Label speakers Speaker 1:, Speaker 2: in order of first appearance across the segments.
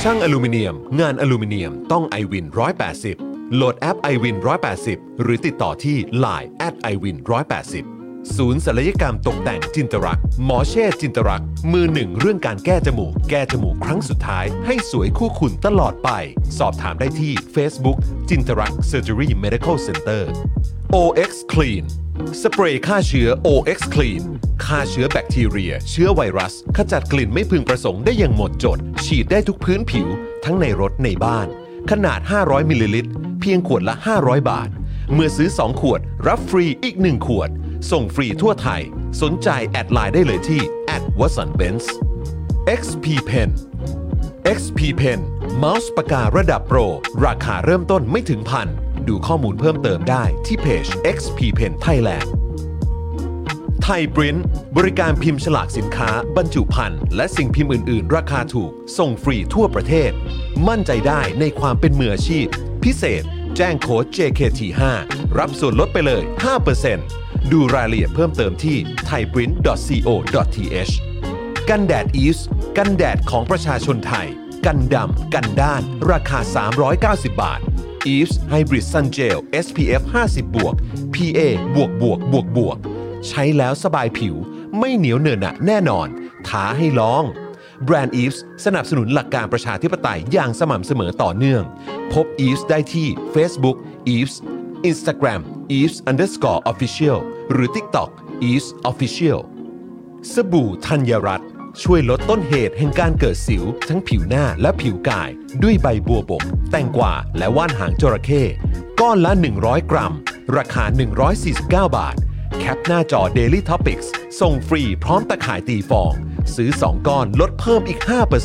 Speaker 1: ช่างอลูมิเนียม งานอลูมิเนียมต้อง i w วิน180 โหลดแอป i w วิน180 หรือติดต่อที่ Line at i w วิน180 ศูนย์ศัลยกรรมตกแต่งจินตรักษณ์หมอเช่จินตรักษณ์มือหนึ่งเรื่องการแก้จมูก แก้จมูกครั้งสุดท้าย ให้สวยคู่คุณตลอดไป สอบถามได้ที่ Facebook จินตรักเซอร์เจอรี่เมดิคอลเซ็นเตอร์ OX Clean สเปรย์ฆ่าเชื้อ OX Clean ฆ่าเชื้อแบคทีเรีย เชื้อไวรัส ขจัดกลิ่นไม่พึงประสงค์ได้อย่างหมดจด ฉีดได้ทุกพื้นผิว ทั้งในรถในบ้าน ขนาด 500 มิลลิลิตร เพียงขวดละ 500 บาท เมื่อซื้อ 2 ขวด รับฟรีอีก 1 ขวด ส่งฟรีทั่วไทย สนใจแอดไลน์ได้เลยที่ w a t s o n b e n z XP Pen XP Pen เมาส์ปากการะดับโปร ราคาเริ่มต้นไม่ถึงพัน ดูข้อมูลเพิ่มเติมได้ที่เพจ XP Pen Thailand ไทยปริ้นบริการพิมพ์ฉลากสินค้า บรรจุภัณฑ์และสิ่งพิมพ์อื่น ๆ ราคาถูก ส่งฟรีทั่วประเทศ มั่นใจได้ในความเป็นมืออาชีพ พิเศษ แจ้งโค้ด JKT5 รับส่วนลดไปเลย 5%ดูรายละเอียดเพิ่มเติมที่ thaiprint.co.th กันแดดอีสกันแดดของประชาชนไทย กันดำ กันด้าน ราคา 390 บาท e v e s Hybrid Sun Gel SPF 50 บวก PA บวกบวกบวกบวก ใช้แล้วสบายผิว ไม่เหนียวเหนอะหนะแน่นอน ท้าให้ลอง แบรนด์ e v e s สนับสนุนหลักการประชาธิปไตยอย่างสม่ำเสมอต่อเนื่อง พบ e v e s ได้ที่ Facebook e v e s Instagram e v e s Underscore Official หรือ TikTok e v e s Official สบู่ธัญรัตน์ช่วยลดต้นเหตุแห่งการเกิดสิว ทั้งผิวหน้าและผิวกาย ด้วยใบบัวบก แตงกวาและว่านหางจระเข้ก้อนละ 100 กรัม ราคา 149 บาท แคปหน้าจอ Daily Topics ส่งฟรีพร้อมตะข่ายตีฟอง ซื้อ 2 ก้อนลดเพิ่มอีก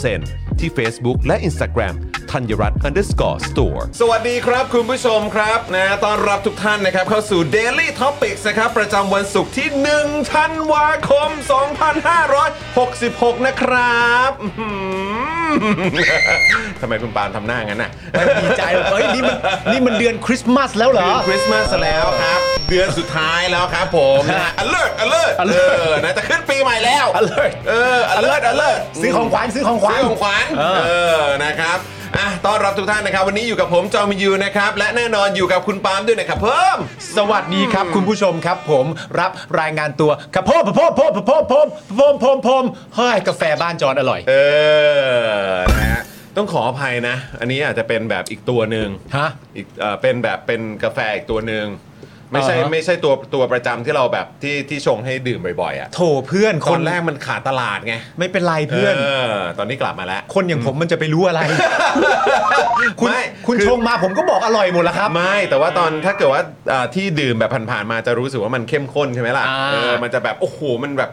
Speaker 1: 5%ที่ Facebook และ Instagram ธัญรัตน์ underscore store
Speaker 2: สวัสดีครับคุณผู้ชมครับนะต้อนรับทุกท่านนะครับ เข้าสู่ Daily Topics นะครับ ประจำวันศุกร์ที่1ธันวาคม 2566 นะครับ อื้อหือทำไมคุณปาล์มทำหน้างั้นน่ะ
Speaker 3: ดีใจแบบเฮ้ยนี่มันนี่มันเดือนคริสต์มาสแล้วเหรอ
Speaker 2: เดือนคริสต์มาสแล้วครับ เดือนสุดท้ายแล้วครับผมนะ alert alert เออนะจะขึ้นปีใหม่แล้ว
Speaker 3: alert
Speaker 2: เออ alert alert
Speaker 3: ซื้อของขวัญซื้อของขวัญ
Speaker 2: ซื้อของขวัญ
Speaker 3: เออ
Speaker 2: เออ นะครับอ่ะต้อนรับทุกท่านนะครับ วันนี้อยู่กับผมจอมยูนะครับ และแน่นอนอยู่กับคุณปาล์มด้วยนะครับเพิ่ม
Speaker 3: สวัสดีครับคุณผู้ชมครับผมรับรายงานตัวกับพ่อพ่อพ่อพ่อพ่อพ่อพ่อพ่อพ่อเฮ้ยกาแฟบ้านจอนอร่อย
Speaker 2: เออ นะฮะ ต้องขออภัยนะ อันนี้อาจจะเป็นแบบอีกตัวหนึ่ง
Speaker 3: ฮะ
Speaker 2: อีกเอ่อเป็นแบบเป็นกาแฟอีกตัวหนึ่งไม่ใช่
Speaker 3: อ่าฮะ
Speaker 2: ไม่ใช่ตัวตัวประจำที่เราแบบที่ที่ชงให้ดื่มบ่อยๆอ่ะ
Speaker 3: โถเพื่อน
Speaker 2: ค
Speaker 3: คน น
Speaker 2: แรกมันขาดตลาดไง
Speaker 3: ไม่เป็นไรเพื่อน
Speaker 2: เออ ตอนนี้กลับมาแล้ว
Speaker 3: คนอย่างผมมันจะไปรู้อะไร คุณ
Speaker 2: ไม่
Speaker 3: คุณ
Speaker 2: คือ
Speaker 3: ชงมาผมก็บอกอร่อยหมดแล้วครับ
Speaker 2: ไม่แต่ว่าตอนถ้าเกิดว่าอ่าที่ดื่มแบบผ่านๆมาจะรู้สึกว่ามันเข้มข้นใช่ไหมล่ะ
Speaker 3: อ่า
Speaker 2: เออมันจะแบบ โอ้โห มันแบบ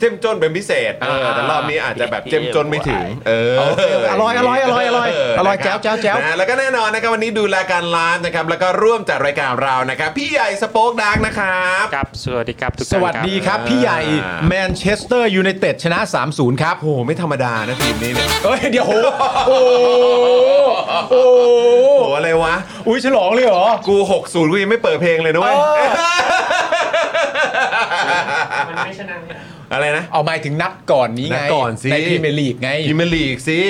Speaker 1: เจ้มจนเป็นพิเศษเออแต่รอบนี้อาจจะแบบเจ้มจนไม่ถึง เออ
Speaker 4: โอเคอร่อยอร่อยอร่อยอร่อยอร่อยแจ๋วแจ๋วแจ๋ว
Speaker 1: นะฮะแล้วก็แน่นอนนะครับวันนี้ดูรายการไลฟ์นะครับแล้วก็ร่วมจัดรายการเรานะครับพี่ใหญ่สป็อคดักนะครับ
Speaker 5: ครับ สวัสดีครับทุก
Speaker 4: ส
Speaker 5: ท่าน
Speaker 4: วัสดีครับพี่ใหญ่
Speaker 1: อ่า
Speaker 4: แมนเชสเตอร์ยูไนเต็ดชนะ 3-0 ครับ
Speaker 1: โอ้โหไม่ธรรมดานะทีมนี้เนี่ย
Speaker 4: เอ้ยเดี๋ยวโหโอ้โหโอ้
Speaker 1: โอ้โหอะไรวะ
Speaker 4: อุ้ยฉลองเลยเหรอ
Speaker 1: กู 60กูยังไม่เปิดเพลงเลยนะเว้ย
Speaker 4: เออ
Speaker 5: มันไม่ชนะ
Speaker 1: อะไรนะ
Speaker 4: เอาหมายถึงนัดก่อนนี้ไง
Speaker 1: นัดก่อนสิ
Speaker 4: ในพรีเมียร์ลีกไง
Speaker 1: พรีเมียร์ลีกสิ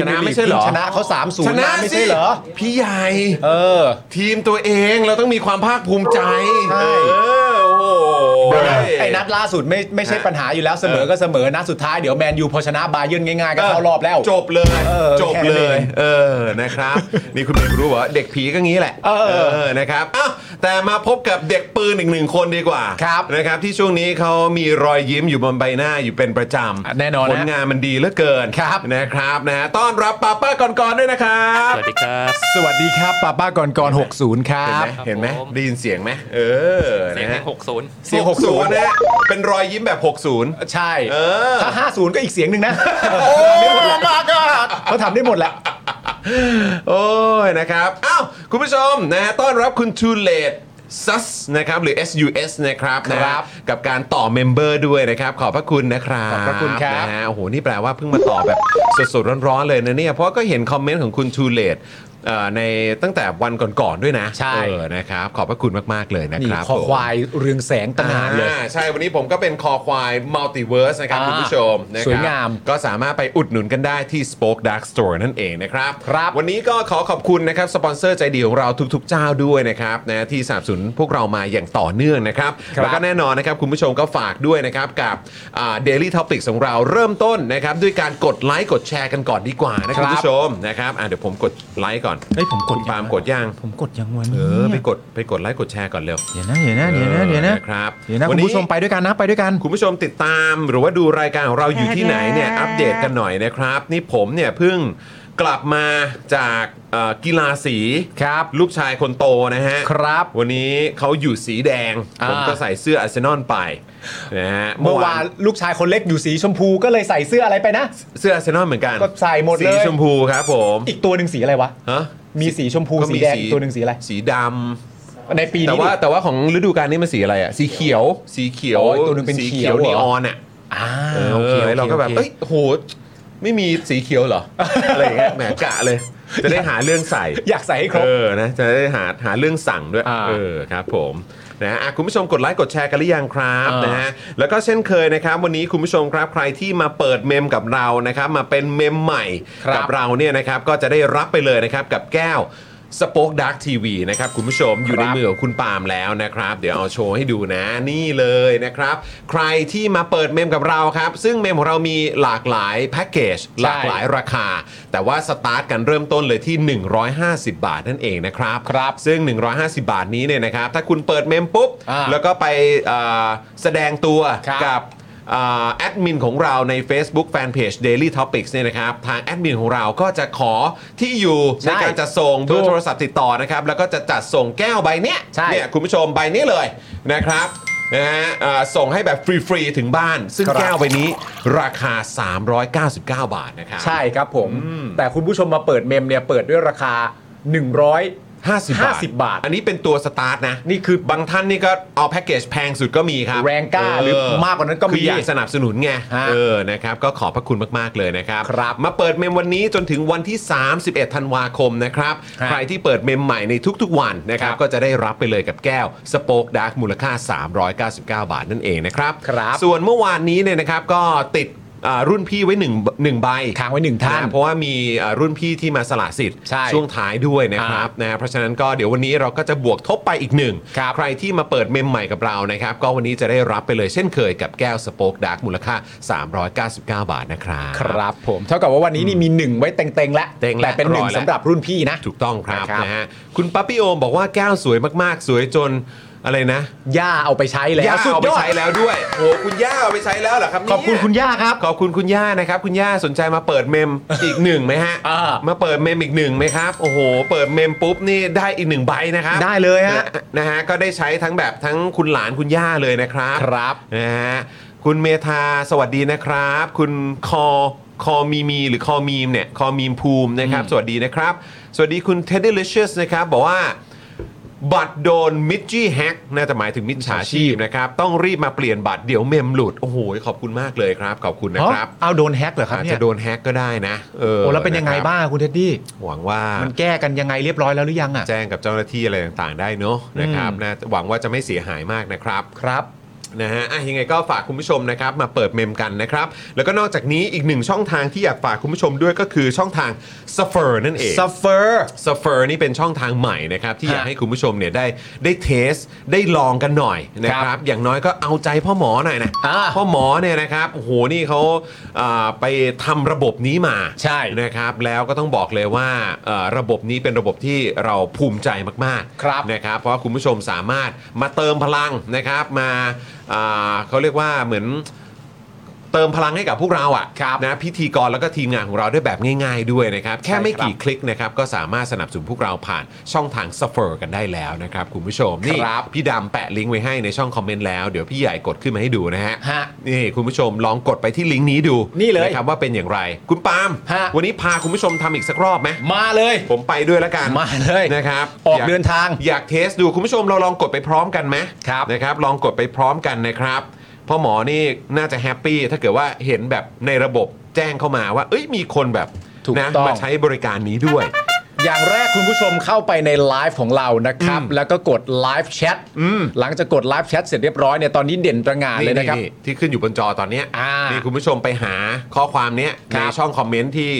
Speaker 1: ชนะไม่ใช่เหรอ
Speaker 4: ชนะเขา3-0
Speaker 1: ชนะ
Speaker 4: ไม่
Speaker 1: สิ
Speaker 4: ใช่เหรอ
Speaker 1: พี่ใหญ่
Speaker 4: เออ
Speaker 1: ทีมตัวเองเราต้องมีความภาคภูมิใจ
Speaker 4: ใช่
Speaker 1: เออโอ้โห
Speaker 4: ไอ้นัดล่าสุดไม่ไม่ใช่
Speaker 1: ฮะ
Speaker 4: ปัญหาอยู่แล้วเสมอก็เสมอนัดสุดท้ายเดี๋ยวแมนยูพอชนะบาเยิร์นง่ายๆก็เข้ารอบแล้ว
Speaker 1: จบเลย
Speaker 4: เออ
Speaker 1: จบเลย
Speaker 4: แค่นั้นเอง
Speaker 1: เออนะครับ นี่คุณเมย์รู้ว่าเด็กผีก็งี้แหละ
Speaker 4: เออ
Speaker 1: นะครับอ้าวแต่มาพบกับเด็กปืนอีกหนึ่งคนดีกว่า
Speaker 4: ครับ
Speaker 1: นะครับ ที่ช่วงนี้เขามีรอยยิ้มอยู่บนใบหน้าอยู่เป็นประจำ
Speaker 4: แน่นอนนะ
Speaker 1: ผลงานมันดีเหลือเกิน
Speaker 4: ครับ
Speaker 1: นะครับนะฮะต้อนรับป้าป้าก่อนๆด้วยนะครับ
Speaker 5: สวัสดีครับ
Speaker 4: สวัสดีครับป้าป้าก่อนก่อน60 ครั
Speaker 1: เห็น
Speaker 4: บ
Speaker 1: ไหมเห็นไหม
Speaker 5: ผม
Speaker 1: ได้ยินเสียงไหมเออ
Speaker 5: เสีย
Speaker 1: นะ
Speaker 5: ง
Speaker 1: ฮะ
Speaker 5: หกศูนย์
Speaker 4: เสียง60
Speaker 1: นะฮะเป็นรอยยิ้มแบบ 60
Speaker 4: ใช่
Speaker 1: เออ
Speaker 4: ถ้า 50 ก็อีกเสียงหนึ่งนะ
Speaker 1: โอ้มากอ่ะ
Speaker 4: เขาทำได้หมดแหละ
Speaker 1: โอ้ยนะครับ อ้าว คุณผู้ชมนะฮะต้อนรับคุณทูเลตซัสนะครับหรือ SUS นะครับนะฮะ
Speaker 4: ครับ
Speaker 1: กับการต่อเมมเบอร์ด้วยนะครับ ขอบพระคุณนะครับ
Speaker 4: ขอบพระคุณครับ
Speaker 1: นะฮะโอ้โห นี่แปลว่าเพิ่งมาต่อแบบสดๆร้อนๆเลยนะเนี่ย เพราะก็เห็นคอมเมนต์ของคุณทูเลตเอ่อในตั้งแต่วันก่อนๆด้วยนะ
Speaker 4: ใช่
Speaker 1: เออนะครับ ขอบพระคุณมากๆเลยนะ
Speaker 4: นี่
Speaker 1: ครับ
Speaker 4: คอ
Speaker 1: ผม
Speaker 4: ควายเรืองแสงตะหนานเลย
Speaker 1: อ่าใช่ วันนี้ผมก็เป็นคอควายมัลติเวิร์สนะครับ
Speaker 4: อ่า
Speaker 1: คุณผู้ชมนะครับ
Speaker 4: สวยงาม
Speaker 1: ก็สามารถไปอุดหนุนกันได้ที่ Spoke Dark Store นั่นเองนะครับ
Speaker 4: ครับ
Speaker 1: วันนี้ก็ขอขอบคุณนะครับ สปอนเซอร์ใจดีของเราทุกๆเจ้าด้วยนะครับนะที่สนับสนุนพวกเรามาอย่างต่อเนื่องนะครับ
Speaker 4: ครับ
Speaker 1: แล้วก็แน่นอนนะครับ คุณผู้ชมก็ฝากด้วยนะครับ กับเดลี่ท็อปิกของเราเริ่มต้นนะครับ ด้วยการกดไลค์กดแชร์กันก่อนดีกว่านะคุณผู้ชมนะครับอ่ะเดี๋ยวผมกดไลค์ก่อน
Speaker 4: เฮ้ยผมกด
Speaker 1: คุณปาล์มกดยัง
Speaker 4: ผมกดยังวัน
Speaker 1: เอ
Speaker 4: นี้
Speaker 1: อไปกดไปกดไลค์กดแชร์ก่อนเร็ว
Speaker 4: เดี๋ยวนะเดี๋ยวนะเดี๋ยวนะเดี๋ยวนะ
Speaker 1: เออครับ
Speaker 4: เดี๋ยวนะ
Speaker 1: วั
Speaker 4: คุ
Speaker 1: น
Speaker 4: ณ
Speaker 1: นี้
Speaker 4: ผู้ชมไปด้วยกันนะไปด้วยกัน
Speaker 1: คุณผู้ชมติดตามหรือว่าดูรายการของเราอยู่ที่ไหนเนี่ยอัปเดตกันหน่อยนะครับ นี่ผมเนี่ยเพิ่งกลับมาจากเอ่อกีฬาสี
Speaker 4: ครับ
Speaker 1: ลูกชายคนโตนะฮะ
Speaker 4: ครับ
Speaker 1: วันนี้เขาอยู่สีแดง
Speaker 4: อ่า
Speaker 1: ผมก็ใส่เสื้ออาร์เซนอลไปนะฮะ
Speaker 4: เมื่อวานลูกชายคนเล็กอยู่สีชมพูก็เลยใส่เสื้ออะไรไปนะ
Speaker 1: เสื้ออาร์เซนอลเหมือนกัน
Speaker 4: ก็ใส่หมดเลย
Speaker 1: สีชมพูครับผม
Speaker 4: อีกตัวหนึ่งสีอะไรวะ
Speaker 1: ฮะ
Speaker 4: มีสีชมพู
Speaker 1: ก็
Speaker 4: สีแดงอีกตัวหนึ่งสีอะไร
Speaker 1: สีดำ
Speaker 4: ในปีนี้
Speaker 1: แต่ว่า
Speaker 4: ดิ
Speaker 1: แต่ว่าของฤดูกาลนี้มันสีอะไรอ่ะสีเขียวสีเขียว
Speaker 4: อ๋ออีกตัวหนึ่งเป็น
Speaker 1: สี
Speaker 4: เขี
Speaker 1: เขี
Speaker 4: ย
Speaker 1: ยวว
Speaker 4: เหรอ
Speaker 1: นีออนอ่ะ
Speaker 4: อ่า
Speaker 1: เออ
Speaker 4: โอเคโอค
Speaker 1: เราก็แบบ
Speaker 4: โอค
Speaker 1: เอ้ยโหไม่มีสีเขียวเหรอ อะไรอย่างเงี้ยแหมกะเลย จะได้หาเรื่อง ใส่
Speaker 4: อยากใส่ให้ครบ
Speaker 1: เออนะจะได้หาหาเรื่องสั่งด้วย
Speaker 4: อ่า
Speaker 1: เออครับผมนะอ่ะคุณผู้ชมกดไลค์กดแชร์กันหรือยังครับ
Speaker 4: อ่าน
Speaker 1: นะฮะแล้วก็เช่นเคยนะครับ วันนี้คุณผู้ชมครับใครที่มาเปิดเมมกับเรานะครับ มาเป็นเมมใหม่
Speaker 4: ครับ
Speaker 1: กัเราเนี่ยนะครับก็จะได้รับไปเลยนะครับกับแก้วสป็อคดักทีวีนะครับคุณผู้ชมอยู่ใน
Speaker 4: ครับ
Speaker 1: มือของคุณปาล์มแล้วนะครับ เดี๋ยวเอาโชว์ให้ดูนะนี่เลยนะครับ ใครที่มาเปิดเมมกับเราครับ ซึ่งเมมของเรามีหลากหลายแพ็กเกจหลากหลาย ราคาแต่ว่าสตาร์ทกันเริ่มต้นเลยที่ 150 บาทนั่นเองนะครับ
Speaker 4: ครับ
Speaker 1: ซึ่ง 150 บาทนี้เนี่ยนะครับ ถ้าคุณเปิดเมมปุ๊บ
Speaker 4: อ่า
Speaker 1: แล้วก็ไปเอ่อแสดงตัว
Speaker 4: ครับ
Speaker 1: กับอ่าแอดมินของเราใน Facebook Fanpage Daily Topics เนี่ยนะครับ ทางแอดมินของเราก็จะขอที่อยู่
Speaker 4: ใช่
Speaker 1: ในการจะส่งเบอ
Speaker 4: ถู
Speaker 1: ร์
Speaker 4: ก
Speaker 1: โทรศัพท์ติดต่อนะครับ แล้วก็จะจัดส่งแก้วใบเนี้ย
Speaker 4: ใช่
Speaker 1: เนี่ยคุณผู้ชมใบนี้เลยนะครับนะฮะอ่าส่งให้แบบฟรีๆถึงบ้าน ซึ่ง
Speaker 4: ครับ
Speaker 1: แก้วใบนี้ราคา 399 บาทนะครับ
Speaker 4: ใช่ครับผม แต่คุณผู้ชมมาเปิดเมมเนี่ยเปิดด้วยราคา 100
Speaker 1: 50 บาท
Speaker 4: 50บาท
Speaker 1: อันนี้เป็นตัวสตาร์ทนะ นี่คือบางท่านนี่ก็เอาแพ็กเกจแพงสุดก็มีครับ
Speaker 4: แรงกล้าหรือมากกว่านั้นก็มี
Speaker 1: คืออยากสนับสนุนไง
Speaker 4: ฮะ
Speaker 1: เออ นะครับ ก็ขอบพระคุณมาก ๆ เลยนะครับ
Speaker 4: ครับ
Speaker 1: มาเปิดเมมวันนี้จนถึงวันที่ 31 ธันวาคมนะครับ
Speaker 4: ฮะ
Speaker 1: ใครที่เปิดเมมใหม่ในทุก ๆ วันนะครับ
Speaker 4: ครับ
Speaker 1: ก็จะได้รับไปเลยกับแก้วสโป๊กดาร์กมูลค่า 399 บาทนั่นเองนะครับ
Speaker 4: ครับ
Speaker 1: ส่วนเมื่อวานนี้เนี่ยนะครับก็ติดอ่ารุ่นพี่ไว้หนึ่งหนึ่งใบ
Speaker 4: ค้างไว้หนึ่งท่าน
Speaker 1: นะเพราะว่ามีเอ่อรุ่นพี่ที่มาสละสิทธิ์
Speaker 4: ใช่
Speaker 1: วงท้ายด้วยนะครับนะเพราะฉะนั้นก็เดี๋ยววันนี้เราก็จะบวกทบไปอีกหนึ่ง
Speaker 4: ครับ
Speaker 1: ใครที่มาเปิดเมมใหม่กับเรานะครับ ก็วันนี้จะได้รับไปเลยเช่นเคยกับแก้วสโป๊กดาร์กมูลค่า 399 บาทนะครับ
Speaker 4: ครับผมเท่ากับว่าวันนี้นี่มีหนึ่งไว้เต็งๆแล้ว
Speaker 1: เต็งแล้ว
Speaker 4: แต่เป็นหนึ่
Speaker 1: รง อแล้ว
Speaker 4: สำหรับรุ่นพี่นะ
Speaker 1: ถูกต้องครับ
Speaker 4: ครับ
Speaker 1: นะฮะคุณปั๊ปปี้โอมบอกว่าแก้วสวยมากๆ สวยจนอะไรนะ
Speaker 4: ย่าเอาไปใช้แล้ว
Speaker 1: ย่า
Speaker 4: สุด
Speaker 1: เอาไป
Speaker 4: ยอด
Speaker 1: ใช้แล้วด้วยโอ้โหคุณย่าเอาไปใช้แล้วเหรอครับเนี่ย
Speaker 4: ขอบคุณคุณย่าครับ
Speaker 1: ขอบคุณคุณย่านะครับ คุณย่าสนใจมาเปิดเมม อีกหนึ่งไหมฮะ
Speaker 4: อ่า
Speaker 1: มาเปิดเมมอีกหนึ่งไหมครับ โอ้โห เปิดเมมปุ๊บนี่ได้อีกหนึ่งใบนะครับ
Speaker 4: ได้เลยฮะ
Speaker 1: นนะฮะก็ได้ใช้ทั้งแบบทั้งคุณหลานคุณย่าเลยนะครับ
Speaker 4: ครับ
Speaker 1: นะฮะ คุณเมธาสวัสดีนะครับ คุณคอคอมีมีหรือคอมีมเนี่ยคอมีมภูมินะครับ สวัสดีนะครับ สวัสดีคุณ Ted Delicious นะครับ บอกว่า บัตรโดนมิจจี้แฮกน่าจะหมายถึงมิจฉาชีพนะครับ ต้องรีบมาเปลี่ยนบัตรเดี๋ยวเมมหลุด โอ้โห ขอบคุณมากเลยครับ ขอบคุณนะครับ
Speaker 3: อ๋อเอาโดนแฮกเหรอครับ
Speaker 1: อาจ
Speaker 3: เนี่
Speaker 1: จะ
Speaker 3: ย
Speaker 1: โดนแฮกก็ได้นะเออ
Speaker 3: โอ้แล้วเป็นยังไง
Speaker 1: ะครั
Speaker 3: บ้างคุณเท็ดดี้
Speaker 1: หวังว่ามั
Speaker 3: มันแก้กันยังไงเรียบร้อยแล้วหรือยังอ่ะ
Speaker 1: แจ้งกับเจ้าหน้าที่อะไรต่างๆได้เนอะนะครับ
Speaker 3: อืม
Speaker 1: นะหวังว่าจะไม่เสียหายมากนะครับ
Speaker 3: ครับ
Speaker 1: นะฮะอ่ะยังไงก็ฝากคุณผู้ชมนะครับ มาเปิดเมมกันนะครับ แล้วก็นอกจากนี้อีกหนึ่งช่องทางที่อยากฝากคุณผู้ชมด้วยก็คือช่องทาง s u f f e r นั่นเอง
Speaker 3: suffer
Speaker 1: สเฟอร์นี่เป็นช่องทางใหม่นะครับ ที่
Speaker 3: ฮะ
Speaker 1: อยากให้คุณผู้ชมเนี่ยได้ได้เทสได้ลองกันหน่อยนะค
Speaker 3: ครั
Speaker 1: รับบ อย่างน้อยก็เอาใจพ่อหมอหน่อยนะ
Speaker 3: อ่า
Speaker 1: พ่อหมอเนี่ยนะครับโอ้โหนี่เขาอ่าไปทำระบบนี้มา
Speaker 3: ใช่
Speaker 1: นะครับแล้วก็ต้องบอกเลยว่าเอ่อระบบนี้เป็นระบบที่เราภูมิใจมากๆ
Speaker 3: ครับ
Speaker 1: นะครับ เพราะว่าคุณผู้ชมสามารถมาเติมพลังนะครับมาอ่าเขาเรียกว่าเหมือน เติมพลังให้กับพวกเราอะ่ะนะพิธีกรแล้วก็ทีมงานของเราได้แบบง่าย ๆ ด้วยนะครับ แค่ไม่กี่คลิกนะครับ ก็สามารถสนับสนุนพวกเราผ่านช่องทาง s u f f e r กันได้แล้วนะครับ คุณผู้ชมนี่
Speaker 3: ครับ
Speaker 1: พี่ดำแปะลิงก์ไว้ให้ในช่องคอมเมนต์แล้ว เดี๋ยวพี่ใหญ่กดขึ้นมาให้ดูนะฮะ
Speaker 3: ฮะ
Speaker 1: นี่คุณผู้ชมลองกดไปที่ลิงก์นี้ดู
Speaker 3: นี่เลย
Speaker 1: นะครับว่าเป็นอย่างไร คุณปาล์ม
Speaker 3: ฮะ
Speaker 1: วันนี้พาคุณผู้ชมทำอีกสักรอบไหม
Speaker 3: มาเลย
Speaker 1: ผมไปด้วยแล้วกัน
Speaker 3: มาเลย
Speaker 1: นะครับ
Speaker 3: ออกเดินทาง
Speaker 1: อยากเทสดูคุณผู้ชมเราลองกดไปพร้อมกันไหมครับนะครับ ลองกดไปพร้อมกันนะครับพ่อหมอนี่น่าจะแฮปปี้ถ้าเกิดว่าเห็นแบบในระบบแจ้งเข้ามาว่า เอ้ยมีคนแบบ
Speaker 3: ถูก
Speaker 1: นะ
Speaker 3: ต้อง
Speaker 1: มาใช้บริการนี้ด้วย
Speaker 3: อย่างแรกคุณผู้ชมเข้าไปในไลฟ์ของเรานะครับ แล้วก็กดไลฟ์แชทหลังจากกดไลฟ์แชทเสร็จเรียบร้อยเนี่ยตอนนี้เด่นตระหงานเลยนะครับ
Speaker 1: ที่ขึ้นอยู่บนจอตอนเนี้ย
Speaker 3: อ่านี่
Speaker 1: นี่คุณผู้ชมไปหาข้อความเนี้ย
Speaker 3: ค
Speaker 1: ใน
Speaker 3: รับ
Speaker 1: ช่องคอมเมนต์ที่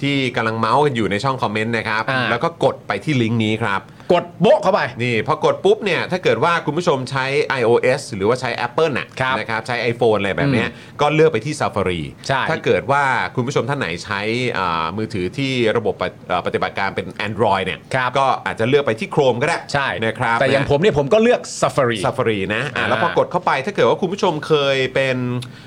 Speaker 1: ที่กำลังเมาส์กันอยู่ในช่องคอมเมนต์นะครับ
Speaker 3: อ่า
Speaker 1: แล้วก็กดไปที่ลิงก์นี้ครับ
Speaker 3: กดโบ๊ะเข้าไป
Speaker 1: นี่พอกดปุ๊บเนี่ยถ้าเกิดว่าคุณผู้ชมใช้ iOS หรือว่าใช้ Apple น่ะ
Speaker 3: ครับ
Speaker 1: นะครับใช้ iPhone อะไรแบบเนี้ยก็เลือกไปที่ Safari
Speaker 3: ใช่
Speaker 1: ถ้าเกิดว่าคุณผู้ชมท่านไหนใช้อ่ามือถือที่ระบบปฏิอ่าปฏิบัติการเป็น Android เนี่ย
Speaker 3: ครับ
Speaker 1: ก็อาจจะเลือกไปที่ Chrome ก็ได้
Speaker 3: ใช่
Speaker 1: นะครับ
Speaker 3: แต่อย่าง
Speaker 1: นะ
Speaker 3: ผมเนี่ยผมก็เลือก Safari
Speaker 1: ซาฟารีนะอ่ะ
Speaker 3: อ่า
Speaker 1: แล้วพอกดเข้าไปถ้าเกิดว่าคุณผู้ชมเคยเป็น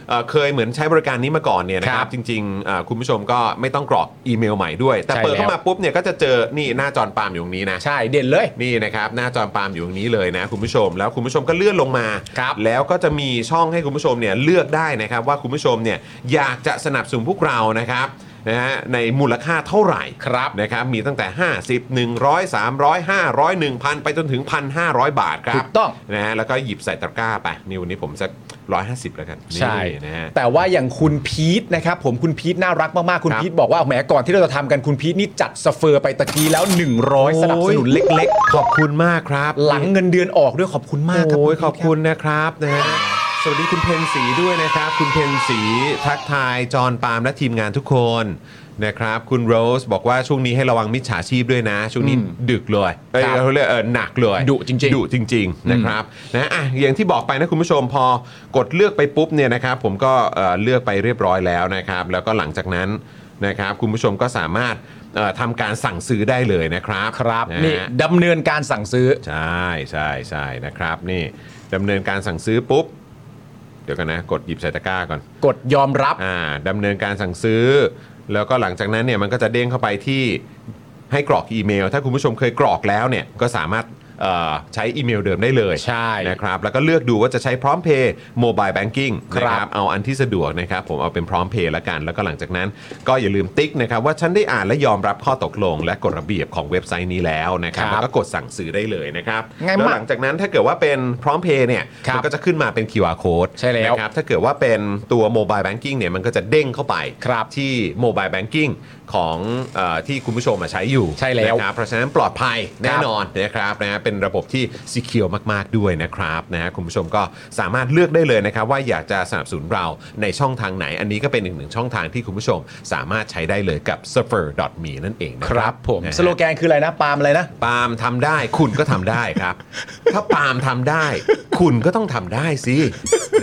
Speaker 1: เอ่อเคยเหมือนใช้บริการนี้มาก่อนเนี่ยนะค
Speaker 3: ครั
Speaker 1: รับบ จริงๆอ่าคุณผู้ชมก็ไม่ต้องกรอกอีเมลใหม่ด้วย แต่
Speaker 3: ใช่
Speaker 1: เปิดเข้า
Speaker 3: แล้ว
Speaker 1: มาปุ๊บเนี่ยก็จะเจอนี่หน้าจอปาล์มอยู่ตรงนี้นะ
Speaker 3: ใช่เด่นเลย
Speaker 1: นี่นะครับ หน้าจอปาล์มอยู่ตรงนี้เลยนะคุณผู้ชม แล้วคุณผู้ชมก็เลื่อนลงมา
Speaker 3: ครับ
Speaker 1: แล้วก็จะมีช่องให้คุณผู้ชมเนี่ยเลือกได้นะครับว่าคุณผู้ชมเนี่ยอยากจะสนับสนุนพวกเรานะครับนะฮะในมูลค่าเท่าไหร่
Speaker 3: ครับ
Speaker 1: นะครับมีตั้งแต่ 50 100 300 500 1,000 ไปจนถึง 1,500 บาทครับ
Speaker 3: ถูกต้อง
Speaker 1: นะฮะแล้วก็หยิบใส่ตะกร้าไปนี่วันนี้ผมสัก 150 แล้วกัน
Speaker 3: ใช่
Speaker 1: นี่นะฮะ
Speaker 3: แต่ว่าอย่างคุณพีทนะครับ ผมคุณพีทน่ารักมาก ๆ คุณ
Speaker 1: ครับ
Speaker 3: พีทบอกว่าแหมก่อนที่เราจะทำกันคุณพีทนี่จัดสเฟอร์ไปตะกี้แล้ว 100 สนับสนุน
Speaker 1: โอ้ย
Speaker 3: เล็ก
Speaker 1: ขอบคุณมากครับ
Speaker 3: ๆ หลังเงินเดือนออกด้วยขอบคุณมากครับ
Speaker 1: โอ้ย
Speaker 3: ณพีท
Speaker 1: ขอบคุณนะครับนะฮะสวัสดีคุณเพนสีด้วยนะครับ คุณเพนสีทักทายจอห์นปาล์มและทีมงานทุกคนนะครับ คุณโรสบอกว่าช่วงนี้ให้ระวังมิจฉาชีพด้วยนะ ช่วงนี้ดึกเลยเอ้ยเขาเรียกเออหนักเลย
Speaker 3: ดุจริง ๆ
Speaker 1: ดุจริง ๆ นะครับนะอ่ะอย่างที่บอกไปนะคุณผู้ชมพอกดเลือกไปปุ๊บเนี่ยนะครับ ผมก็เอ่อเลือกไปเรียบร้อยแล้วนะครับ แล้วก็หลังจากนั้นนะครับคุณผู้ชมก็สามารถเอ่อทำการสั่งซื้อได้เลยนะครับ
Speaker 3: ครับ
Speaker 1: ะฮะ
Speaker 3: นี่ดำเนินการสั่งซื้อ
Speaker 1: ใช่ใช่ใช่นะครับ นี่ดำเนินการสั่งซื้อปุ๊บ เดี๋ยวกันนะ กดหยิบใส่ตะกร้าก่อน
Speaker 3: กดยอมรับ
Speaker 1: อ่าดำเนินการสั่งซื้อ แล้วก็หลังจากนั้นเนี่ยมันก็จะเด้งเข้าไปที่ให้กรอกอีเมล ถ้าคุณผู้ชมเคยกรอกแล้วเนี่ยก็สามารถเอ่อใช้อีเมลเดิมได้เลย
Speaker 3: ใช่
Speaker 1: นะครับแล้วก็เลือกดูว่าจะใช้พร้อมเพย์โมบายแบงกิ้ง
Speaker 3: ครับ
Speaker 1: นะครับเอาอันที่สะดวกนะครับผมเอาเป็นพร้อมเพย์ละกัน แล้วก็หลังจากนั้นก็อย่าลืมติ๊กนะครับว่าฉันได้อ่านและยอมรับข้อตกลง และกฎระเบียบของเว็บไซต์นี้แล้วนะครับ
Speaker 3: ครับ
Speaker 1: แล้วก็กดสั่งซื้อได้เลยนะครับ
Speaker 3: ง่ายมาก
Speaker 1: แล้วหลังจากนั้นถ้าเกิดว่าเป็นพร้อมเพย์เนี่ย
Speaker 3: ครับ
Speaker 1: มัก็จะขึ้นมาเป็น QR code
Speaker 3: ใช่แล้ว
Speaker 1: นะครับ ถ้าเกิดว่าเป็นตัวโมบายแบงกิ้งเนี่ยมันก็จะเด้งเข้าไป
Speaker 3: ครับ
Speaker 1: ที่โมบายแบงกิ้งของเออที่คุณผู้ชมมาใช้อยู่
Speaker 3: ใช่แล้ว
Speaker 1: นะครับเพราะฉะนั้นปลอดภัยแน่นอนนะครับนะฮะเป็นระบบที่ซีเคียวมาก ๆ ด้วยนะครับนะฮะคุณผู้ชมก็สามารถเลือกได้เลยนะครับ ว่าอยากจะสนับสนุนเราในช่องทางไหน อันนี้ก็เป็นอีกหนึ่งช่องทางที่คุณผู้ชมสามารถใช้ได้เลยกับ s u r f e r m e นั่นเองนะค
Speaker 3: ครั
Speaker 1: รับบ
Speaker 3: ผม
Speaker 1: นะฮะ
Speaker 3: สโลแกนคืออะไรนะปาล์มอะไรนะ
Speaker 1: ปาล์มทำได้คุณก็ทำได้ ครับ ถ้าปาล์มทำได้ คุณก็ต้องทำได้สิ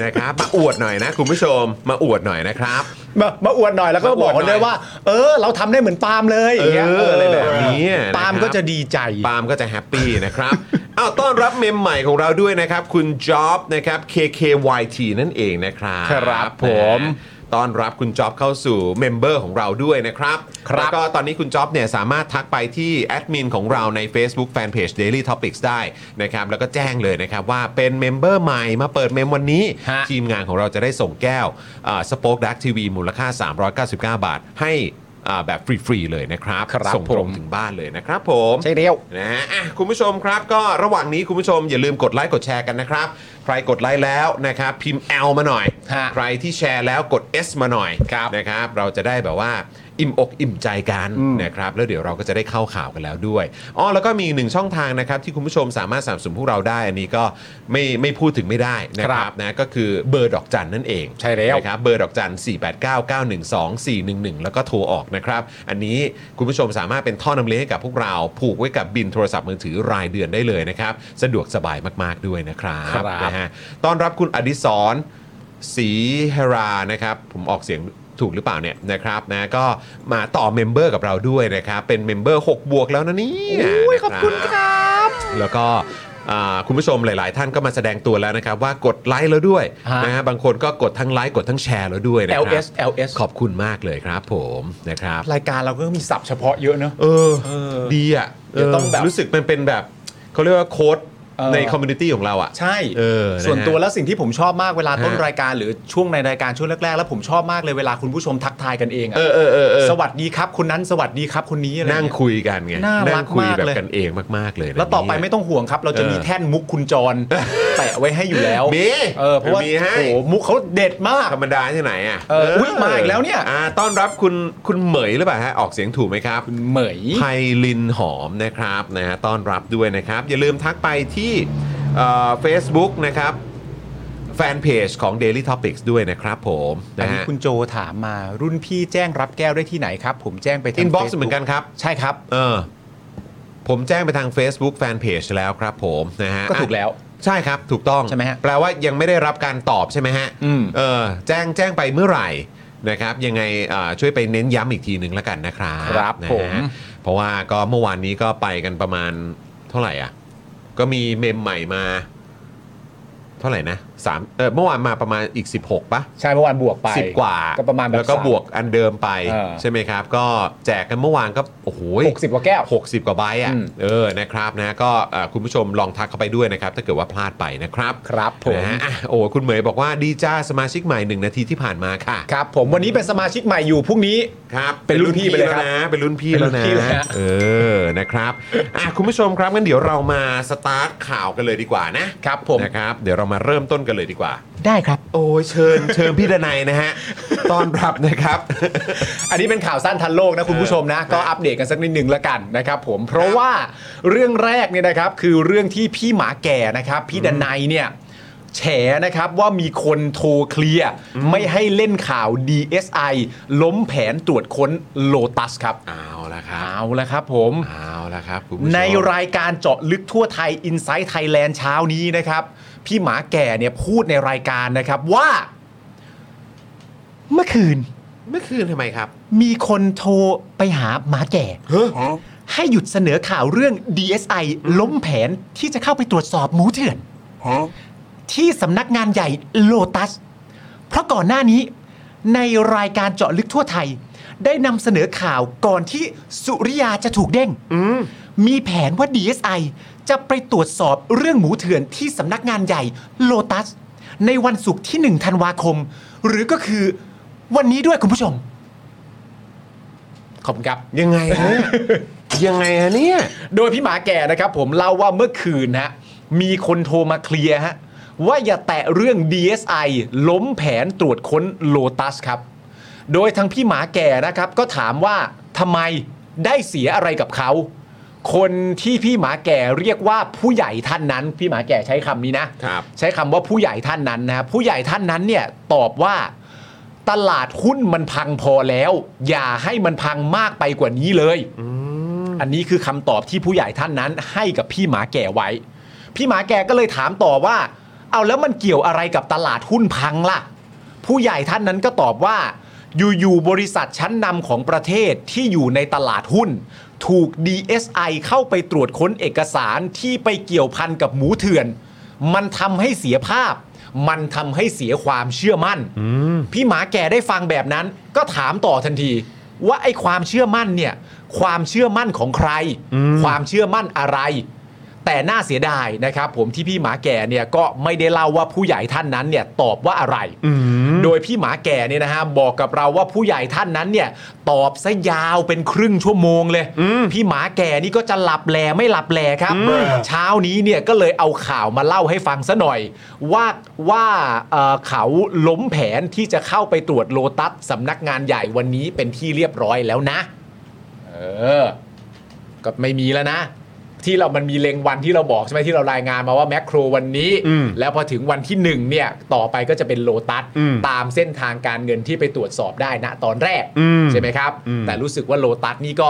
Speaker 1: นะครับมาอวดหน่อยนะ คุณผู้ชมมาอวดหน่อยนะครับ
Speaker 3: มามาอวดหน่อยแล้วก็
Speaker 1: มาอ
Speaker 3: บอก
Speaker 1: วด
Speaker 3: กันด้ว
Speaker 1: หน่อย
Speaker 3: ยว่า เออ เราทำได้เหมือนปาล์มเลยย่างงี้ย
Speaker 1: เอออะไรแบบนี้นะครับ
Speaker 3: ปาล์มก็จะดีใจ
Speaker 1: ปาล์มก็จะแฮปปี้ นะครับ อ้าวต้อนรับเมมใหม่ของเราด้วยนะครับ คุณจ๊อบนะครับ KKYT นั่นเองนะครับ
Speaker 3: ครับผม
Speaker 1: นะ ต้อนรับคุณจ๊อบเข้าสู่เมมเบอร์ของเราด้วยนะครับ
Speaker 3: ครับ
Speaker 1: แล้วก็ตอนนี้คุณจ๊อบเนี่ยสามารถทักไปที่แอดมินของเราใน Facebook Fanpage Daily Topics ได้นะครับแล้วก็แจ้งเลยนะครับว่าเป็นเมมเบอร์ใหม่มาเปิดเมมวันนี้
Speaker 3: ฮะ
Speaker 1: ทีมงานของเราจะได้ส่งแก้วสป็อคดักทีวีมูลค่า 399 บาท ให้อ่าแบบฟรีๆเลยนะครับ
Speaker 3: ครับ
Speaker 1: ส่งตรง
Speaker 3: ผม
Speaker 1: ถึงบ้านเลยนะครับผม
Speaker 3: ใช่เดียว
Speaker 1: นะฮะอ่ะคุณผู้ชมครับก็ระหว่างนี้คุณผู้ชมอย่าลืมกดไลค์กดแชร์กันนะครับ ใครกดไลค์แล้วนะครับ พิมพ์ L มาหน่อย
Speaker 3: ฮะ
Speaker 1: ใครที่แชร์แล้วกด S มาหน่อย
Speaker 3: ครับ
Speaker 1: นะครับ เราจะได้แบบว่าอิ่มอกอิ่มใจกันนะครับแล้วเดี๋ยวเราก็จะได้เข้าข่าวกันแล้วด้วยอ๋อแล้วก็มีอีกหนึ่งช่องทางนะครับ ที่คุณผู้ชมสามารถสนับสนุนพวกเราได้ อันนี้ก็ไม่ไม่พูดถึงไม่ได้นะค
Speaker 3: ครั
Speaker 1: รับบ นะก็คือเบอร์ดอกจันนั่นเอง
Speaker 3: ใช่แล้ว
Speaker 1: นะครับ นะครับเบอร์ดอกจัน 489 912 411 แล้วก็โทรออกนะครับ อันนี้คุณผู้ชมสามารถเป็นท่อนำเลี้ยงให้กับพวกเราผูกไว้กับบินโทรศัพท์มือถือรายเดือนได้เลยนะครับ สะดวกสบายมาก ๆ ด้วยนะครับ
Speaker 3: ครับ
Speaker 1: นะฮะต้อนรับคุณอดิศรศรีฮรานะครับ ผมออกเสียงถูกหรือเปล่าเนี่ยนะครับนะก็มาต่อเมมเบอร์กับเราด้วยนะครับ เป็นเมมเบอร์ 6 บวกแล้วนะเนี่ยขอบคุณครับ แล้วก็อ่าคุณผู้ชมหลาย ๆ ท่านก็มาแสดงตัวแล้วนะครับ ว่ากดไลค์แล้วด้วย
Speaker 3: ฮะ
Speaker 1: นะฮะบางคนก็กดทั้งไลค์กดทั้งแชร์แล้วด้วยนะครับ
Speaker 3: LS LS
Speaker 1: ขอบคุณมากเลยครับผมนะครับ
Speaker 3: รายการเราก็มีศัพท์เฉพาะเยอะเนอะ
Speaker 1: เออ ดีอ่ะ
Speaker 3: เดี๋ยวต้องแบบ
Speaker 1: รู้สึกมันเป็นแบบเขาเรียกว่าโค้ด
Speaker 3: เออ
Speaker 1: ในคอมมูนิตี้ของเราอ่ะ
Speaker 3: ใช่
Speaker 1: เออนะฮะ
Speaker 3: ส่วนตัวแล้วสิ่งที่ผมชอบมากเวลาต้น
Speaker 1: ฮะ
Speaker 3: รายการหรือช่วงในรายการช่วงแรกๆ แล้วผมชอบมากเลยเวลาคุณผู้ชมทักทายกันเองอะ
Speaker 1: เออเออเออเออ
Speaker 3: สวัสดีครับคนนั้นสวัสดีครับคนนี้อะไร
Speaker 1: นั่ง
Speaker 3: เงี้ย
Speaker 1: คุยกันไง
Speaker 3: น่ารัก
Speaker 1: งคุย
Speaker 3: มาก
Speaker 1: แบบ
Speaker 3: เลย
Speaker 1: กันเองมากๆเลยนะ
Speaker 3: แล้วต่อไป
Speaker 1: เนี่ย
Speaker 3: ไม่ต้องห่วงครับ เราจะมี
Speaker 1: เออ
Speaker 3: แท่นมุกคุณจร แปะไว้ให้อยู่แล้ว
Speaker 1: มี
Speaker 3: เออเพราะว่า
Speaker 1: มีให้
Speaker 3: โอ้โหมุกเขาเด็ดมาก
Speaker 1: ธรรมดาที่ไหนอ่ะ
Speaker 3: เอออุ๊ยมาอีกแล้วเนี่ย
Speaker 1: อ่าต้อนรับคุณคุณเหมยหรือเปล่าฮะออกเสียงถูกไหมครับ
Speaker 3: เหมย
Speaker 1: ไพลินหอมนะครับนะฮะต้อนรับด้วยนะครับ อย่าลืมทักไปที่เฟซบุ๊กนะครับ แฟนเพจของ Daily Topics ด้วยนะครับผม
Speaker 3: อัน
Speaker 1: นะ
Speaker 3: นี้
Speaker 1: ฮะ
Speaker 3: คุณโจถามมารุ่นพี่แจ้งรับแก้วได้ที่ไหนครับ ผมแจ้งไปทาง
Speaker 1: อินบ็อกซ์
Speaker 3: Facebook
Speaker 1: เหมือนกันครับ
Speaker 3: ใช่ครับ
Speaker 1: เออ ผมแจ้งไปทาง Facebook Fanpage แล้วครับผมนะฮะ
Speaker 3: ก็ถูกแล้ว
Speaker 1: ใช่ครับ ถูกต้อง
Speaker 3: ใช่ไหมฮะ
Speaker 1: แปลว่ายังไม่ได้รับการตอบใช่ไหมฮะ
Speaker 3: อืม
Speaker 1: เออแจ้งแจ้งไปเมื่อไหร่นะครับ ยังไงอ่าช่วยไปเน้นย้ำอีกทีหนึ่งแล้วกันนะครับ
Speaker 3: ครับ
Speaker 1: นะฮะ
Speaker 3: ผม
Speaker 1: เพราะว่าก็เมื่อวานนี้ก็ไปกันประมาณเท่าไหร่อ่ะ ก็มีเมมใหม่มา เท่าไหร่นะสามเออเมื่อวานมาประมาณอีก 16ปะ
Speaker 3: ใช่เมื่อวานบวกไป
Speaker 1: สิบกว่า
Speaker 3: ก็ประมาณแบบ
Speaker 1: แล้วก็บวกอันเดิมไป
Speaker 3: เออ
Speaker 1: ใช่ไหมครับ ก็แจกกันเมื่อวานก็โอ้โห
Speaker 3: หกสิบกว่าแก้ว
Speaker 1: 60 กว่าใบอ่ะ
Speaker 3: อืม
Speaker 1: เออนะครับนะก็เอ่อคุณผู้ชมลองทักเข้าไปด้วยนะครับ ถ้าเกิดว่าพลาดไปนะครับ
Speaker 3: ครับผม
Speaker 1: นะฮะอ่ะโอ้คุณเหมยบอกว่าดีจ้าสมาชิกใหม่ 1 นาทีที่ผ่านมาค่ะ
Speaker 3: ครับผมวันนี้เป็นสมาชิกใหม่อยู่พรุ่งนี้
Speaker 1: ครับ
Speaker 3: เป็นรุ่นพี่ไปเลยครับ
Speaker 1: แล้วนะเป็นรุ่นพี่แล้วนะ
Speaker 3: เป็นรุ่นพี่แล้วนะ
Speaker 1: เออนะครับอ่ะคุณผู้ชมครับงั้นเดี๋ยวเรามาสตาร์ทข่าวกันเลยดีกว่านะครับ
Speaker 3: ผม
Speaker 1: นะครับเดี๋ยวเรามาเริ่มต้นกันเลยดีกว่า
Speaker 3: ได้ครับ
Speaker 1: โอ้ยเชิญเชิญพี่ดนัยนะฮะต้อนรับนะครับ
Speaker 3: อันนี้เป็นข่าวสั้นทันโลกนะคุณผู้ชมนะก็อัปเดตกันสักนิดนึงละกันนะครับผมเพราะว่าเรื่องแรกเนี่ยนะครับคือเรื่องที่พี่หมาแก่นะครับพี่ดนัยเนี่ยแฉนะครับว่ามีคนโทรเคลียร์ไม่ให้เล่นข่าว DSI ล้มแผนตรวจค้นโลตัสครับ
Speaker 1: เอาละครับ
Speaker 3: เอาละครับผม
Speaker 1: เอาละครับคุณผู้ชม
Speaker 3: ในรายการเจาะลึกทั่วไทย i n s i ซต์ไทยแลนด์เช้านี้นะครับ พี่หมาแก่เนี่ยพูดในรายการนะครับว่า เมื่อคืน
Speaker 1: เมื่อคืนทำไมครับ
Speaker 3: มีคนโทรไปหาหมาแก่ ให้หยุดเสนอข่าวเรื่อง DSI ล้มแผนที่จะเข้าไปตรวจสอบหมูเถื่อน ที่สำนักงานใหญ่โลตัส เพราะก่อนหน้านี้ ในรายการเจาะลึกทั่วไทย ได้นำเสนอข่าวก่อนที่สุริยาจะถูกเด้งมีแผนว่า DSI จะไปตรวจสอบเรื่องหมูเถื่อนที่สำนักงานใหญ่โลตัส ในวันศุกร์ที่ 1 ธันวาคม หรือก็คือวันนี้ด้วยคุณผู้ชม ขอบคุณครับ
Speaker 1: ยังไงฮะ ยังไงฮะเนี่ย
Speaker 3: โดยพี่หมาแก่นะครับผมเล่าว่าเมื่อคืนฮะมีคนโทรมาเคลียร์ฮะว่าอย่าแตะเรื่อง DSI ล้มแผนตรวจค้นโลตัสครับ โดยทางพี่หมาแก่นะครับก็ถามว่าทำไมได้เสียอะไรกับเขา คนที่พี่หมาแก่เรียกว่าผู้ใหญ่ท่านนั้น พี่หมาแก่ใช้คำนี้นะครับ ใช้คำว่าผู้ใหญ่ท่านนั้นนะผู้ใหญ่ท่านนั้นเนี่ยตอบว่า ตลาดหุ้นมันพังพอแล้ว อย่าให้มันพังมากไปกว่านี้เลย อันนี้คือคำตอบที่ผู้ใหญ่ท่านนั้นให้กับพี่หมาแก่ไว้ พี่หมาแก่ก็เลยถามต่อว่า เอาแล้วมันเกี่ยวอะไรกับตลาดหุ้นพังล่ะ ผู้ใหญ่ท่านนั้นก็ตอบว่า อยู่ๆบริษัทชั้นนำของประเทศที่อยู่ในตลาดหุ้น ถูก DSI เข้าไปตรวจค้นเอกสารที่ไปเกี่ยวพันกับหมูเถื่อน มันทำให้เสียภาพ มันทำให้เสียความเชื่อมั่น พี่หมาแก่ได้ฟังแบบนั้น ก็ถามต่อทันที ว่าไอ้ความเชื่อมั่นเนี่ย ความเชื่อมั่นของใคร ความเชื่อมั่นอะไร แต่น่าเสียดายนะครับ ผมที่พี่หมาแก่เนี่ยก็ไม่ได้เล่าว่าผู้ใหญ่ท่านนั้นเนี่ยตอบว่าอะไร โดยพี่หมาแก่เนี่ยนะฮะบอกกับเราว่าผู้ใหญ่ท่านนั้นเนี่ยตอบซะยาวเป็นครึ่งชั่วโมงเลย พี่หมาแก่นี่ก็จะหลับแลไม่หลับแลครับ เช้านี้เนี่ยก็เลยเอาข่าวมาเล่าให้ฟังซะหน่อย ว่าว่าเอ่อเขาล้มแผนที่จะเข้าไปตรวจโลตัสสำนักงานใหญ่วันนี้เป็นที่เรียบร้อยแล้วนะ เออ ก็ไม่มีแล้วนะ ที่เรามันมีเล็งวันที่เราบอกใช่ไหมที่เรารายงานมาว่าแมคโครวันนี้
Speaker 1: อืม
Speaker 3: แล้วพอถึงวันที่หนึ่งเนี่ย ต่อไปก็จะเป็นโลตัส
Speaker 1: อืม
Speaker 3: ตามเส้นทางการเงินที่ไปตรวจสอบได้นะตอนแรก
Speaker 1: อืม
Speaker 3: ใช่ไหมครับ
Speaker 1: อืม
Speaker 3: แต่รู้สึกว่าโลตัสนี่ก็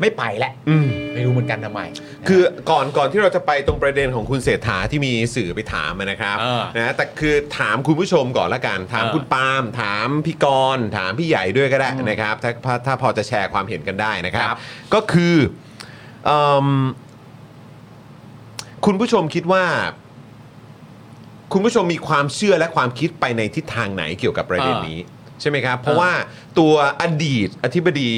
Speaker 3: ไม่ไปแหละ
Speaker 1: อืม
Speaker 3: ไม่รู้เหมือนกันทำไม
Speaker 1: คือก่อนก่อนที่เราจะไปตรงประเด็นของคุณเศรษฐาที่มีสื่อไปถามอะนะครับ
Speaker 3: เออ
Speaker 1: นะแต่คือถามคุณผู้ชมก่อนละกัน ถาม
Speaker 3: เออ
Speaker 1: คุณปาล์มถามพี่กรณ์ถามพี่ใหญ่ด้วยก็ได้นะครับถ้าถ้าถ้าพอจะแชร์ความเห็นกันได้นะครับ
Speaker 3: ครับ
Speaker 1: ก็คือเอมคุณผู้ชมคิดว่า คุณผู้ชมมีความเชื่อและความคิดไปในทิศทางไหนเกี่ยวกับประเด็นนี้ ใช่ไหมครับ เพราะว่าตัวอดีตอธิบดี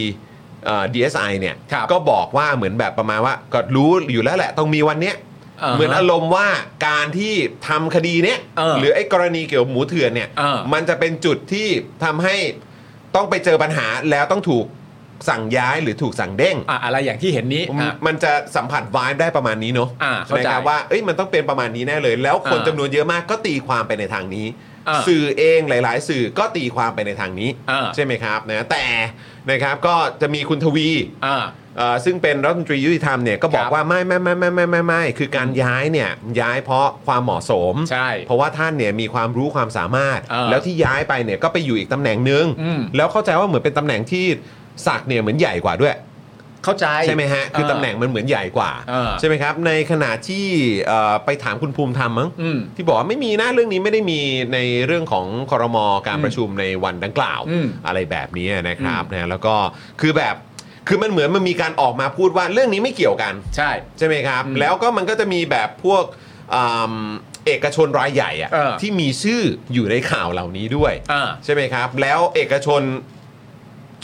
Speaker 1: เอ่อ DSI เนี่ย
Speaker 3: ครับ
Speaker 1: ก็บอกว่าเหมือนแบบประมาณว่าก็รู้อยู่แล้วแหละต้องมีวันเนี้ย
Speaker 3: อ่าฮะ
Speaker 1: เหมือนอารมณ์ว่าการที่ทำคดีเนี้ย
Speaker 3: เออ
Speaker 1: หรือไอ้กรณีเกี่ยวกับหมูเถื่อนเนี่ย
Speaker 3: เออ
Speaker 1: มันจะเป็นจุดที่ทำให้ต้องไปเจอปัญหาแล้วต้องถูกสั่งย้ายหรือถูกสั่งเด้ง
Speaker 3: ะอะไรอย่างที่เห็นนี้
Speaker 1: มัน
Speaker 3: อ่ะ
Speaker 1: มันจะสัมผัสวายได้ประมาณนี้เนอะ
Speaker 3: อ่าเข้าใจ
Speaker 1: นะครับว่าเอ้ยมันต้องเป็นประมาณนี้แน่เลย แล้วคน
Speaker 3: อ่า
Speaker 1: จำนวนเยอะมากก็ตีความไปในทางนี้
Speaker 3: อ่า
Speaker 1: สื่อเองหลาย ๆ สื่อก็ตีความไปในทางนี้
Speaker 3: อ่า
Speaker 1: ใช่ไหมครับนะแต่นะครับก็จะมีคุณทวี
Speaker 3: อ่า
Speaker 1: เอ่อซึ่งเป็นรัฐมนตรียุติธรรมเนี่ยก็บอก
Speaker 3: ครับ
Speaker 1: ว่าไม่ไม่ไม่ไม่ไม่ไม่ไม่คือการย้ายเนี่ยย้ายเพราะความเหมาะสม
Speaker 3: ใช่
Speaker 1: เพราะว่าท่านเนี่ยมีความรู้ความสามารถ
Speaker 3: อ่า
Speaker 1: แล้วที่ย้ายไปเนี่ยก็ไปอยู่อีกตำแหน่งหนึ่ง
Speaker 3: อืม
Speaker 1: แล้วเข้าใจว่าเหมือนเป็นตำแหน่งที่ศักดิ์เนี่ยเหมือนใหญ่กว่าด้วย
Speaker 3: เข้าใจ
Speaker 1: ใช่ไหมฮะ คือตำแหน่งมันเหมือนใหญ่กว่า
Speaker 3: เออ
Speaker 1: ใช่ไหมครับ ในขณะที่เอ่อไปถามคุณภูมิธรรมมั้ง
Speaker 3: อืม
Speaker 1: ที่บอกว่าไม่มีนะ เรื่องนี้ไม่ได้มีในเรื่องของคอรมอการ
Speaker 3: อืม
Speaker 1: ประชุมในวันดังกล่าว
Speaker 3: อืม
Speaker 1: อะไรแบบนี้นะครับนะแล้วก็คือแบบคือมันเหมือนมันมีการออกมาพูดว่าเรื่องนี้ไม่เกี่ยวกัน
Speaker 3: ใช่
Speaker 1: ใช่ไหมครับ
Speaker 3: อืม
Speaker 1: แล้วก็มันก็จะมีแบบพวกอืมเอกชนรายใหญ่อะ
Speaker 3: เออ
Speaker 1: ที่มีชื่ออยู่ในข่าวเหล่านี้ด้วย
Speaker 3: อ่า
Speaker 1: ใช่ไหมครับ แล้วเอกชน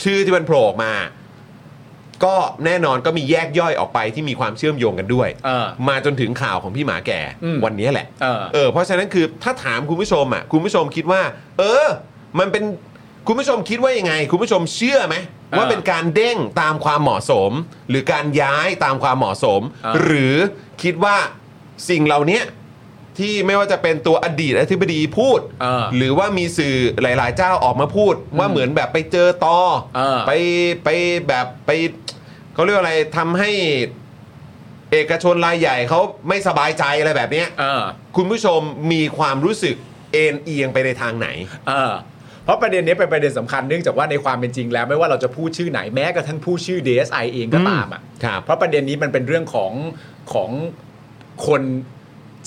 Speaker 1: ชื่อที่มันโผล่ออกมา ก็แน่นอนก็มีแยกย่อยออกไปที่มีความเชื่อมโยงกันด้วย
Speaker 3: เออ
Speaker 1: มาจนถึงข่าวของพี่หมาแก่
Speaker 3: อืม
Speaker 1: วันนี้แหละ
Speaker 3: เออ
Speaker 1: เออเพราะฉะนั้นคือถ้าถามคุณผู้ชมอ่ะคุณผู้ชมคิดว่า เออ มันเป็นคุณผู้ชมคิดว่ายังไง คุณผู้ชมเชื่อไหมว่า
Speaker 3: เออ
Speaker 1: เป็นการเด้งตามความเหมาะสม หรือการย้ายตามความเหมาะสม
Speaker 3: เออ
Speaker 1: หรือคิดว่าสิ่งเหล่านี้ที่ไม่ว่าจะเป็นตัวอดีตอธิบดีพูด
Speaker 3: เออ
Speaker 1: หรือว่ามีสื่อหลาย ๆ เจ้าออกมาพูด ว่าเหมือนแบบไปเจอตอ
Speaker 3: เออ
Speaker 1: ไปไปแบบไปเขาเรียกว่าอะไรทำให้เอกชนรายใหญ่เขาไม่สบายใจอะไรแบบเนี้ย
Speaker 3: เออ
Speaker 1: คุณผู้ชมมีความรู้สึกเอ็นเอียงไปในทางไหน
Speaker 3: เออเพราะประเด็นนี้เป็นประเด็นสำคัญเนื่องจากว่าในความเป็นจริงแล้วไม่ว่าเราจะพูดชื่อไหนแม้กระทั่งผู้ชื่อ DSI เองก็ตามอ่ะ
Speaker 1: ครับ
Speaker 3: เพราะประเด็นนี้มันเป็นเรื่องของของคน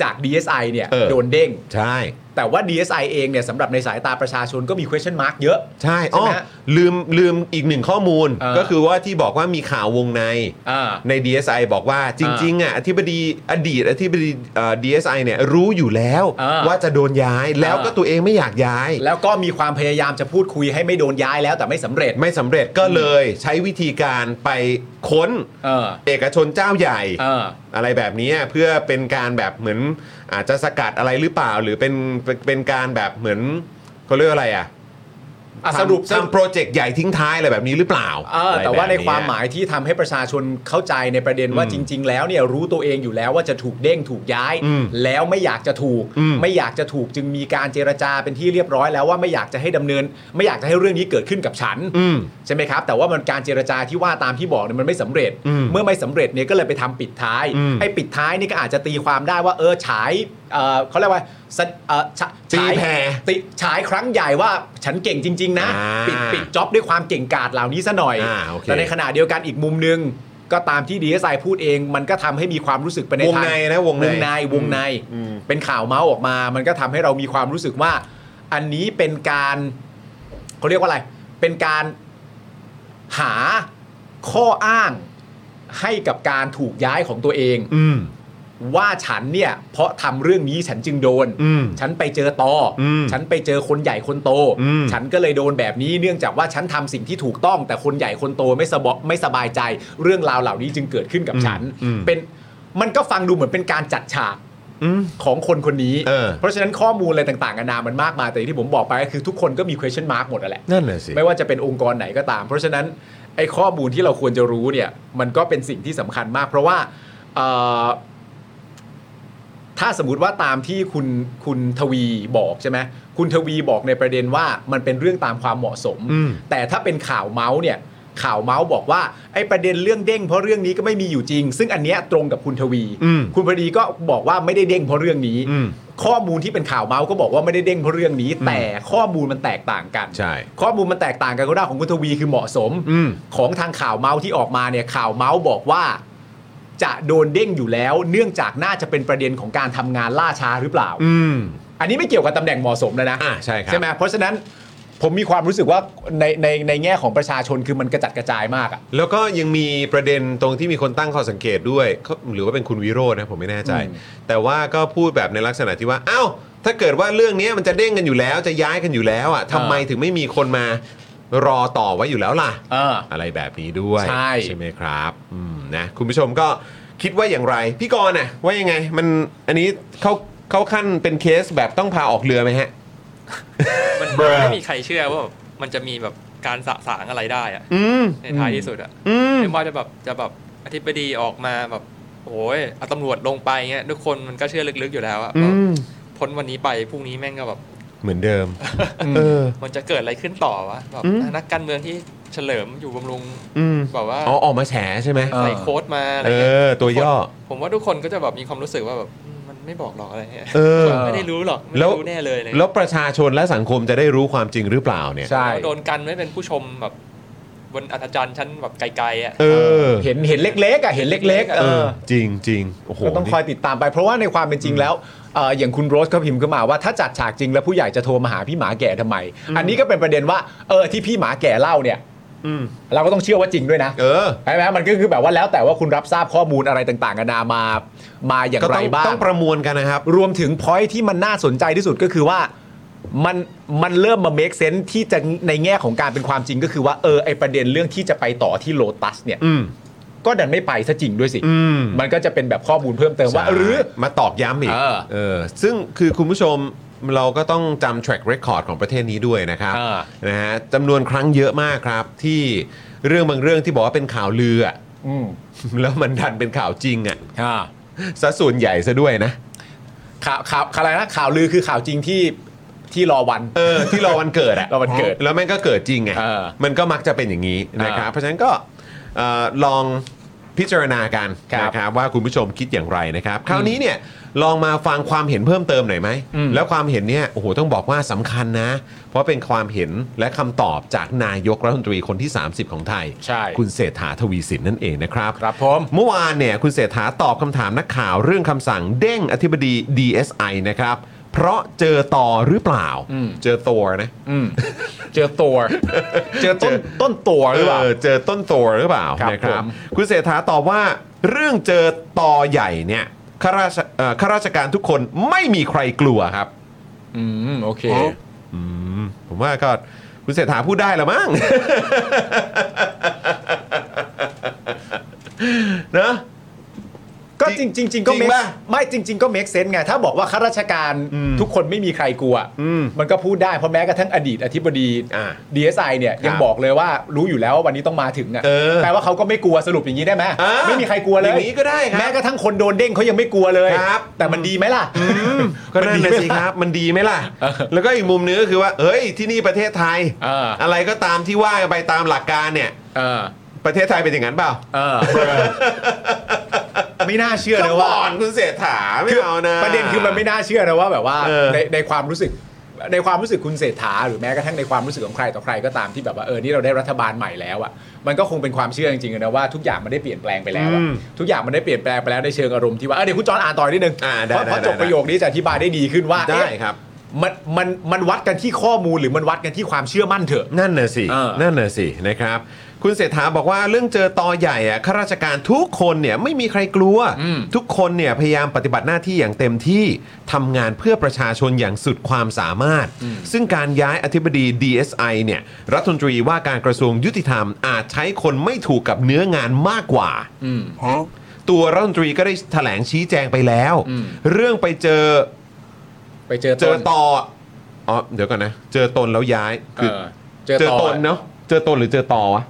Speaker 3: จาก DSI เนี่ย
Speaker 1: เออ
Speaker 3: โดนเด้ง
Speaker 1: ใช่
Speaker 3: แต่ว่า DSI เองเนี่ยสำหรับในสายตาประชาชนก็มี question mark เยอะ
Speaker 1: ใช่
Speaker 3: ใช่
Speaker 1: อ๋อ
Speaker 3: ไหมฮะ
Speaker 1: ลืมลืมอีกหนึ่งข้อมูล
Speaker 3: เออ
Speaker 1: ก็คือว่าที่บอกว่ามีข่าววงใน
Speaker 3: อ่า
Speaker 1: ใน DSI บอกว่าจริงๆอ่ะอธิบดีอดีตอธิบดีเอ่อ DSI เนี่ยรู้อยู่แล้ว
Speaker 3: เออ
Speaker 1: ว่าจะโดนย้ายแล้วก็
Speaker 3: เออ
Speaker 1: ตัวเองไม่อยากย้าย
Speaker 3: แล้วก็มีความพยายามจะพูดคุยให้ไม่โดนย้ายแล้วแต่ไม่สำเร็จ
Speaker 1: ไม่สำเร็จก็เลยใช้วิธีการไปค้น
Speaker 3: เออ
Speaker 1: เอกชนเจ้าใหญ่
Speaker 3: เออ
Speaker 1: อะไรแบบนี้เพื่อเป็นการแบบเหมือนอาจจะสกัดอะไรหรือเปล่า หรือเป็นเป็นเป็นการแบบเหมือนเขาเรียกว่าอะไรอ่ะ
Speaker 3: อ่ะสรุป
Speaker 1: ทำทำโปรเจกต์ใหญ่ทิ้งท้ายอะไรแบบนี้หรือเปล่า
Speaker 3: เออแต่
Speaker 1: อะไรบบ
Speaker 3: ว่าในความ
Speaker 1: เย
Speaker 3: หมายที่ทำให้ประชาชนเข้าใจในประเด็นว่าจริง ๆ แล้วเนี่ยรู้ตัวเองอยู่แล้วว่าจะถูกเด้งถูกย้าย
Speaker 1: อืม
Speaker 3: แล้วไม่อยากจะถูก
Speaker 1: อืม
Speaker 3: ไม่อยากจะถูกจึงมีการเจรจาเป็นที่เรียบร้อยแล้วว่าไม่อยากจะให้ดำเนิน ไม่อยากจะให้เรื่องนี้เกิดขึ้นกับฉัน
Speaker 1: อืม
Speaker 3: ใช่ไหมครับ แต่ว่ามันการเจรจาที่ว่าตามที่บอกเนี่ยมันไม่สำเร็จ
Speaker 1: อืม
Speaker 3: เมื่อไม่สำเร็จเนี่ยก็เลยไปทำปิดท้าย
Speaker 1: อืม
Speaker 3: ไอ้ปิดท้ายนี่ก็อาจจะตีความได้ว่าเออฉายเอ่อเขาเรียกว่าสะเอ่อฉะ
Speaker 1: ตี
Speaker 3: ฉาย
Speaker 1: แผ่
Speaker 3: ติฉายครั้งใหญ่ว่าฉันเก่งจริง ๆ นะ
Speaker 1: อ่า
Speaker 3: ปิดปิดจ็อบด้วยความเก่งกาจเหล่านี้ซะหน่อย
Speaker 1: อ่าโอเค
Speaker 3: แต่ในขณะเดียวกันอีกมุมหนึง ก็ตามที่ดีเอสไอพูดเอง มันก็ทำให้มีความรู้สึกไปใน
Speaker 1: วง
Speaker 3: ทาง
Speaker 1: ในนะวง
Speaker 3: ว
Speaker 1: ใน
Speaker 3: งในวงใน
Speaker 1: อืม
Speaker 3: เป็นข่าวเมาส์ออกมา มันก็ทำให้เรามีความรู้สึกว่า อันนี้เป็นการเขาเรียกว่าอะไร เป็นการหาข้ออ้างให้กับการถูกย้ายของตัวเอง
Speaker 1: อืม
Speaker 3: ว่าฉันเนี่ย เพราะทำเรื่องนี้ฉันจึงโดน
Speaker 1: อืม
Speaker 3: ฉันไปเจอตออ
Speaker 1: ม
Speaker 3: ฉันไปเจอคนใหญ่คนโต
Speaker 1: อืม
Speaker 3: ฉันก็เลยโดนแบบนี้เนื่องจากว่าฉันทำสิ่งที่ถูกต้อง แต่คนใหญ่คนโตไม่สบไม่สบายใจ เรื่องราวเหล่านี้จึงเกิดขึ้นกับฉัน เป็นมันก็ฟังดูเหมือนเป็นการจัดฉาก
Speaker 1: อืม
Speaker 3: ของคนคนนี้
Speaker 1: เออ
Speaker 3: เพราะฉะนั้นข้อมูลอะไรต่างๆนานามันมากมาย แต่อย่างที่ผมบอกไปก็คือทุกคนก็มี question mark หมดนั่นแหละ
Speaker 1: นั่นแหละสิ
Speaker 3: ไม่ว่าจะเป็นองค์กรไหนก็ตาม เพราะฉะนั้นไอ้ข้อมูลที่เราควรจะรู้เนี่ยมันก็เป็นสิ่งที่สำคัญมาก เพราะว่าเอ่อถ้าสมมติว่าตามที่คุณคุณทวีบอกใช่ไหมคุณทวีบอกในประเด็นว่ามันเป็นเรื่องตามความเหมาะสม
Speaker 1: อืม
Speaker 3: แต่ถ้าเป็นข่าวเมาส์เนี่ยข่าวเมาส์บอกว่าไอ้ประเด็นเรื่องเด้งเพราะเรื่องนี้ก็ไม่มีอยู่จริง ซึ่งอันเนี้ยตรงกับคุณทวี
Speaker 1: อืม
Speaker 3: คุณพอดีก็บอกว่าไม่ได้เด้งเพราะเรื่องนี้
Speaker 1: อืม
Speaker 3: ข้อมูลที่เป็นข่าวเมาส์ก็บอกว่าไม่ได้เด้งเพราะเรื่องนี้ แต่ข้อมูลมันแตกต่างกัน
Speaker 1: ใช่
Speaker 3: ข้อมูลมันแตกต่างกันก็ได้ของคุณทวีคือเหมาะสม
Speaker 1: อืม
Speaker 3: ของทางข่าวเมาส์ที่ออกมาเนี่ยข่าวเมาส์บอกว่า จะโดนเด้งอยู่แล้ว เนื่องจากน่าจะเป็นประเด็นของการทำงานล่าช้าหรือเปล่า
Speaker 1: อืม
Speaker 3: อันนี้ไม่เกี่ยวกับตำแหน่งเหมาะสมนะนะ
Speaker 1: อ่าใช่ครับ
Speaker 3: ใช่ไหมเพราะฉะนั้นผมมีความรู้สึกว่าในในในแง่ของประชาชนคือมันกระจัดกระจายมากอะ
Speaker 1: แล้วก็ยังมีประเด็นตรงที่มีคนตั้งข้อสังเกตด้วยเขาหรือว่าเป็นคุณวิโรจน์นะผมไม่แน่ใจ
Speaker 3: อืม
Speaker 1: แต่ว่าก็พูดแบบในลักษณะที่ว่าอ้าวถ้าเกิดว่าเรื่องนี้มันจะเด้งกันอยู่แล้ว จะย้ายกันอยู่แล้วอ่ะทำไมถึงไม่มีคนมารอต่อไว้อยู่แล้วล่ะ
Speaker 3: เออ
Speaker 1: อะไรแบบนี้ด้วย
Speaker 3: ใช่
Speaker 1: ไหมครับอืมนะคุณผู้ชมก็คิดว่าอย่างไร พี่กรณ์น่ะว่ายังไง มันอันนี้เขาเขาขั้นเป็นเคสแบบต้องพาออกเรือไหมฮะ
Speaker 5: มันไม่มีใครเชื่อว่าแบบมันจะมีแบบการสะสางอะไรได้อะ
Speaker 1: อืม
Speaker 5: ในท้ายที่สุดอะ
Speaker 1: อืม
Speaker 5: ไม่ว่าจะแบบจะแบบอธิบดีออกมาแบบโอ้ยเอาตำรวจลงไปเงี้ยทุกคนมันก็เชื่อลึกๆอยู่แล้วอะ
Speaker 1: อื
Speaker 5: ว่าม พ้นวันนี้ไปพรุ่งนี้แม่งก็แบบ
Speaker 1: เหมือนเดิม เออ
Speaker 5: มันจะเกิดอะไรขึ้นต่อวะแบบ
Speaker 1: อืม
Speaker 5: นักการเมืองที่เฉลิมอยู่บำรุง
Speaker 1: อืม
Speaker 5: แบบว่า
Speaker 1: อ๋อออกมาแฉใช่ไหม
Speaker 3: เออ
Speaker 5: ใส่โค้ดมาอะไร
Speaker 1: เอ
Speaker 5: เงี้ย
Speaker 1: อ ตัวย่อ
Speaker 5: ผมว่าทุกคนก็จะแบบมีความรู้สึกว่าแบบอืมมันไม่บอกหรอกอะไรเงี้ย
Speaker 1: เออ
Speaker 5: ไม่ได้รู้หรอกไม่
Speaker 1: แล้ว
Speaker 5: รู้แน่เลยอะไรเงี้ย
Speaker 1: แล้วประชาชนและสังคมจะได้รู้ความจริงหรือเปล่าเนี่ย
Speaker 3: ใช่
Speaker 5: เราโดนกันไว้เป็นผู้ชมแบบบนอัธจันทร์ชั้นแบบไกลๆอ่ะ
Speaker 1: เออ
Speaker 3: เห็นเห็นเล็กๆอ่ะเห็นเล็กๆ
Speaker 1: เอ
Speaker 3: เอ
Speaker 1: อ
Speaker 3: อ
Speaker 1: จริงจริงโอ้โห
Speaker 3: ก็ต้องคอยติดตามไปเพราะว่าในความเป็นจริงแล้วเอ่ออย่างคุณโรสก็พิมพ์ขึ้นมาว่าถ้าจัดฉากจริงแล้วผู้ใหญ่จะโทรมาหาพี่หมาแก่ทำไม อันนี้ก็เป็นประเด็นว่าเออที่พี่หมาแก่เล่าเนี่ย
Speaker 1: อืม
Speaker 3: เราก็ต้องเชื่อว่าจริงด้วยนะ
Speaker 1: เออ
Speaker 3: ใช่ไหมมันก็คือแบบว่าแล้วแต่ว่าคุณรับทราบข้อมูลอะไรต่างๆกันานามามาอย่าง
Speaker 1: ก็
Speaker 3: ไร
Speaker 1: ต้อง
Speaker 3: บ้า
Speaker 1: ต้อ
Speaker 3: ง
Speaker 1: งประมวลกันนะครับ
Speaker 3: รวมถึงพอยที่มันน่าสนใจที่สุดก็คือว่ามันมันเริ่มมา make sense ที่จะในแง่ของการเป็นความจริงก็คือว่าเออไอประเด็นเรื่องที่จะไปต่อที่โลตัสเนี่ย
Speaker 1: อืม
Speaker 3: ก็ดันไม่ไปซะจริงด้วยสิ
Speaker 1: อืม
Speaker 3: มันก็จะเป็นแบบข้อมูลเพิ่มเติมว่าหรือ
Speaker 1: มาตอกย้ำอีก
Speaker 3: เออ
Speaker 1: เออซึ่งคือคุณผู้ชมเราก็ต้องจำ track record ของประเทศนี้ด้วยนะครับ
Speaker 3: เออ
Speaker 1: นะฮะจำนวนครั้งเยอะมากครับ ที่เรื่องบางเรื่องที่บอกว่าเป็นข่าวลืออะ
Speaker 3: อืม
Speaker 1: แล้วมันดันเป็นข่าวจริงอ่ะ
Speaker 3: อ่า
Speaker 1: ซะส่วนใหญ่ซะด้วยนะ
Speaker 3: ข่าวข่าวข่าวอะไรนะข่าวลือคือข่าวจริงที่ที่รอวัน
Speaker 1: เออ ที่รอวันเกิดอ่ะ
Speaker 3: รอวันเกิด
Speaker 1: แล้วแม่งก็เกิดจริงไง
Speaker 3: เออ
Speaker 1: มันก็มักจะเป็นอย่างนี้นะครับเพราะฉะนั้นก็เอ่อลองพิจารณากัน
Speaker 3: ครับ
Speaker 1: นะครับว่าคุณผู้ชมคิดอย่างไรนะครับ คราวนี้เนี่ยลองมาฟังความเห็นเพิ่มเติมหน่อยไหม
Speaker 3: อืม
Speaker 1: แล้วความเห็นเนี่ยโอ้โหต้องบอกว่าสำคัญนะ เพราะเป็นความเห็นและคำตอบจากนายกรัฐมนตรีคนที่ 30 ของไทย
Speaker 3: ใช่
Speaker 1: คุณเศรษฐาทวีสินนั่นเองนะครับ
Speaker 3: ครับผม
Speaker 1: เมื่อวานเนี่ยคุณเศรษฐาตอบคำถามนักข่าวเรื่องคำสั่งเด้งอธิบดี DSI นะครับ เพราะเจอต่อหรือเปล่า
Speaker 3: อืม
Speaker 1: เจอตัวนะ
Speaker 3: อืมเจอตัว เจอต้นต้นตัวหรือเปล่า
Speaker 1: เออเจอต้นตัวหรือเปล่า
Speaker 3: ครับ
Speaker 1: นะครับ
Speaker 3: ผม
Speaker 1: คุณเศรษฐาตอบว่า เรื่องเจอต่อใหญ่เนี่ยข้าราชเอ่อข้าราชการทุกคนไม่มีใครกลัวครับ
Speaker 3: อืมโอเค
Speaker 1: อืมผมว่าก็คุณเศรษฐาพูดได้ละมั้ง นะ
Speaker 3: ก็จริงจริงจริงก็
Speaker 1: จริง
Speaker 3: เมค
Speaker 1: ป่ะ
Speaker 3: ไม่จริง ๆ ก็เมคเซนส์ไง ถ้าบอกว่าข้าราชการทุกคนไม่มีใครกลัว
Speaker 1: อืม
Speaker 3: มันก็พูดได้เพราะแม้กระทั่งอดีตอธิบดี
Speaker 1: อ่า
Speaker 3: DSI เนี่ยยังบอกเลยว่ารู้อยู่แล้วว่าวันนี้ต้องมาถึงอ่ะ
Speaker 1: เออ
Speaker 3: แปลว่าเขาก็ไม่กลัวสรุปอย่างนี้ได้ไหม
Speaker 1: อ่า
Speaker 3: ไม่มีใครกลัวเลย
Speaker 1: อย่างนี้ก็ได้ครับ
Speaker 3: แม้กระทั่งคนโดนเด้งเขายังไม่กลัวเลย
Speaker 1: ครับ
Speaker 3: แต่มันดีไหมล่ะ
Speaker 1: ก็นั่นเลย
Speaker 3: มันดีไหม
Speaker 1: สิครับ มันดีไหมล่ะ
Speaker 3: เออ
Speaker 1: แล้วก็อีกมุมนึงก็คือว่า เอ้ย ที่นี่ประเทศไทย
Speaker 3: เอออ
Speaker 1: อะไรก็ตามที่ว่ากันไปตามหลักการเนี่ย
Speaker 3: เออ
Speaker 1: ประเทศไทยเป็นอย่างนั้นเปล่า
Speaker 3: เออ ไม่น่าเชื่อ
Speaker 1: ก็
Speaker 3: นะ
Speaker 1: บ
Speaker 3: ว่า
Speaker 1: อนคุณเศรษฐาไม่เอานะ
Speaker 3: ประเด็นคือมันไม่น่าเชื่อนะว่าแบบว่า
Speaker 1: เออ
Speaker 3: ในในความรู้สึกในความรู้สึกคุณเศรษฐาหรือแม้กระทั่งในความรู้สึกของใครต่อใครก็ตามที่แบบว่าเออนี่เราได้รัฐบาลใหม่แล้วอ่ะมันก็คงเป็นความเชื่อจริงๆนะว่าทุกอย่างมันได้เปลี่ยนแปลงไปแล้วอะทุกอย่างมันได้เปลี่ยนแปลงไปแล้วในเชิงอารมณ์ที่ว่าเออเดี๋ยวคุณจอนอ่านต่อนิดนึง
Speaker 1: อ่าได้
Speaker 3: เพ
Speaker 1: ได้
Speaker 3: ราะเพราะจบ
Speaker 1: ได้
Speaker 3: ประโยคนี้จะอธิบายได้ดีขึ้นว่า
Speaker 1: ได้
Speaker 3: เอ๊ะ
Speaker 1: ครับ
Speaker 3: มันมันมันวัดกันที่ข้อมูลหรือมันวัดกันที่ความเชื่อมั่นเถอะ
Speaker 1: นั่นน่ะสิ
Speaker 3: เออ
Speaker 1: นั่นน่ะสินะครับ คุณเศรษฐาบอกว่าเรื่องเจอตอใหญ่อะข้าราชการทุกคนเนี่ยไม่มีใครกลัว ทุกคนเนี่ยพยายามปฏิบัติหน้าที่อย่างเต็มที่ทำงานเพื่อประชาชนอย่างสุดความสามารถ ซึ่งการย้ายอธิบดี DSI เนี่ยรัฐมนตรีว่าการกระทรวงยุติธรรมอาจใช้คนไม่ถูกกับเนื้องานมากกว่า ตัวรัฐมนตรีก็ได้แถลงชี้แจงไปแล้ว
Speaker 3: อืม
Speaker 1: เรื่องไปเจอ
Speaker 3: ไปเจอ
Speaker 1: เจ
Speaker 3: ต
Speaker 1: อน ต่ออ๋อเดี๋ยวก่อนนะ เจอตนแล้วย้าย
Speaker 3: เอ
Speaker 1: คือ
Speaker 3: อ
Speaker 1: เจอตนเนาะ เจอตนหรือเจอต่อวะ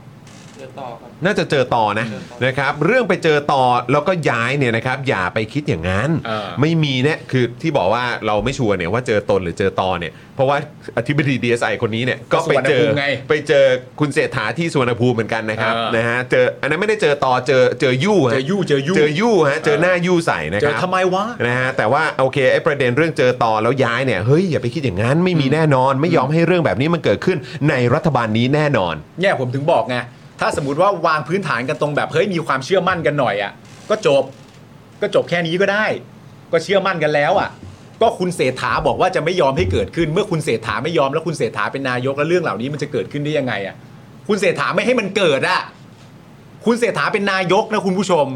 Speaker 5: เรื่องต่อครับ
Speaker 1: น่าจะเจอต่อนะ
Speaker 5: เจอต่อ
Speaker 1: นะครับ เรื่องไปเจอต่อแล้วก็ย้ายเนี่ยนะครับ อย่าไปคิดอย่างนั้น
Speaker 3: เออ
Speaker 1: ไม่มีเนี่ยคือที่บอกว่าเราไม่ชัวร์เนี่ยว่าเจอตนหรือเจอตอเนี่ย เพราะว่าอธิบดี DSI คนนี้เนี่ยก็ไปเจอ
Speaker 3: สุวรรณภูมิไง
Speaker 1: ไปเจอคุณเศรษฐาที่สุวรรณภูมิเหมือนกันนะครับ
Speaker 3: เออ
Speaker 1: นะฮะเจออันนั้นไม่ได้เจอต่อเจอเจอยู่
Speaker 3: เจ
Speaker 1: ฮะ
Speaker 3: อยู่เจอยู
Speaker 1: เจอยู่ฮะเจอหน้ายู่ใส่นะค
Speaker 3: เจ
Speaker 1: รั
Speaker 3: อบ ทำไมวะ
Speaker 1: นะฮะแต่ว่าโอเคไอ้ประเด็นเรื่องเจอต่อแล้วย้ายเนี่ยเฮ้ยอย่าไปคิดอย่างนั้นไม่มีแน่นอน ไม่ยอมให้เรื่องแบบนี้มันเกิดขึ้นในรัฐบาลนี้แน่นอน
Speaker 3: เนี่ยผมถึงบอกไง ถ้าสมมติว่าวางพื้นฐานกันตรงแบบ เฮ้ยมีความเชื่อมั่นกันหน่อยอะ่ะ ก็จบ ก็จบแค่นี้ก็ได้ ก็เชื่อมั่นกันแล้วอะ่ะ ก็คุณเศรษฐาบอกว่าจะไม่ยอมให้เกิดขึ้น เมื่อคุณเศรษฐาไม่ยอมแล้วคุณเศรษฐาเป็นนายกแล้วเรื่องเหล่านี้มันจะเกิดขึ้นได้ยังไงอะ่ะ คุณเศรษฐาไม่ให้มันเกิดอะ่ะ คุณเศรษฐาเป็นนายกนะคุณผู้ชม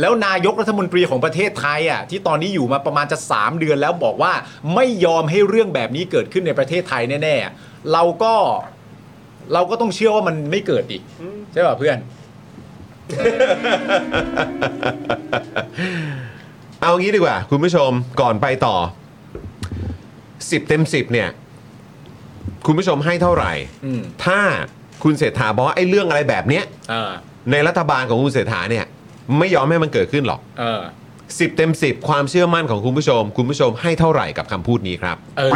Speaker 3: แล้วนายกรัฐมนตรีของประเทศไทยอ่ะที่ตอนนี้อยู่มาประมาณจะ 3 เดือนแล้วบอกว่าไม่ยอมให้เรื่องแบบนี้เกิดขึ้นในประเทศไทยแน่ๆอะเราก็ เราก็ต้องเชื่อว่ามันไม่เกิดอีกใช่ป่ะเพื่อน
Speaker 1: เอางี้ดีกว่า คุณผู้ชมก่อนไปต่อ 10 เต็ม 10เนี่ยคุณผู้ชมให้เท่าไหร่
Speaker 3: อืม
Speaker 1: ถ้าคุณเศรษฐาบอกว่าไอ้เรื่องอะไรแบบเนี้ย
Speaker 3: อ่า
Speaker 1: ในรัฐบาลของคุณเศรษฐาเนี่ยไม่ยอมให้มันเกิดขึ้นหรอก
Speaker 3: เออ
Speaker 1: 10 เต็ม 10 ความเชื่อมั่นของคุณผู้ชม คุณผู้ชมให้เท่าไหร่กับคำพูดนี้ครับ
Speaker 3: เออ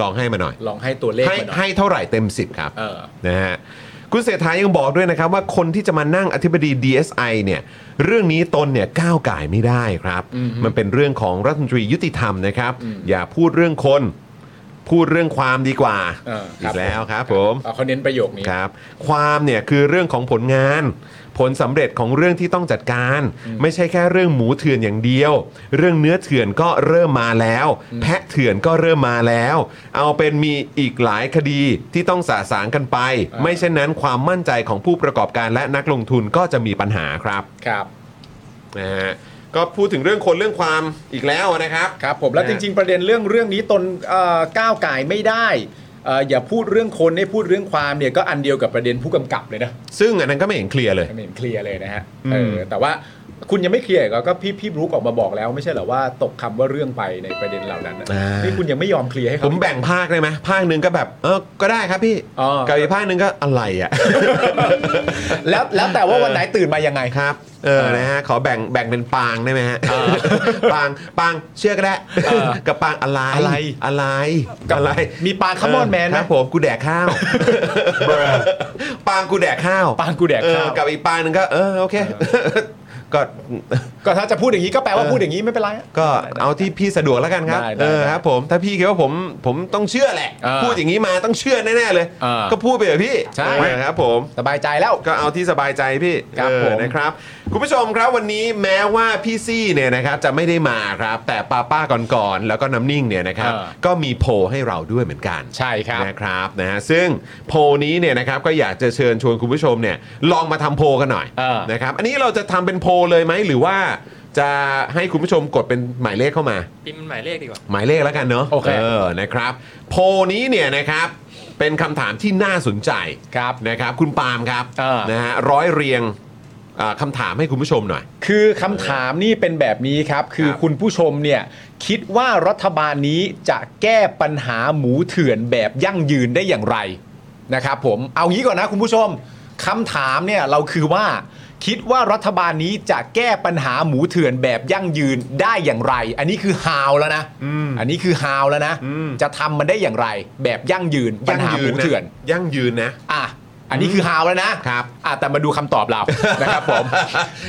Speaker 1: ลองให้มาหน่อย
Speaker 3: ลองให้ตัวเลข
Speaker 1: ให้
Speaker 3: มาหน่อ
Speaker 1: ให้
Speaker 3: ย
Speaker 1: เท่าไหร่เต็ม 10 ครับ
Speaker 3: เออ
Speaker 1: นะฮะคุณเศรษฐายังบอกด้วยนะครับว่าคนที่จะมานั่งอธิบดี DSI เนี่ยเรื่องนี้ตนเนี่ยก้าวไก่ายไม่ได้ครับ
Speaker 3: อือฮึ
Speaker 1: มันเป็นเรื่องของรัฐมนตรียุติธรรมนะครับ
Speaker 3: อืม
Speaker 1: อย่าพูดเรื่องคน พูดเรื่องความดีกว่า
Speaker 3: เออครั
Speaker 1: อี
Speaker 3: บ
Speaker 1: กแล้วครับผม
Speaker 3: เอาเขาเน้นประโยคนี้
Speaker 1: ครับ ความเนี่ยคือเรื่องของผลงาน ผลสำเร็จของเรื่องที่ต้องจัดการ ไม่ใช่แค่เรื่องหมูเถื่อนอย่างเดียว เรื่องเนื้อเถื่อนก็เริ่มมาแล้ว แพะเถื่อนก็เริ่มมาแล้ว เอาเป็นมีอีกหลายคดีที่ต้องสะสางกันไป
Speaker 3: อ่า
Speaker 1: ไม่เช่นนั้นความมั่นใจของผู้ประกอบการและนักลงทุนก็จะมีปัญหาครับ
Speaker 3: ครับ
Speaker 1: นะฮะก็พูดถึงเรื่องคนเรื่องความอีกแล้วนะครับ
Speaker 3: ครับผมแล้ว
Speaker 1: นะ
Speaker 3: จริง ๆ ประเด็นเรื่องเรื่องนี้ตนเอ่อก้าวไก่ายไม่ได้เอ่ออย่าพูดเรื่องคนให้พูดเรื่องความเนี่ยก็อันเดียวกับประเด็นผู้กำกับเลยนะ
Speaker 1: ซึ่งอันนั้นก็ไม่เห็นเคลียร์เลย
Speaker 3: ไม่เห็นเคลียร์เลยนะฮะ
Speaker 1: อืม
Speaker 3: เออแต่ว่าคุณยังไม่เคลียร์อีก็ก็พี่พี่บรู๊คออกมาบอกแล้ว ไม่ใช่เหรอว่าตกคำว่าเรื่องไปในประเด็นเหล่านั้นน่ะนี่คุณยังไม่ยอมเคลียร์ให้
Speaker 1: ผ
Speaker 3: เขา
Speaker 1: มแบ่งภาคได้ไหมภาคหนึ่งก็แบบเออก็ได้ครับพี่
Speaker 3: อ๋อ
Speaker 1: กับอีกภาคหนึ่งก็อะไรอ่ะ
Speaker 3: แล้วแล้วแต่ว่าวันไหนตื่นมายังไง
Speaker 1: ครับเออนะฮะขอแบ่งแบ่งเป็นปางได้ไหมฮะปางปางเชื่อก็ได้
Speaker 3: เออ
Speaker 1: กับปางอะไร
Speaker 3: อะไร
Speaker 1: อะไร
Speaker 3: กับ
Speaker 1: อะไร
Speaker 3: มีปลาคามอนแมนไห
Speaker 1: ค
Speaker 3: ม
Speaker 1: รับผมกูแดกข้าวปางกูแดกข้าว
Speaker 3: ปางกูแดกข้าว
Speaker 1: เออกับอีกปางหนึงก็เออโอเคก็
Speaker 3: ก็ถ้าจะพูดอย่างนี้ก็แปลว่าพูดอย่างนี้ไม่เป็นไรอะ
Speaker 1: ก็เอาที่พี่สะดวกแล้วกันครับ
Speaker 3: ได้ได้
Speaker 1: เออครับ ผมถ้าพี่คิดว่าผมผมต้องเชื่อแหละ
Speaker 3: อ่า
Speaker 1: พูดอย่างนี้มาต้องเชื่อแน่ๆเลย
Speaker 3: อ่า
Speaker 1: ก็พูดไปเถอะพี่
Speaker 3: ใช่
Speaker 1: เออครับผม
Speaker 3: สบายใจแล้ว
Speaker 1: ก็เอาที่สบายใจพี่
Speaker 3: ครับ
Speaker 1: เออ
Speaker 3: ผม
Speaker 1: นะครับ คุณผู้ชมครับวันนี้แม้ว่าพี่ซี่เนี่ยนะครับจะไม่ได้มาครับ แต่ป้าป้าก่อนๆแล้วก็น้ำนิ่งเนี่ยนะครับก็มีโพลให้เราด้วยเหมือนกัน
Speaker 3: ใช่ครับ
Speaker 1: นะครับนะฮะซึ่งโพลนี้เนี่ยนะครับก็อยากจะเชิญชวนคุณผู้ชมเนี่ยลองมาทำโพลกันหน่อย
Speaker 3: เออ
Speaker 1: นะครับ อันนี้เราจะทำเป็นโพลเลยไหมหรือว่าจะให้คุณผู้ชมกดเป็นหมายเลขเข้ามา
Speaker 5: พิมพ์เป็นหมายเลขดีกว่า
Speaker 1: หมายเลขแล้วกันเนาะ
Speaker 3: โอเค
Speaker 1: อนะครับ โพลนี้เนี่ยนะครับเป็นคำถามที่น่าสนใจ
Speaker 3: ครับ
Speaker 1: นะครับคุณปาล์มครับ
Speaker 3: เออ
Speaker 1: นะฮะร้อยเรียงอ่าคำถามให้คุณผู้ชมหน่อย
Speaker 3: คือคำถามนี่เป็นแบบนี้ครับ คือ
Speaker 1: ครับ
Speaker 3: คุณผู้ชมเนี่ยคิดว่ารัฐบาลนี้จะแก้ปัญหาหมูเถื่อนแบบยั่งยืนได้อย่างไรนะครับผมเอางี้ก่อนนะคุณผู้ชมคำถามเนี่ยเราคือว่า คิดว่ารัฐบาลนี้จะแก้ปัญหาหมูเถื่อนแบบยั่งยืนได้อย่างไร อันนี้คือฮาวแล้วนะอันนี้คือฮาวแล้วนะจะทำมันได้อย่างไร แบบยั่งยืนปัญหาหมูเถื่อน
Speaker 1: ยั่งยืน นะ
Speaker 3: อ่ะ อันนี้คือฮาวแล้วนะครับ อ่ะแต่มาดูคำตอบเรา นะครับผม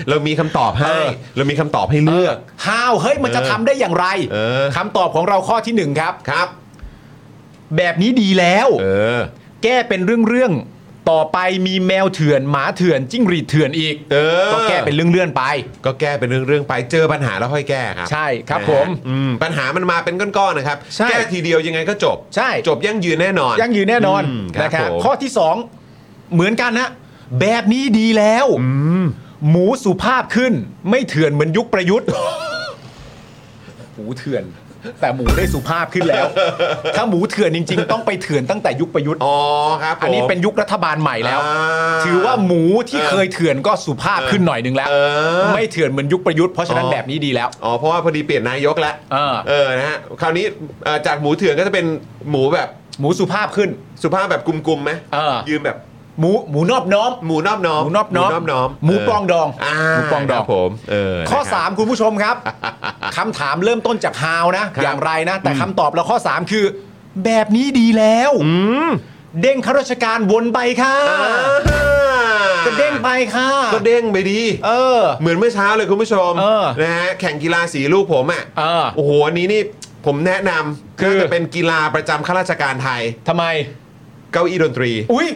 Speaker 1: เรามีคำตอบให้
Speaker 3: เออ
Speaker 1: เรามีคำตอบให้เลือก
Speaker 3: ฮาวเฮ้ยมันจะทำได้อย่างไร
Speaker 1: เออ
Speaker 3: คำตอบของเราข้อที่หนึ่งครับ
Speaker 1: ครับ
Speaker 3: แบบนี้ดีแล้ว
Speaker 1: เออ
Speaker 3: แก้เป็นเรื่อง ๆ ต่อไปมีแมวเถื่อนหมาเถื่อนจิ้งหรีดเถื่อนอีก
Speaker 1: เออ
Speaker 3: ก็แก้เป็นเรื่องๆไป
Speaker 1: ก็แก้เป็นเรื่องๆไปเจอปัญหาแล้วค่อยแก้ครับ
Speaker 3: ใช่ครับ
Speaker 1: นะฮะ
Speaker 3: ผม
Speaker 1: อืมปัญหามันมาเป็นก้อนๆนะครับ
Speaker 3: ใช่
Speaker 1: แก้ทีเดียวยังไงก็จบ
Speaker 3: ใช่
Speaker 1: จบยั่งยืนแน่นอน
Speaker 3: ยั่งยืนแน่นอน
Speaker 1: อืมครับ
Speaker 3: นะครับ
Speaker 1: ผม
Speaker 3: ข้อที่ 2 เหมือนกันนะแบบนี้ดีแล้ว
Speaker 1: อืม
Speaker 3: หมูสุภาพขึ้น ไม่เถื่อนเหมือนยุคประยุทธ์ หมูเถื่อน แต่หมูได้สุภาพขึ้นแล้ว ถ้าหมูเถื่อนจริง ๆ ต้องไปเถื่อนตั้งแต่ยุคประยุทธ์
Speaker 1: อ๋อครับผม
Speaker 3: อันนี้เป็นยุครัฐบาลใหม่แล้ว
Speaker 1: อ่า
Speaker 3: ถือว่าหมูที่เคยเถื่อนก็สุภาพขึ้นหน่อยนึงแล้ว
Speaker 1: เออ
Speaker 3: ไม่เถื่อนเหมือนยุคประยุทธ์เพราะฉะนั้นแบบนี้ดีแล้ว
Speaker 1: อ๋อเพราะว่าพอดีเปลี่ยนนายกแล้ว
Speaker 3: เออ
Speaker 1: เออนะฮะคราวนี้เอ่อจากหมูเถื่อนก็จะเป็นหมูแบบ
Speaker 3: หมูสุภาพขึ้น
Speaker 1: สุภาพแบบกุมๆไหม
Speaker 3: เออ
Speaker 1: ยืนแบบ
Speaker 3: หมูหมูนอบน้อม
Speaker 1: หมูนอบน้อม
Speaker 3: หมูนอบน้อม
Speaker 1: หมูนอบน้อม
Speaker 3: หมูปลองดอง
Speaker 1: า
Speaker 3: หมูปลองดอ
Speaker 1: ค
Speaker 3: ง
Speaker 1: รับผมเออ
Speaker 3: ข้อ
Speaker 1: นะครับ
Speaker 3: 3 คุณผู้ชมครับ คำถามเริ่มต้นจาก how นะ
Speaker 1: ครับ
Speaker 3: อย่างไรนะ แต่คำตอบเราข้อ 3 คือ แบบนี้ดีแล้ว
Speaker 1: อืม
Speaker 3: เด้งข้าราชการวนไปค่ะ
Speaker 1: อ่า
Speaker 3: ก็เด้งไปค่ะ
Speaker 1: ก็เด้งไปดี
Speaker 3: เออ
Speaker 1: เหมือนเมื่อเช้าเลยคุณผู้ชม
Speaker 3: เออ
Speaker 1: นะฮะแข่งกีฬาสีลูกผมอ่ะ
Speaker 3: เออ
Speaker 1: โอ้โหอันนี้นี่ผมแนะนำ
Speaker 3: คือ
Speaker 1: น่าจะเป็นกีฬาประจำข้าราชการไทย
Speaker 3: ทำไม
Speaker 1: เก้าอี้ดนตรี
Speaker 3: อุ้ย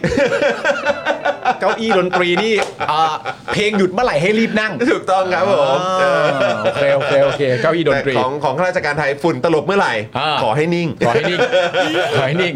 Speaker 3: เก้าอี้ดนตรีนี่ เอ่อเพลงหยุดเมื่อไหร่ให้รีบนั่ง
Speaker 1: ถูกต้องครับผมเอ
Speaker 3: อ่า
Speaker 1: อ
Speaker 3: โอเคโอเคโอเคเก้าอี้ดนตรี
Speaker 1: แต่ของของข้าราชการไทยฝุ่นตลบเมื่อไหร่
Speaker 3: อ่า
Speaker 1: ขอให้นิ่ง
Speaker 3: ขอให้ นิ่งขอให้นิ่ง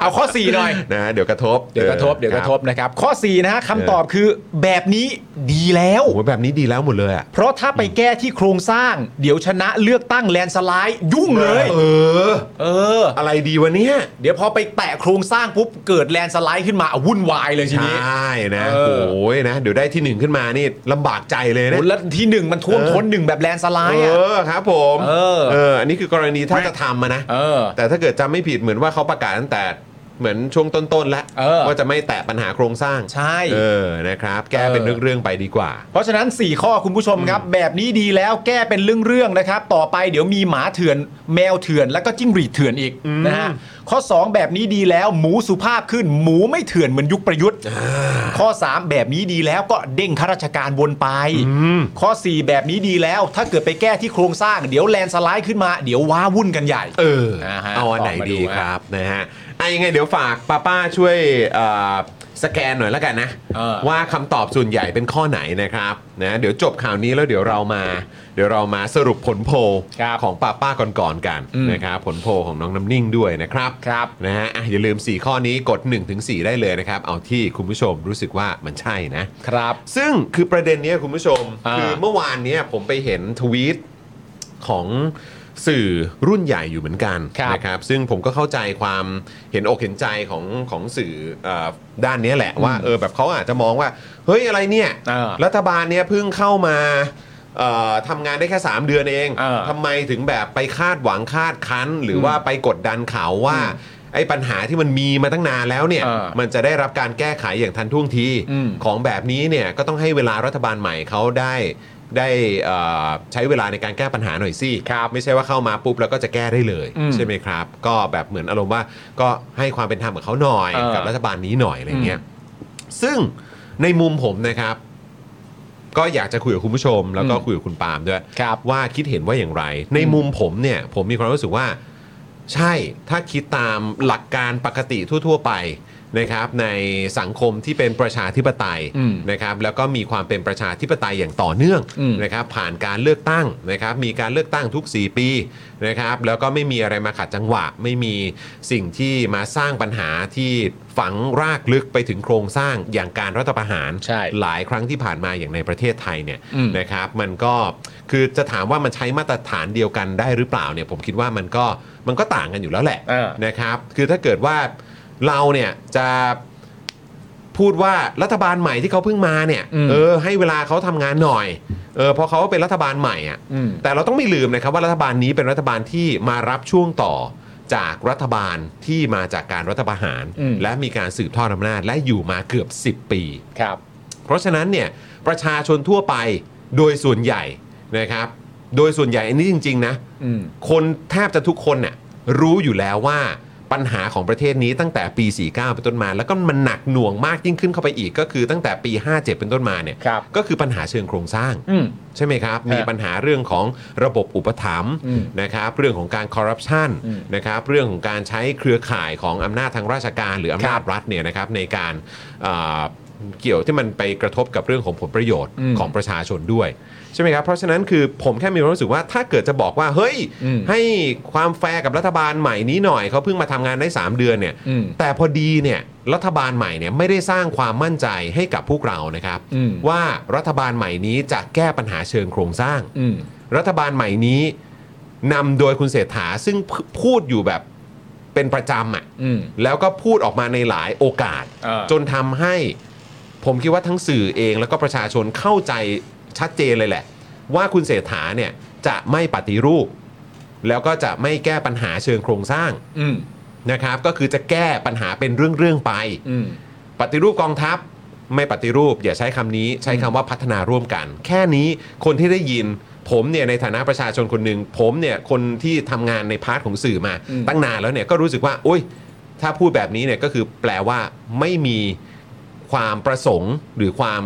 Speaker 3: เอาข้อ 4 หน่อย
Speaker 1: นะเดี๋ยวกระทบ
Speaker 3: เดี๋ยวกระทบ
Speaker 1: ออ
Speaker 3: เดี๋ยวกระทบ
Speaker 1: ค
Speaker 3: นะครับ ข้อ 4 นะฮะคำตอบคือแบบนี้ดีแล้ว
Speaker 1: โอ้โหแบบนี้ดีแล้วหมดเลยอ่ะ
Speaker 3: เพราะถ้าไปแก้ที่โครงสร้าง เดี๋ยวชนะเลือกตั้งแลนด์สไลด์ยุ่งเลย
Speaker 1: เออ
Speaker 3: เออ
Speaker 1: อะไรดีวะเนี่ย
Speaker 3: เดี๋ยวพอไปแตะโครงสร้างปุ๊บ เกิดแลนด์สไลด์ขึ้นมาอ่ะวุ่นวายเลยที
Speaker 1: ใ
Speaker 3: นี้
Speaker 1: ช่นะ
Speaker 3: เออ
Speaker 1: โอ้ยนะเดี๋ยวได้ที่หนึ่งขึ้นมานี่ลำบากใจเลยนะ
Speaker 3: โหแล้วที่หนึ่งมันท่วมท้นหนึ่งแบบแลนด์สไล
Speaker 1: เอ
Speaker 3: ด์อ่ะ
Speaker 1: อครับผม
Speaker 3: เออ
Speaker 1: อันนี้คือกรณีถ้าจะทำมานะ
Speaker 3: เออ
Speaker 1: แต่ถ้าเกิดจำไม่ผิดเหมือนว่าเขาประกาศตั้งแต่เหมือนช่วงต้นๆแล้ว
Speaker 3: เออ
Speaker 1: ว่าจะไม่แตะปัญหาโครงสร้าง
Speaker 3: ใช่
Speaker 1: เออนะครับ แก้เป็นเรื่องๆไปดีกว่า
Speaker 3: เพราะฉะนั้น 4 ข้อคุณผู้ชมครับ แบบนี้ดีแล้วแก้เป็นเรื่องๆนะครับ ต่อไปเดี๋ยวมีหมาเถื่อนแมวเถื่อนแล้วก็จิ้งหรีดเถื่อนอีกนะฮะข้อ 2 แบบนี้ดีแล้วหมูสุภาพขึ้น หมูไม่เถื่อนเหมือนยุคประยุทธ์ข้อ 3 แบบนี้ดีแล้วก็เด้งข้าราชการวนไป ข้อ 4 แบบนี้ดีแล้วถ้าเกิดไปแก้ที่โครงสร้าง เดี๋ยวแลนด์สไลด์ขึ้นมาเดี๋ยวว้าวุ่นกันใหญ่
Speaker 1: เออ
Speaker 3: นะฮะ
Speaker 1: เอาอันไหน
Speaker 3: ตอบมาดู
Speaker 1: ดีครับนะฮะไอ้ยังไงเดี๋ยวฝากป้าป้าช่วยเอ่อสแกนหน่อยแล้วกันนะ
Speaker 3: เออ
Speaker 1: ว่าคำตอบส่วนใหญ่เป็นข้อไหนนะครับนะเดี๋ยวจบข่าวนี้แล้วเดี๋ยวเรามา เดี๋ยวเรามาสรุปผลโพล
Speaker 3: ครับ
Speaker 1: ของป้าป้าก่อนๆกัน
Speaker 3: อืม
Speaker 1: นะครับผลโพลของน้องน้ำนิ่งด้วยนะครับ
Speaker 3: ครับ
Speaker 1: นะฮะอ่ะอย่าลืม 4 ข้อนี้กด 1-4 ได้เลยนะครับ เอาที่คุณผู้ชมรู้สึกว่ามันใช่นะ
Speaker 3: ครับ
Speaker 1: ซึ่งคือประเด็นเนี้ยคุณผู้ชม
Speaker 3: อ่า
Speaker 1: คือเมื่อวานเนี้ยผมไปเห็นทวีตของสื่อรุ่นใหญ่อยู่เหมือนกัน
Speaker 3: ครับ
Speaker 1: นะครับซึ่งผมก็เข้าใจความเห็นอกเห็นใจของของสื่อเออด้านเนี้ยแหละว่าเออแบบเขาอาจจะมองว่า เฮ้ยอะไรเนี่ย
Speaker 3: อ่า
Speaker 1: รัฐบาลเนี้ยเพิ่งเข้ามาเอ่อทำงานได้แค่ 3 เดือนเอง
Speaker 3: อ่า
Speaker 1: ทำไมถึงแบบไปคาดหวังคาดคั้น หรืออว่าไปกดดันเขาว่าไอ้ปัญหาที่มันมีมาตั้งนานแล้วเนี่ย
Speaker 3: อ่ามั
Speaker 1: มันจะได้รับการแก้ไขอย่างทันท่วงที
Speaker 3: อืม
Speaker 1: ของแบบนี้เนี่ยก็ต้องให้เวลารัฐบาลใหม่เขาได้ได้เอ่อใช้เวลาในการแก้ปัญหาหน่อยสิครับไม่ใช่ว่าเข้ามาปุ๊บแล้วก็จะแก้ได้เลย
Speaker 3: อืม
Speaker 1: ใช่ไหมครับ ก็แบบเหมือนอารมณ์ว่าก็ให้ความเป็นธรรมกับเขาหน่อย
Speaker 3: เออ
Speaker 1: กับรัฐบาลนี้หน่อยอะไรเงี้ยซึ่งในมุมผมนะครับ ก็อยากจะคุยกับคุณผู้ชม แล้วก็คุยกับคุณปาล์มด้วย
Speaker 3: ครับ
Speaker 1: ว่าคิดเห็นว่าอย่างไร ในมุมผมเนี่ย ผมมีความรู้สึกว่า ใช่ถ้าคิดตามหลักการปกติทั่ว ๆ ไปนะครับ ในสังคมที่เป็นประชาธิปไตย
Speaker 3: อืม
Speaker 1: นะครับ แล้วก็มีความเป็นประชาธิปไตยอย่างต่อเนื่อง
Speaker 3: อืม
Speaker 1: นะครับ ผ่านการเลือกตั้งนะครับ มีการเลือกตั้งทุก 4 ปีนะครับ แล้วก็ไม่มีอะไรมาขัดจังหวะ ไม่มีสิ่งที่มาสร้างปัญหาที่ฝังรากลึกไปถึงโครงสร้างอย่างการรัฐประหาร
Speaker 3: ใช่
Speaker 1: หลายครั้งที่ผ่านมาอย่างในประเทศไทยเนี่ย
Speaker 3: อืม
Speaker 1: นะครับมันก็คือจะถามว่ามันใช้มาตรฐานเดียวกันได้หรือเปล่าเนี่ยผมคิดว่ามันก็มันก็ต่างกันอยู่แล้วแหละ
Speaker 3: เออ
Speaker 1: นะครับคือถ้าเกิดว่าเราเนี่ยจะพูดว่ารัฐบาลใหม่ที่เขาเพิ่งมาเนี่ย
Speaker 3: อืม
Speaker 1: เออให้เวลาเขาทำงานหน่อยเออเพราะเขาเป็นรัฐบาลใหม่อ่ะ
Speaker 3: อืม
Speaker 1: แต่เราต้องไม่ลืมนะครับว่ารัฐบาลนี้เป็นรัฐบาลที่มารับช่วงต่อจากรัฐบาลที่มาจากการรัฐประหาร
Speaker 3: อืม
Speaker 1: และมีการสืบทอดอำนาจและอยู่มาเกือบ 10 ปี
Speaker 3: ครับ
Speaker 1: เพราะฉะนั้นเนี่ยประชาชนทั่วไปโดยส่วนใหญ่นะครับโดยส่วนใหญ่อันนี้จริง ๆ นะ
Speaker 3: อืม
Speaker 1: คนแทบจะทุกคนน่ะรู้อยู่แล้วว่า ปัญหาของประเทศนี้ตั้งแต่ปี 49 เป็นต้นมา แล้วก็มันหนักหน่วงมากยิ่งขึ้นเข้าไปอีก ก็คือตั้งแต่ปี 57 เป็นต้นมาเนี่ย
Speaker 3: ครับ
Speaker 1: ก็คือปัญหาเชิงโครงสร้าง
Speaker 3: อืม
Speaker 1: ใช่ไหมครับ
Speaker 3: ครับ
Speaker 1: มีปัญหาเรื่องของระบบอุปถัมภ์
Speaker 3: อืม
Speaker 1: นะครับ เรื่องของการคอร์รัปชัน
Speaker 3: อืม
Speaker 1: นะครับ เรื่องของการใช้เครือข่ายของอำนาจทางราชการ หรืออำนาจรัฐเนี่ยนะครับในการเอ่อเกี่ยวที่มันไปกระทบกับเรื่องของผลประโยชน์
Speaker 3: อืม
Speaker 1: ของประชาชนด้วยใช่ไหมครับ เพราะฉะนั้นคือผมแค่มีความรู้สึกว่าถ้าเกิดจะบอกว่าเฮ้ย
Speaker 3: อืม
Speaker 1: ให้ความแฟร์กับรัฐบาลใหม่นี้หน่อยเขาเพิ่งมาทำงานได้สามเดือนเนี่ย
Speaker 3: อืม
Speaker 1: แต่พอดีเนี่ยรัฐบาลใหม่เนี่ยไม่ได้สร้างความมั่นใจให้กับพวกเรานะครับ
Speaker 3: อืม
Speaker 1: ว่ารัฐบาลใหม่นี้จะแก้ปัญหาเชิงโครงสร้าง
Speaker 3: อืม
Speaker 1: รัฐบาลใหม่นี้นำโดยคุณเศรษฐาซึ่งพพูดอยู่แบบเป็นประจำอะ่ะ
Speaker 3: อืม
Speaker 1: แล้วก็พูดออกมาในหลายโอกาส
Speaker 3: เออ
Speaker 1: จนทำให้ผมคิดว่าทั้งสื่อเองแล้วก็ประชาชนเข้าใจชัดเจนเลยแหละ ว่าคุณเศรษฐาเนี่ยจะไม่ปฏิรูป แล้วก็จะไม่แก้ปัญหาเชิงโครงสร้าง
Speaker 3: อืม
Speaker 1: นะครับก็คือจะแก้ปัญหาเป็นเรื่องๆไป
Speaker 3: อืม
Speaker 1: ปฏิรูปกองทัพ ไม่ปฏิรูป อย่าใช้คำนี้ใช้คำว่าพัฒนาร่วมกัน แค่นี้คนที่ได้ยิน ผมเนี่ยในฐานะประชาชนคนหนึ่งผมเนี่ยคนที่ทำงานในพาร์ทของสื่อมา
Speaker 3: อืม
Speaker 1: ตั้งนานแล้วเนี่ยก็รู้สึกว่าโอ้ยถ้าพูดแบบนี้เนี่ยก็คือแปลว่าไม่มีความประสงค์หรือความ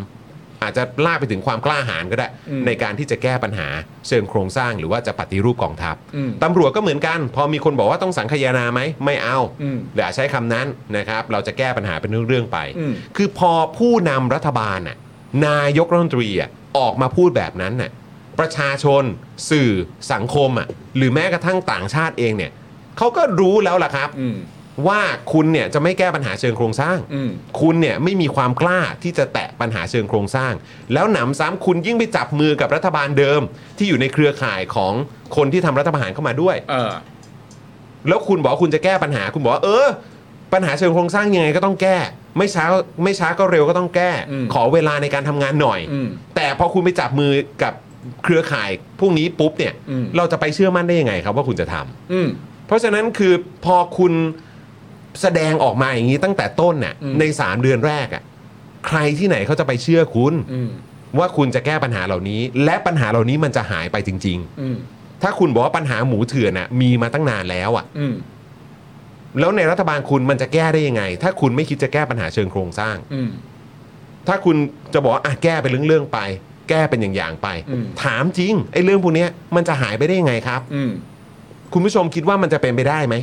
Speaker 1: อาจจะลากไปถึงความกล้าหาญก็ได้ ในการที่จะแก้ปัญหาเชิงโครงสร้าง หรือว่าจะปฏิรูปกองทัพ
Speaker 3: อืม
Speaker 1: ตำรวจก็เหมือนกัน พอมีคนบอกว่าต้องสังคายนาไหมไม่เอา
Speaker 3: อืม
Speaker 1: อย่าใช้คำนั้นนะครับ เราจะแก้ปัญหาเป็นเรื่อง ๆ ไป
Speaker 3: อืม
Speaker 1: คือพอผู้นำรัฐบาลน่ะนายกรัฐมนตรีอ่ะออกมาพูดแบบนั้นน่ะประชาชน สื่อสังคมอ่ะหรือแม้กระทั่งต่างชาติเองเนี่ยเขาก็รู้แล้วล่ะครับ
Speaker 3: อืม
Speaker 1: ว่าคุณเนี่ยจะไม่แก้ปัญหาเชิงโครงสร้าง
Speaker 3: อืม
Speaker 1: คุณเนี่ยไม่มีความกล้าที่จะแตะปัญหาเชิงโครงสร้าง แล้วหนำซ้ำคุณยิ่งไปจับมือกับรัฐบาลเดิม ที่อยู่ในเครือข่ายของคนที่ทำรัฐประหารเข้ามาด้วย
Speaker 3: เออ
Speaker 1: แล้วคุณบอกว่าคุณจะแก้ปัญหาคุณบอกว่าเออ ปัญหาเชิงโครงสร้างยังไงก็ต้องแก้ ไม่ช้าไม่ช้าก็เร็วก็ต้องแก้
Speaker 3: อืม
Speaker 1: ขอเวลาในการทำงานหน่อย
Speaker 3: อืม
Speaker 1: แต่พอคุณไปจับมือกับเครือข่ายพวกนี้ปุ๊บเนี่ย
Speaker 3: อืม
Speaker 1: เราจะไปเชื่อมั่นได้ยังไงครับว่าคุณจะทำ
Speaker 3: อืม
Speaker 1: เพราะฉะนั้นคือพอคุณแสดงออกมาอย่างนี้ตั้งแต่ต้นน่ะ
Speaker 3: อืม
Speaker 1: ใน 3 เดือนแรกอ่ะใครที่ไหนเขาจะไปเชื่อคุณ
Speaker 3: อืม
Speaker 1: ว่าคุณจะแก้ปัญหาเหล่านี้ และปัญหาเหล่านี้มันจะหายไปจริง
Speaker 3: อืม
Speaker 1: ๆ ถ้าคุณบอกว่าปัญหาหมูเถื่อนน่ะมีมาตั้งนานแล้วอ่ะ
Speaker 3: อืม
Speaker 1: แล้วในรัฐบาลคุณมันจะแก้ได้ยังไง ถ้าคุณไม่คิดจะแก้ปัญหาเชิงโครงสร้าง
Speaker 3: อืม
Speaker 1: ถ้าคุณจะบอกว่าอ่ะแก้เป็นเรื่องๆไป แก้เป็นอย่างๆไป
Speaker 3: อืม
Speaker 1: ถามจริงไอ้เรื่องพวกเนี้ยมันจะหายไปได้ยังไงครับ
Speaker 3: อืม
Speaker 1: คุณผู้ชมคิดว่ามันจะเป็นไปได้ไหม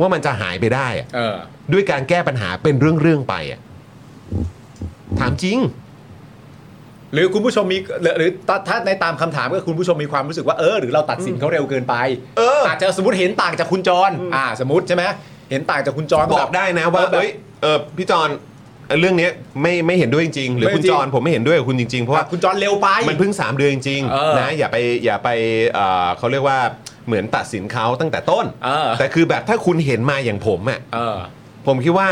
Speaker 1: ว่ามันจะหายไปได้อะ
Speaker 3: เออ
Speaker 1: ด้วยการแก้ปัญหาเป็นเรื่อง ๆ ไปอ่ะถามจริง
Speaker 3: หรือคุณผู้ชมมีหรือหรือถ้าถ้าในตามคำถามก็คุณผู้ชมมีความรู้สึกว่าเออหรือเราตัดสินเขาเร็วเกินไป
Speaker 1: เอออ
Speaker 3: จจะสมมติเห็นต่างจากคุณจรอ่า สมมติใช่ไหมเห็นต่างจากคุณจร
Speaker 1: บอกได้นะว่า
Speaker 3: แบบ
Speaker 1: เอ้ยเออพี่จอนเรื่องเนี้ยไม่ไม่เห็นด้วยจริงๆหรือคุณ
Speaker 3: ไม่จริ
Speaker 1: จ
Speaker 3: ง
Speaker 1: อนผมไม่เห็นด้วยกับคุณจริง ๆ เพราะว่า
Speaker 3: คุณจรเร็วไป
Speaker 1: มันเพิ่ง 3 เดือนจริง
Speaker 3: เออ
Speaker 1: ๆนะอย่าไปอย่าไปเอ่อเขาเรียกว่าเหมือนตัดสินเขาตั้งแต่ต้น
Speaker 3: เออ
Speaker 1: แต่คือแบบถ้าคุณเห็นมาอย่างผมอ่ะ
Speaker 3: เออ
Speaker 1: ผมคิดว่า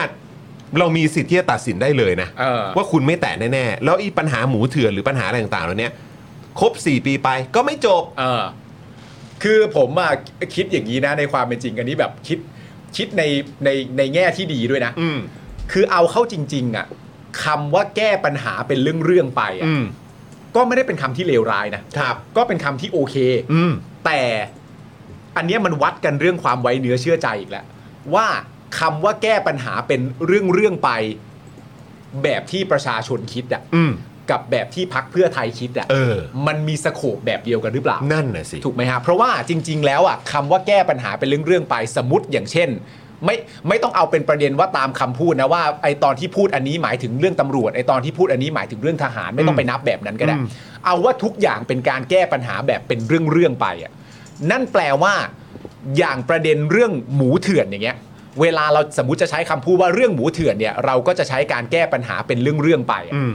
Speaker 1: เรามีสิทธิ์ที่จะตัดสินได้เลยนะ
Speaker 3: เออ
Speaker 1: ว่าคุณไม่แตะแน่ๆแล้วอีปัญหาหมูเถื่อนหรือปัญหาอะไรต่างๆเหล่าเนี้ยครบ4 ปีไปก็ไม่จบ
Speaker 3: เออคือผมอะคิดอย่างนี้นะในความเป็นจริงอันนี้แบบคิดคิดในในในแง่ที่ดีด้วยนะ
Speaker 1: อืม
Speaker 3: คือเอาเข้าจริง ๆอะคำว่าแก้ปัญหาเป็นเรื่องๆไปอะ
Speaker 1: อืม
Speaker 3: ก็ไม่ได้เป็นคำที่เลวร้ายนะครับ ก็เป็นคำที่โอเค
Speaker 1: อืม
Speaker 3: แต่อันเนี้ยมันวัดกันเรื่องความไว้เนื้อเชื่อใจอีกแล้วว่าคำว่าแก้ปัญหาเป็นเรื่องเรื่องๆไป แบบที่ประชาชนคิดอะ
Speaker 1: อืม
Speaker 3: กับแบบที่พักเพื่อไทยคิดอะ
Speaker 1: เออ
Speaker 3: มันมีสโคปแบบเดียวกันหรือเปล่า
Speaker 1: นั่นน่ะสิ
Speaker 3: ถูกไหมฮะ เพราะว่าจริง ๆ แล้วอ่ะคำว่าแก้ปัญหาเป็นเรื่อง ๆ ไปสมมติอย่างเช่น ไม่ไม่ต้องเอาเป็นประเด็นว่าตามคำพูดนะว่าไอตอนที่พูดอันนี้หมายถึงเรื่องตำรวจไอตอนที่พูดอันนี้หมายถึงเรื่องทหารไม่ต้องไปนับแบบนั้นก็ได้
Speaker 1: อืม
Speaker 3: เอาว่าทุกอย่างเป็นการแก้ปัญหาแบบเป็นเรื่อง ๆ ไปอ่ะนั่นแปลว่าอย่างประเด็นเรื่องหมูเถื่อนอย่างเงี้ยเวลาเราสมมติจะใช้คำพูดว่าเรื่องหมูเถื่อนเนี่ยเราก็จะใช้การแก้ปัญหาเป็นเรื่องๆไปอะ
Speaker 1: อืม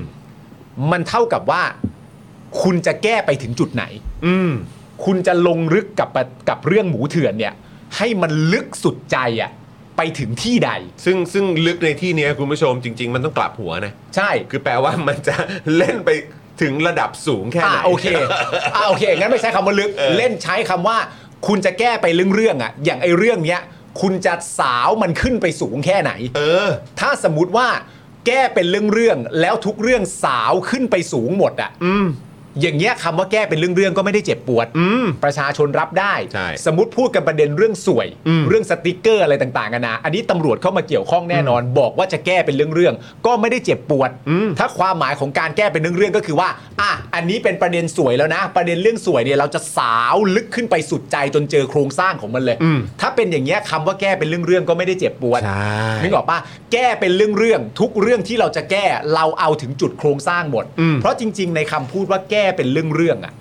Speaker 3: มันเท่ากับว่าคุณจะแก้ไปถึงจุดไหน
Speaker 1: อืม
Speaker 3: คุณจะลงลึกกับประกับเรื่องหมูเถื่อนเนี่ย ให้มันลึกสุดใจอะไปถึงที่ใด
Speaker 1: ซึ่งซึ่งลึกในที่เนี้ยคุณผู้ชมจริง ๆ มันต้องกลับหัวนะ
Speaker 3: ใช่
Speaker 1: คือแปลว่ามันจะ เล่นไปถึงระดับสูงแค่
Speaker 3: อ่า
Speaker 1: ไหน
Speaker 3: โอเคอ่าโอเค งั้นไม่ใช้คำว่าลึก
Speaker 1: เออ
Speaker 3: เล่นใช้คำว่า คุณจะแก้ไปเรื่องๆอะอย่างไอเรื่องเนี้ย คุณจะสาวมันขึ้นไปสูงแค่ไหน
Speaker 1: เออ
Speaker 3: ถ้าสมมติว่าแก้เป็นเรื่องๆแล้วทุกเรื่องสาวขึ้นไปสูงหมดอะ
Speaker 1: อืม
Speaker 3: อย่างเงี้ยคำว่าแก้เป็นเรื่องๆก็ไม่ได้เจ็บปวด
Speaker 1: อืม
Speaker 3: ประชาชนรับได้
Speaker 1: ใช่
Speaker 3: สมมติพูดกันประเด็นเรื่องสวย
Speaker 1: อืม
Speaker 3: เรื่องสติกเกอร์อะไรต่างๆกันานะอันนี้ตำรวจเข้ามาเกี่ยวข้องแน่นอน บอกว่าจะแก้เป็นเรื่องๆก็ไม่ได้เจ็บปวด
Speaker 1: อืม
Speaker 3: ถ้าความหมายของการแก้เป็นเรื่องๆก็คือว่าอ่ะอันนี้เป็นประเด็นสวยแล้วนะ ประเด็นเรื่องสวยเนี่ยเราจะสาวลึกขึ้นไปสุดใจจนเจอโครงสร้างของมันเลย ถ้าเป็นอย่างเงี้ยคำว่าแก้เป็นเรื่องๆก็ไม่ได้เจ็บปวด
Speaker 1: ใช่
Speaker 3: นึกออกปะแก้เป็นเรื่องๆทุกเรื่องที่เราจะแก้เราเอาถึงจุดโครงสร้างหมด
Speaker 1: อืม
Speaker 3: เพราะจริง ๆ ในคำพูดว่าแก้เป็นเรื่องๆอะ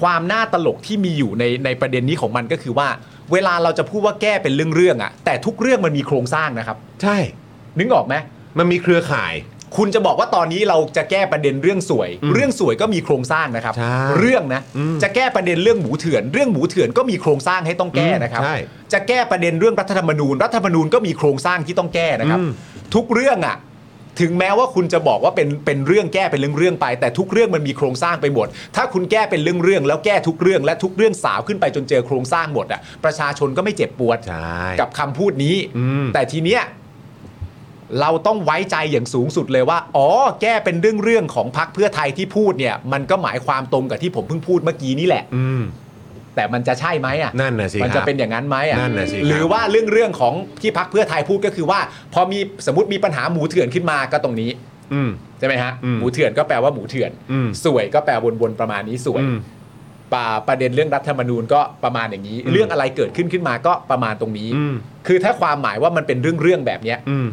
Speaker 3: ความน่าตลกที่มีอยู่ในในประเด็นนี้ของมันก็คือว่า เวลาเราจะพูดว่าแก้เป็นเรื่องๆอะแต่ทุกเรื่องมันมีโครงสร้างนะครับ
Speaker 1: ใช่
Speaker 3: นึกออกไหม
Speaker 1: มันมีเครือข่าย
Speaker 3: คุณจะบอกว่าตอนนี้เราจะแก้ประเด็นเรื่องสวย
Speaker 1: อืม
Speaker 3: เรื่องสวยก็มีโครงสร้างนะครับ
Speaker 1: ใช่
Speaker 3: เรื่องนะ
Speaker 1: อืม
Speaker 3: จะแก้ประเด็นเรื่องหมูเถื่อน เรื่องหมูเถื่อนก็มีโครงสร้างให้ต้องแก้นะครับ
Speaker 1: อืมใช่
Speaker 3: จะแก้ประเด็นเรื่องรัฐธรรมนูญ รัฐธรรมนูญก็มีโครงสร้างที่ต้องแก้นะครับ
Speaker 1: อืม
Speaker 3: ทุกเรื่องอะถึงแม้ว่าคุณจะบอกว่าเป็นเป็นเรื่องแก้เป็นเรื่องเรื่องๆไป แต่ทุกเรื่องมันมีโครงสร้างไปหมด ถ้าคุณแก้เป็นเรื่องเรื่องๆแล้วแก้ทุกเรื่องและทุกเรื่องสาวขึ้นไปจนเจอโครงสร้างหมดอะประชาชนก็ไม่เจ็บปวด
Speaker 1: ใช่
Speaker 3: กับคำพูดนี้
Speaker 1: อืม
Speaker 3: แต่ทีเนี้ยเราต้องไว้ใจอย่างสูงสุดเลยว่า อ๋อ แก้เป็นเรื่องเรื่องๆของพักเพื่อไทยที่พูดเนี่ย มันก็หมายความตรงกับที่ผมเพิ่งพูดเมื่อกี้นี่แหละ
Speaker 1: อืม
Speaker 3: แต่มันจะใช่ไหมอ่ะ
Speaker 1: นั่นนะสิ
Speaker 3: มัน
Speaker 1: ค
Speaker 3: จะ
Speaker 1: รับ
Speaker 3: เป็นอย่างนั้นไหมอ่ะ
Speaker 1: นั่นน่ะสิครับ
Speaker 3: หรือว่าเรื่องเรื่องของที่พักเพื่อไทยพูดก็คือว่า พอมีสมมติมีปัญหาหมูเถื่อนขึ้นมาก็ตรงนี้
Speaker 1: อืม
Speaker 3: ใช่ไหมฮะ
Speaker 1: อืม
Speaker 3: หมูเถื่อนก็แปลว่าหมูเถื่อน
Speaker 1: อืม
Speaker 3: สวยก็แปลวนๆประมาณนี้สวย
Speaker 1: อืม
Speaker 3: ป่าประเด็นเรื่องรัฐธรรมนูญก็ประมาณอย่างนี้
Speaker 1: อืม
Speaker 3: เรื่องอะไรเกิดขึ้นขึ้นมาก็ประมาณตรงนี้
Speaker 1: อืม
Speaker 3: คือถ้าความหมายว่ามันเป็นเรื่องเรื่องๆแบบเนี้ย
Speaker 1: อืม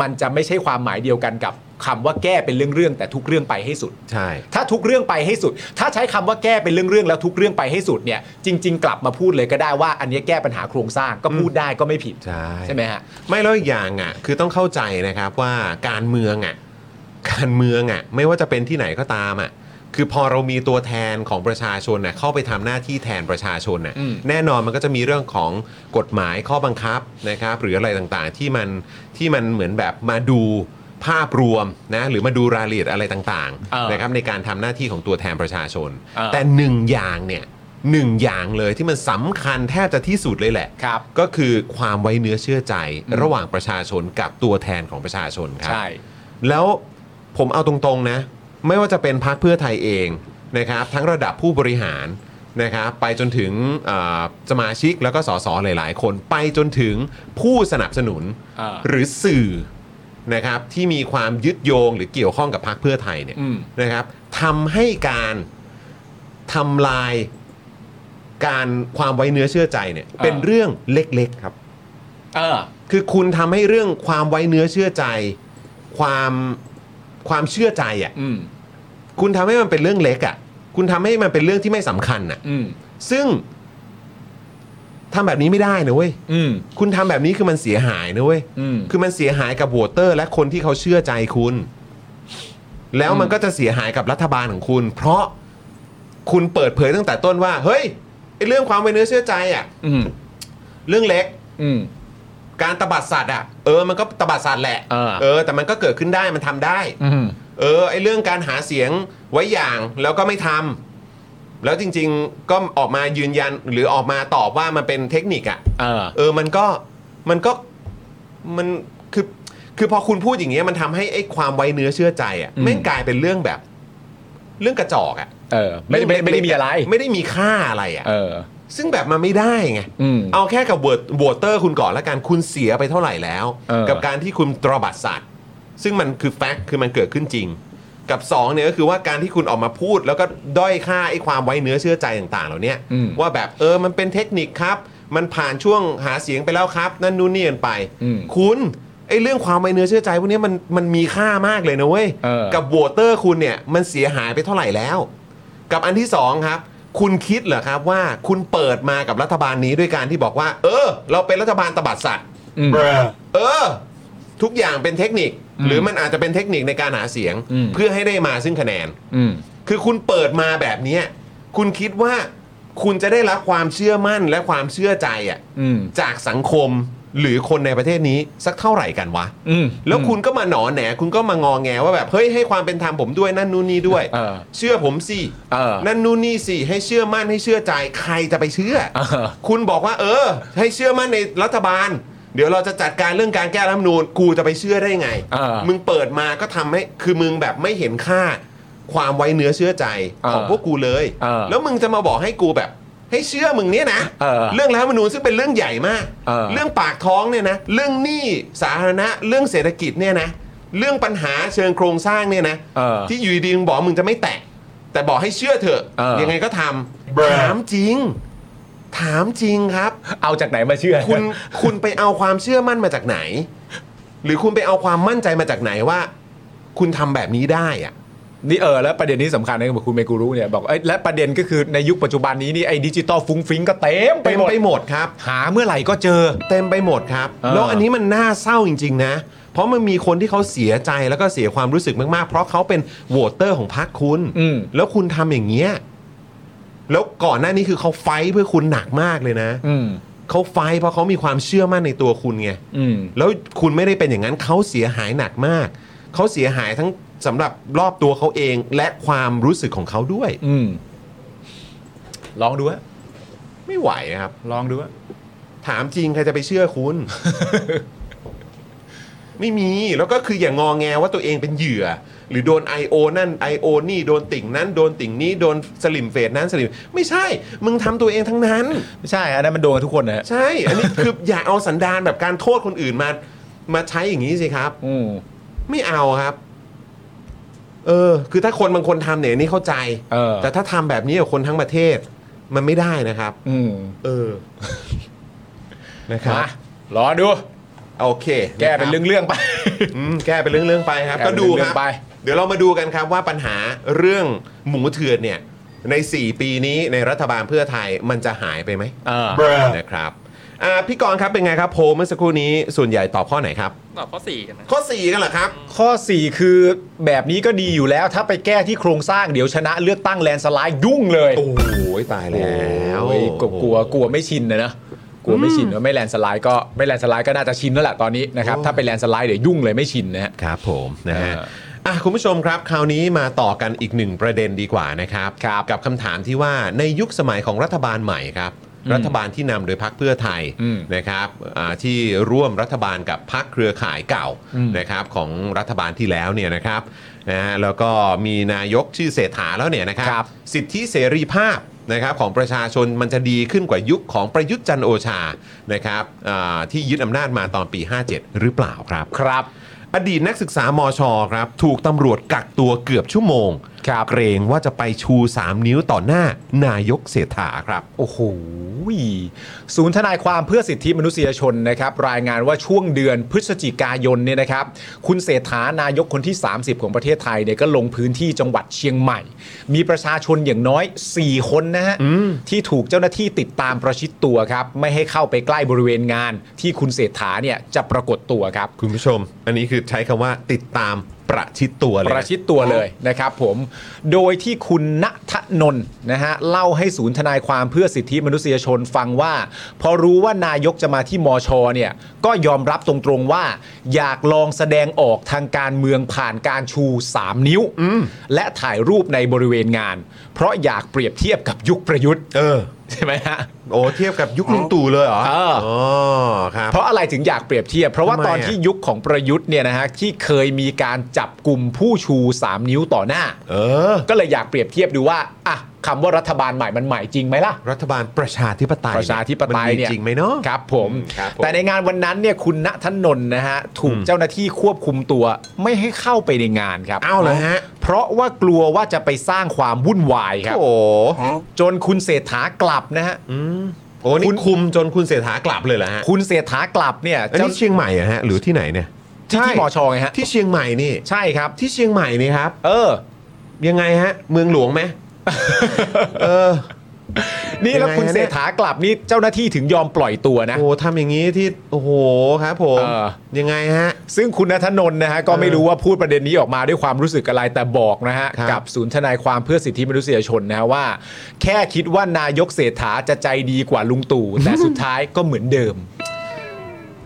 Speaker 3: มันจะไม่ใช่ความหมายเดียวกันกับคำว่าแก้เป็นเรื่องเรื่องๆแต่ทุกเรื่องไปให้สุด
Speaker 1: ใช่
Speaker 3: ถ้าทุกเรื่องไปให้สุด ถ้าใช้คำว่าแก้เป็นเรื่องเรื่องๆแล้วทุกเรื่องไปให้สุดเนี่ย จริง ๆ กลับมาพูดเลยก็ได้ว่า อันเนี้ยแก้ปัญหาโครงสร้างก็พูดได้ก็ไม่ผิด
Speaker 1: ใช่
Speaker 3: ใช่ไหมฮะ
Speaker 1: ไม่แล้วอีกอย่างอ่ะคือต้องเข้าใจนะครับว่าการเมืองอ่ะการเมืองอ่ะไม่ว่าจะเป็นที่ไหนก็ตามอ่ะคือพอเรามีตัวแทนของประชาชนน่ะเข้าไปทำหน้าที่แทนประชาชนน่ะ
Speaker 3: อืม
Speaker 1: แน่นอนมันก็จะมีเรื่องของกฎหมายข้อบังคับนะครับหรืออะไรต่างๆที่มันที่มันเหมือนแบบมาดูภาพรวมนะหรือมาดูรายละเอียดอะไรต่าง
Speaker 3: เออ
Speaker 1: นะครับในการทำหน้าที่ของตัวแทนประชาชน
Speaker 3: เออ
Speaker 1: แต่หนึ่งอย่างเนี่ยหนึ่งอย่างเลยที่มันสำคัญแทบจะที่สุดเลยแหละ
Speaker 3: ครับ
Speaker 1: ก็คือความไว้เนื้อเชื่อใจ
Speaker 3: อืม
Speaker 1: ระหว่างประชาชนกับตัวแทนของประชาชนครับ
Speaker 3: ใช่
Speaker 1: แล้วผมเอาตรงๆนะ ไม่ว่าจะเป็นพักเพื่อไทยเองนะครับ ทั้งระดับผู้บริหารนะครับไปจนถึงเอ่อสมาชิกแล้วก็สสหลายๆ คนไปจนถึงผู้สนับสนุน
Speaker 3: อ่า
Speaker 1: หรือสื่อนะครับที่มีความยึดโยงหรือเกี่ยวข้องกับพักเพื่อไทยเนี่ย
Speaker 3: อืม
Speaker 1: นะครับทำให้การทำลายการความไว้เนื้อเชื่อใจเนี่ย
Speaker 3: อ่า
Speaker 1: เป็นเรื่องเล็กๆครับ
Speaker 3: เออ
Speaker 1: คือคุณทำให้เรื่องความไว้เนื้อเชื่อใจ ความความเชื่อใจอ่ะ
Speaker 3: อืม
Speaker 1: คุณทำให้มันเป็นเรื่องเล็กอ่ะ คุณทำให้มันเป็นเรื่องที่ไม่สำคัญอ่ะ
Speaker 3: อืม
Speaker 1: ซึ่งทำแบบนี้ไม่ได้นะเว้ย
Speaker 3: อืม
Speaker 1: คุณทำแบบนี้คือมันเสียหายนะเว้ย
Speaker 3: อืม
Speaker 1: คือมันเสียหายกับโหวตเตอร์ และคนที่เขาเชื่อใจคุณ แล้วมันก็จะเสียหายกับรัฐบาลของคุณ เพราะคุณเปิดเผยตั้งแต่ต้นว่า เฮ้ยไอ้เรื่องความไว้เนื้อเชื่อใจอ่ะ
Speaker 3: อืม
Speaker 1: เรื่องเล็ก
Speaker 3: อืม
Speaker 1: การตบัดสัตว์อ่ะเออมันก็ตบัดสัตว์แหละ
Speaker 3: เออ
Speaker 1: แต่มันก็เกิดขึ้นได้มันทำได้
Speaker 3: อืม
Speaker 1: เออไอเรื่องการหาเสียงไว้อย่างแล้วก็ไม่ทำแล้วจริง ๆก็ออกมายืนยันหรือออกมาตอบว่ามันเป็นเทคนิคอ่ะ
Speaker 3: เออ
Speaker 1: เออมันก็มันก็มันคือคือพอคุณพูดอย่างเงี้ยมันทำให้ไอ้ความไว้เนื้อเชื่อใจอ่ะ
Speaker 3: อืม
Speaker 1: แม่งกลายเป็นเรื่องแบบ เรื่องกระจอกอ่ะ
Speaker 3: เออ ไม่ได้ไม่ได้ไม่ได้มีอะไร
Speaker 1: ไม่ได้มีค่าอะไรอ่ะ
Speaker 3: เออ
Speaker 1: ซึ่งแบบมันไม่ได้ไง
Speaker 3: อืม
Speaker 1: เอาแค่กับโหวตเตอร์คุณก่อนละกันคุณเสียไปเท่าไหร่แล้ว
Speaker 3: เออ
Speaker 1: กับการที่คุณตรบัดสัตว์ ซึ่งมันคือแฟกต์คือมันเกิดขึ้นจริง กับสองเนี่ยก็คือว่าการที่คุณออกมาพูด แล้วก็ด้อยค่าไอ้ความไว้เนื้อเชื่อใจต่างๆ เหล่าเนี้ย
Speaker 3: อืม
Speaker 1: ว่าแบบเออมันเป็นเทคนิคครับ มันผ่านช่วงหาเสียงไปแล้วครับ นั่นนู่นนี่กันไป
Speaker 3: อืม
Speaker 1: คุณไอ้เรื่องความไว้เนื้อเชื่อใจพวกเนี้ยมันมันมีค่ามากเลยนะเว้ย
Speaker 3: เออ
Speaker 1: กับโหวตเตอร์คุณเนี่ยมันเสียหายไปเท่าไหร่แล้ว กับอันที่สองครับ คุณคิดเหรอครับว่าคุณเปิดมากับรัฐบาลนี้ด้วยการที่บอกว่า เออ เราเป็นรัฐบาลตบัดสัตว์
Speaker 3: อืม
Speaker 1: เออ ทุกอย่างเป็นเทคนิค
Speaker 3: อืม
Speaker 1: หรือมันอาจจะเป็นเทคนิคในการหาเสียง
Speaker 3: อืม
Speaker 1: เพื่อให้ได้มาซึ่งคะแนน
Speaker 3: อืม
Speaker 1: คือคุณเปิดมาแบบเนี้ยคุณคิดว่าคุณจะได้รับความเชื่อมั่นและความเชื่อใจอ่ะ
Speaker 3: อืม
Speaker 1: จากสังคมหรือคนในประเทศนี้สักเท่าไหร่กันวะ
Speaker 3: อืม
Speaker 1: แล้วคุณก็มาหนอแหนคุณก็มางอแงว่าแบบเฮ้ยให้ความเป็นธรรมผมด้วยนั่นนู่นนี่ด้วย
Speaker 3: เออ
Speaker 1: เชื่อผมสิ
Speaker 3: เออ
Speaker 1: นั่นนู่นนี่สิให้เชื่อมั่นให้เชื่อใจใครจะไปเชื่อ
Speaker 3: เออ
Speaker 1: คุณบอกว่า เออ ให้เชื่อมั่นในรัฐบาล เดี๋ยวเราจะจัดการเรื่องการแก้รัฐธรรมนูญกูจะไปเชื่อได้ไง
Speaker 3: เออ
Speaker 1: มึงเปิดมาก็ทำให้คือมึงแบบไม่เห็นค่า ความไว้เนื้อเชื่อใจของ
Speaker 3: เออ
Speaker 1: พวกกูเลย
Speaker 3: เออ
Speaker 1: แล้วมึงจะมาบอกให้กูแบบ ให้เชื่อมึงเนี่ยนะ
Speaker 3: เอ
Speaker 1: อ
Speaker 3: อ
Speaker 1: งรัฐธรรมนูญซึ่งเป็นเรื่องใหญ่มาก
Speaker 3: เออ
Speaker 1: องปากท้องเนี่ยนะเรื่องหนี้สาธารณะเรื่องเศรษฐกิจเนี่ยนะเรื่องปัญหาเชิงโครงสร้างเนี่ยนะ
Speaker 3: เออ
Speaker 1: ที่อยู่ดีๆมึงบอกว่ามึงจะไม่แตะ แต่บอกให้เชื่อเถอะ
Speaker 3: เออ
Speaker 1: ยังไงก็ทำถามจริง ถามจริงครับ
Speaker 3: เอาจากไหนมาเชื่อ
Speaker 1: คุณคุณไปเอาความเชื่อมั่นมาจากไหน หรือคุณไปเอาความมั่นใจมาจากไหนว่า คุณทำแบบนี้ได้อะ
Speaker 3: นี่เออแล้วประเด็นนี้สำคัญนะบอกคุณเมกูรุเนี่ยบอกเอ้ยและประเด็นก็คือในยุคปัจจุบันนี้นี่ไอ้ดิจิตอลฟุ้งฟิ้งก็เต็มไป
Speaker 1: เต็ม
Speaker 3: หมด
Speaker 1: ไปหมดครับ
Speaker 3: หาเมื่อไหร่ก็เจอ
Speaker 1: เต็มไปหมดครับ
Speaker 3: เออ
Speaker 1: แล้วอันนี้มันน่าเศร้าจริง ๆ นะ เพราะมันมีคนที่เขาเสียใจแล้วก็เสียความรู้สึกมาก ๆ เพราะเขาเป็นโหวตเตอร์ของพรรคคุณ
Speaker 3: อืม
Speaker 1: แล้วคุณทำอย่างเงี้ยแล้วก่อนหน้านี้คือเขาไฟท์เพื่อคุณหนักมากเลยนะ
Speaker 3: อืม
Speaker 1: เขาไฟท์เพราะเขามีความเชื่อมั่นในตัวคุณไง
Speaker 3: อืม
Speaker 1: แล้วคุณไม่ได้เป็นอย่างนั้นเขาเสียหายหนักมาก เขาเสียหายทั้งสำหรับรอบตัวเขาเองและความรู้สึกของเขาด้วย
Speaker 3: อืม ลองดูฮะ
Speaker 1: ไม่ไหวนะครับ
Speaker 3: ลองดูฮะ
Speaker 1: ถามจริงใครจะไปเชื่อคุณ ไม่มีแล้วก็คืออย่างงอแงว่าตัวเองเป็นเหยื่อ หรือโดน I.O. นั่น I.O. นี่โดนติ่งนั้นโดนติ่งนี้โดนสลิมเฟดนั้นสลิม ไม่ใช่ มึงทำตัวเองทั้งนั้น
Speaker 3: ไม่ใช่อันนั้นมันโดนกันทุกคนนะฮะ
Speaker 1: ใช่ อันนี้คือ อย่าเอาสันดานแบบการโทษคนอื่นมา มาใช้อย่างนี้สิครับ
Speaker 3: อืม
Speaker 1: ไม่เอาครับ เออ คือถ้าคนบางคนทำเนี่ยนี่เข้าใจ
Speaker 3: เออ
Speaker 1: แต่ถ้าทำแบบนี้กับคนทั้งประเทศ มันไม่ได้นะครับ
Speaker 3: อืม
Speaker 1: เอ อ นะครับ
Speaker 3: มาลองดู
Speaker 1: โอเค
Speaker 3: แก้เป็นเรื่องๆไป
Speaker 1: อืมแก้เป็นเรื่องๆไปครับ
Speaker 3: แก้เป็
Speaker 1: ก็
Speaker 3: น
Speaker 1: ดูค
Speaker 3: เรื่
Speaker 1: รั
Speaker 3: อบ งๆไป
Speaker 1: เดี๋ยวเรามาดูกันครับว่าปัญหาเรื่องหมูเถื่อนเนี่ย ใน 4 ปีนี้ในรัฐบาลเพื่อไทยมันจะหายไปไหม
Speaker 3: เออ
Speaker 1: นะครับอ่าพี่กรณ์ครับเป็นไงครับโพลเมื่อสักครู่นี้ส่วนใหญ่ตอบข้อไหนครับ
Speaker 5: ตอบข้อสี่กันนะ
Speaker 1: ข้อ 4 กันเหรอครับ
Speaker 3: ข้อ 4 คือแบบนี้ก็ดีอยู่แล้ว ถ้าไปแก้ที่โครงสร้างเดี๋ยวชนะเลือกตั้งแลนด์สไลด์ยุ่งเลย
Speaker 1: โอ้ยตายแล้ว
Speaker 3: โอ้ยกลัวกลัวกลัวไม่ชินนะนะกลัวไม่ชินว่าไม่แลนด์สไลด์ก็ไม่แลนด์สไลด์ก็น่าจะชินแล้วแหละตอนนี้นะครับถ้าไปแลนด์สไลด์เดี๋ยวยุ่งเลยไม่ชินนะฮะ
Speaker 1: ครับผมนะฮะ
Speaker 3: เออ
Speaker 1: อ่ะคุณผู้ชมครับคราวนี้มาต่อกันอีกหนึ่งประเด็นดีกว่านะครับ
Speaker 3: ครับ
Speaker 1: กับคำถามที่ว่าในยุคสมัยของรัฐบาลใหม่ครับ
Speaker 3: อืม
Speaker 1: รัฐบาลที่นำโดยพรรคเพื่อไทย
Speaker 3: อืม
Speaker 1: นะครับอ่าที่ร่วมรัฐบาลกับพรรคเครือข่ายเก่า
Speaker 3: อืม
Speaker 1: นะครับของรัฐบาลที่แล้วเนี่ยนะครับนะฮะแล้วก็มีนายกชื่อเศรษฐาแล้วเนี่ยนะครับ สิทธิเสรีภาพนะครับของประชาชนมันจะดีขึ้นกว่ายุคของประยุทธ์จันทร์โอชานะครับอ่าที่ยึดอำนาจมาตอนปี 57 หรือเปล่าครับ
Speaker 3: ครับ
Speaker 1: อดีตนักศึกษามอชอครับ ถูกตำรวจกักตัวเกือบชั่วโมง
Speaker 3: ครับ
Speaker 1: เกรงว่าจะไปชู 3 นิ้วต่อหน้านายกเศรษฐาครับ
Speaker 3: โอ้โหศูนย์ทนายความเพื่อสิทธิมนุษยชนนะครับ รายงานว่าช่วงเดือนพฤศจิกายนเนี่ยนะครับ คุณเศรษฐานายกคนที่ 30 ของประเทศไทยเนี่ยก็ลงพื้นที่จังหวัดเชียงใหม่ มีประชาชนอย่างน้อย 4 คนนะฮะ ที่ถูกเจ้าหน้าที่ติดตามประชิดตัวครับ ไม่ให้เข้าไปใกล้บริเวณงาน ที่คุณเศรษฐาเนี่ยจะปรากฏตัวครับ
Speaker 1: คุณผู้ชม อันนี้คือใช้คำว่าติดตามประชิดตัวเลย
Speaker 3: ประชิดตัวเลยนะครับผม โดยที่คุณณทนนท์นะฮะเล่าให้ศูนย์ทนายความเพื่อสิทธิมนุษยชนฟังว่า พอรู้ว่านายกจะมาที่มอชอเนี่ยก็ยอมรับตรงๆว่า อยากลองแสดงออกทางการเมืองผ่านการชู 3 นิ้ว และถ่ายรูปในบริเวณงาน เพราะอยากเปรียบเทียบกับยุคประยุทธ์
Speaker 1: เออ
Speaker 3: ใช่ไหมฮะ
Speaker 1: โอ้เทียบกับยุคลุงตู่เลยเหรอ
Speaker 3: เอออ๋
Speaker 1: อครับ
Speaker 3: เพราะอะไรถึงอยากเปรียบเทียบ เพราะว่า
Speaker 1: ทำไม
Speaker 3: ตอน
Speaker 1: อะ
Speaker 3: ที่ยุคของประยุทธ์เนี่ยนะฮะที่เคยมีการจับกลุ่มผู้ชู 3 นิ้วต่อหน้า
Speaker 1: เออ
Speaker 3: ก็เลยอยากเปรียบเทียบดูว่า อ่ะคำว่ารัฐบาลใหม่มันใหม่จริงไหมล่ะ
Speaker 1: รัฐบาลประชาธิปไตย
Speaker 3: ประชาธิปไตย
Speaker 1: มัมี
Speaker 3: เนี่ย
Speaker 1: จริงไหมเนาะ
Speaker 3: ครับผม
Speaker 1: อืมครับผม
Speaker 3: แต่ในงานวันนั้นเนี่ยคุณณทนนท์นะฮะ ถูก
Speaker 1: อืม
Speaker 3: เจ้าหน้าที่ควบคุมตัว ไม่ให้เข้าไปในงานครับ
Speaker 1: อ้าวเหรอฮะ
Speaker 3: เพราะว่ากลัวว่าจะไปสร้างความวุ่นวายครับ
Speaker 1: โอ้โห
Speaker 3: จนคุณเศรษฐากลับนะฮะ
Speaker 1: อืมโอ้นี่
Speaker 3: คุณ
Speaker 1: คุมจนคุณเศรษฐากลับเลยเหรอฮะ
Speaker 3: คุณเศรษฐากลับเนี่ย
Speaker 1: อัน
Speaker 3: เจ้า
Speaker 1: นี้เชียงใหม่เหรอะฮะหรือที่ไหนเนี่ย
Speaker 3: ที่ที่มอชอไงฮะ
Speaker 1: ที่เชียงใหม่นี่
Speaker 3: ใช่ครับ
Speaker 1: ที่เชียงใหม่นี่ครับ
Speaker 3: เออ
Speaker 1: ยังไงฮะ เมืองหลวงไหม เออ
Speaker 3: นี่แล้วคุณ
Speaker 1: ยังไงฮะ
Speaker 3: เศ
Speaker 1: เนี่
Speaker 3: ร
Speaker 1: ย
Speaker 3: ษฐากลับนี่เจ้าหน้าที่ถึงยอมปล่อยตัวนะ
Speaker 1: โอ้ทำอย่างนี้ที่โอ้โหครับผม
Speaker 3: เออ
Speaker 1: ยังไงฮะ
Speaker 3: ซึ่งคุณณัฐนนท์นะฮะก็ไม่รู้ว่าพูดประเด็นนี้ออกมาด้วยความรู้สึกอะไรแต่บอกนะฮะ
Speaker 1: ครับ
Speaker 3: กับศูนย์ทนายความเพื่อสิทธิมนุษยชนนะฮะว่า แค่คิดว่านาย กเศรษฐาจะใจดีกว่าลุงตู่แต่สุดท้ายก็เหมือนเดิม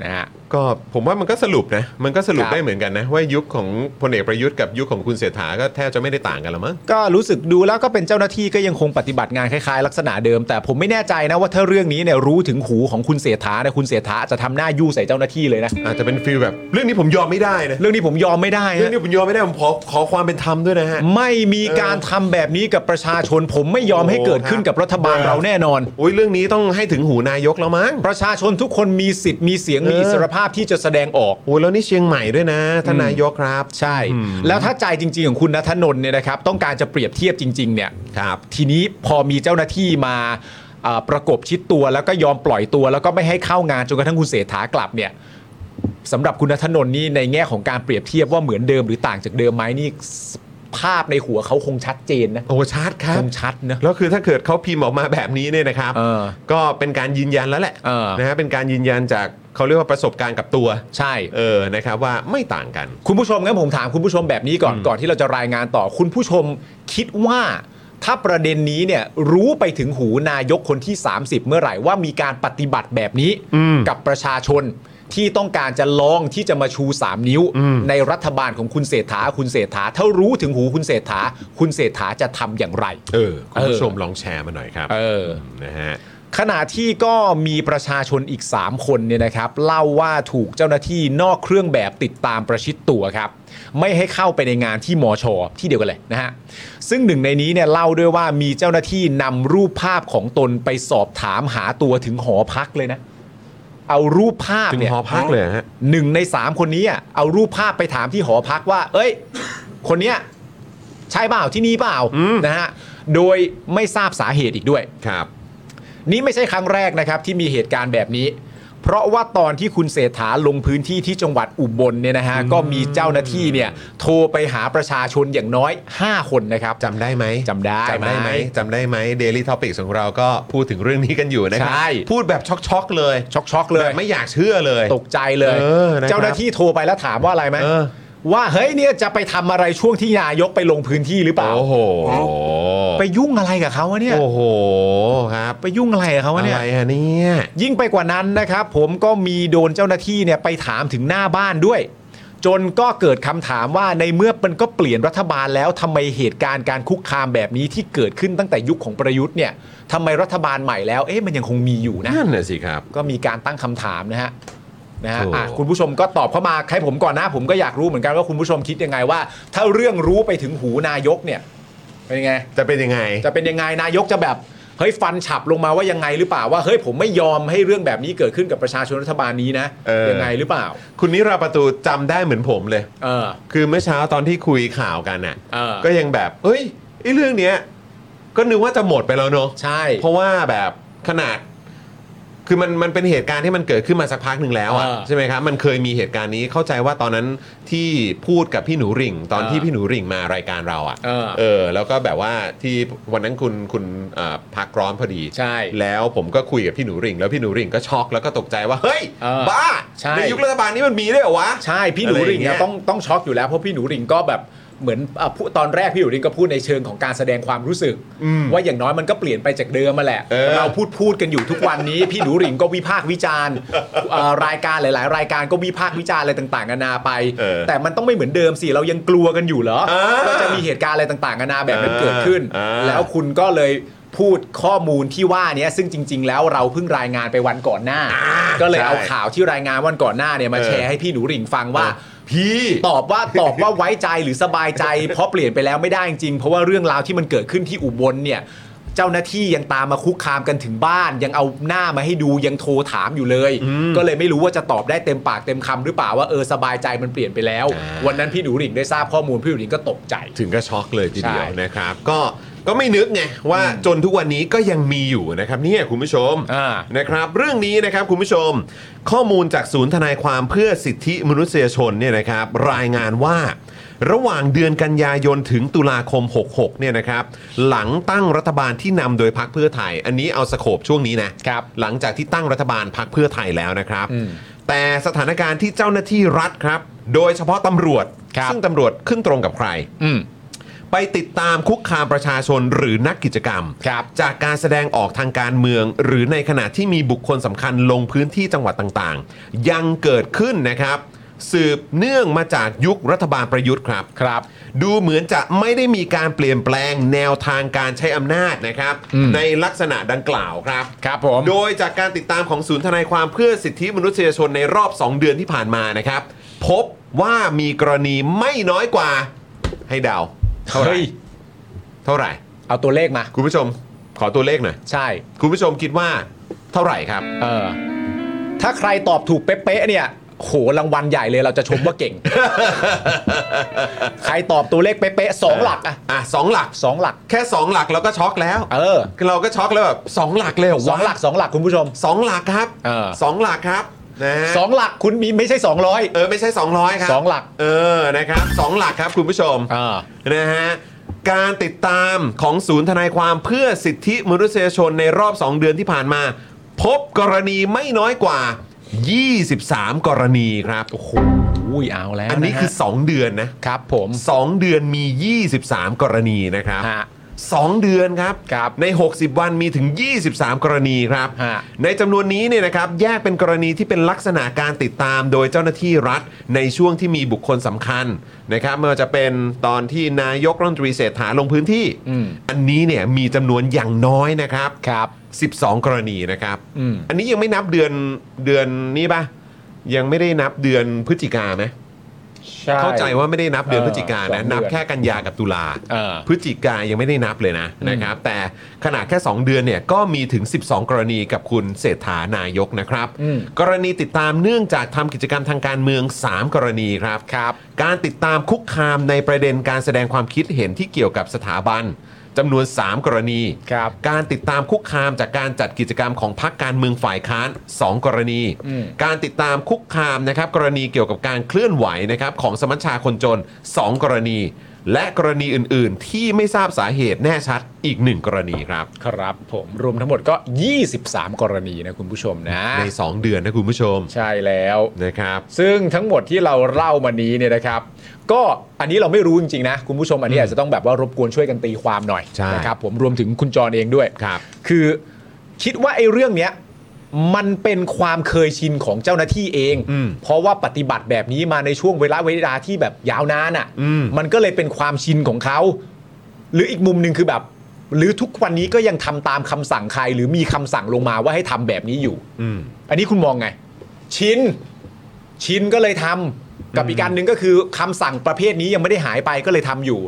Speaker 3: นะฮะ
Speaker 1: ก็ผมว่ามันก็สรุปนะ มันก็สรุป
Speaker 3: ครับ
Speaker 1: ได้เหมือนกันนะ ว่ายุคของพลเอกประยุทธ์กับยุคของคุณเสถาก็แทบจะไม่ได้ต่างกันละมั้ง
Speaker 3: ก็รู้สึกดูแล้วก็เป็นเจ้าหน้าที่ก็ยังคงปฏิบัติงานคล้ายๆ ลักษณะเดิม แต่ผมไม่แน่ใจนะว่าถ้าเรื่องนี้เนี่ยรู้ถึงหูของคุณเสถาเนี่ยคุณเสถาจะทำหน้ายู่ใส่เจ้าหน้าที่เลยนะ
Speaker 1: อาจจะเป็นฟีลแบบเรื่องนี้ผมยอมไม่ได้นะ
Speaker 3: เรื่องนี้ผมยอมไม่ได้
Speaker 1: เรื่อ
Speaker 3: ฮะ
Speaker 1: งนี้ผมยอมไม่ได้ผมขอขอความเป็นธรรมด้วยนะฮะ
Speaker 3: ไม่มีการทำแบบนี้กับประชาชน ผมไม่ยอมให้เกิดขึ้นกับรัฐบาล
Speaker 1: โอ้ครับ
Speaker 3: เราแน่นอน
Speaker 1: โอ้ยเรื่องนี้ต้องให้ถึงหูนายกแล้วมั้ง
Speaker 3: ประชาชนทุกคนมีสิทธิ์มีเสียงมี
Speaker 1: เออ
Speaker 3: อิสรภาพที่จะแสดงออก
Speaker 1: โอ้ยแล้วนี่เชียงใหม่ด้วยนะท่านนายกครับ
Speaker 3: ใช่
Speaker 1: อืม
Speaker 3: แล้วถ้าใจจริง ๆ ของคุณนัทนนท์เนี่ยนะครับ ต้องการจะเปรียบเทียบจริง ๆ เนี่ย
Speaker 1: ครับ
Speaker 3: ทีนี้พอมีเจ้าหน้าที่มาเอ่อประกบชิดตัวแล้วก็ยอมปล่อยตัว แล้วก็ไม่ให้เข้างานจนกระทั่งคุณเสถากลับเนี่ยสำหรับคุณนัทนนท์นี่ในแง่ของการเปรียบเทียบว่าเหมือนเดิมหรือต่างจากเดิมไหมนี่ภาพในหัวเขาคงชัดเจนนะ
Speaker 1: โอ้ชัดครับ
Speaker 3: คงชัดนะ
Speaker 1: แล้วคือถ้าเกิดเขาพิมพ์ออกมาแบบนี้เนี่ยนะครับ
Speaker 3: เออ
Speaker 1: ก็เป็นการยืนยันแล้วแหละ
Speaker 3: เออ
Speaker 1: นะฮะเป็นการยืนยันจากเขาเรียกว่าประสบการณ์กับตัว
Speaker 3: ใช่
Speaker 1: เออนะครับว่าไม่ต่างกัน
Speaker 3: คุณผู้ชมงั้นผมถามคุณผู้ชมแบบนี้ก่อนก่อนที่เราจะรายงานต่อ คุณผู้ชมคิดว่าถ้าประเด็นนี้เนี่ยรู้ไปถึงหูนายกคนที่ 30 เมื่อไหร่ว่ามีการปฏิบัติแบบนี้
Speaker 1: อืม
Speaker 3: กับประชาชนที่ต้องการจะลองที่จะมาชู 3 นิ้ว
Speaker 1: อืม
Speaker 3: ในรัฐบาลของคุณเศรษฐาคุณเศรษฐาถ้ารู้ถึงหูคุณเศรษฐาคุณเศรษฐาจะทำอย่างไร
Speaker 1: เออคุณผู้
Speaker 3: เออ
Speaker 1: ชมลองแชร์มาหน่อยครับ
Speaker 3: เออ
Speaker 1: นะฮะ
Speaker 3: ขณะที่ก็มีประชาชนอีก 3 คนเนี่ยนะครับ เล่าว่าถูกเจ้าหน้าที่นอกเครื่องแบบติดตามประชิดตัวครับ ไม่ให้เข้าไปในงานที่มอชอที่เดียวกันเลยนะฮะ ซึ่งหนึ่งในนี้เนี่ยเล่าด้วยว่ามีเจ้าหน้าที่นำรูปภาพของตนไปสอบถามหาตัวถึงหอพักเลยนะ เอารูปภาพ
Speaker 1: ถึง
Speaker 3: เนี่ย
Speaker 1: หอพักเลยเหรอฮะ
Speaker 3: หนึ่งในสามคนนี้อะเอารูปภาพไปถามที่หอพักว่า เอ้ย คนเนี้ยใช่เปล่าที่นี่เปล่า
Speaker 1: อืม
Speaker 3: นะฮะโดยไม่ทราบสาเหตุอีกด้วย
Speaker 1: ครับ
Speaker 3: นี่ไม่ใช่ครั้งแรกนะครับที่มีเหตุการณ์แบบนี้ เพราะว่าตอนที่คุณเศรษฐาลงพื้นที่ที่จังหวัดอุบลเนี่ยนะฮะก็มีเจ้าหน้าที่เนี่ยโทรไปหาประชาชนอย่างน้อย 5 คนนะครับ
Speaker 1: จำได้ไหม
Speaker 3: จำได้
Speaker 1: จำได้ไหม
Speaker 3: ไหม
Speaker 1: จำได้ไหมเดลี่ท็อปิกของเราก็พูดถึงเรื่องนี้กันอยู่นะครั
Speaker 3: ใช่
Speaker 1: พูดแบบช็อกๆเลย
Speaker 3: ช็อกๆเล
Speaker 1: แบ
Speaker 3: ย
Speaker 1: บไม่อยากเชื่อเลย
Speaker 3: ตกใจเลย
Speaker 1: เออนะครับ
Speaker 3: เจ้าหน้าที่โทรไปแล้วถามว่าอะไรไหม
Speaker 1: เออ
Speaker 3: ว่าเฮ้ยเนี่ยจะไปทำอะไรช่วงที่นายกไปลงพื้นที่หรือเปล่า
Speaker 1: โอ้โห
Speaker 3: ไปยุ่งอะไรกับเขาวะเนี่ย
Speaker 1: โอ้โหครับ
Speaker 3: ไปยุ่งอะไรกับเขาวะ
Speaker 1: อะ
Speaker 3: เนี่ย
Speaker 1: ไรฮะเนี่ย
Speaker 3: ยิ่งไปกว่านั้นนะครับผมก็มีโดนเจ้าหน้าที่เนี่ยไปถามถึงหน้าบ้านด้วย จนก็เกิดคำถามว่าในเมื่อมันก็เปลี่ยนรัฐบาลแล้วทำไมเหตุการณ์การคุกคามแบบนี้ที่เกิดขึ้นตั้งแต่ยุคของประยุทธ์เนี่ยทำไมรัฐบาลใหม่แล้วเอ๊ะมันยังคงมีอยู่นะ
Speaker 1: นั่นน่ะสิครับ
Speaker 3: ก็มีการตั้งคำถามนะฮะนะฮะ
Speaker 1: โอ้
Speaker 3: อ่ะคุณผู้ชมก็ตอบเข้ามาให้ผมก่อนนะผมก็อยากรู้เหมือนกันว่าคุณผู้ชมคิดยังไงว่า ถ้าเรื่องรู้ไปถึงหูนายกเนี่ยเป็นยังไง
Speaker 1: จะเป็นยังไง
Speaker 3: จะเป็นยังไงนายกจะแบบเฮ้ยฟันฉับลงมาว่ายังไงหรือเปล่าว่าเฮ้ยผมไม่ยอมให้เรื่องแบบนี้เกิดขึ้นกับประชาชนรัฐบาลนี้นะ
Speaker 1: เออ
Speaker 3: ยังไงหรือเปล่า
Speaker 1: คุณนิราประตูจำได้เหมือนผมเลย
Speaker 3: เออ
Speaker 1: คือเมื่อเช้าตอนที่คุยข่าวกันน่ะ
Speaker 3: เออ
Speaker 1: ก็ยังแบบเอ้ยไอ้เรื่องเนี้ยก็นึกว่าจะหมดไปแล้วเนอะ
Speaker 3: ใช่
Speaker 1: เพราะว่าแบบขนาด คือมันมันเป็นเหตุการณ์ที่มันเกิดขึ้นมาสักพักหนึ่งแล้วอ่ะ
Speaker 3: เออ
Speaker 1: ใช่ไหมครับมันเคยมีเหตุการณ์นี้เข้าใจว่าตอนนั้นที่พูดกับพี่หนูหริ่ง ตอน
Speaker 3: เออ
Speaker 1: ที่พี่หนูหริ่งมารายการเราอ่ะ
Speaker 3: เออ
Speaker 1: แล้วก็แบบว่าที่วันนั้นคุณคุณเอ่อพักร้อนพอดี
Speaker 3: ใช่
Speaker 1: แล้วผมก็คุยกับพี่หนูหริ่ง แล้วพี่หนูหริ่งก็ช็อกแล้วก็ตกใจว่าเฮ้ย
Speaker 3: เออ
Speaker 1: บ้า
Speaker 3: ใช่
Speaker 1: ในยุครัฐบาลนี้มันมีด้วยเหรอวะ
Speaker 3: ใช่พี่หนูห
Speaker 1: อะไรอ
Speaker 3: ริง
Speaker 1: ย่างเงี้
Speaker 3: เนี่ย
Speaker 1: ย
Speaker 3: ต้องต้องช็อกอยู่แล้วเพราะพี่หนูหริงก็แบบเหมือนอ่ะพูดตอนแรกพี่หนูหริงก็พูดในเชิงของการแสดงความรู้สึก ว่าอย่างน้อยมันก็เปลี่ยนไปจากเดิมมาแหละ
Speaker 1: เออ
Speaker 3: พูดพูดกันอยู่ทุกวันนี้ พี่หนูหริงก็วิพากษ์วิ จารณ์เอ่อรายการหลาย ๆ รายการก็วิพากษ์วิจารณ์อะไรต่างๆนานาไป
Speaker 1: เออ
Speaker 3: แต่มันต้องไม่เหมือนเดิมสิเรายังกลัวกันอยู่เหรอ
Speaker 1: เออ
Speaker 3: ว่าจะมีเหตุการณ์อะไรต่างๆนานาแบบนั้
Speaker 1: เอ
Speaker 3: น
Speaker 1: อ
Speaker 3: เกิดขึ้น
Speaker 1: เออ
Speaker 3: แล้วคุณก็เลยพูดข้อมูลที่ว่าเนี้ยซึ่งจริง ๆ แล้วเราเพิ่งรายงานไปวันก่อนหน้า ก็เลย
Speaker 1: ใช่
Speaker 3: เอาข่าวที่รายงานวันก่อนหน้าเนี่ยมา
Speaker 1: เออ
Speaker 3: แชร์ให้พี่หนูหริงฟังว่า
Speaker 1: พี่
Speaker 3: ตอบว่า ตอบว่าไว้ใจหรือสบายใจ เพราะเปลี่ยนไปแล้วไม่ได้จริงๆเพราะว่าเรื่องราวที่มันเกิดขึ้นที่อุบลเนี่ย เจ้าหน้าที่ยังตามมาคุกคามกันถึงบ้าน ยังเอาหน้ามาให้ดูยังโทรถามอยู่เลย ก็เลยไม่รู้ว่าจะตอบได้เต็มปากเต็มคำหรือเปล่าว่าเออสบายใจมันเปลี่ยนไปแล้ว
Speaker 1: อ่า
Speaker 3: วันนั้นพี่หนูหลิงได้ทราบข้อมูลพี่หนูหลิงก็ตกใจ
Speaker 1: ถึงก็ช็อกเลยทีเดียว
Speaker 3: ใช่
Speaker 1: นะครับ ก็ก็ไม่นึกไงว่าจนทุกวันนี้ก็ยังมีอยู่นะครับเนี่ยคุณผู้ชม
Speaker 3: อ่า
Speaker 1: นะครับ เรื่องนี้นะครับคุณผู้ชม ข้อมูลจากศูนย์ทนายความเพื่อสิทธิมนุษยชนเนี่ยนะครับ รายงานว่า ระหว่างเดือนกันยายนถึงตุลาคม 66เนี่ยนะครับ หลังตั้งรัฐบาลที่นำโดยพักเพื่อไทย อันนี้เอาสโคบช่วงนี้นะ
Speaker 3: ครับ
Speaker 1: หลังจากที่ตั้งรัฐบาลพักเพื่อไทยแล้วนะครับ แต่สถานการณ์ที่เจ้าหน้าที่รัฐครับ โดยเฉพาะตำรวจ
Speaker 3: ครับ
Speaker 1: ซึ่งตำรวจขึ้นตรงกับใคร
Speaker 3: อืม
Speaker 2: ไปติดตามคุกคามประชาชนหรือนักกิจกรรม
Speaker 3: ครับ
Speaker 2: จากการแสดงออกทางการเมือง หรือในขณะที่มีบุคคลสำคัญลงพื้นที่จังหวัดต่างๆ ยังเกิดขึ้นนะครับ สืบเนื่องมาจากยุครัฐบาลประยุทธ์ครับ
Speaker 3: ครับ
Speaker 2: ดูเหมือนจะไม่ได้มีการเปลี่ยนแปลงแนวทางการใช้อำนาจนะครับ
Speaker 3: อืม
Speaker 2: ในลักษณะดังกล่าวครับ
Speaker 3: ครับผม
Speaker 2: โดยจากการติดตามของศูนย์ทนายความเพื่อสิทธิมนุษยชนในรอบ 2 เดือนที่ผ่านมานะครับ พบว่ามีกรณีไม่น้อยกว่า ให้เดาเท่าไหร่
Speaker 3: เฮ้ย
Speaker 2: เท่าไหร่
Speaker 3: เอาตัวเลขมา
Speaker 2: คุณผู้ชมขอตัวเลขหน่อย
Speaker 3: ใช่
Speaker 2: คุณผู้ชมคิดว่าเท่าไหร่ครับ
Speaker 3: เออ ถ้าใครตอบถูกเป๊ะๆเนี่ย โหรางวัลใหญ่เลยเราจะชมว่าเก่ง ใครตอบตัวเลขเป๊ะๆสองหลักอะ
Speaker 2: อ่ะสองหลัก
Speaker 3: สองหลัก
Speaker 2: แค่ 2 หลักเราก็ช็อกแล้ว
Speaker 3: เออ
Speaker 2: เราก็ช็อกแล้วแบบสองหลักเลยเร
Speaker 3: สองหลักสองหลักคุณผู้ชม
Speaker 2: สองหลักครับ
Speaker 3: เออ
Speaker 2: สองหลักครับนะฮะ
Speaker 3: สองหลักคุณมีไม่ใช่สองร้อย
Speaker 2: เออไม่ใช่ 200 ครับ
Speaker 3: สองหลัก
Speaker 2: เออนะครับสองหลักครับคุณผู้ชม
Speaker 3: อ่า
Speaker 2: นะฮะการติดตามของศูนย์ทนายความเพื่อสิทธิมนุษยชนในรอบ 2 เดือนที่ผ่านมา พบกรณีไม่น้อยกว่า 23 กรณีครับ
Speaker 3: โอ้โหเอาแล้ว
Speaker 2: อันนี้คือ
Speaker 3: ะฮะ
Speaker 2: 2 เดือนนะ
Speaker 3: ครับผม
Speaker 2: 2 เดือนมี 23 กรณีนะครับ
Speaker 3: ฮะ
Speaker 2: 2 เดือนครับ
Speaker 3: ครับ
Speaker 2: ใน 60 วันมีถึง 23 กรณีครับ
Speaker 3: ฮะ
Speaker 2: ในจำนวนนี้เนี่ยนะครับแยกเป็นกรณีที่เป็นลักษณะการติดตามโดยเจ้าหน้าที่รัฐ ในช่วงที่มีบุคคลสำคัญนะครับไม่ว่าจะเป็นตอนที่นายกรัฐมนตรีเศรษฐาลงพื้นที่
Speaker 3: อืม
Speaker 2: อันนี้เนี่ยมีจำนวนอย่างน้อยนะครับ
Speaker 3: ครับ
Speaker 2: 12 กรณีนะครับ
Speaker 3: อืม
Speaker 2: นนี้ยังไม่นับเดือนเดือนนี้ป่ะยังไม่ได้นับเดือนพฤศจิกาไหม
Speaker 3: ช่
Speaker 2: เข้าใจว่าไม่ได้นับเดือน
Speaker 3: เอ
Speaker 2: พ
Speaker 3: อ
Speaker 2: ฤศจิกา
Speaker 3: ส
Speaker 2: นะ
Speaker 3: องเดือน
Speaker 2: นับแค่กันยากับตุลา
Speaker 3: เออ
Speaker 2: พฤศจิกายังไม่ได้นับเลยนะนะครับ แต่ขนาดแค่ 2 เดือนเนี่ยก็มีถึง 12 กรณีกับคุณเศรษฐานายกนะครับ
Speaker 3: อืม
Speaker 2: กรณีติดตามเนื่องจากทำกิจกรรมทางการเมือง 3 กรณีครับ
Speaker 3: ครับ
Speaker 2: การติดตามคุกคามในประเด็นการแสดงความคิดเห็นที่เกี่ยวกับสถาบันจำนวน 3 กรณี
Speaker 3: ครับ
Speaker 2: การติดตามคุกคามจากการจัดกิจกรรมของพรรคการเมืองฝ่ายค้าน 2 กรณี
Speaker 3: อืม
Speaker 2: การติดตามคุกคามนะครับกรณีเกี่ยวกับการเคลื่อนไหวนะครับของสมัชชาคนจน 2 กรณี และกรณีอื่น ๆ ที่ไม่ทราบสาเหตุแน่ชัดอีก 1 กรณีครับ
Speaker 3: ครับผมรวมทั้งหมดก็ 23 กรณีนะคุณผู้ชมนะ
Speaker 2: ใน 2 เดือนนะคุณผู้ชม
Speaker 3: ใช่แล้ว
Speaker 2: นะครับ
Speaker 3: ซึ่งทั้งหมดที่เราเล่ามานี้เนี่ยนะครับ ก็อันนี้เราไม่รู้จริงๆนะ คุณผู้ชมอันนี้อาจจะต้องแบบว่ารบกวนช่วยกันตีความหน่อย
Speaker 2: ใช่
Speaker 3: นะครับผมรวมถึงคุณจรเองด้วย
Speaker 2: ครับ
Speaker 3: คือคิดว่าไอ้เรื่องเนี้ยมันเป็นความเคยชินของเจ้าหน้าที่เอง
Speaker 2: อืม
Speaker 3: เพราะว่าปฏิบัติแบบนี้มาในช่วงเวลาเวลาที่แบบยาวนานอ่ะ
Speaker 2: อืม
Speaker 3: มันก็เลยเป็นความชินของเขา หรืออีกมุมหนึ่งคือแบบ หรือทุกวันนี้ก็ยังทำตามคำสั่งใคร หรือมีคำสั่งลงมาว่าให้ทำแบบนี้อยู่
Speaker 2: อืม
Speaker 3: อันนี้คุณมองไง ชินชินก็เลยทำกับอีกการหนึ่งก็คือคำสั่งประเภทนี้ยังไม่ได้หายไปก็เลยทำอยู่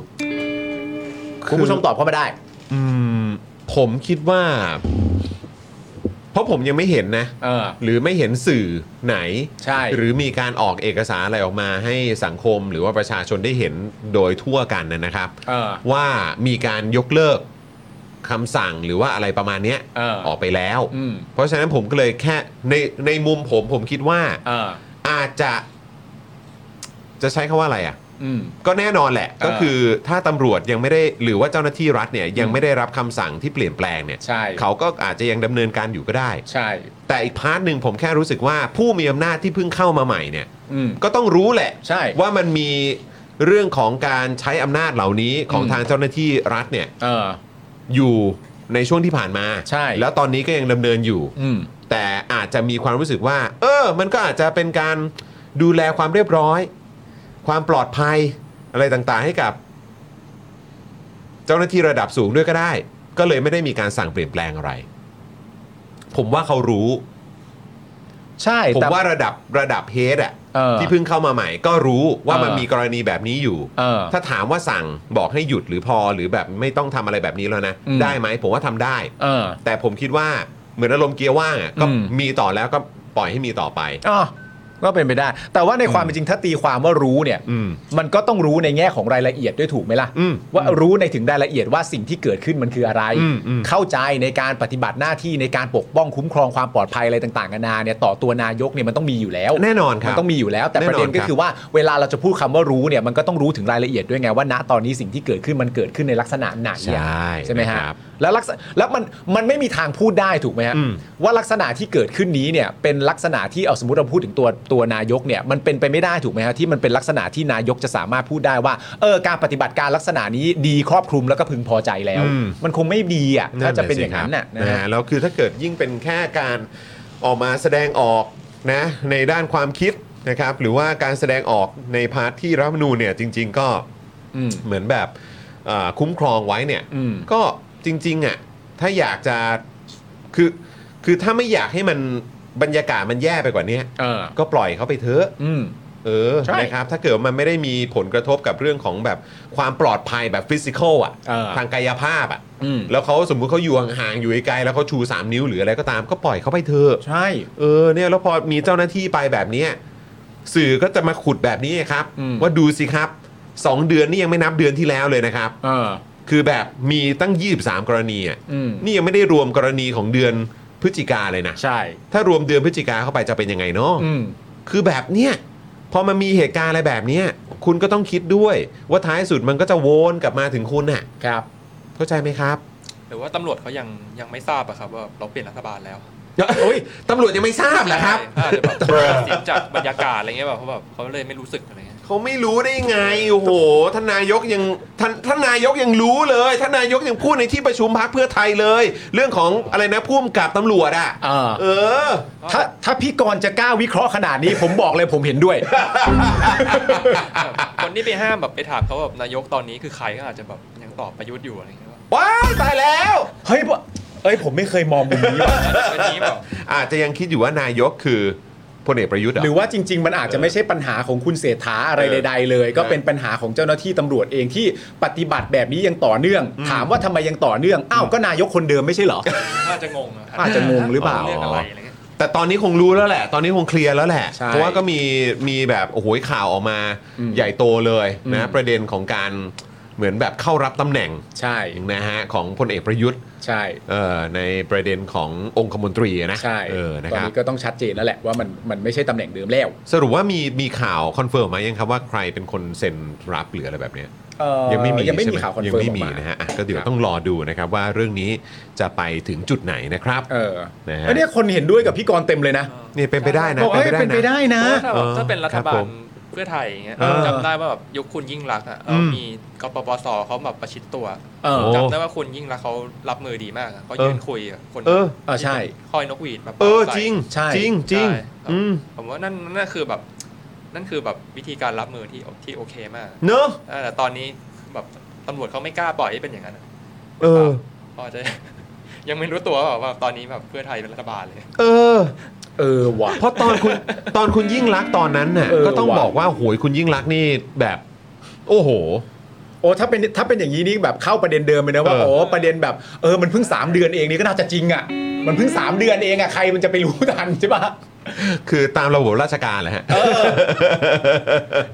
Speaker 2: คือ
Speaker 3: คุณผู้ชมตอบเข้ามาได้
Speaker 2: อืมผมคิดว่า เพราะผมยังไม่เห็นนะ
Speaker 3: เออ
Speaker 2: หรือไม่เห็นสื่อไหน
Speaker 3: ใช่
Speaker 2: หรือมีการออกเอกสารอะไรออกมาให้สังคมหรือว่าประชาชนได้เห็นโดยทั่วกันนะครับ
Speaker 3: เออ
Speaker 2: ว่ามีการยกเลิกคำสั่งหรือว่าอะไรประมาณเนี้ย
Speaker 3: เออ
Speaker 2: ออกไปแล้ว
Speaker 3: อืม
Speaker 2: เพราะฉะนั้นผมก็เลยแค่ในในมุมผมผมคิดว่า
Speaker 3: เออ
Speaker 2: อาจจะจะใช้คำว่าอะไรอ่ะ
Speaker 3: อืม
Speaker 2: ก็แน่นอนแหละ ก็
Speaker 3: เออ
Speaker 2: คือถ้าตำรวจยังไม่ได้หรือว่าเจ้าหน้าที่รัฐเนี่ยยังไม่ได้รับคำสั่งที่เปลี่ยนแปลงเนี่ย
Speaker 3: ใช่
Speaker 2: เขาก็อาจจะยังดำเนินการอยู่ก็ได้
Speaker 3: ใช่
Speaker 2: แต่อีกพาร์ทหนึ่งผมแค่รู้สึกว่าผู้มีอำนาจที่เพิ่งเข้ามาใหม่เนี่ย
Speaker 3: อืม
Speaker 2: ก็ต้องรู้แหละ
Speaker 3: ใช่
Speaker 2: ว่ามันมีเรื่องของการใช้อำนาจเหล่านี้ของ
Speaker 3: อืม
Speaker 2: ทางเจ้าหน้าที่รัฐเนี่ย
Speaker 3: เออ
Speaker 2: อยู่ในช่วงที่ผ่านมา
Speaker 3: ใช่
Speaker 2: แล้วตอนนี้ก็ยังดำเนินอยู่
Speaker 3: อืม
Speaker 2: แต่อาจจะมีความรู้สึกว่า เออ มันก็อาจจะเป็นการดูแลความเรียบร้อย ความปลอดภัยอะไรต่างๆ ให้กับ เจ้าหน้าที่ระดับสูงด้วยก็ได้ ก็เลยไม่ได้มีการสั่งเปลี่ยนแปลงอะไร ผมว่าเขารู้
Speaker 3: ใช่
Speaker 2: ผม
Speaker 3: แต่
Speaker 2: ว่าระดับระดับเฮดอะ
Speaker 3: เออ
Speaker 2: ที่เพิ่งเข้ามาใหม่ ก็รู้ว่า
Speaker 3: เออ
Speaker 2: มันมีกรณีแบบนี้อยู่
Speaker 3: เออ
Speaker 2: ถ้าถามว่าสั่งบอกให้หยุดหรือพอหรือแบบไม่ต้องทำอะไรแบบนี้แล้วนะ
Speaker 3: อืม
Speaker 2: ได้ไหมผมว่าทำได้
Speaker 3: เออ
Speaker 2: แต่ผมคิดว่าเหมือนอารมณ์เกียร์ว่างอะก็
Speaker 3: อืม
Speaker 2: มีต่อแล้วก็ปล่อยให้มีต่อไป
Speaker 3: อ๋อก็เป็นไปได้ แต่ว่าในความเป็นจริงถ้าตีความว่ารู้เนี่ย
Speaker 2: อืม
Speaker 3: มันก็ต้องรู้ในแง่ของรายละเอียดด้วยถูกไหมล่ะ
Speaker 2: อืม
Speaker 3: ว่ารู้ในถึงรายละเอียดว่าสิ่งที่เกิดขึ้นมันคืออะไร
Speaker 2: อืมอืม
Speaker 3: เข้าใจในการปฏิบัติหน้าที่ในการปกป้องคุ้มครองความปลอดภัยอะไรต่างๆนานาเนี่ยต่อตัวนายกเนี่ยมันต้องมีอยู่แล้ว
Speaker 2: แน่นอนครับ
Speaker 3: มันต้องมีอยู่แล้ว แต่
Speaker 2: แน่นอ
Speaker 3: ป
Speaker 2: น
Speaker 3: ระเด็นก็
Speaker 2: ครับ
Speaker 3: คือว่าเวลาเราจะพูดคำว่ารู้เนี่ยมันก็ต้องรู้ถึงรายละเอียดด้วยไงว่าณตอนนี้สิ่งที่เกิดขึ้นมันเกิดขึ้นในลักษณะไหนอะ
Speaker 2: ใช่
Speaker 3: ใช่ไหมฮะ
Speaker 2: นะครับ
Speaker 3: แล้วลักษณะแล้วมันมันไม่มีทางพูดได้ถูกไหมฮะ
Speaker 2: อืม
Speaker 3: ว่าลักษณะที่เกิดขึ้นนี้เนี่ยเป็นลักษณะที่เอาสมมติเราพูดถึงตัวตัว ตัวนายกเนี่ยมันเป็นไปไม่ได้ถูกไหมฮะที่มันเป็นลักษณะที่นายกจะสามารถพูดได้ว่าเออการปฏิบัติการลักษณะนี้ดีครอบคลุมแล้วก็พึงพอใจแล้ว
Speaker 2: อืม
Speaker 3: มันคงไม่ดีอ่ะถ้าจะเป็นอย่างนั้นน่ะนะ
Speaker 2: นะ
Speaker 3: ฮะ
Speaker 2: ฮะแล้วคือถ้าเกิดยิ่งเป็นแค่การออกมาแสดงออกนะในด้านความคิดนะครับหรือว่าการแสดงออกในพาร์ทที่รัฐธรรมนูญเนี่ยจริง ๆ ก็
Speaker 3: อืม
Speaker 2: เหมือนแบบเอ่อคุ้มครองไว้เนี่ย
Speaker 3: อืม
Speaker 2: ก็จริงๆอ่ะถ้าอยากจะคือคือถ้าไม่อยากให้มันบรรยากาศมันแย่ไปกว่านี้
Speaker 3: เออ
Speaker 2: ก็ปล่อยเขาไปเถอะ
Speaker 3: อืม
Speaker 2: เออ
Speaker 3: ใช่
Speaker 2: นะครับถ้าเกิดว่ามันไม่ได้มีผลกระทบกับเรื่องของแบบความปลอดภัยแบบฟิสิกอลอ่ะ
Speaker 3: เออ
Speaker 2: ทางกายภาพอ่ะ
Speaker 3: อืม
Speaker 2: แล้วเขาสมมุติเขาอยู่ห่างๆอยู่ไกลๆแล้วเขาชู 3 นิ้วหรืออะไรก็ตามก็ปล่อยเขาไปเถอะ
Speaker 3: ใช่
Speaker 2: เออเนี่ยแล้วพอมีเจ้าหน้าที่ไปแบบเนี้ยสื่อก็จะมาขุดแบบนี้ไงครับ
Speaker 3: อืม
Speaker 2: ว่าดูสิครับ 2 เดือนนี่ยังไม่นับเดือนที่แล้วเลยนะครับ
Speaker 3: เออ
Speaker 2: คือแบบมีตั้ง 23 กรณีอ่ะ
Speaker 3: อืม
Speaker 2: นี่ยังไม่ได้รวมกรณีของเดือนพฤศจิกาเลยนะ
Speaker 3: ใช่
Speaker 2: ถ้ารวมเดือนพฤศจิกาเข้าไปจะเป็นยังไงเนาะ
Speaker 3: อืม
Speaker 2: คือแบบเนี้ยพอมันมีเหตุการณ์อะไรแบบเนี้ยคุณก็ต้องคิดด้วยว่าท้ายสุดมันก็จะวนกลับมาถึงคุณน่ะ
Speaker 3: ครับ
Speaker 2: เข้าใจไหมครับ
Speaker 5: หรือว่าตำรวจเขายังยังไม่ทราบอะครับว่าเราเปลี่ยนรัฐบาลแล้ว
Speaker 2: โอ้ยตำรวจยังไม่ทราบเหรอครับ
Speaker 5: ใช่อาจจะแบบตัดสินจากบรรยากาศอะไรเงี้ยแบบเขาแบบเขาเลยไม่รู้สึกอะไรเงี้ย
Speaker 2: เขาไม่รู้ได้ไงโอ้โหท่านนายกยังท่านท่านนายกยังรู้เลยท่านนายกยังพูดในที่ประชุมพักเพื่อไทยเลย เรื่องของอะไรนะพุ่มกับตำรวจอ่ะ
Speaker 3: เออ
Speaker 2: เออ
Speaker 3: ถ้าถ้าพี่กรณ์จะกล้าวิเคราะห์ขนาดนี้ ผมบอกเลยผมเห็นด้วย
Speaker 5: แบบคนที่ไปห้ามแบบไปถามเขาแบบนายกตอนนี้คือใครก็อาจจะแบบยังตอบประยุทธ์อยู่อะไรเงี้ยว่า
Speaker 2: ว้ายตายแล้ว
Speaker 3: เฮ้ยบ่เอ้ยผมไม่เคยมองมุมนี้ว่ะ
Speaker 5: วันนี้แบบ
Speaker 2: อาจจะยังคิดอยู่ว่านายกคือพลเอกประยุทธ์เหรอ
Speaker 3: หรือว่าจริง ๆ มันอาจจะไม่ใช่ปัญหาของคุณเศรษฐาอะไร
Speaker 2: เออ
Speaker 3: ใดๆเลย ก็เป็นปัญหาของเจ้าหน้าที่ตำรวจเองที่ปฏิบัติแบบนี้ยังต่อเนื่อง ถามว่าทำไมยังต่อเนื่อง อ้าว ก็นายกคนเดิมไม่ใช่เหรอ
Speaker 5: อาจจะงงอ
Speaker 3: อาจจะงงหรือเปล่า
Speaker 5: เรื่องอะไรอะไรเงี้ย
Speaker 2: แต่ตอนนี้คงรู้แล้วแหละ ตอนนี้คงเคลียร์แล้วแหละ
Speaker 3: ใช่
Speaker 2: เพราะว่าก็มีมีแบบโอ้โหข่าวออกมาใหญ่โตเลย
Speaker 3: อื
Speaker 2: นะ
Speaker 3: ม
Speaker 2: ประเด็นของการเหมือนแบบเข้ารับตำแหน่ง
Speaker 3: ใช่
Speaker 2: นะฮะของพลเอกประยุทธ์
Speaker 3: ใช่
Speaker 2: เอ่อในประเด็นขององคมนตรีนะ
Speaker 3: ใช่
Speaker 2: เออนะ
Speaker 3: ตอ
Speaker 2: คน รับ
Speaker 3: นี้ก็ต้องชัดเจนแล้วแหละว่ามันมันไม่ใช่ตำแหน่งเดิมแล้ว
Speaker 2: สรุปว่ามีมีข่าวคอนเฟิร์มมายังครับว่าใครเป็นคนเซ็นรับหรืออะไรแบบเนี้ย
Speaker 3: เอ่อ
Speaker 2: ยังไม่มี
Speaker 3: ยังไม่
Speaker 2: ใช่
Speaker 3: มี
Speaker 2: ห
Speaker 3: ข่าวคอน
Speaker 2: ยัง
Speaker 3: เฟิร์ม
Speaker 2: ไม่
Speaker 3: ออ
Speaker 2: มี
Speaker 3: กมา
Speaker 2: นะฮะอ่ะก็เดี๋ยว
Speaker 3: ครับ
Speaker 2: ต้องรอดูนะครับว่าเรื่องนี้จะไปถึงจุดไหนนะครับ
Speaker 3: เออ
Speaker 2: นะฮะ
Speaker 3: แล้วเนี่ยคนเห็นด้วยกับพี่กรณ์เต็มเลยนะ
Speaker 2: นี่เป็นไปได้นะ
Speaker 3: บอกเอ้ย
Speaker 2: ะ
Speaker 3: เป็นไปได้นะ
Speaker 5: ถ้าแบบถ้าเป็นรัฐ
Speaker 2: ครั
Speaker 5: บา
Speaker 2: บผ
Speaker 5: ล
Speaker 2: ม
Speaker 5: เพื่อไทยอย่างเงี้ย
Speaker 2: เออ
Speaker 5: จำได้ว่าแบบยุคคุณยิ่งรักษณ์อ่ะเรา
Speaker 2: อืม
Speaker 5: มีกปปสเขาแบบประชิดตัว
Speaker 3: เออ
Speaker 2: โอ้
Speaker 5: จำได้ว่าคุณยิ่งรักษณ์เขารับมือดีมากอะเขายืนคุยกับคน
Speaker 2: เออ
Speaker 3: เออใช่
Speaker 5: คอยนกหวีดแบบ
Speaker 2: เออ
Speaker 5: ใส่
Speaker 2: จริง
Speaker 3: ใช่
Speaker 2: จริงจริง
Speaker 5: ใช่ครับ
Speaker 2: อืม
Speaker 5: ผมว่านั่นนั่นคือแบบนั่นคือแบบวิธีการรับมือที่ที่โอเคมาก
Speaker 2: เนอะ
Speaker 5: เออแต่ตอนนี้แบบตำรวจเขาไม่กล้าปล่อยให้เป็นอย่างนั้นอะ
Speaker 2: เออ
Speaker 5: พอจะ ยังไม่รู้ตัวว่าแบบว่าตอนนี้แบบเพื่อไทยเป็นรัฐบาลเลย
Speaker 2: เออ
Speaker 3: เออว่ะ
Speaker 2: เพราะตอนคุณ ตอนคุณยิ่งรักษณ์ตอนนั้นน่ะ
Speaker 3: เออ
Speaker 2: ก็ต้อง
Speaker 3: ว่ะ
Speaker 2: บอกว่าโหยคุณยิ่งรักษณ์นี่แบบ โอ้โห
Speaker 3: โอ้ถ้าเป็นถ้าเป็นอย่างนี้นี่แบบเข้าประเด็นเดิมเลยนะว่า
Speaker 2: เออ
Speaker 3: โอ้ประเด็นแบบเออมันเพิ่ง 3 เดือนเองนี่ก็น่าจะจริงอ่ะมันเพิ่ง 3 เดือนเองอ่ะใครมันจะไปรู้ทันใช่ปะ
Speaker 2: คือตามระบบราชการแหละฮะ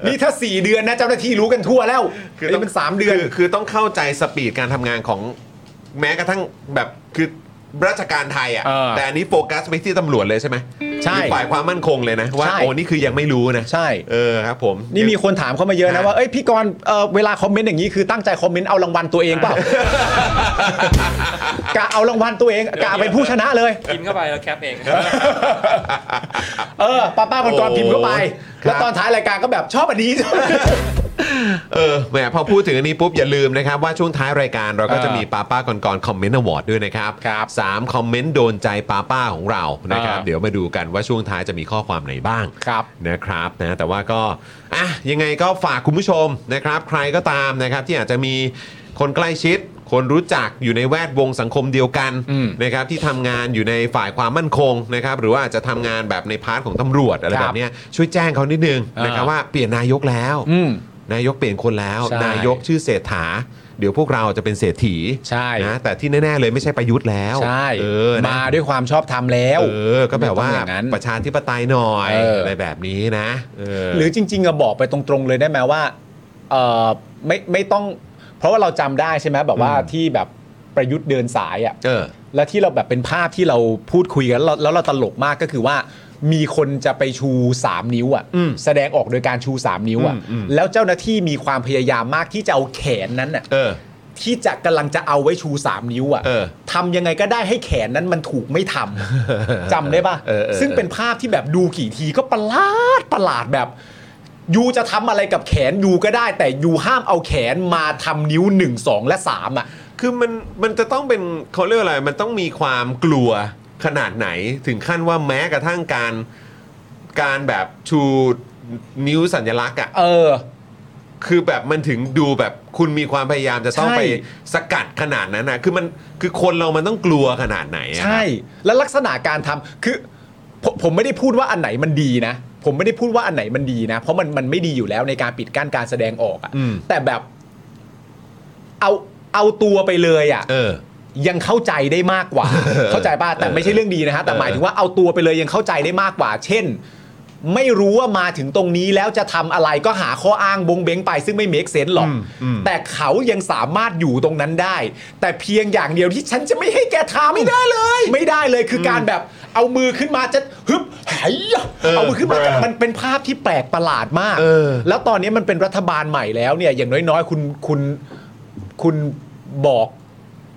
Speaker 3: นี่ถ้า 4 เดือนนะเจ้าหน้าที่รู้กันทั่วแล้ว
Speaker 2: คือต้
Speaker 3: นี่
Speaker 2: อง
Speaker 3: มัน 3 เดือน
Speaker 2: คือคือต้องเข้าใจสปีดการทำงานของแม้กระทั่งแบบคือราชการไทย
Speaker 3: เออ
Speaker 2: อะ่ะแต่อันนี้โฟกัสไปที่ตำรวจเลยใช่ไหม
Speaker 3: ใช่
Speaker 2: มีฝ่ายความมั่นคงเลยนะ ว่า
Speaker 3: ใช่
Speaker 2: โอ้นี่คือยังไม่รู้นะ
Speaker 3: ใช่
Speaker 2: เออครับผม
Speaker 3: นี่มีคนถามเข้ามาเยอะนะ
Speaker 2: ฮะ
Speaker 3: ว่าเอ้ยพี่กรณ์เอ่อเวลาคอมเมนต์อย่างนี้คือตั้งใจคอมเมนต์เอารางวัลตัวเองเปล่ากะเอารางวัลตัวเองกะเป็นผู้ชนะเลย
Speaker 5: กินเข้าไปแล้วแคปเอง
Speaker 3: เออป้าป้าคนกรพิมพ์เข้าไป
Speaker 2: ครับ
Speaker 3: แล้วตอนท้ายรายการก็แบบชอบอันนี้
Speaker 2: เออแหมพอพูดถึงอันนี้ปุ๊บ อย่าลืมนะครับ ว่าช่วงท้ายรายการเราก็
Speaker 3: เออ
Speaker 2: จะมีป้าป้าก่อนก่อนคอมเมนต์อวอร์ดด้วยนะครับ
Speaker 3: ครับ
Speaker 2: สามคอมเมนต์โดนใจป้าป้าของเรานะครับ
Speaker 3: เออ
Speaker 2: เดี๋ยวมาดูกันว่าช่วงท้ายจะมีข้อความไหนบ้าง
Speaker 3: ครับ
Speaker 2: นะครับนะแต่ว่าก็อ่ะยังไงก็ฝากคุณผู้ชมนะครับ ใครก็ตามนะครับที่อาจจะมีคนใกล้ชิด คนรู้จักอยู่ในแวดวงสังคมเดียวกัน
Speaker 3: อืม
Speaker 2: นะครับที่ทำงานอยู่ในฝ่ายความมั่นคงนะครับหรือว่าอาจจะทำงานแบบในพาร์ทของตำรวจอะไร
Speaker 3: ครับ
Speaker 2: แบบเนี้ยช่วยแจ้งเขานิดนึง
Speaker 3: อ่าน
Speaker 2: นะครับว่าเปลี่ยนนายกแล้ว
Speaker 3: อืม
Speaker 2: นายกเปลี่ยนคนแล้ว
Speaker 3: ใช่
Speaker 2: นายกชื่อเศรษฐา เดี๋ยวพวกเราจะเป็นเศรษฐี
Speaker 3: ใช่
Speaker 2: นะแต่ที่แน่ ๆ เลยไม่ใช่ประยุทธ์แล้ว
Speaker 3: ใช่
Speaker 2: เออนะ
Speaker 3: มาด้วยความชอบธรรมแล้ว
Speaker 2: เออ ก็แบบว่า
Speaker 3: ไม่ต้องอย่างนั้น
Speaker 2: ประชาธิปไตยหน่อย
Speaker 3: เอออ
Speaker 2: อะไรแบบนี้นะเออ
Speaker 3: หรือจริงๆอะบอกไปตรงๆเลยได้ไหมว่าเออไม่ไม่ต้อง เพราะว่าเราจำได้ใช่ไหมแบบว่า
Speaker 2: อืม
Speaker 3: ที่แบบประยุทธ์เดินสายอ่ะ
Speaker 2: เออ
Speaker 3: และที่เราแบบเป็นภาพที่เราพูดคุยกันแล้วแล้วเราตลกมากก็คือว่า มีคนจะไปชู 3 นิ้วอ่ะ
Speaker 2: อืม
Speaker 3: แสดงออกโดยการชู 3 นิ้วอ่ะ
Speaker 2: อืมอืม
Speaker 3: แล้วเจ้าหน้าที่มีความพยายามมากที่จะเอาแขนนั้นอ่ะ
Speaker 2: เออ
Speaker 3: ที่จะกำลังจะเอาไว้ชู 3 นิ้ว
Speaker 2: เออ
Speaker 3: อะ่ะทำยังไงก็ได้ให้แขนนั้นมันถูกไม่ท ำ จำได้ปะ
Speaker 2: เออเออ
Speaker 3: ซึ่งเป็นภาพที่แบบดูกี่ทีก็ประหลาดประหลาดแบบ ยูจะทำอะไรกับแขนยูก็ได้ แต่ยูห้ามเอาแขนมาทำนิ้ว 1 2 และ 3 อ่ะ
Speaker 2: คือมันมันจะต้องเป็นเขาเรียกว่าอะไร มันต้องมีความกลัวขนาดไหน ถึงขั้นว่าแม้กระทั่งการการแบบชูนิ้วสัญลักษณ์อ่ะ
Speaker 3: เออ
Speaker 2: คือแบบมันถึงดูแบบคุณมีความพยายามจะต้อง
Speaker 3: ใช่
Speaker 2: ไปสกัดขนาดนั้นนะคือมันคือคนเรามันต้องกลัวขนาดไหนอะ
Speaker 3: ใช่ แล้วลักษณะการทำคือผมผมไม่ได้พูดว่าอันไหนมันดีนะ ผมไม่ได้พูดว่าอันไหนมันดีนะ เพราะมันมันไม่ดีอยู่แล้วในการปิดกั้นการแสดงออกอะ
Speaker 2: อืม
Speaker 3: แต่แบบ เอาเอาตัวไปเลยอะ
Speaker 2: เออ
Speaker 3: ยังเข้าใจได้มากก ว่า เข้าใจป่ะแต่ไม่ใช่เรื่องดีนะฮะแต่หมายถึงว่าเอาตัวไปเลยยังเข้าใจได้มากกว่า เช่น ไม่รู้ว่ามาถึงตรงนี้แล้วจะทำอะไรก็หาข้ออ้างบงเบงไป ซึ่งไม่เมคเซนหรอก
Speaker 2: อืมอืม
Speaker 3: แต่เขายังสามารถอยู่ตรงนั้นได้ แต่เพียงอย่างเดียวที่ฉันจะไม่ให้แกทำไม่ได้เลย ไม่ได้เลยคือการแบบเอามือขึ้นมาจะฮึบหายะเอามือขึ้นมาจะมันเป็นภาพที่แปลกประหลาดมาก แล้วตอนนี้มันเป็นรัฐบาลใหม่แล้วเนี่ย อย่างน้อยๆ คุณคุณคุณบอก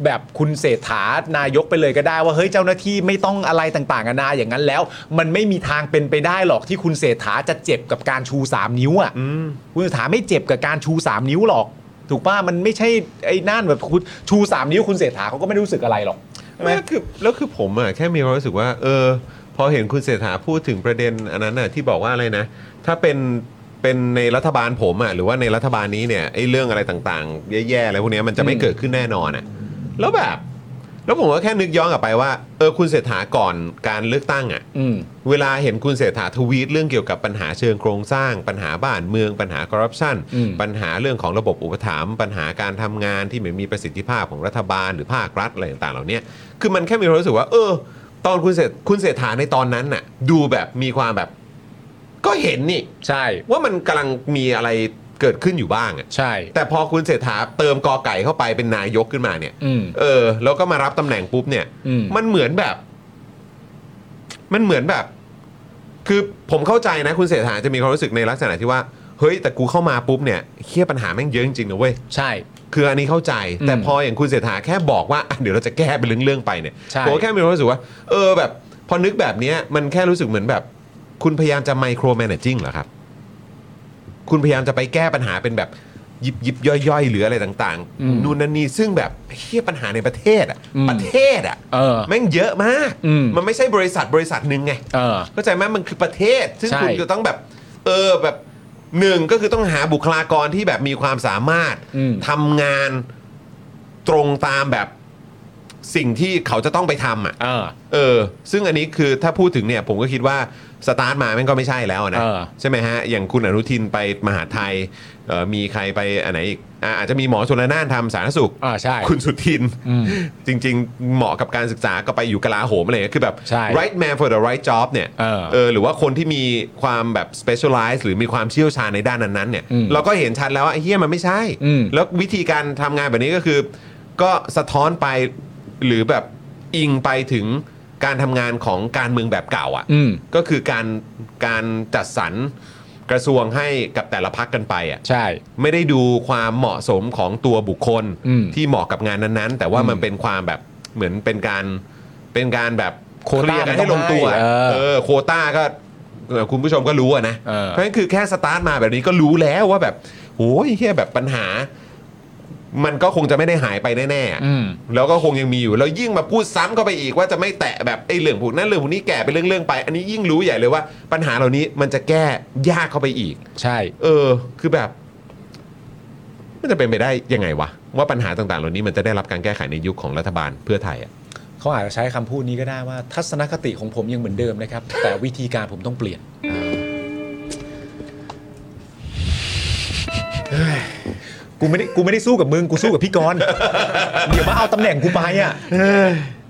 Speaker 3: แบบคุณเศรษฐานายกไปเลยก็ได้ว่าเฮ้ยเจ้าหน้าที่ไม่ต้องอะไรต่างๆนานาอย่างนั้นแล้ว มันไม่มีทางเป็นไปได้หรอกที่คุณเศรษฐาจะเจ็บกับการชูสามนิ้วอ่ะ
Speaker 2: อืม
Speaker 3: คุณเศรษฐาไม่เจ็บกับการชู 3 นิ้วหรอก ถูกป้ะมันไม่ใช่ไอ้นั่นแบบคุณชู 3 นิ้วคุณเศรษฐาเขาก็ไม่รู้สึกอะไรหรอก
Speaker 2: ไม่แล้วคือแล้วคือผมอ่ะแค่มีความรู้สึกว่า เออ พอเห็นคุณเศรษฐาพูดถึงประเด็นอันนั้นน่ะที่บอกว่าอะไรนะ ถ้าเป็นเป็นในรัฐบาลผมอ่ะหรือว่าในรัฐบาลนี้เนี่ยไอ้เรื่องอะไรต่างๆ แย่ๆอะไรพวกเนี้ยมันจะไม่
Speaker 3: อืม
Speaker 2: เกิดขึ้นแน่นอนอ่ะแล้วแบบ แล้วผมก็แค่นึกย้อนกลับไปว่าเออคุณเศรษฐาก่อนการเลือกตั้งอ่ะ
Speaker 3: อืม
Speaker 2: เวลาเห็นคุณเศรษฐาทวีตเรื่องเกี่ยวกับปัญหาเชิงโครงสร้าง ปัญหาบ้านเมืองปัญหาคอร์รัปชัน
Speaker 3: อืม
Speaker 2: ปัญหาเรื่องของระบบอุปถัมภ์ปัญหาการทำงานที่ไม่มีประสิทธิภาพของรัฐบาลหรือภาครัฐอะไรต่างๆเหล่าเนี้ยคือมันแค่มีความรู้สึกว่า เออ ตอนคุณเศรษคุณเศรษฐาในตอนนั้นน่ะ ดูแบบมีความแบบ ก็เห็นนี่
Speaker 3: ใช่
Speaker 2: ว่ามันกำลังมีอะไรเกิดขึ้นอยู่บ้างอะ
Speaker 3: ใช่
Speaker 2: แต่พอคุณเศรษฐาเติมกอไก่เข้าไปเป็นนายกขึ้นมาเนี่ย
Speaker 3: อืม
Speaker 2: เออ แล้วก็มารับตำแหน่งปุ๊บเนี่ย
Speaker 3: อืม
Speaker 2: มันเหมือนแบบ มันเหมือนแบบ คือผมเข้าใจนะ คุณเสถาจะมีความรู้สึกในลักษณะที่ว่า เฮ้ย แต่กูเข้ามาปุ๊บเนี่ยเคียปัญหาแม่งเยอะจริงๆนะเว้ย
Speaker 3: ใช่
Speaker 2: คืออันนี้เข้าใจ
Speaker 3: อืม
Speaker 2: แต่พออย่างคุณเสถาแค่บอกว่าอ่ะเดี๋ยวเราจะแก้เป็นเรื่องๆไปเนี่ย
Speaker 3: ใช่
Speaker 2: ผมก็แค่มีความรู้สึกว่า เออแบบ พอนึกแบบเนี้ย มันแค่รู้สึกเหมือนแบบ คุณพยายามจะไมโครแมネจิ n งเหรอครับ คุณพยายามจะไปแก้ปัญหาเป็นแบบยิบยิบย่อยย่อยๆหรืออะไรต่างๆนู่นนั่นนี่ซึ่งแบบเฮียปัญหาในประเทศอะประเทศอะ
Speaker 3: เออ
Speaker 2: แม่งเยอะมาก
Speaker 3: อืม
Speaker 2: มันไม่ใช่บริษัทบริษัทหนึ่งไง
Speaker 3: เออ
Speaker 2: เข้าใจไหมมันคือประเทศ ซึ่ง
Speaker 3: ใช่
Speaker 2: คุณจะต้องแบบ เออแบบหนึ่งก็คือต้องหาบุคลากรที่แบบมีความสามารถ
Speaker 3: อืม
Speaker 2: ทำงานตรงตามแบบสิ่งที่เขาจะต้องไปทำอ่ะ
Speaker 3: เออ
Speaker 2: เออ ซึ่งอันนี้คือถ้าพูดถึงเนี่ย ผมก็คิดว่าสตาร์ทมาแม่งก็ไม่ใช่แล้วนะ
Speaker 3: เออ
Speaker 2: ใช่ไหมฮะ อย่างคุณอนุทินไปมหาไทยเอ่อมีใครไปอันไหนอีกอ่ะอาจจะมีหมอชนละนานทำสาธารณสุข
Speaker 3: อ่าใช่
Speaker 2: คุณสุทิน
Speaker 3: อืม
Speaker 2: จริง ๆ เหมาะกับการศึกษาก็ไปอยู่กลาโหมอะไรเงี้ยคือแบบ
Speaker 3: ใช่
Speaker 2: right man for the right job เนี่ย
Speaker 3: เออ
Speaker 2: หรือว่าคนที่มีความแบบ specialize หรือมีความเชี่ยวชาญในด้านนั้นๆเนี่ย
Speaker 3: อืม
Speaker 2: เราก็เห็นชัดแล้วว่าไอ้เฮียมันไม่ใช่
Speaker 3: อืม
Speaker 2: แล้ววิธีการทำงานแบบนี้ก็คือ ก็สะท้อนไปหรือแบบอิงไปถึงการทำงานของการเมืองแบบเก่าอ่ะ
Speaker 3: อืม
Speaker 2: ก็คือการการจัดสรรกระทรวงให้กับแต่ละพักกันไปอ่ะ
Speaker 3: ใช่
Speaker 2: ไม่ได้ดูความเหมาะสมของตัวบุคคล
Speaker 3: อืม
Speaker 2: ที่เหมาะกับงานนั้นๆ แต่ว่า
Speaker 3: อืม
Speaker 2: มันเป็นความแบบเหมือนเป็นการเป็นการแบบ
Speaker 3: โคว
Speaker 2: เค
Speaker 3: ต้า
Speaker 2: ลียร์กันให้ลงตัว
Speaker 3: มันต้องให้เออ
Speaker 2: เออโควต้าก็เออคุณผู้ชมก็รู้อะนะ
Speaker 3: เออ
Speaker 2: เพราะฉะนั้นคือแค่สตาร์ทมาแบบนี้ก็รู้แล้วว่าแบบโอ้ยแค่แบบปัญหา มันก็คงจะไม่ได้หายไปแน่ๆอะ
Speaker 3: อืม
Speaker 2: แล้วก็คงยังมีอยู่แล้วยิ่งมาพูดซ้ำเข้าไปอีกว่าจะไม่แตะแบบไอ้เรื่องพวกนั้นเรื่องพวกนี้แก่ไปเรื่องๆไป อันนี้ยิ่งรู้ใหญ่เลยว่า ปัญหาเหล่านี้มันจะแก้ยากเข้าไปอีก
Speaker 3: ใช่
Speaker 2: เออ คือแบบ มันจะเป็นไปได้ยังไงวะว่าปัญหาต่างๆ เหล่านี้มันจะได้รับการแก้ไขในยุคของรัฐบาลเพื่อไทยอ่ะ
Speaker 3: เขาอาจจะใช้คำพูดนี้ก็ได้ว่า ทัศนคติของผมยังเหมือนเดิม นะครับ แต่วิธีการผมต้องเป ลี่ยน กูไม่ได้กูไม่ได้สู้กับมึง กูสู้กับพี่ก รณ์ เดี๋ยวมาเอาตำแหน่งกูไป อ่ะ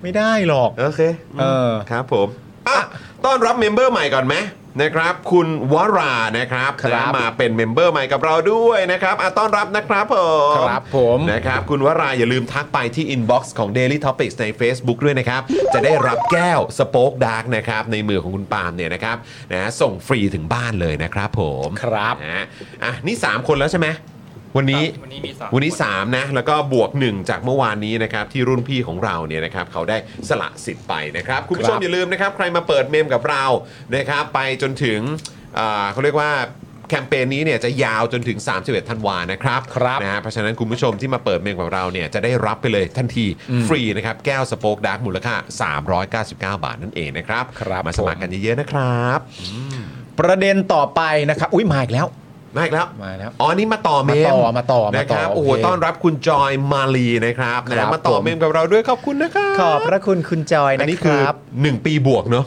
Speaker 3: ไม่ได้หรอก
Speaker 2: โอเค
Speaker 3: เออ
Speaker 2: ครับผมอ่ะต้อนรับเมมเบอร์ใหม่ก่อนไหมนะครับ คุณวรานะครับ
Speaker 3: ครับ
Speaker 2: นะมาเป็นเมมเบอร์ใหม่กับเราด้วยนะครับอ่ะต้อนรับนะครับผม
Speaker 3: ครับผม
Speaker 2: นะครับคุณวราอย่าลืมทักไปที่ inbox ของ Daily Topics ใน Facebook ด้วยนะครับ จะได้รับแก้วสโป๊กดาร์กนะครับ ในมือของคุณปาล์มเนี่ยนะครับนะส่งฟรีถึงบ้านเลยนะครับผม
Speaker 3: ครับ
Speaker 2: นะอ่ะนี่ 3 คนแล้วใช่ไหม วันนี้
Speaker 5: วันนี้มีสาม
Speaker 2: วันนี้
Speaker 5: ค
Speaker 2: 3 นะ แล้วก็บวก 1 จากเมื่อวานนี้นะครับ ที่รุ่นพี่ของเราเนี่ยนะครับ เขาได้สละสิทธิ์ไปนะครับ คุณผู้ชมอย่าลืมนะครับ ใครมาเปิดเมมกับเรานะครับ ไปจนถึงอ่าเขาเรียกว่าแคมเปญนี้เนี่ยจะยาวจนถึง 31 ธันวานะครับ
Speaker 3: ครับ
Speaker 2: นะฮะเพราะฉะนั้นคุณผู้ชมที่มาเปิดเมมกับเราเนี่ยจะได้รับไปเลยทันทีฟรีนะครับ แก้วสโป๊กดาร์กมูลค่า 399 บาทนั่นเองนะครับ
Speaker 3: ครับ
Speaker 2: มาสมัครกันเยอะๆนะครับ
Speaker 3: ประเด็นต่อไปนะครับ อุ้ยมาอีกแล้ว
Speaker 2: มาอีกแล้ว
Speaker 3: มาแล้ว
Speaker 2: อ๋อ นี่มาต่อเมม
Speaker 3: มาต่อมาต่อมาต่อ
Speaker 2: นะครับโอ้โห
Speaker 3: โอเค
Speaker 2: ต้อนรับคุณจอยมาลีนะครับ
Speaker 3: ครั
Speaker 2: นะ
Speaker 3: บ
Speaker 2: มาต่อ
Speaker 3: ผม
Speaker 2: เมมกับเราด้วยขอบคุณนะครับ
Speaker 3: ขอบพระคุณคุณจอย
Speaker 2: อั
Speaker 3: นะ
Speaker 2: นนี้
Speaker 3: ค
Speaker 2: คือ
Speaker 3: รับ
Speaker 2: 1 ปีบวกเนอะ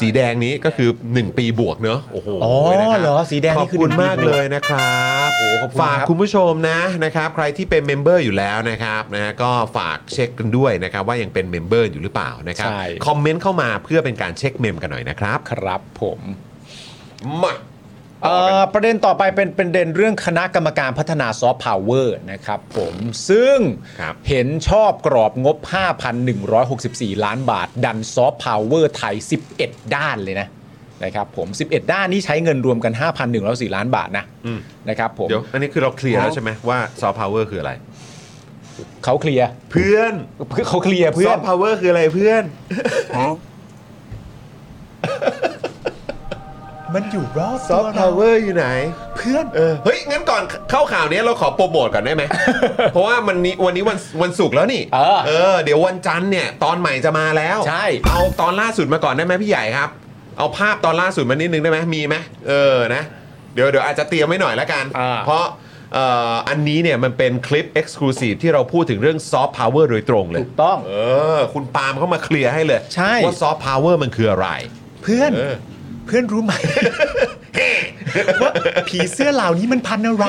Speaker 2: สีแดงนี้ก็คือ 1 ปีบวกเนอะโอ้โห
Speaker 3: อ๋อ
Speaker 2: นะครับ
Speaker 3: เหรอสีแดง
Speaker 2: ขอ
Speaker 3: นี่
Speaker 2: บ
Speaker 3: คือ
Speaker 2: คุณ
Speaker 3: ห
Speaker 2: มา
Speaker 3: นึ่งปี
Speaker 2: ก
Speaker 3: บวก
Speaker 2: เลยนะครับ
Speaker 3: โอ้โหขอบคุณ
Speaker 2: ฝาก
Speaker 3: ครับ
Speaker 2: คุณผู้ชมนะนะครับใครที่เป็นเมมเบอร์อยู่แล้วนะครับนะฮะก็ฝากเช็คกันด้วยนะครับว่ายังเป็นเมมเบอร์อยู่หรือเปล่านะครับ
Speaker 3: ใช่
Speaker 2: คอมเมนต์เข้ามาเพื่อเป็นการเช็คเมมกันหน่อยนะครับ
Speaker 3: ครับผม
Speaker 2: มา
Speaker 3: เอ่อประเด็นต่อไปเป็นประเด็นเรื่องคณะกรรมการพัฒนาซอฟต์พาวเวอร์นะครับผมซึ่ง
Speaker 2: ครับ
Speaker 3: เห็นชอบกรอบงบ 5,164 ล้านบาท ดันซอฟต์พาวเวอร์ไทย 11 ด้านเลยนะนะครับผม 11 ด้านนี่ใช้เงินรวมกัน 5,104 ล้านบาทนะนะครับผม
Speaker 2: เดี๋ยวอันนี้คือเราเคลียร์แล้วใช่ไหมว่าซอฟต์พาวเวอร์คืออะไร
Speaker 3: เขาเคลียร์
Speaker 2: เพื่อน
Speaker 3: เพื่อเขาเคลียร์
Speaker 2: ซ
Speaker 3: เพื่อ
Speaker 2: อน ฟต์พาวเวอร์คืออะไรเพื่อน
Speaker 3: มันอยู่รอบ
Speaker 2: ซอฟต์พาวเวอร์อยู่ไหน เพื่อนเออเฮ้ย งั้นก่อนเข้าข่าวนี้เราขอโปรโมทก่อน ได้ไหม เพราะว่ามันนี้วันนี้วันวันศุกร์แล้วนี่
Speaker 3: เออ
Speaker 2: เออเดี๋ยววันจันทร์เนี่ย ตอนใหม่จะมาแล้ว
Speaker 3: ใช่
Speaker 2: เอาตอนล่าสุดมาก่อนได้ไหมพี่ใหญ่ครับ เอาภาพตอนล่าสุดมานิดนึงได้ไหมมีไหมเออนะเดี๋ยวเดี๋ยวอาจจะเตรียมไว้หน่อยละกัน
Speaker 3: อ่า
Speaker 2: เพราะเอ่ออันนี้เนี่ยมันเป็นคลิป Exclusive ที่เราพูดถึงเรื่องซอฟต์พาวเวอร์โดยตรงเลย
Speaker 3: ถูกต้อง
Speaker 2: เออ คุณปาล์มเข้ามาเคลียร์ให้เลย
Speaker 3: ใช่
Speaker 2: ว่าซอฟต์พาวเวอร์มันคืออะไร
Speaker 3: เพื่อน
Speaker 2: เออ
Speaker 3: เพื่อนรู้ไหม ว่าผีเสื้อเหล่านี้มันพันอะไร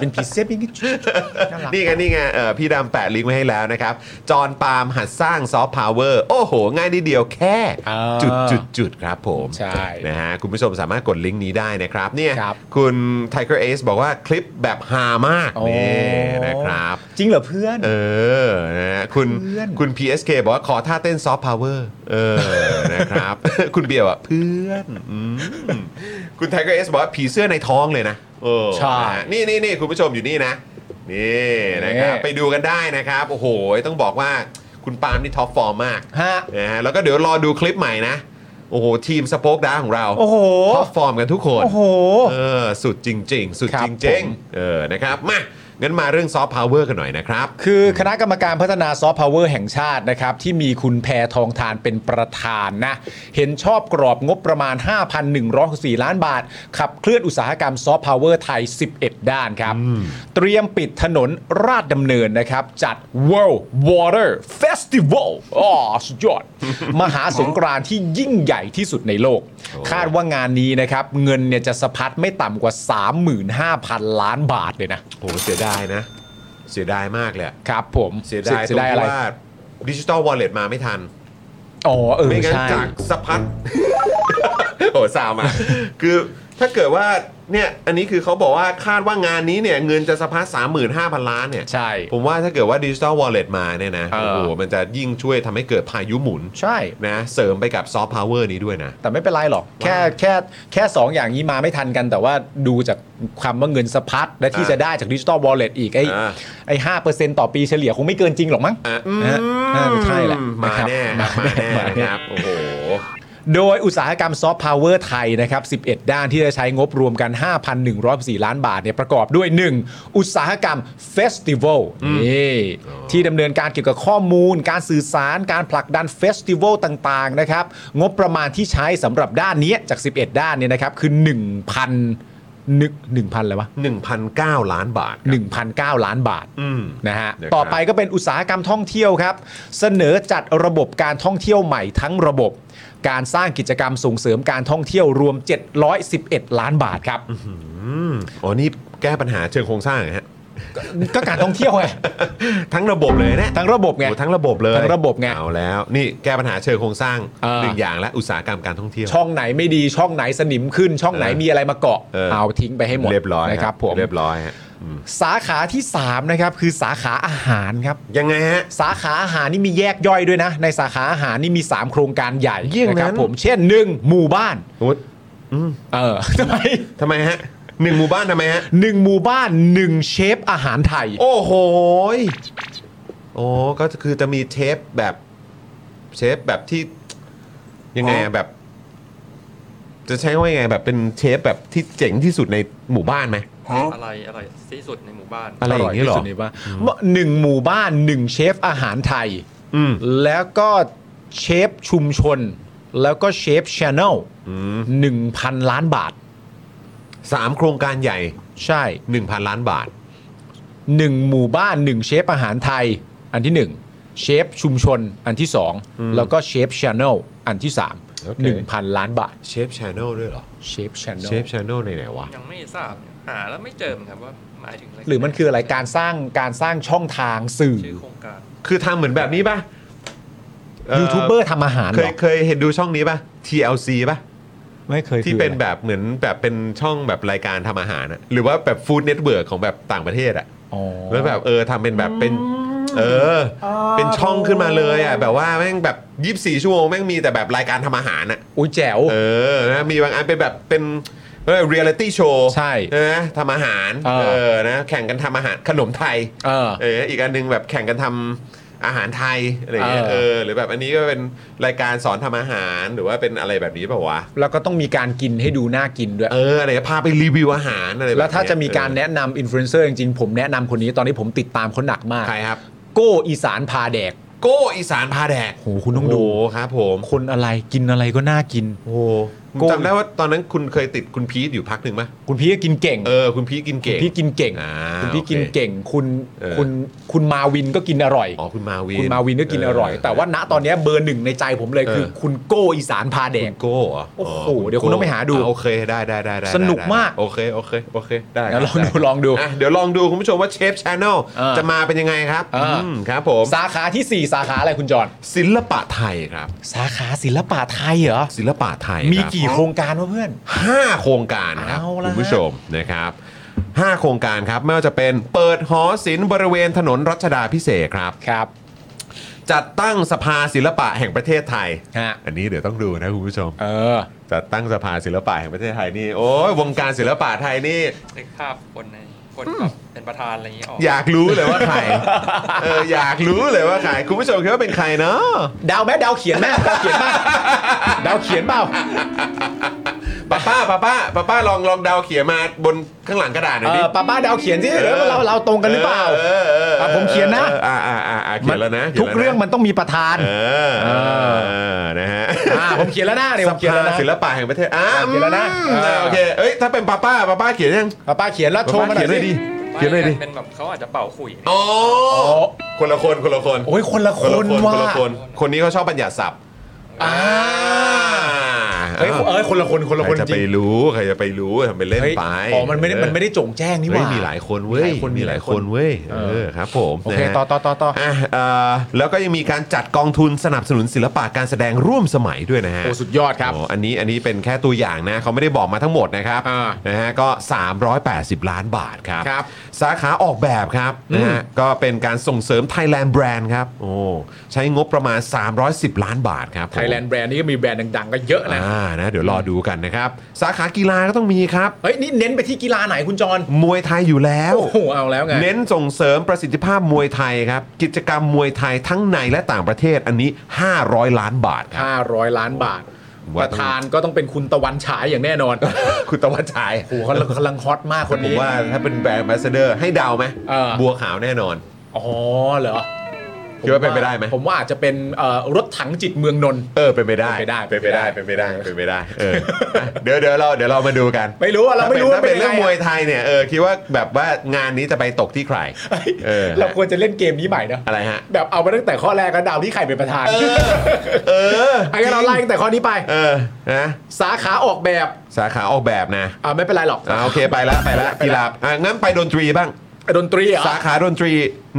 Speaker 3: เป็นผีเสื้อเป็นน่ารัก
Speaker 2: นี่ไงนี่ไงเออพี่ดำแปะลิงก์ไว้ให้แล้วนะครับ จอห์นปาล์มหัดสร้างซอฟต์พาวเวอร์โอ้โห ง่ายนิดเดียวแค่
Speaker 3: อ่า
Speaker 2: จุดจุดจุดครับผม
Speaker 3: ใช่
Speaker 2: นะฮะคุณผู้ชมสามารถกดลิงก์นี้ได้นะครับเนี่ย
Speaker 3: ครับ
Speaker 2: คุณ Tiger Ace บอกว่าคลิปแบบฮามากนี่นะครับ
Speaker 3: จริงเหรอเพื่อน
Speaker 2: เออนะฮะคุณ
Speaker 3: เพื่อน
Speaker 2: คุณ PSK บอกว่าขอท่าเต้นซอฟต์พาวเวอร์เออ นะครับ คุณเบียร์อ่ะเพื่อนอืมคุณไทเกอร์เอสบอกว่าผีเสื้อในท้องเลยนะเออ
Speaker 3: ใช่
Speaker 2: นะฮะนี่นี่นี่คุณผู้ชมอยู่นี่นะ นี่นะครับ
Speaker 3: นี่
Speaker 2: ไปดูกันได้นะครับ โอ้โห ต้องบอกว่าคุณปาล์มนี่ท็อปฟอร์มมาก
Speaker 3: ฮะ
Speaker 2: นะฮะแล้วก็เดี๋ยวรอดูคลิปใหม่นะ โอ้โห ทีมสโป๊กดาของเรา
Speaker 3: โอ้โห
Speaker 2: ท็อปฟอร์มกันทุกคน
Speaker 3: โอ้โห
Speaker 2: เออ สุดจริง ๆ สุด
Speaker 3: ครั
Speaker 2: จ
Speaker 3: บ
Speaker 2: ริง
Speaker 3: ผม
Speaker 2: ๆเออนะครับมางั้นมาเรื่องซอฟต์พาวเวอร์กันหน่อยนะครับ
Speaker 3: คือคณะกรรมการพัฒนาซอฟต์พาวเวอร์แห่งชาตินะครับ ที่มีคุณแพทองทานเป็นประธานนะ เห็นชอบกรอบงบประมาณ 5,104 ล้านบาท ขับเคลื่อนอุตสาหกรรมซอฟต์พาวเวอร์ไทย 11 ด้านครับ เตรียมปิดถนนราชดำเนินนะครับ จัด World Water Festival อ๋อสุดยอ ด มหาสงกรานต์ที่ยิ่งใหญ่ที่สุดในโลก คาดว่างานนี้นะครับ เงินเนี่ยจะสะพัดไม่ต่ำกว่า 35,000 ล้านบาทเลยนะ
Speaker 2: โหเสียดายนะ เสียดายมากเลยอะ
Speaker 3: ครับผม
Speaker 2: เสียดายตรง
Speaker 3: เสียดายอะ
Speaker 2: ที่
Speaker 3: ไร
Speaker 2: ว่าดิจิ t a ลวอลเล็ตมาไม่ทัน
Speaker 3: อ๋อเออ
Speaker 2: ไม่งั้น
Speaker 3: ใช่
Speaker 2: จากสะพัด โอ้สาวมา คือถ้าเกิดว่าเนี่ยอันนี้คือเขาบอกว่าคาดว่างานนี้เนี่ยเงินจะสะพัด35,000 ล้านเนี่ย
Speaker 3: ใช่
Speaker 2: ผมว่าถ้าเกิดว่าดิจิ t a ลวอลเล็ตมาเนี่ยนะ
Speaker 3: เออ
Speaker 2: โอ้โหมันจะยิ่งช่วยทำให้เกิดพายุหมุน
Speaker 3: ใช่
Speaker 2: นะเสริมไปกับซอฟต์พาวเวอร์นี้ด้วยนะ
Speaker 3: แต่ไม่เป็นไรหรอก แค่แค่แค่สองอย่างนี้มาไม่ทันกัน แต่ว่าดูจากคำว่าเงินสะพัดและที่
Speaker 2: อ่า
Speaker 3: จะได้จากดิจิ t a ลวอลเล็ตอีก ไอ้
Speaker 2: อ่า
Speaker 3: ไอ้ห้าเปอร์เซ็นต์ต่อปีเฉลี่ยคงไม่เกินจริงหรอกมั้ง
Speaker 2: อ่ะ
Speaker 3: ฮะน่าจะใช่แหละ
Speaker 2: มา
Speaker 3: นะครับ
Speaker 2: แน่ค รับมาแน่
Speaker 3: มาแน่
Speaker 2: นะครับโอ้โห
Speaker 3: โดยอุตสาหกรรมซอฟต์พาวเวอร์ไทยนะครับ 11 ด้านที่จะใช้งบรวมกัน 5,104 ล้านบาทเนี่ยประกอบด้วย 1. อุตสาหกรรมเฟสติวัลนี่ที่ดำเนินการเกี่ยวกับข้อมูล การสื่อสารการผลักดันเฟสติวัลต่างๆนะครับ งบประมาณที่ใช้สำหรับด้านนี้จาก 11 ด้านเนี่ยนะครับ คือ 1,000นึก1,000อะไรวะ
Speaker 2: 1,009 ล้านบาทครับ
Speaker 3: 1,009 ล้านบาท
Speaker 2: อืม
Speaker 3: นะฮะ
Speaker 2: นะครับ
Speaker 3: ต่อไปก็เป็นอุตสาหกรรมท่องเที่ยวครับ เสนอจัดระบบการท่องเที่ยวใหม่ทั้งระบบ การสร้างกิจกรรมส่งเสริมการท่องเที่ยวรวม 711 ล้านบาทครับ
Speaker 2: อืมอ๋อ นี่แก้ปัญหาเชิงโครงสร้างเหรอฮะ
Speaker 3: ก็การท่อง เที่ยวไง
Speaker 2: ทั้งระบบเลยนะ
Speaker 3: ทั้งระบบไง
Speaker 2: โอ้ทั้งระบบเลย
Speaker 3: ทั้งระบบไง
Speaker 2: เอาแล้ว นี่แก้ปัญหาเชิงโครงสร้าง
Speaker 3: เออ
Speaker 2: หนึ่งอย่างและอุตสาหกรรมการท่องเที่ยว
Speaker 3: ช่องไหนไม่ดีช่องไหนสนิมขึ้น ช่องไหนมีอะไรมาเกาะ
Speaker 2: เออ
Speaker 3: เอาทิ้งไปให้หมด
Speaker 2: เรียบร้อย
Speaker 3: นะครับผม
Speaker 2: เรียบร้อยฮะอืม
Speaker 3: สาขาที่สามนะครับคือสาขาอาหารครับ
Speaker 2: ยังไงฮะ
Speaker 3: สาขาอาหารนี่มีแยกย่อยด้วยนะ ในสาขาอาหารนี่มี 3 โครงการใหญ่
Speaker 2: เยี่ยง
Speaker 3: นะครั
Speaker 2: นั้
Speaker 3: บ
Speaker 2: น
Speaker 3: ผมเช่น 1 หมู่บ้าน
Speaker 2: สมมุติ
Speaker 3: เออทำไม
Speaker 2: ทำไมฮะ หนึ่งหมู่บ้านทำไมฮะ
Speaker 3: หนึ่งหมู่บ้านหนึ่งเชฟอาหารไทย
Speaker 2: โอ้โหยโอ้ก็คือจะมีเชฟแบบเชฟแบบที่ยังไงอะแบบ จะใช้ว่ายังไง แบบเป็นเชฟแบบที่เจ๋งที่สุดในหมู่บ้านไหม
Speaker 5: อะไรอะไรที่สุดในหมู่บ้าน
Speaker 2: อะไรอย่างนี้เหรอ
Speaker 3: ที่สุดในบ้านหนึ่งหมู่บ้านหนึ่งเชฟอาหารไทย
Speaker 2: อืม
Speaker 3: แล้วก็เชฟชุมชน แล้วก็เชฟชานอลหนึ่งพันล้านบาท
Speaker 2: สามโครงการใหญ่
Speaker 3: ใช่
Speaker 2: 1,000 ล้านบาท
Speaker 3: หนึ่งหมู่บ้านหนึ่งเชฟอาหารไทย อันที่หนึ่งเชฟชุมชนอันที่สองแล้วก็เชฟชานอลอันที่สาม
Speaker 2: โอเค
Speaker 3: หนึ่งพันล้านบาท
Speaker 2: เชฟชานอลด้วยเหรอ
Speaker 3: เชฟชานอ
Speaker 2: เช
Speaker 3: ล
Speaker 2: ฟชานอลในไหนวะ
Speaker 5: ยังไม่ทราบเนี่ยหาแล้วไม่เจอเหมือนกันว่าหมายถึงอะไร
Speaker 3: หรือมันคืออะไรการสร้างการสร้างช่องทางสื่อ
Speaker 5: ชื่อโครงการ
Speaker 2: คือทำเหมือนแบบนี้ป่ะ
Speaker 3: ยูทูบเบอร์ทำอาหาร
Speaker 2: เค
Speaker 3: เหร
Speaker 2: ย
Speaker 3: อ
Speaker 2: เคยเห็นดูช่องนี้ป่ะ TLC ป่ะ
Speaker 3: ไม่เคย
Speaker 2: ที่
Speaker 3: คือ
Speaker 2: เป็น
Speaker 3: อะไร
Speaker 2: แบบเหมือนแบบเป็นช่องแบบรายการทำอาหารอะหรือว่าแบบฟู้ดเน็ตเวิร์กของแบบต่างประเทศอะ
Speaker 3: อ๋อ
Speaker 2: แล้วแบบเออทำเป็นแบบเป็น เออ เป็นช่องขึ้นมาเลยอะแบบว่าแม่งแบบ 24 ชั่วโมงแม่งมีแต่แบบรายการทำอาหารอะ
Speaker 3: อุ้ยแจ๋ว
Speaker 2: เออนะมีบางอันเป็นแบบเป็นเรียลิตี้โชว์
Speaker 3: ใช่
Speaker 2: นะทำอาหาร
Speaker 3: เออ
Speaker 2: อนะแข่งกันทำอาหารขนมไทย
Speaker 3: เออ
Speaker 2: เอออีกอันหนึงแบบแข่งกันทำอาหารไทยอะไรเงี้ย
Speaker 3: เออ
Speaker 2: เออหรือแบบอันนี้ก็เป็นรายการสอนทำอาหารหรือว่าเป็นอะไรแบบนี้เปล่าวะ
Speaker 3: แล้วก็ต้องมีการกินให้ดูน่ากินด้วย
Speaker 2: เอออะไรพาไปรีวิวอาหารอะไรบบเนี้ย
Speaker 3: แล้วถ้าจะมีการแนะนำอินฟลูเอนเซอร์จริงๆ ผมแนะนำคนนี้ตอนนี้ผมติดตามเขาหนักมาก
Speaker 2: ใครครับ
Speaker 3: โก้อีสานพาแดก
Speaker 2: โก้อีสานพาแดก
Speaker 3: โหคุณต้องดู
Speaker 2: โครับผม
Speaker 3: คนอะไรกินอะไรก็น่ากิน
Speaker 2: โอ้จำได้ว่าตอนนั้นคุณเคยติดคุณพีทอยู่พักหนึ่งไหม
Speaker 3: คุณพี่ก็กินเก่ง
Speaker 2: เออคุณพีทกิน
Speaker 3: คุณ
Speaker 2: เก่ง
Speaker 3: พี่กินเก่ง
Speaker 2: อ่า
Speaker 3: คุณพี่กิน
Speaker 2: โอเค
Speaker 3: เก่ง คุณ
Speaker 2: เออ
Speaker 3: คุณคุณมาวินก็กินอร่อย
Speaker 2: อ๋อคุณมาวิน
Speaker 3: คุณมาวินก็กินอร่อย
Speaker 2: เ
Speaker 3: แต่ว่าณตอนเนี้ยเบอร์หนึ่งในใจผมเลยคือ
Speaker 2: เออ
Speaker 3: คุณโก้อีสานพาแด
Speaker 2: คุณ
Speaker 3: ก
Speaker 2: โก้เหรอ
Speaker 3: โอ้โห
Speaker 2: ณ
Speaker 3: เดี๋ยวคุณต้องไปหาดู
Speaker 2: ะโอเคได้ได้ได้ได้
Speaker 3: สนุกมาก
Speaker 2: ได้ได้โอเคโอเคโอเคได้
Speaker 3: งั้นลองดู
Speaker 2: ไ
Speaker 3: ลองดู
Speaker 2: อ่ะเดี๋ยวลองดูคุณผู้ชมว่าเชฟชานอล
Speaker 3: เออ
Speaker 2: จะมาเป็นยังไงครับ
Speaker 3: เอออื
Speaker 2: มครับผม
Speaker 3: สาขาที่สี่สาขาอะไรคุณจอห์น
Speaker 2: ศิลปะไทยครับ
Speaker 3: สาขาศิลปะไทยเหรอ
Speaker 2: ศิลปะไทย
Speaker 3: มี
Speaker 2: ครับ
Speaker 3: กี่โครงการวะเพื่อน
Speaker 2: 5 โครงการครับ
Speaker 3: เอา
Speaker 2: คุ
Speaker 3: ละ
Speaker 2: ณผู้ชมนะครับ5โครงการครับไม่ว่าจะเป็นเปิดหอศิลป์บริเวณถนนรัชดาพิเศษกครับ
Speaker 3: ครับ
Speaker 2: จัดตั้งสภาศิลปะแห่งประเทศไทย
Speaker 3: ฮะ
Speaker 2: อันนี้เดี๋ยวต้องดูนะคุณผู้ชม
Speaker 3: เออ
Speaker 2: จัดตั้งสภาศิลปะแห่งประเทศไทยนี่ โอ้ยวงการศิลปะไทยนี่
Speaker 5: นึกภาพคนในคนแบบเป็นประธานอะไรอย่างนี้ออก
Speaker 2: อยากรู้เลยว่าใครเอออยากรู้เลยว่าใครคุณผู้ชมคิดว่าเป็นใครเนาะ
Speaker 3: ดาวแม่ดาวเขียนแม่ดาวเขียนมากดาว เขียนเปล่า
Speaker 2: ป้าป้าป้าป้าป้าป้าลองลองเดาเขียนมาบนข้างหลังกระดาษหน่อ
Speaker 3: เอย
Speaker 2: ดิ
Speaker 3: อป้าป้าดาวเขียนสิเดี๋ยวเราเราตรงกันหรือเปล่า
Speaker 2: เออเออเออ
Speaker 3: ผมเขียนนะ
Speaker 2: อ่าอ่าอ่าอ่าเขียนแล้วนะขีย
Speaker 3: ทุ
Speaker 2: น
Speaker 3: ก
Speaker 2: แล้วนะ
Speaker 3: เรื่องมันต้องมีประธาน
Speaker 2: เออเออเออนะฮะ
Speaker 3: ่าผมเขียนแล้วนะเนี่ย
Speaker 2: ส
Speaker 3: ผมเขียน
Speaker 2: ภา
Speaker 3: แล้วนะ
Speaker 2: ศิลปะแห่งประเทศอ่า
Speaker 3: เขียนแล้วนะ
Speaker 2: อืม
Speaker 3: เออ
Speaker 2: โอเคเอ้ยถ้าเป็นป้าป้าป้าป้าเขียนยัง
Speaker 3: ป้าป้าเขียนแล้ว
Speaker 2: ป้า
Speaker 3: โชว์
Speaker 2: ป้า
Speaker 3: มาห
Speaker 2: เขี
Speaker 3: น่
Speaker 2: ย
Speaker 3: อน ย
Speaker 2: หน่อย
Speaker 3: สิ
Speaker 2: ดิเขียนหน่อยดิ
Speaker 5: เป็นแบบเขาอาจจะเป่าขุย
Speaker 2: อ๋อ
Speaker 3: โอ้
Speaker 2: คนละคนคนละคน
Speaker 3: โอ้ยคนละค
Speaker 2: คนละ
Speaker 3: น
Speaker 2: คน
Speaker 3: ว่ะ
Speaker 2: คนละคนคนนี้เขาชอบบัญญัติศัพท์
Speaker 3: อ่า
Speaker 2: เอ้
Speaker 3: เฮ้ยเอ้ยคนละคนคนละคน
Speaker 2: ใรจะ
Speaker 3: จ
Speaker 2: ไป
Speaker 3: ริง
Speaker 2: รู้ใครจะไปรู้ทำเป็นเล่น
Speaker 3: เฮ้ย
Speaker 2: ไป
Speaker 3: อ๋อมันไม่ได้มันไม่ได้โจงแจ้งนี่ห
Speaker 2: เฮ้ย
Speaker 3: ว่า
Speaker 2: มีหลายคนเว้ย
Speaker 3: มีหลายคน
Speaker 2: มีหลายคนเว้ย
Speaker 3: เอ
Speaker 2: เอ
Speaker 3: อ
Speaker 2: อครับ ผม
Speaker 3: โอเค
Speaker 2: นะฮะ
Speaker 3: ต่อต่อต่อต่อ
Speaker 2: อ่ะเอ่อแล้วก็ยังมีการจัดกองทุนสนับสนุนศิลปะการแสดงร่วมสมัยด้วยนะฮะ
Speaker 3: โอ้สุดยอดครับ
Speaker 2: โอ้อันนี้อันนี้เป็นแค่ตัวอย่างนะเขาไม่ได้บอกมาทั้งหมดนะครับ
Speaker 3: อ่า
Speaker 2: นะฮะก็ 380 ล้านบาทครับ
Speaker 3: ครับ
Speaker 2: สาขาออกแบบครับนะฮะก็เป็นการส่งเสริม Thailand Brand ครับโอ้ใช้งบประมาณ 310 ล้านบาทครับผม
Speaker 3: Thailand Brand นี่ก็มีแบรนด์ดังๆ ก็เยอะนะ
Speaker 2: อ่านะเดี๋ยวรอดูกันนะครับ สาขากีฬาก็ต้องมีครับ
Speaker 3: เฮ้ยนี่เน้นไปที่กีฬาไหนคุณจร
Speaker 2: มวยไทยอยู่แล้ว
Speaker 3: โอ้โหเอาแล้วไง
Speaker 2: เน้นส่งเสริมประสิทธิภาพมวยไทยครับ กิจกรรมมวยไทยทั้งในและต่างประเทศอันนี้ 500 ล้านบาทครับ
Speaker 3: 500 ล้านบาท
Speaker 2: ว่า
Speaker 3: ป
Speaker 2: ต้อง
Speaker 3: ระธานก็ต้องเป็นคุณตะวันฉายอย่างแน่นอน
Speaker 2: คุณตะวันฉาย
Speaker 3: โอ้โหเขากำลังฮอตมากค
Speaker 2: ผ
Speaker 3: น
Speaker 2: ม
Speaker 3: นี้
Speaker 2: ว่าถ้าเป็นแบรนด์มาสเดอร์ให้เดาไหม
Speaker 3: เออ
Speaker 2: บัวขาวแน่นอน
Speaker 3: อ๋อเหรอ
Speaker 2: คิดว่าเป็นไปได้ไหม
Speaker 3: ผมว่าอาจจะเป็นเอ่อรถถังจิตเมืองนนท์
Speaker 2: เออเป็นไปได้
Speaker 3: เป็นไปได้
Speaker 2: เป็นไปได้เป็นไปได้เป็นไปได้เอออ่ะเดี๋ยวเดี๋ยวเราเดี๋ยวเรามาดูกัน
Speaker 3: ไม่รู้อะเราไม่รู้
Speaker 2: ถ้าเป็นถ้าเป็น
Speaker 3: ว่าเป็น
Speaker 2: เรื่อง
Speaker 3: ยังไงอะ
Speaker 2: มวยไทยเนี่ยเออคิดว่าแบบว่างานนี้จะไปตกที่ใครเออ
Speaker 3: เราควรจะเล่นเกมนี้ใหม่นะ
Speaker 2: อะไรฮะ
Speaker 3: แบบเอามาตั้งแต่ข้อแรกก็ดาวที่ใครเป็นประธาน
Speaker 2: เออ
Speaker 3: ไอ้ก็เราไล่ตั้งแต่ข้อนี้ไป
Speaker 2: เออนะ
Speaker 3: สาขาออกแบบ
Speaker 2: สาขาออกแบบนะ
Speaker 3: อ่าไม่เป็นไรหรอก
Speaker 2: อ่าโอเคไปละไปละกีฬาอ่ะงั้นไปดนตรีบ้าง
Speaker 3: ดนตรีเหรอ
Speaker 2: สาขาดนตรี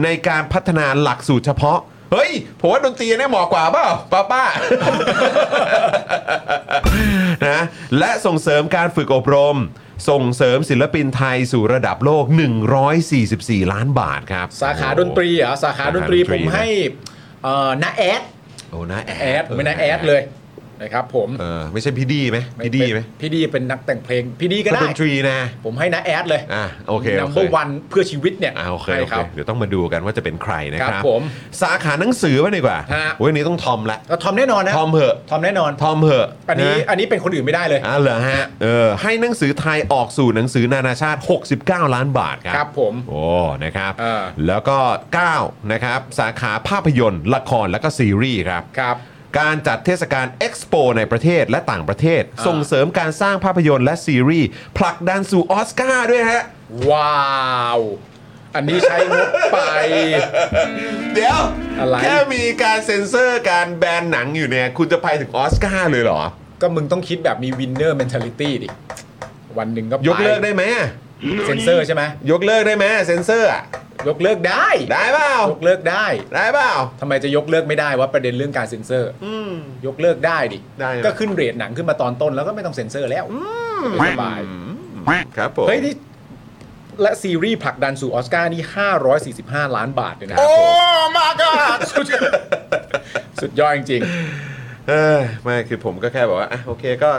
Speaker 2: ในการพัฒนาหลักสูตรเฉพาะ เฮ้ย ผมว่าดนตรีเนี่ยเหมาะกว่าเปล่าป้าป้า นะและส่งเสริมการฝึกอบรม ส่งเสริมศิลปินไทยสู่ระดับโลก 144 ล้านบาทครับ
Speaker 3: สาขาดนตรีเหรอสาขาดนตรี
Speaker 2: สาขาดนต
Speaker 3: ผ
Speaker 2: รี
Speaker 3: ม
Speaker 2: นะ
Speaker 3: ให้เอ่อน้าแอด
Speaker 2: โอ้นะแอ
Speaker 3: แอดไม่น่าแอดเลย นะครับผม
Speaker 2: เออไม่ใช่พี่ดีไหมพี่ดีไหม
Speaker 3: พี่ดีเป็นนักแต่งเพลง พี่ดีก็
Speaker 2: นั
Speaker 3: ได้
Speaker 2: ดนตรีนะ
Speaker 3: ผมให้นะแอดเลย
Speaker 2: อ่ะโอเค
Speaker 3: นั
Speaker 2: โอ
Speaker 3: ม
Speaker 2: เค
Speaker 3: เบอร์วันเพื่อชีวิตเนี่ย
Speaker 2: อ่ะโอเค
Speaker 3: ใช่
Speaker 2: โอ
Speaker 3: ค
Speaker 2: เค
Speaker 3: รับ
Speaker 2: เดี๋ยวต้องมาดูกันว่าจะเป็นใครนะค
Speaker 3: ครั
Speaker 2: รับบ
Speaker 3: ผม
Speaker 2: สาขาหนังสือวะดีกว่า
Speaker 3: ฮะ
Speaker 2: วันนี้ต้องทอมละ
Speaker 3: ก็ทอมแน่นอนนะ
Speaker 2: ทอมเหอะ
Speaker 3: ทอมแน่นอน
Speaker 2: ทอมเหอะ
Speaker 3: อันนี้
Speaker 2: ะ
Speaker 3: อันนี้เป็นคนอื่นไม่ได้เลย
Speaker 2: อ่าเหรอฮะ เออ ให้หนังสือไทยออกสู่หนังสือนานาชาติ 69 ล้านบาทครับ
Speaker 3: ครับผม
Speaker 2: โอ้ นะครับ
Speaker 3: เออ
Speaker 2: แล้วก็ 9 นะครับ สาขาภาพยนตร์ ละคร และก็ซีรีส์ครับ
Speaker 3: ครับ
Speaker 2: การจัดเทศกาล EXPO ในประเทศและต่างประเทศ
Speaker 3: อ่า
Speaker 2: ส่งเสริมการสร้างภาพยนตร์และซีรีส์ ผลักดันสู่ออสการ์ด้วยฮะ
Speaker 3: ว้าว อันนี้ใช้งบไป
Speaker 2: เดี๋ยว
Speaker 3: อะไร
Speaker 2: แค่มีการเซ็นเซอร์การแบนหนังอยู่เนี่ย คุณจะไปถึงออสการ์เลยเหรอ
Speaker 3: ก็มึงต้องคิดแบบมีวินเนอร์ n มน l ลิตี้ดิ วันหนึ่งก็ไป
Speaker 2: ยกเลิกได้ไหมอะ
Speaker 3: เซนเซอร์ใช่ไหม
Speaker 2: ยกเลิกได้ไหมเซ็นเซอร์อะ
Speaker 3: ยกเลิกได้
Speaker 2: ได้เปล่าย
Speaker 3: กเลิกได้
Speaker 2: ได้เปล่า
Speaker 3: ทำไมจะยกเลิกไม่ได้ว่าประเด็นเรื่องการเซ็นเซอร์ยกเลิกได้ดิ
Speaker 2: ได้ไหม
Speaker 3: ก็ขึ้นเรทหนังขึ้นมาตอนต้นแล้วก็ไม่ต้องเซ็นเซอร์แล้วสบาย
Speaker 2: ครับผม
Speaker 3: เฮ้ยนี่และซีรีส์ผลักดันสู่ออสการ์นี่ 545 ล้านบาทเลยนะ
Speaker 2: โอ้
Speaker 3: มาก้าสุดยอด สุดยอดจริง
Speaker 2: เอ้ยไม่คือผมก็แค่บอกว่าอ่ะโอเคก็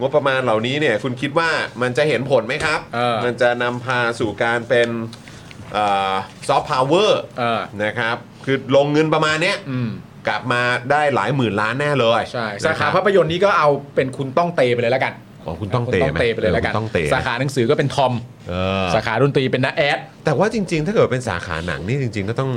Speaker 2: งบประมาณเหล่านี้เนี่ยคุณคิดว่ามันจะเห็นผลไหมครับ
Speaker 3: เออ
Speaker 2: มันจะนำพาสู่การเป็นซอฟต์พาวเวอร์
Speaker 3: เออ
Speaker 2: นะครับ คือลงเงินประมาณเนี้ย
Speaker 3: ๆ อืม
Speaker 2: กลับมาได้หลายหมื่นล้านแน่เลย
Speaker 3: ใช่
Speaker 2: นะครับ
Speaker 3: สาขาภาพยนตร์นี้ก็เอาเป็นคุณต้องเตไปเลยแล้วกัน
Speaker 2: ของคุณต้องเตะ
Speaker 3: คุณ
Speaker 2: ไหม
Speaker 3: ไปเลยแล้วกัน
Speaker 2: ออคุณต้องเตะ
Speaker 3: สาขาหนังสือก็เป็นทอม
Speaker 2: เออ
Speaker 3: สาขาดนตรีเป็นนาแอด
Speaker 2: แต่ว่าจริง ๆ ถ้าเกิดเป็นสาขาหนังนี่จริง ๆ ก็ต้อง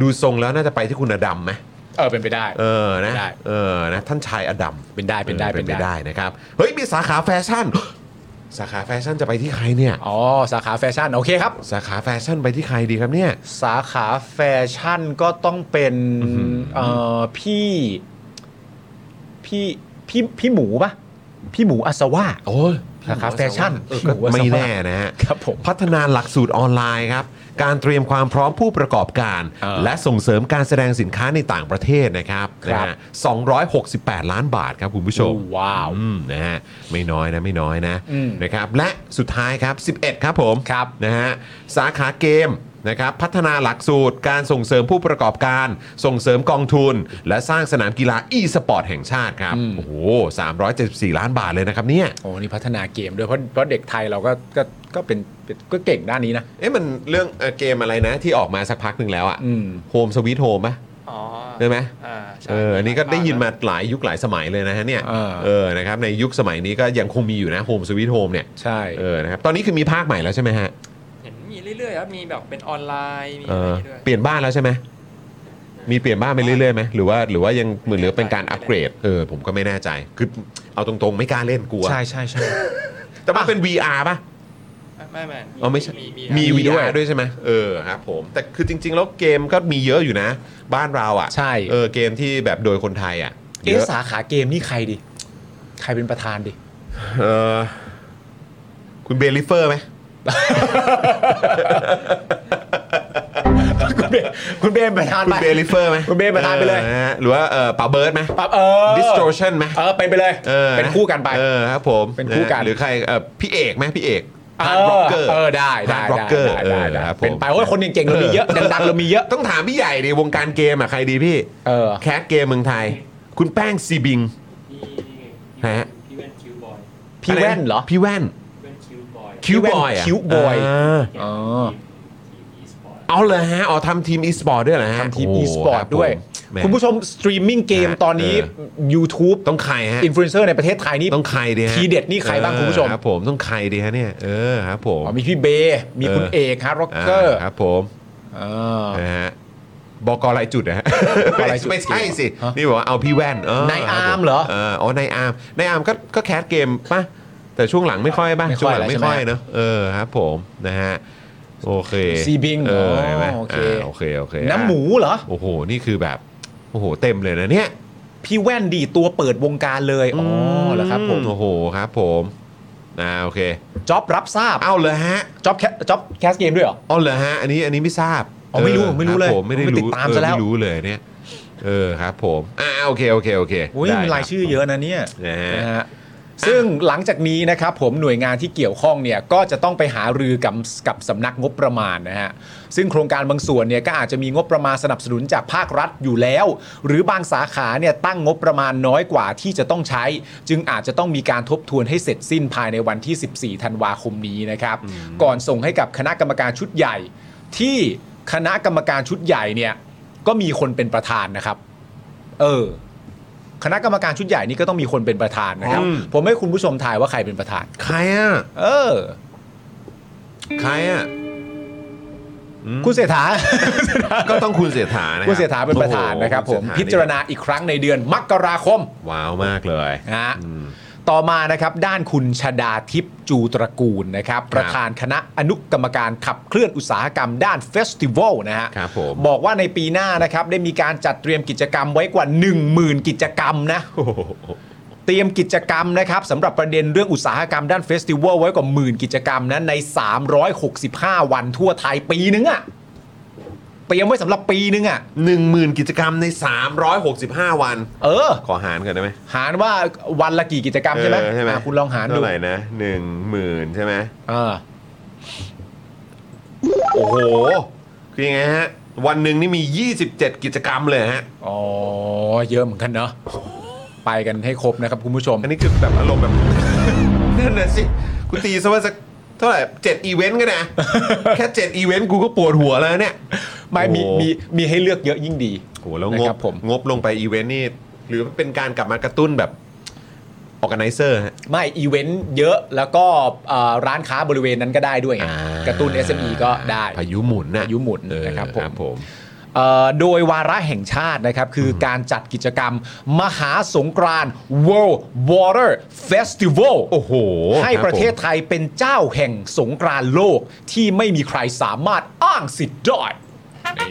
Speaker 2: ดูทรงแล้วน่าจะไปที่คุณอดำไหม
Speaker 3: เออเป็นไปได้
Speaker 2: เออ นะ
Speaker 3: ได้
Speaker 2: เออ นะ ท่านชายอดัม
Speaker 3: เป็นได้เป็นได้
Speaker 2: ออเป็นไป
Speaker 3: เป็นได้
Speaker 2: ได้นะครับ เฮ้ย มีสาขาแฟชั่น สาขาแฟชั่นจะไปที่ใครเนี่ย
Speaker 3: อ๋อ สาขาแฟชั่น โอเคครับ
Speaker 2: สาขาแฟชั่นไปที่ใครดีครับเนี่ย
Speaker 3: สาขาแฟชั่นก็ต้องเป็นเอ่อพี่ พี่พี่พี่หมูปะพี่หมูอัศวา
Speaker 2: โอ้ย
Speaker 3: สาขาแฟชั่น
Speaker 2: เออก็
Speaker 3: โอ้โห
Speaker 2: ไม่
Speaker 3: สภาพ
Speaker 2: แน่นะฮะ
Speaker 3: ครับผม
Speaker 2: พัฒนาหลักสูตรออนไลน์ครับ การเตรียมความพร้อมผู้ประกอบการ
Speaker 3: เออ
Speaker 2: และส่งเสริมการแสดงสินค้าในต่างประเทศนะครับ
Speaker 3: ครับ
Speaker 2: นะฮะ268 ล้านบาทครับคุณผู้ชม
Speaker 3: ว้าว
Speaker 2: อืมนะฮะไม่น้อยนะไม่น้อยนะ
Speaker 3: อืม
Speaker 2: นะครับและสุดท้ายครับ 11 ครับผม
Speaker 3: ครับ
Speaker 2: นะฮะสาขาเกมนะครับพัฒนาหลักสูตรการส่งเสริมผู้ประกอบการ ส่งเสริมกองทุน และสร้างสนามกีฬา e สปอร์ตแห่งชาติครับ
Speaker 3: อืม
Speaker 2: โอ้โห 374 ล้านบาทเลยนะครับเนี่ย
Speaker 3: โอ้นี่พัฒนาเกมด้วยเพราะเพราะเด็กไทยเราก็ก็ก็เป็นเป็นก็เก่งด้านนี้นะ
Speaker 2: เอ๊ะมันเรื่องเอ่อเกมอะไรนะ ที่ออกมาสักพักหนึ่งแล้วอะ
Speaker 3: อืม
Speaker 2: โฮมสวีทโฮมปะ
Speaker 5: อ๋อ
Speaker 2: ได้ไหม
Speaker 5: อ่าใช่
Speaker 2: เอออันนี้ก็ได้ยินมาหลายยุคหลายสมัยเลยนะฮะเนี่ย
Speaker 3: เออ
Speaker 2: เออนะครับในยุคสมัยนี้ก็ยังคงมีอยู่นะโฮมสวีทโฮมเนี่ย
Speaker 3: ใช่
Speaker 2: เออ นะครับ ตอนนี้คือมีภาคใหม่แล้วใช่ไหมฮะ
Speaker 5: เห็นมีเรื่อยๆครับมีแบบเป็นออนไลน์มี
Speaker 2: เอ
Speaker 5: อะไร
Speaker 2: อ
Speaker 5: เรื่อย
Speaker 2: เปลี่ยนบ้านแล้วใช่ไหม มีเปลี่ยนบ้านไปเรื่อยๆไหมหรือว่า หรือว่ายังเหมือนเหลือเป็นการอัปเกรด เออ ผมก็ไม่แน่ใจ คือเอาตรงๆ ไม่กล้าเล่นกลัว
Speaker 3: ใช่ใช่ใช่
Speaker 2: แต่มันเป็น VR ป่ะ
Speaker 5: ๆไม่ไม่
Speaker 2: อ๋อไม่ใช่
Speaker 5: มี
Speaker 2: มี
Speaker 3: มีด้วย
Speaker 2: VR ด้วยใช่ไหมเออ ครับผม แต่คือจริง ๆ แล้วเกมก็มีเยอะอยู่นะ บ้านเราอ่ะ
Speaker 3: ใช่
Speaker 2: เออ เกมที่แบบโดยคนไทยอ่ะเย
Speaker 3: เอะ
Speaker 2: อะ
Speaker 3: สาขาเกมนี่ใครดิ ใครเป็นประธานดิ
Speaker 2: เออคุณเบลิเฟอร์ไหม
Speaker 3: คุณเบนคุณเบนประธาน
Speaker 2: คุ
Speaker 3: ไป
Speaker 2: ณเบลิเฟอร์ไหม
Speaker 3: คุณเบนประธานไปเลย
Speaker 2: ออฮะหรือว่าเออป๋าเบิร์ดไหม
Speaker 3: ปรับเออ
Speaker 2: distortion ไหม
Speaker 3: เออเป็นไปเลย
Speaker 2: ออ
Speaker 3: เป็นคู่กันไป
Speaker 2: เออครับผม
Speaker 3: เป็นคู่กัน
Speaker 2: ะหรือใครเอ่อพี่เอกไหมพี่เอก
Speaker 3: เอ
Speaker 2: ฮาร์ดร็อกเกอร์
Speaker 3: เออได้ได้
Speaker 2: Hard
Speaker 3: ได้
Speaker 2: Rocker
Speaker 3: ได้
Speaker 2: เอ
Speaker 3: ได้
Speaker 2: อ
Speaker 3: ได้
Speaker 2: ครับผม
Speaker 3: เป็นไปโอ้ยคนเก่งๆเรามีเยอะดังๆเรามีเยอะ
Speaker 2: ต้องถามพี่ใหญ่ดิวงการเกมอ่ะใครดีพี่
Speaker 3: เออ
Speaker 2: แคสเกมเมืองไทย คุณแป้งซีบิง ฮะ
Speaker 5: พี่แว่นคิวบอย
Speaker 3: พี่แว่นเหรอ
Speaker 2: พี่แว่น
Speaker 5: พี่แว่นคิวบอย
Speaker 2: คิวบอย
Speaker 3: คิวบอย อ๋อ
Speaker 2: เอาเลยฮะอ๋อทำทีมอีสปอร์ตด้วยเหรอฮะ
Speaker 3: ทำทีม
Speaker 2: โ
Speaker 3: e-sport
Speaker 2: ครับ
Speaker 3: ด้วย
Speaker 2: แหม
Speaker 3: คุณผู้ชมสตรีมมิ่งเกม
Speaker 2: ฮะ
Speaker 3: ตอนนี้
Speaker 2: เอ
Speaker 3: YouTube
Speaker 2: ต้องใครฮะ
Speaker 3: อินฟลูเอนเซอร์ในประเทศไทยนี่
Speaker 2: ต้องใครดีฮะ
Speaker 3: ทีเด็ดนี่ใครบ้าง
Speaker 2: เออ
Speaker 3: คุณผู้ชม
Speaker 2: ครับผมต้องใครดีฮะเนี่ยเออครับผม
Speaker 3: อ๋อมีพี่เบย์มีคุณ
Speaker 2: เออ
Speaker 3: เอกฮะร็อก
Speaker 2: อ่า
Speaker 3: เกอร์
Speaker 2: ครับผม
Speaker 3: เออ
Speaker 2: นะฮะบอกรายจุดนะฮะ
Speaker 3: บอกรายจุด
Speaker 2: ไม่ใช่สิ
Speaker 3: ฮะ
Speaker 2: นี่บอกว่าเอาพี่แว่นเออน
Speaker 3: าย
Speaker 2: คบ
Speaker 3: อาร์ม
Speaker 2: ผ
Speaker 3: เหรอ
Speaker 2: อ๋อนายอาร์มนายอาร์มก็ก็แคสเกมป่ะแต่ช่วงหลังไม่ค่อยป่ะ
Speaker 3: ไม่ค่อย
Speaker 2: ช่วงหลัง
Speaker 3: แล้ว
Speaker 2: ไม่
Speaker 3: ใช่ไหม
Speaker 2: ค่อยเนอะเออครับผมนะฮะโอเค
Speaker 3: Seabing
Speaker 2: เออเห็นไหม
Speaker 3: อ๋อโอเค
Speaker 2: อ่าโอเคโอเค
Speaker 3: น้ำหมูเหรอ
Speaker 2: โอ้โหนี่คือแบบโอ้โหเต็มเลยนะเนี่ย
Speaker 3: พี่แว่นดีตัวเปิดวงการเลย อ๋อเหรอครับผม
Speaker 2: โอ้โหครับผมอ่าโอเค
Speaker 3: จ็อบรับทราบ
Speaker 2: เอาเลยฮะ
Speaker 3: จ็อบแคจ็อบแคสเกมด้วยเหรอ
Speaker 2: เอาเลยฮะ อันนี้อันนี้ไม่ทราบ
Speaker 3: อ๋อไม่รู้
Speaker 2: ออ
Speaker 3: ไม่รู้
Speaker 2: คบ
Speaker 3: เลย
Speaker 2: ผมไม่ได้
Speaker 3: ผมไม่ติ
Speaker 2: รู้
Speaker 3: ดตาม
Speaker 2: เออ
Speaker 3: ซะแล้ว
Speaker 2: ไม่รู้เลยเนี่ยเออครับผมอ่าโอเคโอเคโอเค
Speaker 3: อุ้ย
Speaker 2: ได้
Speaker 3: มีราย
Speaker 2: ครับ
Speaker 3: ชื่อเยอะนะเนี่ย
Speaker 2: นะฮะ
Speaker 3: นะฮะ ซึ่งหลังจากนี้นะครับผมหน่วยงานที่เกี่ยวข้องเนี่ยก็จะต้องไปหารือกับกับสำนักงบประมาณนะฮะซึ่งโครงการบางส่วนเนี่ยก็อาจจะมีงบประมาณสนับสนุนจากภาครัฐอยู่แล้ว หรือบางสาขาเนี่ยตั้งงบประมาณน้อยกว่าที่จะต้องใช้ จึงอาจจะต้องมีการทบทวนให้เสร็จสิ้นภายในวันที่ 14 ธันวาคมนี้นะครับก่อนส่งให้กับคณะกรรมการชุดใหญ่ ที่คณะกรรมการชุดใหญ่เนี่ยก็มีคนเป็นประธานนะครับ เออ คณะกรรมการชุดใหญ่นี่ก็ต้องมีคนเป็นประธานนะครับ
Speaker 2: อืม
Speaker 3: ผมให้คุณผู้ชมทายว่าใครเป็นประธาน
Speaker 2: ใครอ่ะ
Speaker 3: เออ
Speaker 2: ใครอ่ะ
Speaker 3: คุณเศรษฐา
Speaker 2: ก็ต้องคุณเสียฐานะรับ
Speaker 3: คุณเศรษฐาเป็นประธาน
Speaker 2: โอ้โห
Speaker 3: นะครับ ผม
Speaker 2: ณเศษฐ
Speaker 3: พิจารณาอีกครั้งในเดือนมกราคม
Speaker 2: ว้าวมากเลย
Speaker 3: นะฮะ
Speaker 2: อืม
Speaker 3: ต่อมานะครับด้านคุณชดาทิพย์จูตระกูลนะครับ ประธานคณะอนุกรรมการขับเคลื่อนอุตสาหกรรมด้านเฟสติวัลนะฮะ
Speaker 2: ครับผม
Speaker 3: บอกว่าในปีหน้านะครับได้มีการจัดเตรียมกิจกรรมไว้กว่า 10,000 กิจกรรมนะ
Speaker 2: โอ้โห
Speaker 3: เตรียมกิจกรรมนะครับสำหรับประเด็นเรื่องอุตสาหกรรมด้านเฟสติวัลไว้กว่าหมื่นกิจกรรมนะใน 365 วันทั่วไทยปีนึงอะเตรียมไว้สำหรับปีนึงอะ
Speaker 2: หนึ่งหมื่นกิจกรรมใน 365 วัน
Speaker 3: เออ
Speaker 2: ขอหารก่อนได้ไหม
Speaker 3: หารว่าวันละกี่กิจกรรมใช่ไหม
Speaker 2: เออใช่ไหม
Speaker 3: อ่ะคุณลองหารดู
Speaker 2: เท่าไหร่นะหนึ่งหมื่นใช่ไหม
Speaker 3: อ่า
Speaker 2: โอ้โห คือยังไงฮะ วันหนึ่งนี่มี 27 กิจกรรมเลยฮะ
Speaker 3: อ๋อ เยอะเหมือนกันเนอะไปกันให้ครบนะครับคุณผู้ชม
Speaker 2: อันนี้คือแบบอารมณ์แบบ นั่นน่ะสิกูตีซะว่าสักเท่าไหร่เจ็ดอีเวนต์ก็ นะ แค่เจ็ดอีเวนต์กูก็ปวดหัวแล้วเนี่ย
Speaker 3: ไม่มี
Speaker 2: โอ้โห
Speaker 3: มีมีให้เลือกเยอะยิ่งดี
Speaker 2: โอ้โหแล้วง
Speaker 3: นะครับ บผม
Speaker 2: งบลงไปอีเวนต์นี่ หรือเป็นการกลับมากระตุ้นแบบออกไนเซอร์ฮะ
Speaker 3: ไม่อีเวนต์เยอะแล้วก็เอ่อร้านค้าบริเวณนั้นก็ได้ด้วยไง
Speaker 2: อ่าก
Speaker 3: ระตุ้น SME ก็ได้
Speaker 2: พายุหมุนนะ
Speaker 3: พายุหมุน
Speaker 2: เออ
Speaker 3: นะครับผม
Speaker 2: ครับผม
Speaker 3: เอ่อโดยวาระแห่งชาตินะครับคือการจัดกิจกรรม มหาสงกรานต์ World Water Festival
Speaker 2: โอ้โห
Speaker 3: ให้ประเทศไทยเป็นเจ้าแห่งสงกรานต์โลกที่ไม่มีใครสามารถอ้างสิทธิ์ได้นี่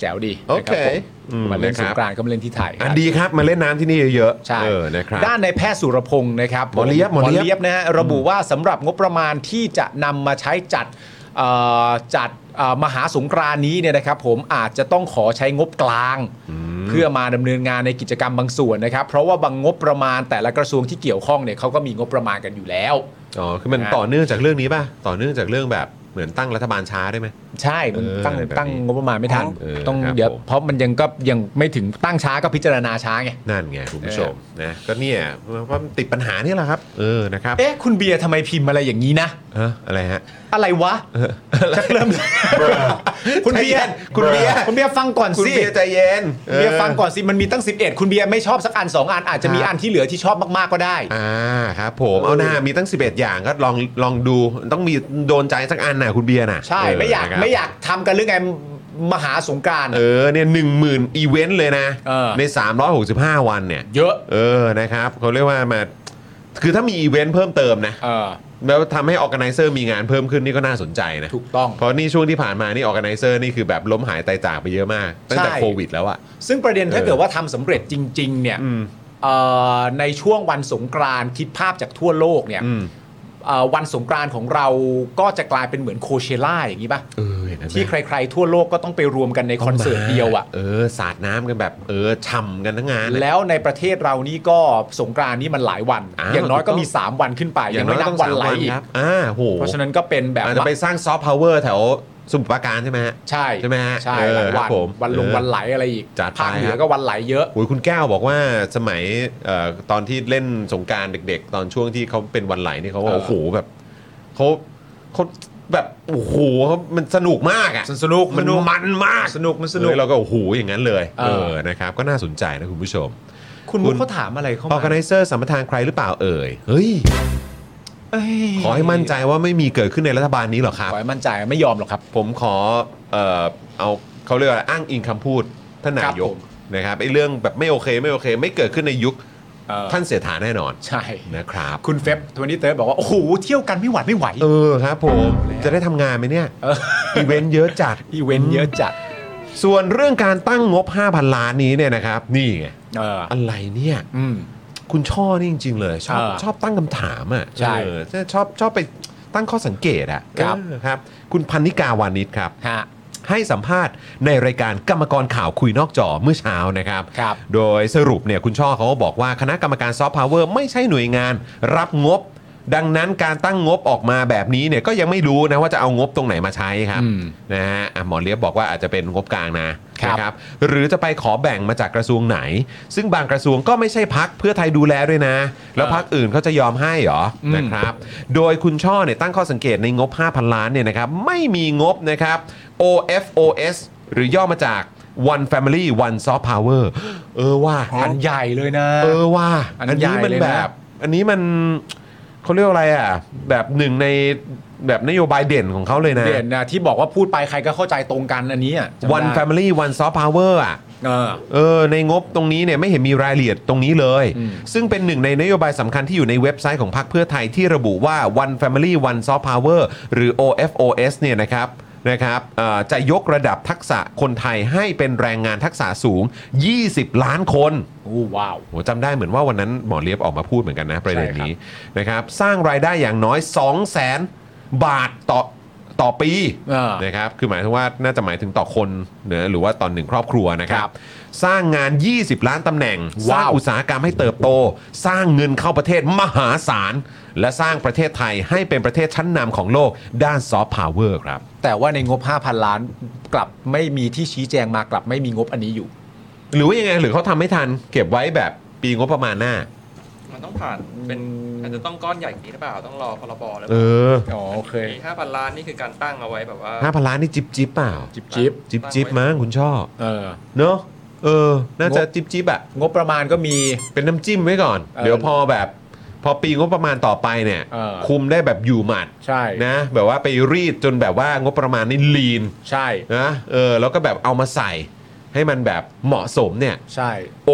Speaker 3: แจ๋วดี
Speaker 2: โอ
Speaker 3: นะ
Speaker 2: เค
Speaker 3: ครับผม
Speaker 2: อืม
Speaker 3: มาเล่น
Speaker 2: นะครับ
Speaker 3: สงกรานต์ก็มาเล่นที่ไทยค
Speaker 2: อั
Speaker 3: รั
Speaker 2: น
Speaker 3: บ
Speaker 2: ดีครับมาเล่นน้ำที่นี่เยอะๆ
Speaker 3: ใช่
Speaker 2: เออนะครับ
Speaker 3: ด้านในแพทย์สุรพงศ์นะครับ
Speaker 2: หมอเลียบ
Speaker 3: ผ
Speaker 2: หมอเลียบ
Speaker 3: นะฮะระบุว่าสำหรับงบประมาณที่จะนำมาใช้จัดเอ่อจัดเอ่อมหาสงกรานต์นี้เนี่ยนะครับ ผมอาจจะต้องขอใช้งบกลาง เพื่อมาดำเนินงานในกิจกรรมบางส่วนนะครับ เพราะว่าบางงบประมาณแต่ละกระทรวงที่เกี่ยวข้องเนี่ยเขาก็มีงบประมาณกันอยู่แล้ว
Speaker 2: อ๋อคือมัน
Speaker 3: นะ
Speaker 2: ต่อเนื่องจากเรื่องนี้ป่ะต่อเนื่องจากเรื่องแบบเหมือนตั้งรัฐบาลช้าได้ไหม
Speaker 3: ใช่มันตั้ง
Speaker 2: เออแบบนี้
Speaker 3: ตั้งงบประมาณไม่ทัน
Speaker 2: เออ
Speaker 3: ต้อง
Speaker 2: ครับ
Speaker 3: เดี๋ยว
Speaker 2: ผม
Speaker 3: เพราะมันยังก็ยังไม่ถึงตั้งช้าก็พิจารณาช้าไง
Speaker 2: นั่นไงคุณผู้ชมนะก็เนี่ยว่ามันติดปัญหานี่แหละครับ เออนะครับ
Speaker 3: เอ๊ะคุณเบียร์ทำไมพิมพ์อะไรอย่างนี้นะ
Speaker 2: เอออะไรฮะ
Speaker 3: อะไรวะชักเริ่ม คุณเบียร์
Speaker 2: คุณเบียร์
Speaker 3: คุณเบียร์ฟังก่อน
Speaker 2: คุณ
Speaker 3: สิ
Speaker 2: เบียร์ใจเย็น
Speaker 3: คุณเบียร์ฟังก่
Speaker 2: เ
Speaker 3: อนสิ มันมีตั้ง 11 คุณเบียร์ไม่ชอบสักอัน 2 อันอาจจะมี
Speaker 2: ครับ
Speaker 3: อันที่เหลือที่ชอบมาก ๆ ก็ได้
Speaker 2: ออ่าครับผมเอาหน้ามีตั้ง 11 อย่างก็ลองลองดูต้องมีโดนใจสักอันน่ะคุณเบียร์น่ะ
Speaker 3: ใช่
Speaker 2: เ
Speaker 3: ไม่อยาก
Speaker 2: นะครับ
Speaker 3: ไม่อยากทำกันหรือไงมหาสงกราร
Speaker 2: เออเนี่ยหนึ่งหมื่นอีเวนต์เลยนะ
Speaker 3: เออ
Speaker 2: ใน 365 วันเนี่ย
Speaker 3: เยอะ
Speaker 2: เออนะครับเขาเรียกว่ามา คือถ้ามีอีเวนต์เพิ่มเติมนะ
Speaker 3: เออ
Speaker 2: แล้วทำให้ออแกไนเซอร์มีงานเพิ่มขึ้นนี่ก็น่าสนใจนะ
Speaker 3: ถูกต้อง
Speaker 2: เพราะนี่ช่วงที่ผ่านมานี่ออแกไนเซอร์นี่คือแบบล้มหายตายจากไปเยอะมาก ตั้งแต่
Speaker 3: ใช่
Speaker 2: โควิดแล้วอะ
Speaker 3: ซึ่งประเด็นถ้า
Speaker 2: เออ
Speaker 3: เกิดว่าทำสำเร็จจริง ๆ เนี่ย
Speaker 2: อืม
Speaker 3: เอ่อในช่วงวันสงกรานต์คิดภาพจากทั่วโลกเนี่ย
Speaker 2: อืม
Speaker 3: เอ่อวันสงกรานต์ของเราก็จะกลายเป็นเหมือนโคเชล่าอย่างนี้ป่ะ
Speaker 2: เอออย่างนั้นไหม
Speaker 3: ที่ใคร ๆ ทั่วโลกก็ต้องไปรวมกันในคอนเสิร์ตเดียวอ่ะ
Speaker 2: เออ สาดน้ำกันแบบ เออช่ำกันทั้งงานอะ
Speaker 3: แล้วในประเทศเรานี่ก็สงกรานต์นี่มันหลายวัน
Speaker 2: อ้าว
Speaker 3: อย่างน้อยก็มี
Speaker 2: ถูกต้อง
Speaker 3: 3 วันขึ้นไป อย่างน้อยนับ
Speaker 2: ต้อง
Speaker 3: วัน
Speaker 2: สาม
Speaker 3: ไหลอีก
Speaker 2: ครับอ่าโห
Speaker 3: เพราะฉะนั้นก็เป็นแบบ
Speaker 2: อาจจะไปสร้างซอฟต์พาวเวอร์แถวสมุทรปราการใช่ไหมฮะ
Speaker 3: ใช่
Speaker 2: ใช่ไหมฮะ
Speaker 3: ใช่
Speaker 2: เออ
Speaker 3: หลายวั
Speaker 2: ครั
Speaker 3: น
Speaker 2: บผม
Speaker 3: วันลง
Speaker 2: เออ
Speaker 3: วันไหลอะไรอีก
Speaker 2: จัดไป
Speaker 3: ภาคเหนื
Speaker 2: ครั
Speaker 3: อบ ก็วันไหลเยอะ
Speaker 2: โอ้ยคุณแก้วบอกว่าสมัยเอ่อตอนที่เล่นสงกรารเด็ก ๆ ตอนช่วงที่เขาเป็นวันไหลนี่เขาว่า
Speaker 3: เออ
Speaker 2: โอ้โหแบบเขาเขาแบบโอ้โหเขามันสนุกมากอะ
Speaker 3: สนุก
Speaker 2: มันมันมาก
Speaker 3: สนุกมันสนุก
Speaker 2: เออเราก็โอ้โหอย่างนั้นเลย
Speaker 3: เอ
Speaker 2: เอ
Speaker 3: อ
Speaker 2: อนะครับก็น่าสนใจนะคุณผู้ชม
Speaker 3: คุณ
Speaker 2: คุ
Speaker 3: มุก
Speaker 2: ณ
Speaker 3: เขาถามอะไรเข้า
Speaker 2: อ
Speaker 3: มา
Speaker 2: อแกไนเซอร์สัมปทานใครหรือเปล่าเอ่ยเฮ้ย
Speaker 3: เย
Speaker 2: ขอให้มั่นใจว่าไม่มีเกิดขึ้นในรัฐบาลนี้หรอกครับ
Speaker 3: ขอให้มั่นใจไม่ยอมหรอกครับ
Speaker 2: ผมขอเอ่อเอาเขาเรียกว่าอ้างอิงคำพูดท่านนา
Speaker 3: ครับ
Speaker 2: ยก
Speaker 3: ผม
Speaker 2: นะครับไอ้เรื่องแบบไม่โอเคไม่โอเค ไม่เกิดขึ้นในยุค
Speaker 3: เออ
Speaker 2: ท่านเสียฐาแน่นอน
Speaker 3: ใช่
Speaker 2: นะครับ
Speaker 3: คุณเฟบทวนี้เติร์บอกว่า โอ้โห เที่ยวกันไม่หวัดไม่ไหว
Speaker 2: เออครับผม จะได้ทำงานไหมเนี่ย
Speaker 3: เออ
Speaker 2: อีเวนต์เยอะจัด
Speaker 3: อีเวนต์เยอะจัด
Speaker 2: ส่วนเรื่องการตั้งงบ 5,000 ล้านนี้เนี่ยนะครับ นี่ไง
Speaker 3: เออ
Speaker 2: อะไรเนี่ย
Speaker 3: อืม
Speaker 2: คุณช่อนี่จริง ๆ เลย ชอบ
Speaker 3: เออ
Speaker 2: ชอบตั้งคำถามอ่ะ
Speaker 3: ใช่
Speaker 2: เออชอบชอบไปตั้งข้อสังเกตอ่ะ
Speaker 3: ครับ
Speaker 2: เออครับ คุณพันนิกาวานิชครับ
Speaker 3: ฮะ
Speaker 2: ให้สัมภาษณ์ในรายการกรรมกรข่าวคุยนอกจอเมื่อเช้านะครับ
Speaker 3: ครับ
Speaker 2: โดยสรุปเนี่ยคุณช่อเขาก็บอกว่าคณะกรรมการซอฟต์พาวเวอร์ไม่ใช่หน่วยงาน รับงบ ดังนั้นการตั้งงบออกมาแบบนี้เนี่ยก็ยังไม่รู้นะว่าจะเอางบตรงไหนมาใช้ครับ
Speaker 3: อืม
Speaker 2: นะฮะอ่ะหมอเลียบบอกว่าอาจจะเป็นงบกลางนะครับ นะหรือจะไปขอแบ่งมาจากกระทรวงไหน ซึ่งบางกระทรวงก็ไม่ใช่พักเพื่อไทยดูแลด้วยนะ แล้วพักอื่นเขาจะยอมให้เหรอนะครับ โดยคุณช่อเนี่ยตั้งข้อสังเกตในงบ 5,000 ล้านเนี่ยนะครับไม่มีงบนะครับ OFOS หรือย่อมาจาก One Family One Soft Power เออว่าอั
Speaker 3: อั
Speaker 2: น
Speaker 3: นใหญ่เลยนะ
Speaker 2: เออว่า
Speaker 3: อันใหญ่
Speaker 2: นี้มัน
Speaker 3: เลยนะ
Speaker 2: แบบ อันนี้มันเขาเรียกว่าอะไรอ่ะ แบบหนึ่งในแบบนโยบายเด่นของเขาเลยนะ
Speaker 3: เด่นนะที่บอกว่าพูดไปใครก็เข้าใจตรงกันอันนี้อ่ะจำได้
Speaker 2: One Family One Soft Power อ่ะ
Speaker 3: เออ
Speaker 2: เออในงบตรงนี้เนี่ยไม่เห็นมีรายละเอียดตรงนี้เลย
Speaker 3: อืม
Speaker 2: ซึ่งเป็นหนึ่งในนโยบายสำคัญที่อยู่ในเว็บไซต์ของพรรคเพื่อไทยที่ระบุว่า One Family One Soft Power หรือ OFOS เนี่ยนะครับนะครับเอ่อจะยกระดับทักษะคนไทยให้เป็นแรงงานทักษะสูง 20 ล้านคน
Speaker 3: อู้ว้าว
Speaker 2: โหจำได้เหมือนว่าวันนั้นหมอเลียบออกมาพูดเหมือนกันนะ ประเด็นนี้นะครับสร้างรายได้อย่างน้อย 2 0 0แสนบาทต่อต่อปี
Speaker 3: อ่าน
Speaker 2: นะครับคือหมายถึงว่าน่าจะหมายถึงต่อคนเนอะหรือว่าต่อหนึ่งครอบครัวนะครับ สร้างงาน 20 ล้านตำแหน่ง สร้างอุตสาหกรรมให้เติบโต สร้างเงินเข้าประเทศมหาศาล และสร้างประเทศไทยให้เป็นประเทศชั้นนำของโลกด้านซอฟต์พาวเวอร์ครับ
Speaker 3: แต่ว่าในงบ 5,000 ล้านกลับไม่มีที่ชี้แจงมากลับไม่มีงบอันนี้อยู่
Speaker 2: หรือว่ายังไงหรือเขาทำไม่ทันเก็บไว้แบบปีงบประมาณหน้า
Speaker 5: มันต้องผ่านเป็นอาจจะต้องก้อนใหญ่อย่างนี้หรือเปล่าต้องรอพรบหรือ
Speaker 2: เอ
Speaker 5: เป
Speaker 2: อ
Speaker 5: ล่า
Speaker 3: อ๋อโอเค
Speaker 5: มีห้าพันล้านนี่คือการตั้งเอาไว้แบบว่า
Speaker 2: ห้าพันล้านนี่จิบจิบเปล่า
Speaker 3: จิบจิบ
Speaker 2: จิบจิบมั้งคุณชอบ
Speaker 3: เออ
Speaker 2: เนอะเออ น่าจะ
Speaker 3: งบ
Speaker 2: จิบจิบอะ
Speaker 3: งบประมาณก็มี
Speaker 2: เป็นน้ำจิ้มไว้ก่อน
Speaker 3: เออ
Speaker 2: เดี๋ยวพอแบบ พอปีงบประมาณต่อไปเนี่ย
Speaker 3: เออ
Speaker 2: คุมได้แบบอยู่หมัด
Speaker 3: ใช่
Speaker 2: นะ แบบว่าไปรีดจนแบบว่างบประมาณนี่ลีน
Speaker 3: ใช่
Speaker 2: นะเออแล้วก็แบบเอามาใส่ ให้มันแบบเหมาะสมเนี่ย
Speaker 3: ใช่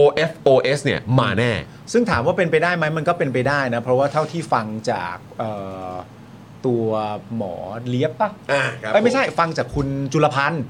Speaker 2: OFOS เนี่ยมาแน่
Speaker 3: ซึ่งถามว่าเป็นไปได้ไหมมันก็เป็นไปได้นะ เพราะว่าเท่าที่ฟังจากเอ่อตัวหมอเลียบปะ
Speaker 2: อ่าครับ
Speaker 3: เอ้ยไม่ใช่ฟังจากคุณจุลพันธ์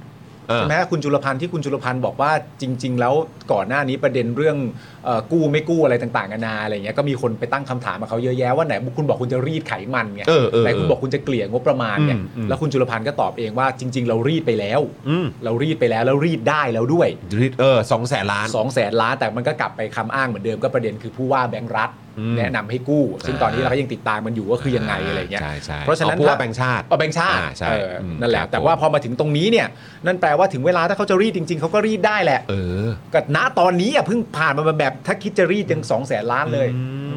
Speaker 2: เออ
Speaker 3: ใช่ไหมคุณจุลพันธ์ที่คุณจุลพันธ์บอกว่าจริง ๆ แล้วก่อนหน้านี้ประเด็นเรื่องเออกู้ไม่กู้อะไรต่างๆนานาอะไรเงี้ยก็มีคนไปตั้งคำถามมาเขาเยอะแยะว่าไหนคุณบอกคุณจะรีดไขมันไง
Speaker 2: เออเออ
Speaker 3: ไหนคุณบอกคุณจะเกลี่ยงบประมาณไง
Speaker 2: อืมอืม
Speaker 3: แล้วคุณจุลพันธ์ก็ตอบเองว่าจริง ๆ เรารีดไปแล้ว
Speaker 2: อืม
Speaker 3: เรารีดไปแล้วแล้วรีดได้แล้วด้วย
Speaker 2: รีดเออสองแสนล้าน
Speaker 3: 2องแสนล้านแต่มันก็กลับไปคำอ้างเหมือนเดิมก็ประเด็นคือผู้ว่าแบงก์รัฐ
Speaker 2: อืม
Speaker 3: แนะนำให้กู้ ซึ่งตอนนี้เราก็ยังติดตามมันอยู่ว่าคือยังไงอะไรเงี้ย
Speaker 2: ใช่ใช่
Speaker 3: เพราะฉะนั้
Speaker 2: อ
Speaker 3: น
Speaker 2: ผู้ว่าแบงค์ชาติ
Speaker 3: เอาแบงค์ชาติ
Speaker 2: อ่าใช่
Speaker 3: เอออ
Speaker 2: ม
Speaker 3: นั่น
Speaker 2: ค
Speaker 3: แหละ
Speaker 2: รับ
Speaker 3: แต่
Speaker 2: ผม
Speaker 3: ว่าพอมาถึงตรงนี้เนี่ยนั่นแปลว่าถึงเวลาถ้าเขาจะรีดจริง ๆเขาก็รีดได้แหละ
Speaker 2: เออ
Speaker 3: ก็ณตอนนี้อ่ะเพิ่งผ่านมาแบบถ้าคิดจะรีดยังสองแสนล้านเลย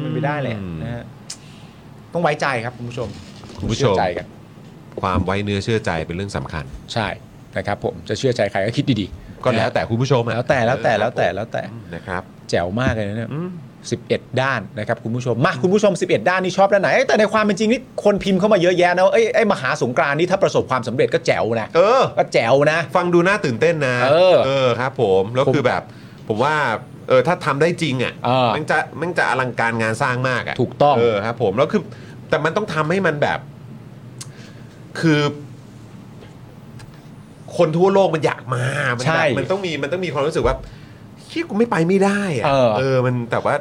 Speaker 3: มันเป็นไปได้แหละ
Speaker 2: อืม
Speaker 3: นะฮะต้องไว้ใจครับคุณผู้ชม
Speaker 2: คุณผู้ช
Speaker 3: เชื่
Speaker 2: ม
Speaker 3: อใจกัน
Speaker 2: ความไว้เนื้อเชื่อใจเป็นเรื่องสำคัญ
Speaker 3: ใช่นะครับผมจะเชื่อใจใครก็คิดดีๆ
Speaker 2: ก็แล้วแต่คุณผู้ชมอะ
Speaker 3: แล้วแต่แล้วแต่แล้วแต่แล้วแต่
Speaker 2: นะครับ
Speaker 3: แจ๋วมากเลยนะเนี่ย
Speaker 2: อืม
Speaker 3: สิบเอ็ดด้านนะครับคุณผู้ชมมาคุณผู้ชม 11 ด้านนี่ชอบด้านไหนเอ้ยแต่ในความเป็นจริงนี่คนพิมพ์เข้ามาเยอะแยะนะว่าเอ้ยไอ้มหาสงกรานต์นี่ถ้าประสบความสำเร็จก็แจ๋วนะ
Speaker 2: เออ
Speaker 3: ก็แจ๋วนะ
Speaker 2: ฟังดูน่าตื่นเต้นนะ
Speaker 3: เออ
Speaker 2: ครับผมแล้ว
Speaker 3: ผม
Speaker 2: คือแบบ ผมว่าเออถ้าทำได้จริงอ่ะ
Speaker 3: เออ
Speaker 2: มันจะมันจะอลังการงานสร้างมากอ่ะ
Speaker 3: ถูกต้อง
Speaker 2: เออครับ ผมแล้วคือแต่มันต้องทำให้มันแบบ คือ คนทั่วโลกมันอยากมามันแบบ
Speaker 3: ใช่
Speaker 2: มันต้องมีมันต้องมีความรู้สึกว่าเฮียกูไม่ไปไม่ได้อ่ะ
Speaker 3: เออ
Speaker 2: มันแต่ว่า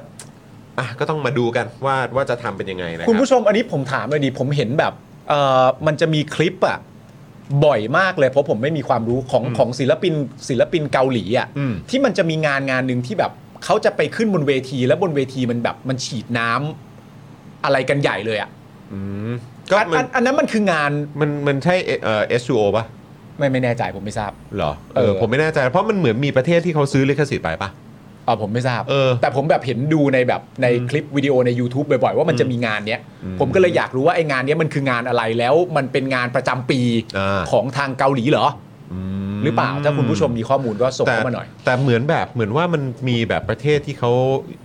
Speaker 2: อ่ะก็ต้องมาดูกันว่าว่าจะทำเป็นยังไงนะ
Speaker 3: คุณผู้
Speaker 2: ชม
Speaker 3: ชมอันนี้ผมถามเลยดิผมเห็นแบบเอ่อมันจะมีคลิปอะบ่อยมากเลยเพราะผมไม่มีความรู้ของของศิลปินศิลปินเกาหลีอะ
Speaker 2: อืม
Speaker 3: ที่มันจะมีงานงานหนึ่งที่แบบเขาจะไปขึ้นบนเวที แล้วบนเวทีมันแบบมันฉีดน้ำอะไรกันใหญ่เลยอะ
Speaker 2: อืมก็
Speaker 3: อัน
Speaker 2: มั
Speaker 3: อั
Speaker 2: น
Speaker 3: นอันนั้นมันคืองาน
Speaker 2: มันมันใช่เอ่อ S2O ป่ะ
Speaker 3: ไม่ไม่แน่ใจผมไม่ทราบ
Speaker 2: เหรอ
Speaker 3: เอ
Speaker 2: เอ
Speaker 3: อ
Speaker 2: อผมไม่แน่ใจ เพราะมันเหมือนมีประเทศที่เขาซื้อลิขสิทธิ์ไปปะ
Speaker 3: อ๋อผมไม่ทราบ
Speaker 2: เออ
Speaker 3: แต่ผมแบบเห็นดูในแบบในคลิปวิดีโอใน YouTube บ่อยๆว่ามันจะมีงานเนี้ย ผมก็เลยอยากรู้ว่าไอ้งานเนี้ยมันคืองานอะไรแล้วมันเป็นงานประจำปี
Speaker 2: อ่า
Speaker 3: ของทางเกาหลีเหรอ หรือเปล่าถ้าคุณผู้ชมมีข้อมูลก็ส่ง
Speaker 2: แต่
Speaker 3: เข้ามาหน่อย
Speaker 2: แต่เหมือนแบบเหมือนว่ามันมีแบบประเทศที่เขา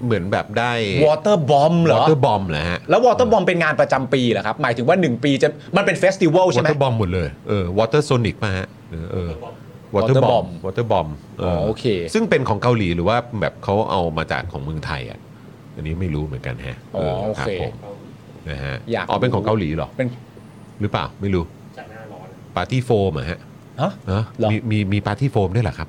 Speaker 2: เหมือนแบบได้
Speaker 3: วอเตอร์บอมเหรอ
Speaker 2: water bomb เหรอฮะ
Speaker 3: แล้ววอเตอร์บอมเป็นงานประจำปีเหรอครับ หมายถึงว่า 1 ปีจะมันเป็นเฟสติวัลใช่ไหม
Speaker 2: water bomb หมดเลยเออ water sonic ป่ะฮะเออเออ water
Speaker 3: Water
Speaker 2: bomb
Speaker 3: bomb
Speaker 2: water bomb
Speaker 3: อ๋อโอเค
Speaker 2: ซึ่งเป็นของเกาหลีหรือว่าแบบเขาเอามาจากของเมืองไทยอ่ะอันนี้ไม่รู้เหมือนกันฮะ
Speaker 3: อ๋อโอ
Speaker 2: รับ
Speaker 3: เค
Speaker 2: ผมนะฮะ
Speaker 3: อยาก
Speaker 2: อ๋อเป็นของเกาหลีเหรอ
Speaker 3: เป็น
Speaker 2: หรือเปล่าไม่รู้ปาร์ตี้โฟมอะฮะ
Speaker 3: ฮะ
Speaker 2: เนอะ
Speaker 3: เหรอ
Speaker 2: มีมีมีปาร์ตี้โฟมด้วยเหรอครับ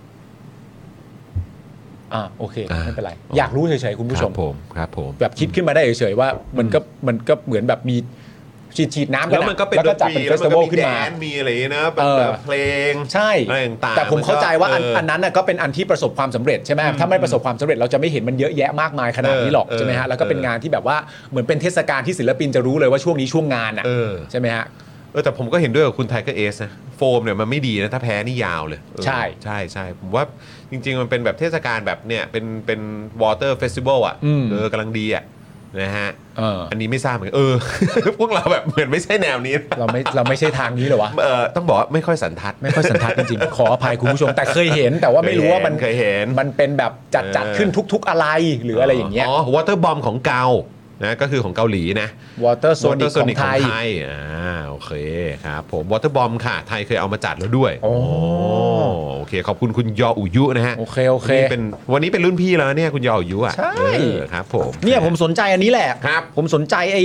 Speaker 3: อ่าโอเค
Speaker 2: อ่า
Speaker 3: ไม่เป็นไร
Speaker 2: อ๋ออ
Speaker 3: อยากรู้เฉยๆ คุณผู้ชม
Speaker 2: ครับผมครับผม
Speaker 3: แบบคิดขึ้นมาได้เฉยๆว่ามันก็มันก็เหมือนแบบมี ฉีดฉีดน้ำกั
Speaker 2: แล้
Speaker 3: น
Speaker 2: ว
Speaker 3: อะ
Speaker 2: มันก็เป็น
Speaker 3: แล้
Speaker 2: ด
Speaker 3: วก็
Speaker 2: น
Speaker 3: จัด
Speaker 2: ตรี
Speaker 3: เป็นเฟ
Speaker 2: แล้ว
Speaker 3: ส
Speaker 2: มั
Speaker 3: ติ
Speaker 2: น
Speaker 3: วั
Speaker 2: ก็มี
Speaker 3: ลขึ้น
Speaker 2: แด
Speaker 3: มา
Speaker 2: นมีอะไรอย่างเงี้ยนะเป็น
Speaker 3: เออ
Speaker 2: แบบเพลง
Speaker 3: ใช่
Speaker 2: อะไรต่างๆ
Speaker 3: แต่ผมเข้าใจว่าอัน
Speaker 2: เอออั
Speaker 3: อันนั้นน่ะก็เป็นอันที่ประสบความสำเร็จใช่ไหมถ้าไม่ประสบความสำเร็จเราจะไม่เห็นมันเยอะแยะมากมายขนาดนี้หรอก
Speaker 2: เออ
Speaker 3: ใช่ไหมฮะแล้วก็เป็น
Speaker 2: เออ
Speaker 3: งานที่แบบว่าเหมือนเป็นเทศกาลที่ศิลปินจะรู้เลยว่าช่วงนี้ช่วงงานอ่ะ
Speaker 2: เออ
Speaker 3: ใช่ไหมฮะ
Speaker 2: เออแต่ผมก็เห็นด้วยกับคุณไทเกอร์เอสนะโฟมเนี่ยมันไม่ดีนะ ถ้าแพ้นี่ยาวเลยเออ
Speaker 3: ใช่
Speaker 2: ใช่ใช่ผมว่าจริง ๆ มันเป็นแบบเทศกาลแบบเนี่ยเป็นเป็นวอเตอร์เฟสติวัลอ่ะเออกำลังดีอ่ะนะฮะ
Speaker 3: เออ
Speaker 2: อันนี้ไม่ทราบเหมือนกันเออ พวกเราแบบเหมือนไม่ใช่แนวนี้
Speaker 3: เราไม่เราไม่ใช่ทางนี้เหรอวะ
Speaker 2: เออต้องบอกว่าไม่ค่อยสันทัด
Speaker 3: ไม่ค่อยสันทัดจริงๆขออภัยคุณผู้ชม แต่เคยเห็นแต่ว่าไม่รู้ว่ามัน
Speaker 2: เคยเห็น
Speaker 3: มันเป็นแบบจัดจัดขึ้นทุก ๆ อะไรหรืออะไรอย่างเงี้ย
Speaker 2: อ๋อวอเตอร์บอมของเกานะก็คือของเกาหลีนะ
Speaker 3: วอเตอร์โซนิกของไทย
Speaker 2: อ่าโอเคครับผมวอเตอร์บอมค่ะ ไทยเคยเอามาจัดแล้วด้วย
Speaker 3: โอ้
Speaker 2: โอเค ขอบคุณคุณยออุยุนะฮะ
Speaker 3: โอเคโอเค
Speaker 2: วันนี้เป็นวันนี้เป็นรุ่นพี่แล้วนะเนี่ยคุณยออุยุอ่ะ
Speaker 3: ใช่
Speaker 2: เออครับผม
Speaker 3: เนี่ยผมสนใจอันนี้แหละ
Speaker 2: ครับ
Speaker 3: ผมสนใจไอ้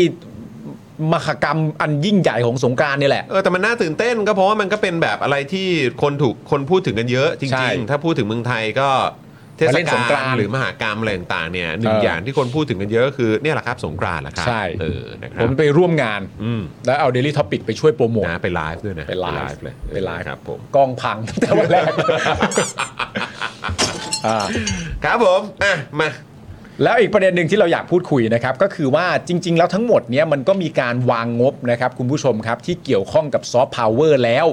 Speaker 3: มหกรรมอันยิ่งใหญ่ของสงกรารนี่ยแหละ
Speaker 2: เออแต่มันน่าตื่นเต้นก็เพราะว่ามันก็เป็นแบบอะไรที่คนถูกคนพูดถึงกันเยอะจ
Speaker 3: ใช่
Speaker 2: ริง ๆ ถ้าพูดถึงเมืองไทยก็เทศ
Speaker 3: มาเล่นส
Speaker 2: กาง
Speaker 3: กรานต์
Speaker 2: ลหรือมหากรรมอะไรต่างๆเนี่ยหนึ่ง
Speaker 3: เออ
Speaker 2: อ
Speaker 3: อย่าง
Speaker 2: ที่คนพูดถึงกันเยอะก็คือเนี่ยแหละครับสงกรานต์แหละครับ
Speaker 3: ใช่
Speaker 2: เออนะค
Speaker 3: ผ
Speaker 2: รับ
Speaker 3: มไปร่วมงาน
Speaker 2: อืม
Speaker 3: แล้วเอา Daily Topic ไปช่วยโปรโมท
Speaker 2: นะไปไลฟ์ด้วยนะ
Speaker 3: ไปไลฟ์
Speaker 2: เลย
Speaker 3: ไปไลฟ์
Speaker 2: ครับผม
Speaker 3: กล้องพังตั้งแต่วันแรก อ่า
Speaker 2: ครับผมอ่ะมา
Speaker 3: แล้วอีกประเด็นหนึ่งที่เราอยากพูดคุยนะครับ ก็คือว่าจริง ๆ แล้วทั้งหมดเนี้ยมันก็มีการวางงบนะครับคุณผู้ชมครับ ที่เกี่ยวข้องกับซอฟต์พาวเวอร์แล้ว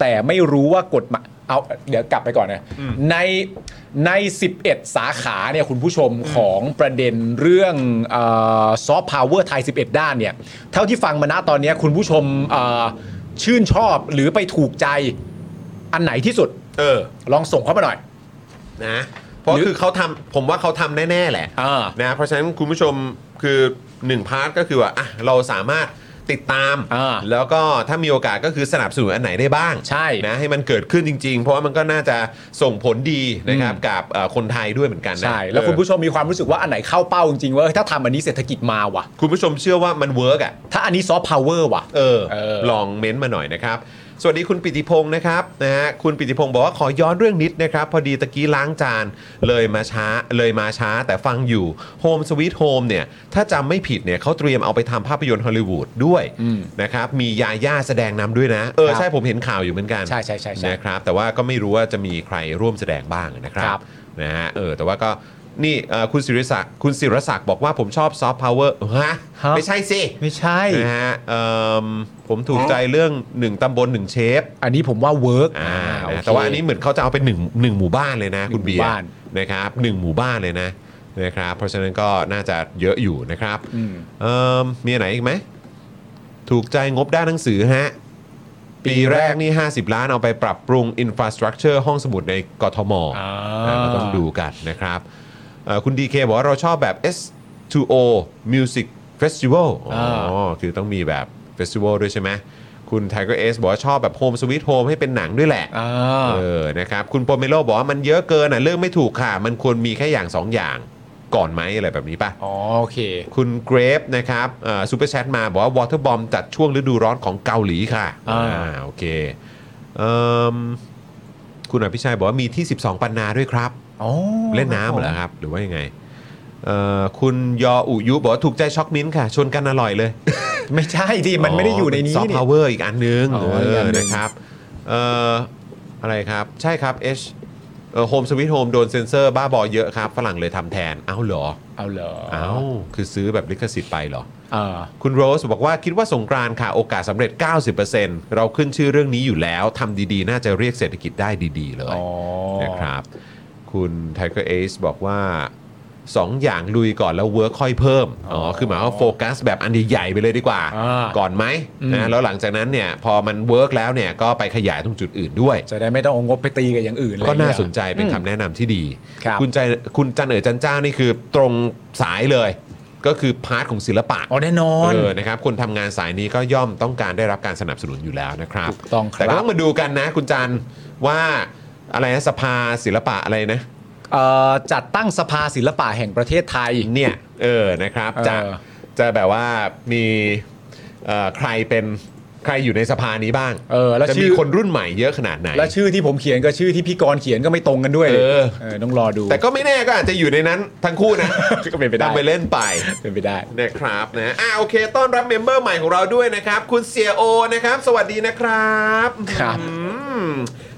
Speaker 3: แต่ไม่รู้ว่ากฎหมายเอาเดี๋ยวกลับไปก่อนนะในใน 11 สาขาเนี่ยคุณผู้ชมของประเด็นเรื่องซอฟต์พาวเวอร์ไทย 11 ด้านเนี่ย เท่าที่ฟังมาณตอนเนี้ยคุณผู้ชมเอ่อชื่นชอบหรือไปถูกใจอันไหนที่สุด
Speaker 2: เออ
Speaker 3: ลองส่งเข้ามาหน่อย
Speaker 2: นะเพราะ
Speaker 3: หรือ
Speaker 2: คือเขาทำผมว่าเขาทำแน่ ๆ แหละ
Speaker 3: อ่า
Speaker 2: นะเพราะฉะนั้นคุณผู้ชมคือหนึ่งพาร์ทก็คือว่าอ่ะเราสามารถติดตาม
Speaker 3: อ่า
Speaker 2: แล้วก็ถ้ามีโอกาสก็คือสนับสนุนอันไหนได้บ้าง
Speaker 3: ใช่
Speaker 2: นะให้มันเกิดขึ้นจริง ๆ เพราะว่ามันก็น่าจะส่งผลดีนะครับกับเอ่อคนไทยด้วยเหมือนกันนะ
Speaker 3: ใช่แล้วคุณผู้ชมมีความรู้สึกว่าอันไหนเข้าเป้าจริงๆว่าเฮ้ยถ้าทำอันนี้เศรษฐกิจมาว่ะ
Speaker 2: คุณผู้ชมเชื่อว่ามันเวิร์กอ่ะ
Speaker 3: ถ้าอันนี้ซอฟต์พาวเวอร์ว่ะ
Speaker 2: เออ
Speaker 3: เออ
Speaker 2: ลองเม้นต์มาหน่อยนะครับ สวัสดีคุณปิติพงศ์นะครับนะฮะคุณปิติพงศ์บอกว่าขอย้อนเรื่องนิดนะครับ พอดีตะกี้ล้างจานเลยมาช้าเลยมาช้าแต่ฟังอยู่ Home Sweet Home เนี่ย ถ้าจำไม่ผิดเนี่ยเขาเตรียมเอาไปทำภาพยนตร์ฮอลลีวูดด้วย
Speaker 3: อืม
Speaker 2: นะครับ มียาย่าแสดงนำด้วยนะ เออ
Speaker 3: ครับ
Speaker 2: ใช่ผมเห็นข่าวอยู่เหมือนกัน
Speaker 3: ใช่ใช่ใช่ใช่
Speaker 2: นะครับ แต่ว่าก็ไม่รู้ว่าจะมีใครร่วมแสดงบ้างนะครั
Speaker 3: ครับ บ
Speaker 2: นะฮะเออแต่ว่าก็นี่เอ่อคุณศิริศักดิ์คุณศิรศักดิ์บอกว่าผมชอบซอฟต์พาวเวอร์ฮะ
Speaker 3: ฮะ
Speaker 2: ไม่ใช่สิ
Speaker 3: ไม่ใช่
Speaker 2: นะฮะเอิ่มผมถูกใจเรื่อง 1 ตำบล 1 เชฟ
Speaker 3: อันนี้ผมว่าเวิร์ก
Speaker 2: อ่านะแต่ว่าอันนี้เหมือนเขาจะเอาเป็น1งหมู่บ้านเลยนะ คุณเบีย
Speaker 3: หมู่
Speaker 2: ร์
Speaker 3: บ้าน
Speaker 2: นะครับหนึ่งหมู่บ้านเลยนะนะครับเพราะฉะนั้นก็น่าจะเยอะอยู่นะครับเอิ่มมีอันไหนอีกไหม ถูกใจงบด้านหนังสือฮะ ปีแรกนี่ 50 ล้านเอาไปปรับปรุงอินฟราสตรักเจอร์ห้องสมุดในกทม
Speaker 3: อ่า
Speaker 2: อ่าเราต้องดูกันนะครับเอ่อคุณดีเคบอกว่าเราชอบแบบ S2O Music Festival อ๋ออคือต้องมีแบบเฟสติวัลด้วยใช่ไหมคุณ Tiger S บอกว่าชอบแบบ Home Sweet Home ให้เป็นหนังด้วยแหละ
Speaker 3: อ่า
Speaker 2: เออ นะครับ คุณโปเมโลบอกว่ามันเยอะเกินอ่ะเรื่องไม่ถูกค่ะ มันควรมีแค่อย่าง 2 อย่างก่อนไหมอะไรแบบนี้ป่ะ
Speaker 3: อ๋อโอเค
Speaker 2: คุณเกรฟนะครับซูเปอร์แชทมาบอกว่าวอเตอร์บอมจัดช่วงฤดูร้อนของเกาหลีค่ะ
Speaker 3: อ่า
Speaker 2: โอเคเอิ่มคุณอภิชัยบอกว่ามีที่ 12 ปันนาด้วยครับ
Speaker 3: อ๋อ
Speaker 2: เล่นน้ำเหรอครับ หรือว่ายังไงเอ่อคุณยออุยุบอกว่าถูกใจช็อกมิ้นท์ค่ะ ชวนกันอร่อยเลย
Speaker 3: ไม่ใช่ดิมันไม่ได้อยู่ในนี้
Speaker 2: ซอฟต์
Speaker 3: นี่
Speaker 2: พาวเวอร์อีกอันนึง
Speaker 3: อ๋อ
Speaker 2: เอ
Speaker 3: อีกอั
Speaker 2: อน
Speaker 3: หนึ่ง
Speaker 2: นะครับเอ่ออะไรครับ ใช่ครับ H เออโฮมสวิตโฮมโดนเซ็นเซอร์บ้าบอเยอะครับ ฝรั่งเลยทำแทนเอ้าเหรอ
Speaker 3: เอาเหรอ
Speaker 2: เอ้าคือซื้อแบบลิขสิทธิ์ไปเหรอ
Speaker 3: เออ
Speaker 2: คุณโรสบอกว่าคิดว่าสงกรานต์ค่ะ โอกาสสำเร็จ 90%เราขึ้นชื่อเรื่องนี้อยู่แล้วทำดีๆ น่าจะเรียกเศรษฐกิจได้ดีๆ เลย
Speaker 3: อ๋อ
Speaker 2: นะครับ คุณ Tiger Ace บอกว่า 2 อย่างลุยก่อนแล้วเวิร์คค่อยเพิ่ม อ๋อ คือหมายความว่าโฟกัสแบบอันใหญ่ๆไปเลยดีกว่า
Speaker 3: อ่า
Speaker 2: ก่อนไหม
Speaker 3: อืม
Speaker 2: นะแล้วหลังจากนั้นเนี่ย พอมันเวิร์กแล้วเนี่ย ก็ไปขยายตรงจุดอื่นด้วย
Speaker 3: จะได้ไม่ต้องเอางบไปตีกับอย่างอื่นอะไร
Speaker 2: ก็น่า
Speaker 3: อย่งเงี้ย
Speaker 2: สนใจเป็นคำแนะนำที่ดี
Speaker 3: ครับ
Speaker 2: ณใจคุณจันเอ๋อจันเจ้านี่คือตรงสายเลย ก็คือพาร์ทของศิลปะ
Speaker 3: อ๋อแน่นอน
Speaker 2: เออ นะครับ คนทำงานสายนี้ก็ย่อมต้องการได้รับการสนับสนุนอยู่แล้วนะครับ
Speaker 3: ถูกต้องครับ
Speaker 2: แต่ก็ต้องมาดูกันนะ คุณจันทร์ว่าอะไรนะสภาศิลปะอะไรนะ
Speaker 3: เอ่อจัดตั้งสภาศิลปะแห่งประเทศไทย
Speaker 2: เนี่ย เออ นะครับ จะ
Speaker 3: เออ
Speaker 2: จะแบบว่ามีเอ่อใครเป็น ใครอยู่ในสภานี้บ้าง
Speaker 3: เออแล้ว
Speaker 2: จะ
Speaker 3: ชื่
Speaker 2: มี
Speaker 3: อ
Speaker 2: คนรุ่นใหม่เยอะขนาดไหน
Speaker 3: และชื่อที่ผมเขียนกับชื่อที่พี่กรณ์เขียนก็ไม่ตรงกันด้วย
Speaker 2: เออ
Speaker 3: ต้องรอดู
Speaker 2: แต่ก็ไม่แน่ก็อาจจะอยู่ในนั้นทั้งคู่นะ
Speaker 3: ก็เป็นไปได้
Speaker 2: นำไปเล่นไป
Speaker 3: เป็นไปได้
Speaker 2: นะครับนะอ่าโอเค ต้อนรับเมมเบอร์ใหม่ของเราด้วยนะครับ คุณเสียโอนะครับ สวัสดีนะครับ
Speaker 3: ครับ
Speaker 2: อืม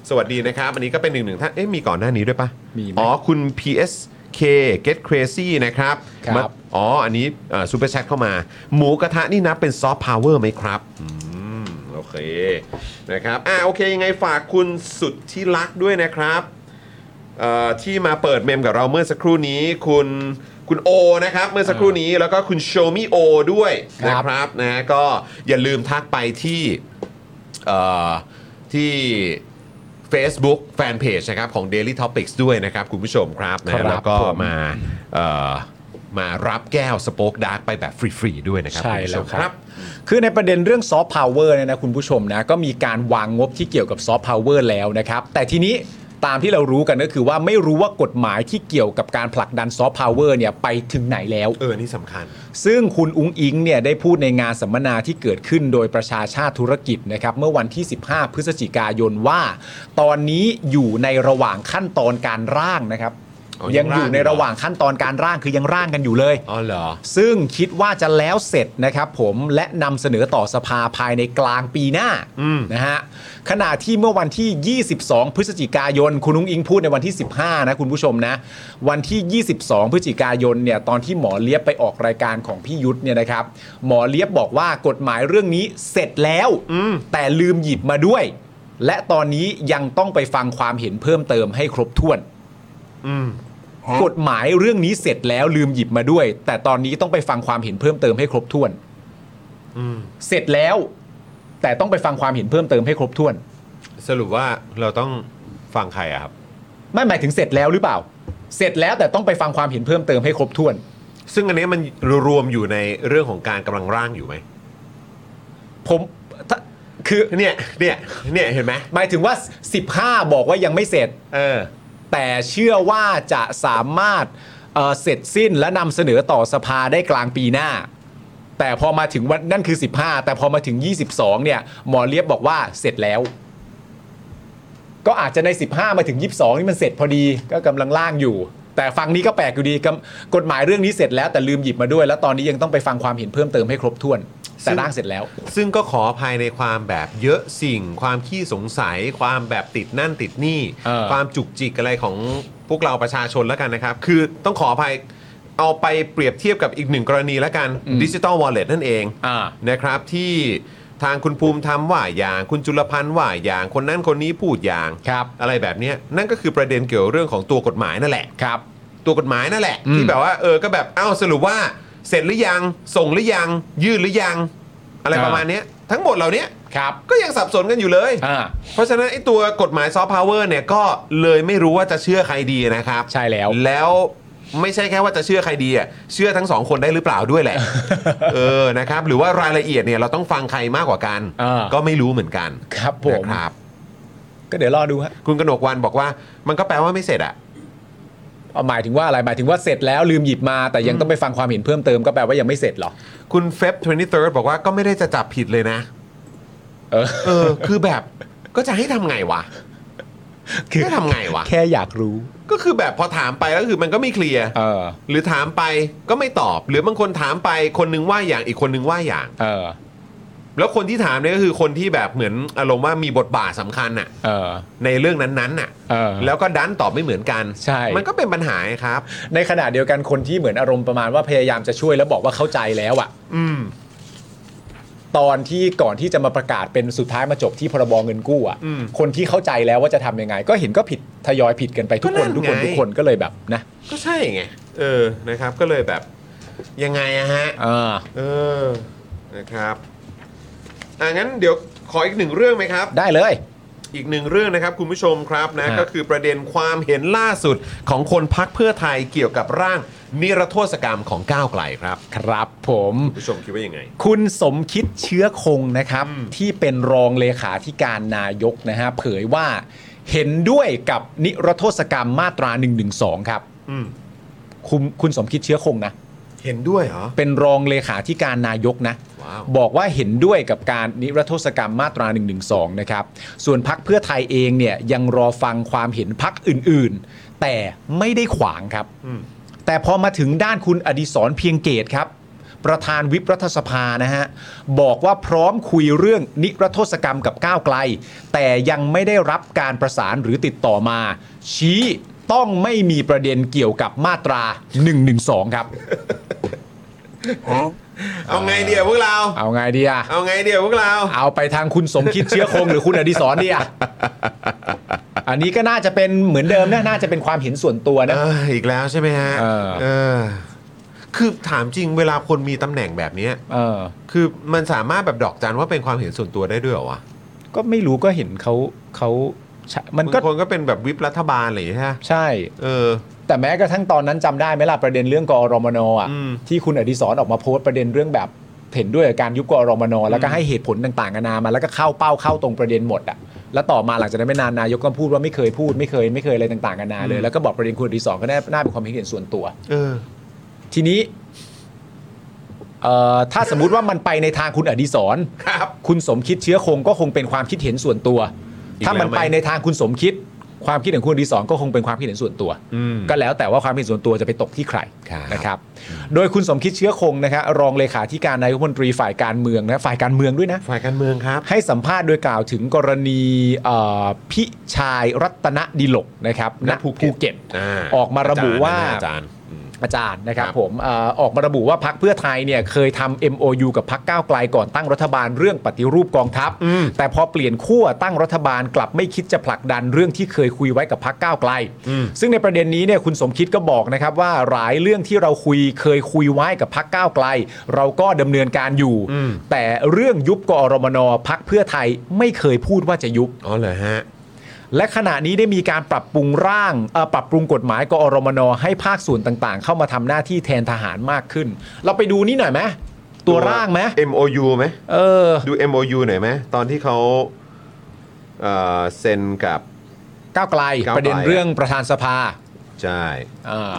Speaker 2: สวัสดีนะครับ อันนี้ก็เป็นหนึ่งหนึ่งท่านเอ๊ะมีก่อนหน้านี้ด้วยปะ
Speaker 3: มีไหม
Speaker 2: อ๋อ คุณ PSK Get Crazy นะครับ
Speaker 3: ครับ
Speaker 2: มาอ๋อ อันนี้ซูเปอร์แชทเข้ามา หมูกระทะนี่นับเป็นซอฟต์พาวเวอร์ไหมครับ อืม โอเค นะครับ อ่าโอเค ยังไงฝากคุณสุดที่รักด้วยนะครับ เอ่อที่มาเปิดเมมกับเราเมื่อสักครู่นี้คุณคุณโอนะครับเมื่อสักครู่นี้แล้วก็คุณโชมิโอด้วย
Speaker 3: ครั
Speaker 2: นะ
Speaker 3: บ
Speaker 2: ครับนะก็อย่าลืมทักไปที่เอ่อที่ Facebook Fanpage นะครับของ Daily Topics ด้วยนะครับคุณผู้ชมครับ
Speaker 3: ครั
Speaker 2: นะ
Speaker 3: บ
Speaker 2: แล้วก็
Speaker 3: ผม
Speaker 2: มาเอ่อมารับแก้วสป็อกดาร์กไปแบบฟรีๆด้วยนะครับ
Speaker 3: ใช่
Speaker 2: ณผู้
Speaker 3: แล้
Speaker 2: ช
Speaker 3: ว
Speaker 2: ม
Speaker 3: ครับ คือในประเด็นเรื่องซอฟต์พาวเวอร์เนี่ยนะคุณผู้ชมนะก็มีการวางงบที่เกี่ยวกับซอฟต์พาวเวอร์แล้วนะครับ แต่ทีนี้ตามที่เรารู้กันก็คือว่าไม่รู้ว่ากฎหมายที่เกี่ยวกับการผลักดันซอฟต์พาวเวอร์เนี่ยไปถึงไหนแล้ว
Speaker 2: เออ นี่สำคัญ
Speaker 3: ซึ่งคุณอุ้งอิงเนี่ยได้พูดในงานสัมมนาที่เกิดขึ้นโดยประชาชาติธุรกิจนะครับ เมื่อวันที่ 15 พฤศจิกายนว่า ตอนนี้อยู่ในระหว่างขั้นตอนการร่างนะครับ
Speaker 2: อ๋อยั
Speaker 3: ยัง ง
Speaker 2: ร่าง
Speaker 3: อยู่ในระหว่างขั้นตอนการร่างคือยังร่างกันอยู่เลย
Speaker 2: อ๋อเหรอ
Speaker 3: ซึ่งคิดว่าจะแล้วเสร็จนะครับผมและนำเสนอต่อสภาภายในกลางปีหน้า
Speaker 2: อืม
Speaker 3: นะฮะขณะที่เมื่อวันที่ 22 พฤศจิกายน คุณนุ้งอิงพูดในวันที่ 15 นะคุณผู้ชมนะ วันที่ 22 พฤศจิกายนเนี่ยตอนที่หมอเลียบไปออกรายการของพี่ยุทธเนี่ยนะครับ หมอเลียบบอกว่ากฎหมายเรื่องนี้เสร็จแล้ว แต่ลืมหยิบมาด้วย และตอนนี้ยังต้องไปฟังความเห็นเพิ่มเติมให้ครบถ้วน กฎหมายเรื่องนี้เสร็จแล้วลืมหยิบมาด้วย แต่ตอนนี้ต้องไปฟังความเห็นเพิ่มเติมให้ครบถ้วนเสร็จแล้ว แต่ต้องไปฟังความเห็นเพิ่มเติมให้ครบถ้วน
Speaker 2: สรุปว่าเราต้องฟังใครอะครับ
Speaker 3: ไม่หมายถึงเสร็จแล้วหรือเปล่า เสร็จแล้วแต่ต้องไปฟังความเห็นเพิ่มเติมให้ครบถ้วน
Speaker 2: ซึ่งอันนี้มันรวมอยู่ในเรื่องของการกำลังร่างอยู่ไหม
Speaker 3: ผมถ้าคือ
Speaker 2: เนี่ย เนี่ย เนี่ย เห็นไหม
Speaker 3: หมายถึงว่า 15 บอกว่ายังไม่เสร็จ
Speaker 2: เออ
Speaker 3: แต่เชื่อว่าจะสามารถเอ่อเสร็จสิ้นและนำเสนอต่อสภาได้กลางปีหน้า แต่พอมาถึงวันนั่นคือ 15 แต่พอมาถึง 22 เนี่ย หมอเลียบบอกว่าเสร็จแล้ว ก็อาจจะใน 15 มาถึง 22 นี่มันเสร็จพอดีก็กำลังล่างอยู่ แต่ฟังนี้ก็แปลกอยู่ดีกำกฎหมายเรื่องนี้เสร็จแล้วแต่ลืมหยิบมาด้วย แล้วตอนนี้ยังต้องไปฟังความเห็นเพิ่มเติมให้ครบถ้วน แต่ร่างเสร็จแล้ว
Speaker 2: ซึ่งก็ขออภายในความแบบเยอะสิ่ง ความขี้สงสัย ความแบบติดนั่นติดนี่
Speaker 3: เออ
Speaker 2: ความจุกจิกอะไรของพวกเราประชาชนแล้วกันนะครับ คือต้องขออภัยเอาไปเปรียบเทียบกับอีกหนึ่งกรณีแล้วกันดิจิ t a ลวอลเล็ตนั่นเอง
Speaker 3: อ่า
Speaker 2: นะครับที่ทางคุณภูมิธรรมว่าอย่าง คุณจุลพันธ์ว่าอย่างคนนั้นคนนี้พูดอย่าง
Speaker 3: ครับ
Speaker 2: อะไรแบบเนี้ยนั่นก็คือประเด็นเกี่ยวเรื่องของตัวกฎหมายนั่นแหละ
Speaker 3: ครับ
Speaker 2: ตัวกฎหมายนั่นแหละ
Speaker 3: อืม
Speaker 2: ที่แบบว่าเออก็แบบเอ้าสรุปว่าเสร็จหรือยังส่งหรือยัง ยื่นหรือยัง อะไรประมาณเนี้ยทั้งหมดเหล่านี้
Speaker 3: ครับ
Speaker 2: ก็ยังสับสนกันอยู่เลย
Speaker 3: อ่า
Speaker 2: เพราะฉะนั้นไอ้ตัวกฎหมายซอฟต์พาวเวอร์เนี่ยก็เลยไม่รู้ว่าจะเชื่อใครดีนะครับ
Speaker 3: ใช่แล้ว
Speaker 2: แล้วไม่ใช่แค่ว่าจะเชื่อใครดีอ่ะเชื่อทั้งสองคนได้หรือเปล่าด้วยแหละ เออนะครับ หรือว่ารายละเอียดเนี่ยเราต้องฟังใครมากกว่ากัน
Speaker 3: อ่า
Speaker 2: ก็ไม่รู้เหมือนกัน
Speaker 3: ครับผม
Speaker 2: นะครับ
Speaker 3: ก็เดี๋ยวรอดูฮะ
Speaker 2: คุณกนกวันบอกว่ามันก็แปลว่าไม่เสร็จอ่ะ
Speaker 3: เอาหมายถึงว่าอะไรหมายถึงว่าเสร็จแล้วลืมหยิบมา แต่ยังต้องไปฟังความเห็นเพิ่มเติมก็แปลว่ายังไม่เสร็จเหรอ
Speaker 2: คุณเฟบ23บอกว่าก็ไม่ได้จะจับผิดเลยนะ
Speaker 3: เออ
Speaker 2: เออ คือแบบก็จะให้ทำไงวะ
Speaker 3: คือ
Speaker 2: ให้ทำไงวะ
Speaker 3: แค่อยากรู้
Speaker 2: ก็คือแบบพอถามไปแล้วคือมันก็ไม่เคลียร์
Speaker 3: เออ
Speaker 2: หรือถามไปก็ไม่ตอบ หรือบางคนถามไปคนนึงว่าอย่างอีกคนนึงว่าอย่าง
Speaker 3: เออ
Speaker 2: แล้วคนที่ถามเนี่ยก็คือคนที่แบบเหมือนอารมณ์ว่ามีบทบาทสำคัญน่ะ
Speaker 3: เออ
Speaker 2: ในเรื่องนั้นๆน่ะ
Speaker 3: เออ
Speaker 2: แล้วก็ดันตอบไม่เหมือนกัน
Speaker 3: ใช่
Speaker 2: มันก็เป็นปัญหาครับ
Speaker 3: ในขณะเดียวกันคนที่เหมือนอารมณ์ประมาณว่าพยายามจะช่วยแล้วบอกว่าเข้าใจแล้วอะ
Speaker 2: อืม
Speaker 3: ตอนที่ก่อนที่จะมาประกาศเป็นสุดท้ายมาจบที่พรบเงินกู้อะ
Speaker 2: อืม
Speaker 3: คนที่เข้าใจแล้วว่าจะทำยังไง ก็เห็นก็ผิดทยอยผิดกันไปทุก
Speaker 2: ก็
Speaker 3: ค
Speaker 2: นั่
Speaker 3: น
Speaker 2: น
Speaker 3: ทุกคน
Speaker 2: ไง
Speaker 3: ทุกคนก็เลยแบบนะ
Speaker 2: ก็ใช่ไง เออ นะครับ ก็เลยแบบยังไงอะฮะ
Speaker 3: เออ
Speaker 2: เออ นะครับอ่ะงั้นเดี๋ยวขออีกหนึ่งเรื่องไหมครับ
Speaker 3: ได้เลย
Speaker 2: อีกหนึ่งเรื่องนะครับคุณผู้ชมครับนะ
Speaker 3: ฮะ
Speaker 2: ก็คือประเด็นความเห็นล่าสุดของคนพักเพื่อไทยเกี่ยวกับร่างนิรโทษกรรมของก้าวไกลครับ
Speaker 3: ครับผม
Speaker 2: คุณผู้ชมคิดว่ายังไง
Speaker 3: คุณสมคิดเชื้อคงนะครับ ที่เป็นรองเลขาธิการนายกนะฮะเผยว่าเห็นด้วยกับนิรโทษกรรมมาตรา1นึครับ
Speaker 2: อืม
Speaker 3: คุณคุณสมคิดเชื้อคงนะ
Speaker 1: เห็นด้วยเหรอ
Speaker 3: เป็นรองเลขาธิการนายกนะ
Speaker 1: ว้าว
Speaker 3: บอกว่าเห็นด้วยกับการนิรโทษกรรมมาตรา1นึนะครับ ส่วนพักเพื่อไทยเองเนี่ยยังรอฟังความเห็นพักอื่นๆ แต่ไม่ได้ขวางครับ แต่พอมาถึงด้านคุณอดิศรเพียงเกตครับ ประธานวิปรัฐสภานะฮะ บอกว่าพร้อมคุยเรื่องนิรโทษกรรมกับก้าวไกล แต่ยังไม่ได้รับการประสานหรือติดต่อมา ชี้ต้องไม่มีประเด็นเกี่ยวกับมาตรา1นึครับ
Speaker 1: เอาไงเดียวพวกเรา
Speaker 3: เอาไงดีอะ
Speaker 1: เอาไงเดียวพวกเรา
Speaker 3: เอาไปทางคุณสมคิดเชื้อคง หรือคุณอดิศรดีอะอันนี้ก็น่าจะเป็นเหมือนเดิมนะน่าจะเป็นความเห็นส่วนตัวนะ
Speaker 1: เอออีกแล้วใช่ไหมฮะ
Speaker 3: เออ
Speaker 1: เออ คือถามจริงเวลาคนมีตำแหน่งแบบเนี้ย
Speaker 3: เออ
Speaker 1: คือมันสามารถแบบดอกจันว่าเป็นความเห็นส่วนตัวได้ด้วยเหรอวะ
Speaker 3: ก็ไม่รู้ก็เห็นเขาเขามันก็
Speaker 1: บางคนก็เป็นแบบวิปรัฐบาลอะไรอย่างเงี้ยฮะ
Speaker 3: ใช่
Speaker 1: เออ
Speaker 3: แต่แม้กระทั่งตอนนั้นจำได้ไหมล่ะประเด็นเรื่องกอรมนอ่ะ
Speaker 1: อืม
Speaker 3: ที่คุณอดิศรออกมาโพสต์ประเด็นเรื่องแบบเห็นด้วยกับการยุบกอรมนแล้วก็ให้เหตุผลต่างๆนานามาแล้วก็เข้าเป้าเข้าตรงประเด็นหมดอ่ะแล้วต่อมาหลังจากนั้นไม่นานนายกก็พูดว่าไม่เคยพูดไม่เคยไม่เคยอะไรต่างๆนานาเลยแล้วก็บอกประเด็นคุณอดิศรก็น่าน่าเป็นความเห็นส่วนตัว
Speaker 1: เออ
Speaker 3: ทีนี้เอ่อถ้าสมมุติว่ามันไปในทางคุณอดิศร
Speaker 1: ครับ
Speaker 3: คุณสมคิดเชื้อคงก็คงเป็นความคิดเห็นส่วนตัว
Speaker 1: อีกแล้วไหม
Speaker 3: ถ้ามันไปในทางคุณสมคิด ความคิดของคุณอดิศรก็คงเป็นความคิดเห็นส่วนตัว
Speaker 1: อืม
Speaker 3: ก็แล้วแต่ว่าความเห็นส่วนตัวจะไปตกที่ใคร
Speaker 1: ครับ
Speaker 3: นะครับ โดยคุณสมคิดเชื้อคงนะครับรองเลขาธิการนายกรัฐมนตรีฝ่ายการเมืองนะฝ่ายการเมืองด้วยนะ
Speaker 1: ฝ่ายการเมืองครับ
Speaker 3: ให้สัมภาษณ์โดยกล่าวถึงกรณีเอ่อพิชายรัตนดิลกนะครับณ
Speaker 1: ณภู
Speaker 3: ภู
Speaker 1: เก็ต
Speaker 3: เก็ต
Speaker 1: อ่
Speaker 3: ออกมาระบุว่า
Speaker 1: อาจารย์อืม
Speaker 3: อาจารย์นะครับ
Speaker 1: ครับ
Speaker 3: ผมเออออกมาระบุว่าพักเพื่อไทยเนี่ยเคยทำ MOU กับพักก้าวไกลก่อนตั้งรัฐบาลเรื่องปฏิรูปกองทัพ
Speaker 1: อืม
Speaker 3: แต่พอเปลี่ยนขั้วตั้งรัฐบาลกลับไม่คิดจะผลักดันเรื่องที่เคยคุยไว้กับพักก้าวไกล
Speaker 1: อืม
Speaker 3: ซึ่งในประเด็นนี้เนี่ยคุณสมคิดก็บอกนะครับว่าหลายเรื่องที่เราคุยเคยคุยไว้กับพักก้าวไกล เราก็ดำเนินการอยู่ แต่เรื่องยุบกอรมนพักเพื่อไทยไม่เคยพูดว่าจะยุบ
Speaker 1: อ๋อเหรอฮะ
Speaker 3: และขณะนี้ได้มีการปรับปรุงร่างเอ่อปรับปรุงกฎหมายกอรมนให้ภาคส่วนต่างๆ เข้ามาทำหน้าที่แทนทหารมากขึ้น เราไปดูนี่หน่อยไหมตัวร่างไหม
Speaker 1: MOU ไหม
Speaker 3: เออ
Speaker 1: ดู MOU หน่อยไหมตอนที่เขาเอ่อเซ็นกับ
Speaker 3: ก้าวไกล
Speaker 1: ก้าวไกล
Speaker 3: ประเด็นเรื่องประธานสภา
Speaker 1: ใช่
Speaker 3: อ่า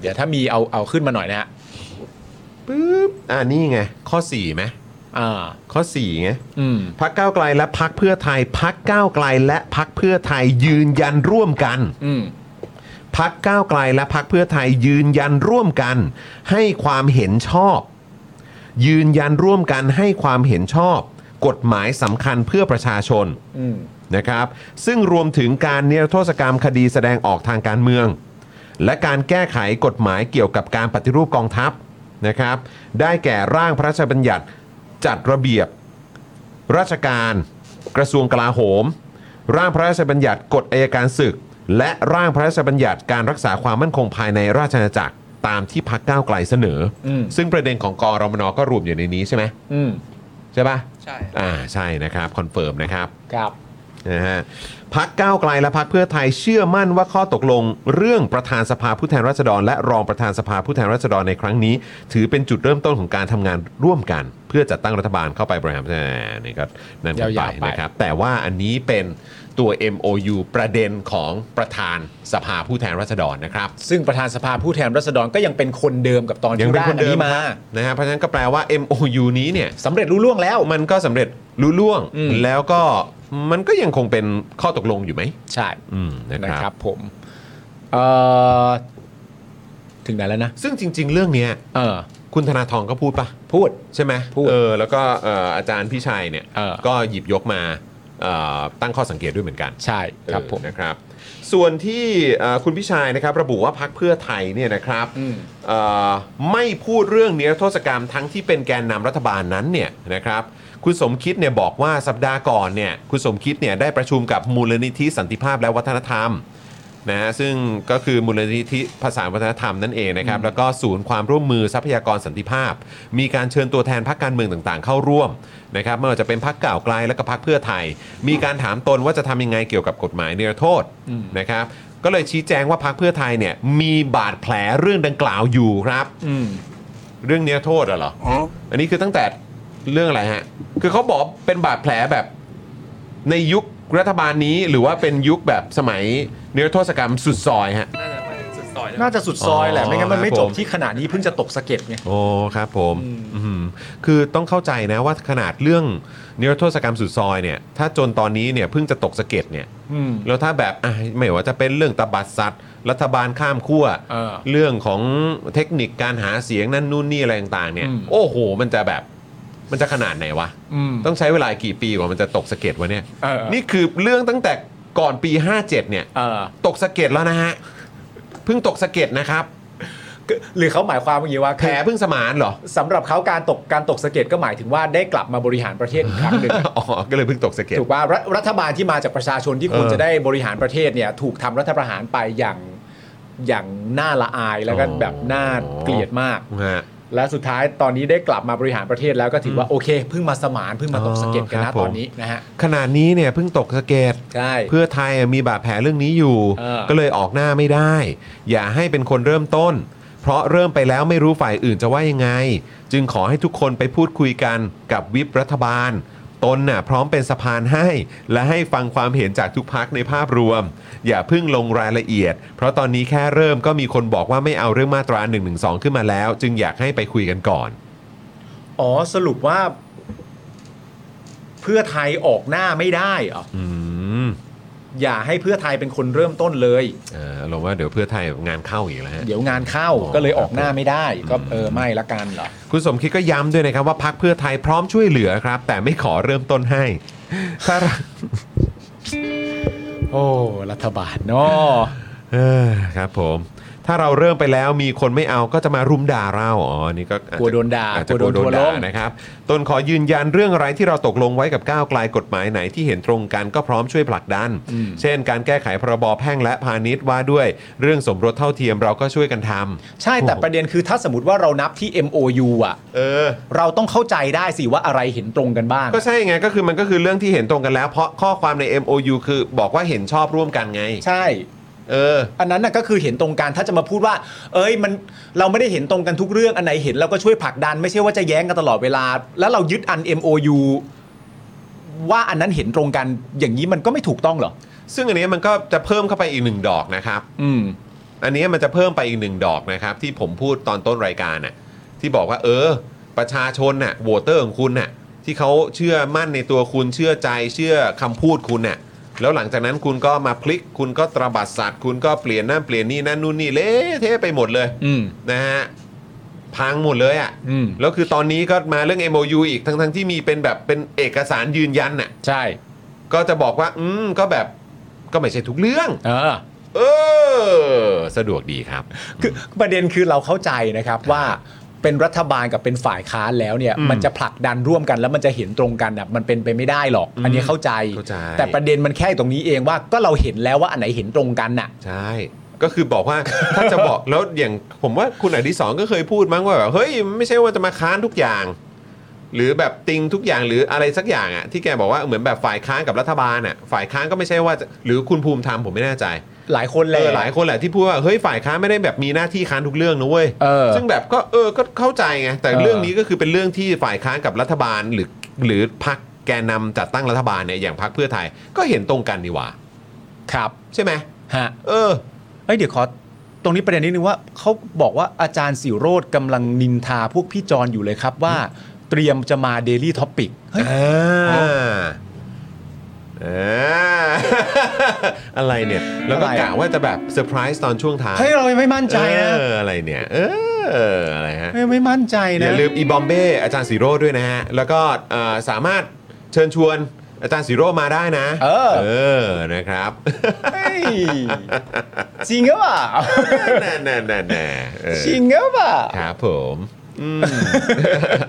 Speaker 3: เดี๋ยวถ้ามีเอาเอาขึ้นมาหน่อยนะฮะ
Speaker 1: ปึ๊บอ่านี่ไง ข้อ4ไหม
Speaker 3: อ่า
Speaker 1: ข้อ4ไง
Speaker 3: อืม
Speaker 1: พักก้าวไกลและพักเพื่อไทยพักก้าวไกลและพักเพื่อไทยยืนยันร่วมกัน
Speaker 3: อืม
Speaker 1: พักก้าวไกลและพักเพื่อไทยยืนยันร่วมกัน ให้ความเห็นชอบ ยืนยันร่วมกันให้ความเห็นชอบ กฎหมายสำคัญเพื่อประชาชน
Speaker 3: อืม
Speaker 1: นะครับซึ่งรวมถึงการนิรโทษกรรมคดีแสดงออกทางการเมือง และการแก้ไขกฎหมายเกี่ยวกับการปฏิรูปกองทัพนะครับได้แก่ร่างพระราชบัญญัติจัดระเบียบ ราชการ กระทรวงกลาโหม ร่างพระราชบัญญัติกฎอัยการศึก และร่างพระราชบัญญัติการรักษาความมั่นคงภายในราชอาณาจักรตามที่พักก้าวไกลเสนออ
Speaker 3: ม
Speaker 1: ซึ่งประเด็นของกรมนก็รวมอยู่ในนี้ใช่ไหม
Speaker 3: อืม
Speaker 1: ใช่ปะ
Speaker 5: ใช่
Speaker 1: อ่าใช่นะครับ คอนเฟิร์มนะครับ
Speaker 3: ครับ
Speaker 1: นะฮะพักก้าวไกลและพักเพื่อไทยเชื่อมั่นว่าข้อตกลง เรื่องประธานสภาผู้แทนราษฎร และรองประธานสภาผู้แทนราษฎรในครั้งนี้ ถือเป็นจุดเริ่มต้นของการทำงานร่วมกัน เพื่อจัดตั้งรัฐบาลเข้าไปบริหารประเทศนี่ก็นั่นกันไปนะครับ แต่ว่าอันนี้เป็นตัว MOU ประเด็นของประธานสภาผู้แทนราษฎรนะครับ
Speaker 3: ซึ่งประธานสภาผู้แทนราษฎรก็ยังเป็นคนเดิมกับตอน
Speaker 1: ยังเป็น
Speaker 3: ที่ร่าง
Speaker 1: คน
Speaker 3: อัน
Speaker 1: เดิม
Speaker 3: นี้มา
Speaker 1: นะฮะเพราะฉะนั้นก็แปลว่า MOU นี้เนี่ย
Speaker 3: สำเร็จรู้ล่วงแล้ว
Speaker 1: มันก็สำเร็จรู้ล่วง
Speaker 3: อืม
Speaker 1: แล้วก็มันก็ยังคงเป็นข้อตกลงอยู่ไหม
Speaker 3: ใช่
Speaker 1: อืมนะ
Speaker 3: นะ
Speaker 1: ครั
Speaker 3: ค
Speaker 1: บ
Speaker 3: รับผมเอ่อถึงไหนแล้วนะ
Speaker 1: ซึ่งจริง ๆ เรื่องเนี้ย
Speaker 3: เออ
Speaker 1: คุณธนาทองก็พูดปะ
Speaker 3: พูด
Speaker 1: ใช่ไหม
Speaker 3: พูด
Speaker 1: เออแล้วก็เอ่ออาจารย์พี่ชัยเนี่ย
Speaker 3: เออ
Speaker 1: ก็หยิบยกมาเอ่อตั้งข้อสังเกตด้วยเหมือนกัน
Speaker 3: ใช่ครับผม
Speaker 1: เออนะครับ ส่วนที่เอ่อคุณพี่ชัยนะครับระบุว่าพักเพื่อไทยเนี่ยนะครับ
Speaker 3: อืม
Speaker 1: เอ่อไม่พูดเรื่องนิรโทษกรรมทั้งที่เป็นแกนนำรัฐบาลนั้นเนี่ยนะครับคุณสมคิดเนี่ยบอกว่าสัปดาห์ก่อนเนี่ยคุณสมคิดเนี่ยได้ประชุมกับมูลนิธิสันติภาพและวัฒนธรรม นะฮะซึ่งก็คือมูลนิธิภาษาวัฒนธรรมนั่นเองนะครับ แล้วก็ศูนย์ความร่วมมือทรัพยากรสันติภาพ มีการเชิญตัวแทนพรรคการเมืองต่างๆ เข้าร่วมนะครับไม่ว่าจะเป็นพรรคก่าวไกลและก็พรรคเพื่อไทย มีการถามตนว่าจะทำยังไงเกี่ยวกับกฎหมายเนรโทษนะครับก็เลยชี้แจงว่าพรรคเพื่อไทยเนี่ยมีบาดแผลเรื่องดังกล่าวอยู่ครับ
Speaker 3: อืม
Speaker 1: เรื่องเนรโทษอะเหรออันนี้คือตั้งแต่เรื่องอะไรฮะคือเขาบอกเป็นบาดแผลแบบในยุครัฐบาลนี้หรือว่าเป็นยุคแบบสมัยเนรโทษกรรมสุดซอยฮะ
Speaker 5: น่าจะหมายถึงสุด ซอยเลย
Speaker 3: น่าจะสุดซอยแหละไม่งั้นมันไม่
Speaker 1: ครับ
Speaker 3: จ
Speaker 1: ผ
Speaker 3: บ
Speaker 1: ม
Speaker 3: ที่ขนาดนี้เพิ่งจะตกสะเก็ดไง
Speaker 1: โอ้ครับผมอื้อหือคือต้องเข้าใจนะว่าขนาดเรื่องนิรโทษกรรมสุดซอยเนี่ยถ้าจนตอนนี้เนี่ยเพิ่งจะตกสะเก็ดเนี่ย
Speaker 3: อืม
Speaker 1: แล้วถ้าแบบอ่ะไม่ว่าจะเป็นเรื่องตบัดสัตว์ รัฐบาลข้ามขั้ว
Speaker 3: เออ
Speaker 1: องของเทคนิคการหาเสียงนั่นนู่นนี่อะไรต่างๆเนี่ย
Speaker 3: อืม
Speaker 1: โอ้โห มันจะแบบมันจะขนาดไหนวะ
Speaker 3: อืม
Speaker 1: ต้องใช้เวลากี่ปีกว่ามันจะตกสะเก็ดวะเนี่ย
Speaker 3: เออ
Speaker 1: นี่คือเรื่องตั้งแต่ก่อนปี 57 เนี่ย
Speaker 3: เออ
Speaker 1: ตกสะเก็ดแล้วนะฮะ เพิ่งตกสะเก็ดนะครับ
Speaker 3: ก็หรือเขาหมายความว่าอย่างนี้ว่า
Speaker 1: แผลเพิ่งสมานเหรอ
Speaker 3: สำหรับเขาการตกการตกสะเก็ดก็หมายถึงว่าได้กลับมาบริหารประเทศอีกครั้งหนึ่ง
Speaker 1: อ๋อ ก็เลยเพิ่งตกสะเก็ด
Speaker 3: ถูกป่ะรัฐรัฐบาลที่มาจากประชาชนที่ควร
Speaker 1: เออ
Speaker 3: จะได้บริหารประเทศเนี่ยถูกทำรัฐประหารไปอย่างอย่างน่าละอายแล้วก็
Speaker 1: อ๋อ
Speaker 3: แบบน่าเกลียดมาก
Speaker 1: ฮะ
Speaker 3: และสุดท้ายตอนนี้ได้กลับมาบริหารประเทศแล้วก็ถือว่าโอเคเพิ่งมาสมานเพิ่งมาตกสะเก็ดกัน
Speaker 1: ครั
Speaker 3: นะ
Speaker 1: บผม
Speaker 3: ตอนนี้นะฮะ
Speaker 1: ขนาดนี้เนี่ยเพิ่งตกสะเก็ด
Speaker 3: ใช่
Speaker 1: เพื่อไทยอ่ะมีบาดแผลเรื่องนี้อยู่
Speaker 3: เออ
Speaker 1: ก็เลยออกหน้าไม่ได้ อย่าให้เป็นคนเริ่มต้น เพราะเริ่มไปแล้วไม่รู้ฝ่ายอื่นจะว่ายังไง จึงขอให้ทุกคนไปพูดคุยกันกับวิปรัฐบาล ตนน่ะพร้อมเป็นสะพานให้ และให้ฟังความเห็นจากทุกพักในภาพรวม อย่าเพิ่งลงรายละเอียด เพราะตอนนี้แค่เริ่มก็มีคนบอกว่าไม่เอาเรื่องมาตรา1นึขึ้นมาแล้ว จึงอยากให้ไปคุยกันก่อน
Speaker 3: อ๋อสรุปว่า เพื่อไทยออกหน้าไม่ได้เหรอ
Speaker 1: อืม
Speaker 3: อย่าให้เพื่อไทยเป็นคนเริ่มต้นเลย
Speaker 1: เอออารมณ์ว่าเดี๋ยวเพื่อไทยงานเข้าอีกแล้วฮะ
Speaker 3: เดี๋ยวงานเข้า
Speaker 1: อ๋อ
Speaker 3: ก็เลยออกหน้าไม่ได้ ก็เออไม่ละกันเหรอ
Speaker 1: คุณสมคิดก็ย้ำด้วยนะครับว่าพักเพื่อไทยพร้อมช่วยเหลือครับ แต่ไม่ขอเริ่มต้นให้ ถ้า
Speaker 3: โอ้รัฐบาลเนาะ
Speaker 1: เอ้อครับผม ถ้าเราเริ่มไปแล้วมีคนไม่เอาก็จะมารุมด่าเราอ๋อนี่ก็อจจะ
Speaker 3: กลัวโดนด่า
Speaker 1: อจจะก
Speaker 3: กลั
Speaker 1: ลัว
Speaker 3: ว
Speaker 1: โด
Speaker 3: โด
Speaker 1: น
Speaker 3: น
Speaker 1: ด่า
Speaker 3: ทัวร์ลง
Speaker 1: นะครับตนขอยืนยันเรื่องอะไรที่เราตกลงไว้กับก้าวไกลกฎหมายไหนที่เห็นตรงกันก็พร้อมช่วยผลักดัน เช่น การแก้ไขพรบแพ่งและพาณิชย์ว่าด้วย เรื่องสมรสเท่าเทียมเราก็ช่วยกันทำ
Speaker 3: ใช่แต่ประเด็นคือถ้าสมมติว่าเรานับที่ MOU อ่ะ
Speaker 1: เออ
Speaker 3: เราต้องเข้าใจได้สิว่าอะไรเห็นตรงกันบ้าง
Speaker 1: ก็ใช่ไงก็คือมันก็คือเรื่องที่เห็นตรงกันแล้ว เพราะข้อความใน MOU คือบอกว่าเห็นชอบร่วมกันไง
Speaker 3: ใช่
Speaker 1: เออ
Speaker 3: อันนั้นน่ะก็คือเห็นตรงกันถ้าจะมาพูดว่า เอ้ยมันเราไม่ได้เห็นตรงกันทุกเรื่องอันไหนเห็นเราก็ช่วยผลักดัน ไม่ใช่ว่าจะแย้งกันตลอดเวลา แล้วเรายึดอัน MOU ว่าอันนั้นเห็นตรงกันอย่างนี้มันก็ไม่ถูกต้องเหรอ
Speaker 1: ซึ่งอันนี้มันก็จะเพิ่มเข้าไปอีกหนึ่งดอกนะครับ
Speaker 3: อืม
Speaker 1: อันนี้มันจะเพิ่มไปอีกหนึ่งดอกนะครับ ที่ผมพูดตอนต้นรายการน่ะที่บอกว่า เออ ประชาชนน่ะโหวตเตอร์ของคุณน่ะที่เขาเชื่อมั่นในตัวคุณเชื่อใจเชื่อคำพูดคุณน่ะแล้วหลังจากนั้นคุณก็มาพลิก คุณก็ตระบัดสัตว์ คุณก็เปลี่ยนนั่นเปลี่ยนนี่นั่นนู่นนี่เละเทะไปหมดเลย
Speaker 3: อืม
Speaker 1: นะฮะพังหมดเลยอ่ะ
Speaker 3: อืม
Speaker 1: แล้วคือตอนนี้ก็มาเรื่อง MOU อีกทั้งทั้งๆที่มีเป็นแบบเป็นเอกสารยืนยันน่ะ
Speaker 3: ใช่
Speaker 1: ก็จะบอกว่า อืมก็แบบก็ไม่ใช่ทุกเรื่อง
Speaker 3: เออ
Speaker 1: เออ สะดวกดีครับ
Speaker 3: คือประเด็นคือเราเข้าใจนะครับว่าเป็นรัฐบาลกับเป็นฝ่ายค้านแล้วเนี่ย
Speaker 1: อืม
Speaker 3: มันจะผลักดันร่วมกันแล้วมันจะเห็นตรงกันอ่ะมันเป็นไปไม่ได้หรอก อันนี้เข้าใจ
Speaker 1: เข้าใจ
Speaker 3: แต่ประเด็นมันแค่ตรงนี้เองว่าก็เราเห็นแล้วว่าอันไหนเห็นตรงกันน่ะ
Speaker 1: ใช่ ก็คือบอกว่า ถ้าจะบอกแล้วอย่างผมว่าคุณอดีศรก็เคยพูดมั้งว่าแบบเฮ้ยไม่ใช่ว่าจะมาค้านทุกอย่าง หรือแบบติงทุกอย่างหรืออะไรสักอย่างอ่ะที่แกบอกว่าเหมือนแบบฝ่ายค้านกับรัฐบาลอ่ะฝ่ายค้านก็ไม่ใช่ว่าจะหรือคุณภูมิธรรมผมไม่แน่ใจ
Speaker 3: หลายคน
Speaker 1: เอ
Speaker 3: แหละ
Speaker 1: อหลายคนแหละที่พูดว่าเฮ้ยฝ่ายค้านไม่ได้แบบมีหน้าที่ค้านทุกเรื่องนะเว้ย
Speaker 3: เออ
Speaker 1: ซึ่งแบบก็เออก็เข้าใจไงแต่
Speaker 3: เออ
Speaker 1: เรื่องนี้ก็คือเป็นเรื่องที่ฝ่ายค้านกับรัฐบาลหรือ หรือพรรคแกนนำจัดตั้งรัฐบาลเนี่ยอย่างพรรคเพื่อไทยก็เห็นตรงกันดีหว่า
Speaker 3: ครับ
Speaker 1: ใช่ไหม
Speaker 3: ฮะ
Speaker 1: เออ
Speaker 3: เอ้ยเดี๋ยวขอตรงนี้ประเด็นนิดนึงว่าเขาบอกว่าอาจารย์สิโรธกำลังนินทาพวกพี่จรอยู่เลยครับว่า เตรียมจะมาเดลี่ท็อปิกเฮ้ย
Speaker 1: อ่าอ่ า อะไรเนี่ย แล้วก็
Speaker 3: อะไร
Speaker 1: กะ
Speaker 3: อะ
Speaker 1: ว่าจะแบบเซอร์ไพรส์ตอนช่วงท้าย
Speaker 3: เฮ้ยเรายังไม่มั่นใจนะ
Speaker 1: เอออะไรเนี่ย เออ อะไรฮะ
Speaker 3: เฮ้ยไม่มั่นใจ
Speaker 1: อ
Speaker 3: นะ
Speaker 1: ย่าลืมอีบอมเบ้อาจารย์สีโร่ด้วยนะฮะ แล้วก็เอ่อสามารถเชิญชวนอาจารย์สีโร่มาได้นะ
Speaker 3: เออ
Speaker 1: เออ นะครับ
Speaker 3: เฮ้ยจริงหรือเปล่า
Speaker 1: แน่แน่แน่แน่เออ
Speaker 3: จริงหรือเปล่า
Speaker 1: ครับผมอืม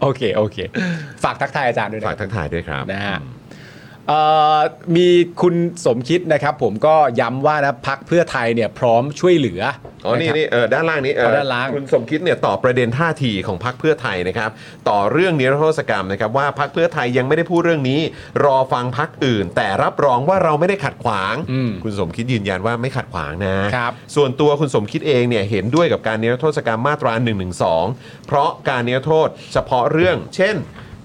Speaker 3: โอเค โอเค ฝากทักทายอาจารย์ด้วยนะค
Speaker 1: ฝาก
Speaker 3: รับ
Speaker 1: ทักทายด้วยครับ
Speaker 3: นะฮะเอ่อมีคุณสมคิดนะครับผมก็ย้ำว่านะพักเพื่อไทยเนี่ยพร้อมช่วยเหลือ
Speaker 1: อ๋อ นี่
Speaker 3: ะครับ
Speaker 1: นี่เออด้านล่างนี้เออ
Speaker 3: เอาด้านล่าง
Speaker 1: คุณสมคิดเนี่ยตอบประเด็นท่าทีของพรรคเพื่อไทยนะครับ ต่อเรื่องนิรโทษกรรมนะครับ ว่าพรรคเพื่อไทยยังไม่ได้พูดเรื่องนี้ รอฟังพรรคอื่น แต่รับรองว่าเราไม่ได้ขัดขวาง คุณสมคิดยืนยันว่าไม่ขัดขวางนะ
Speaker 3: ครับ
Speaker 1: ส่วนตัวคุณสมคิดเองเนี่ยเห็นด้วยกับการนิรโทษกรรมมาตรา1นึเพราะการนิรโทษเฉพาะเรื่อง เช่น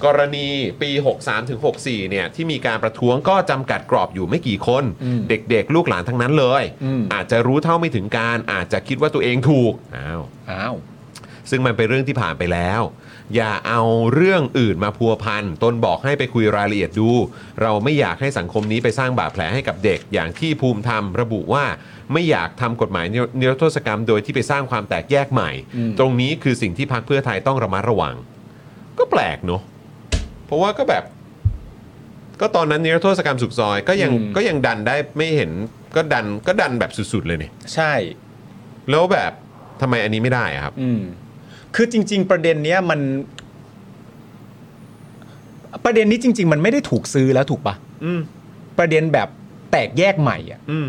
Speaker 1: กรณีปี 63ถึง64เนี่ยที่มีการประท้วงก็จำกัดกรอบอยู่ไม่กี่คน
Speaker 3: อืม
Speaker 1: เด็กๆ ลูกหลานทั้งนั้นเลย
Speaker 3: อืม
Speaker 1: อาจจะรู้เท่าไม่ถึงการอาจจะคิดว่าตัวเองถูกอ้าว
Speaker 3: อ้าว
Speaker 1: ซึ่งมันเป็นเรื่องที่ผ่านไปแล้ว อย่าเอาเรื่องอื่นมาพัวพันตนบอกให้ไปคุยรายละเอียดดู เราไม่อยากให้สังคมนี้ไปสร้างบาดแผลให้กับเด็ก อย่างที่ภูมิธรรมระบุว่า ไม่อยากทำกฎหมายนิรโทษกรรมโดยที่ไปสร้างความแตกแยกใหม่
Speaker 3: อืม
Speaker 1: ตรงนี้คือสิ่งที่พรรคเพื่อไทยต้องระมัดระวัง ก็แปลกเนอะเพราะว่าก็แบบ ก็ตอนนั้นนิรโทษกรรมสุกซอย ก็ยังก็ยังดันได้ไม่เห็นก็ดันก็ดันแบบสุดๆเลยเนี่ย
Speaker 3: ใช่
Speaker 1: แล้วแบบทำไมอันนี้ไม่ได้อะครับ
Speaker 3: อืม คือจริง ๆ ประเด็นเนี้ยมัน ประเด็นนี้จริง ๆ มันไม่ได้ถูกซื้อแล้วถูกปะ
Speaker 1: อืม
Speaker 3: ประเด็นแบบแตกแยกใหม่อ่ะ
Speaker 1: อืม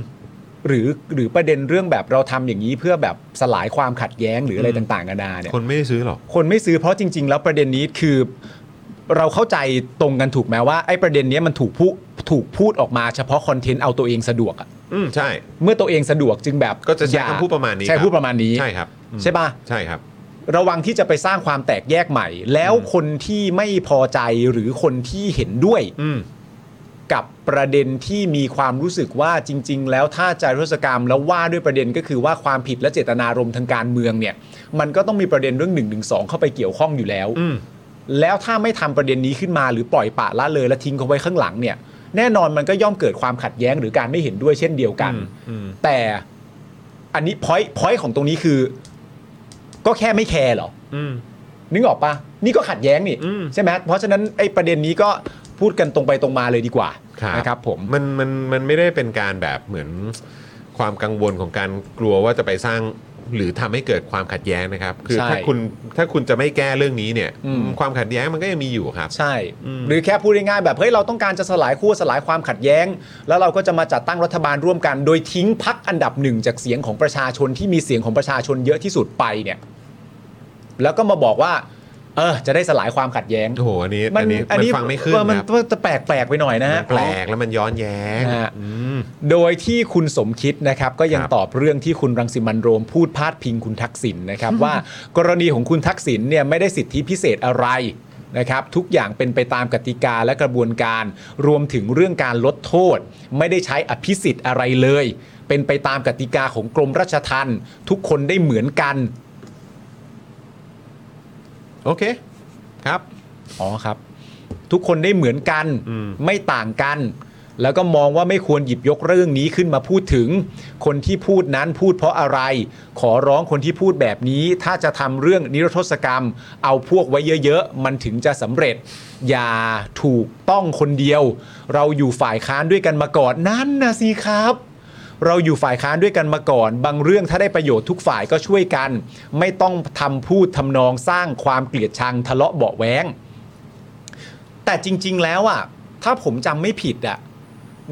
Speaker 3: หรือหรือประเด็นเรื่องแบบเราทำอย่างนี้เพื่อแบบสลายความขัดแย้งหรืออะไรต่างๆนานาเนี่ย
Speaker 1: คนไม่ได้ซื้อหรอก
Speaker 3: คนไม่ซื้อเพราะจริง ๆ แล้วประเด็นนี้คือเราเข้าใจตรงกันถูกไหมว่าไอ้ประเด็นเนี้ยมันถูกพูดถูกพูดออกมาเฉพาะคอนเทนต์เอาตัวเองสะดวกอะ
Speaker 1: อืมใช่
Speaker 3: เมื่อตัวเองสะดวกจึงแบบ
Speaker 1: ก็จะใช้
Speaker 3: อย่
Speaker 1: คำพูดประมาณนี้
Speaker 3: ใช้
Speaker 1: คบ
Speaker 3: พูดประมาณนี้
Speaker 1: ใช่ครับอืม
Speaker 3: ใช่ป่ะ
Speaker 1: ใช่ครับ
Speaker 3: ระวังที่จะไปสร้างความแตกแยกใหม่ แล้วคนที่ไม่พอใจหรือคนที่เห็นด้วย
Speaker 1: อืม
Speaker 3: กับประเด็นที่มีความรู้สึกว่าจริง ๆ แล้วถ้าจารุศกรรมแล้วว่าด้วยประเด็นก็คือว่าความผิดและเจตนารมณ์ทางการเมืองเนี่ย มันก็ต้องมีประเด็นเรื่อง1นึเข้าไปเกี่ยวข้องอยู่แล้ว
Speaker 1: อืม
Speaker 3: แล้วถ้าไม่ทำประเด็นนี้ขึ้นมาหรือปล่อยปละละเลยและทิ้งเขาไว้ข้างหลังเนี่ย แน่นอนมันก็ย่อมเกิดความขัดแย้งหรือการไม่เห็นด้วยเช่นเดียวกัน
Speaker 1: อืม
Speaker 3: แต่อันนี้พอยต์พอยต์ของตรงนี้คือ ก็แค่ไม่แคร์เหรอ
Speaker 1: อืม
Speaker 3: นึกออกปะนี่ก็ขัดแย้งนี่
Speaker 1: อืม
Speaker 3: ใช่ไหมเพราะฉะนั้นไอ้ประเด็นนี้ก็พูดกันตรงไปตรงมาเลยดีกว่า
Speaker 1: ครับ
Speaker 3: นะครับผม
Speaker 1: มันมันมันไม่ได้เป็นการแบบเหมือนความกังวลของการกลัวว่าจะไปสร้างหรือทำให้เกิดความขัดแย้งนะครับ คือ
Speaker 3: ใช่
Speaker 1: ถ้าคุณถ้าคุณจะไม่แก้เรื่องนี้เนี่ย
Speaker 3: อืม
Speaker 1: ความขัดแย้งมันก็ยังมีอยู่ครับ
Speaker 3: ใช่
Speaker 1: อืม
Speaker 3: หรือแค่พูดง่ายๆแบบเฮ้ยเราต้องการจะสลายขั้วสลายความขัดแย้ง แล้วเราก็จะมาจัดตั้งรัฐบาลร่วมกัน โดยทิ้งพักอันดับหนึ่งจากเสียงของประชาชนที่มีเสียงของประชาชนเยอะที่สุดไปเนี่ย แล้วก็มาบอกว่า เออ จะได้สลายความขัดแย้ง
Speaker 1: โอ้โหอันนี้อันนี้มันฟังไม่ขึ้น
Speaker 3: เออมัน
Speaker 1: ครับ
Speaker 3: มันจะแปลกๆไปหน่อยนะ
Speaker 1: มั
Speaker 3: ฮะ
Speaker 1: นแปลกแล้วมันย้อนแย้ง
Speaker 3: ฮะ
Speaker 1: อืม
Speaker 3: โดยที่คุณสมคิดนะครับก็ยัง
Speaker 1: ครับ
Speaker 3: ตอบเรื่องที่คุณรังสิมันต์โรมพูดพาดพิงคุณทักษิณนะครับ ว่ากรณีของคุณทักษิณเนี่ยไม่ได้สิทธิพิเศษอะไรนะครับทุกอย่างเป็นไปตามกติกาและกระบวนการ รวมถึงเรื่องการลดโทษ ไม่ได้ใช้อภิสิทธิ์อะไรเลย เป็นไปตามกติกาของกรมราชทัณฑ์ทุกคนได้เหมือนกัน
Speaker 1: โอเคครับ
Speaker 3: อ๋อครับ ทุกคนได้เหมือนกัน
Speaker 1: อืม
Speaker 3: ไม่ต่างกัน แล้วก็มองว่าไม่ควรหยิบยกเรื่องนี้ขึ้นมาพูดถึง คนที่พูดนั้นพูดเพราะอะไร ขอร้องคนที่พูดแบบนี้ ถ้าจะทำเรื่องนิรโทษกรรม เอาพวกไว้เยอะๆ มันถึงจะสำเร็จ อย่าถูกต้องคนเดียว เราอยู่ฝ่ายค้านด้วยกันมาก่อนนั่นนะสิครับ เราอยู่ฝ่ายค้านด้วยกันมาก่อน บางเรื่องถ้าได้ประโยชน์ทุกฝ่ายก็ช่วยกัน ไม่ต้องทำพูดทำนองสร้างความเกลียดชังทะเลาะเบาะแว้ง แต่จริง ๆ แล้วอ่ะถ้าผมจำไม่ผิดอ่ะ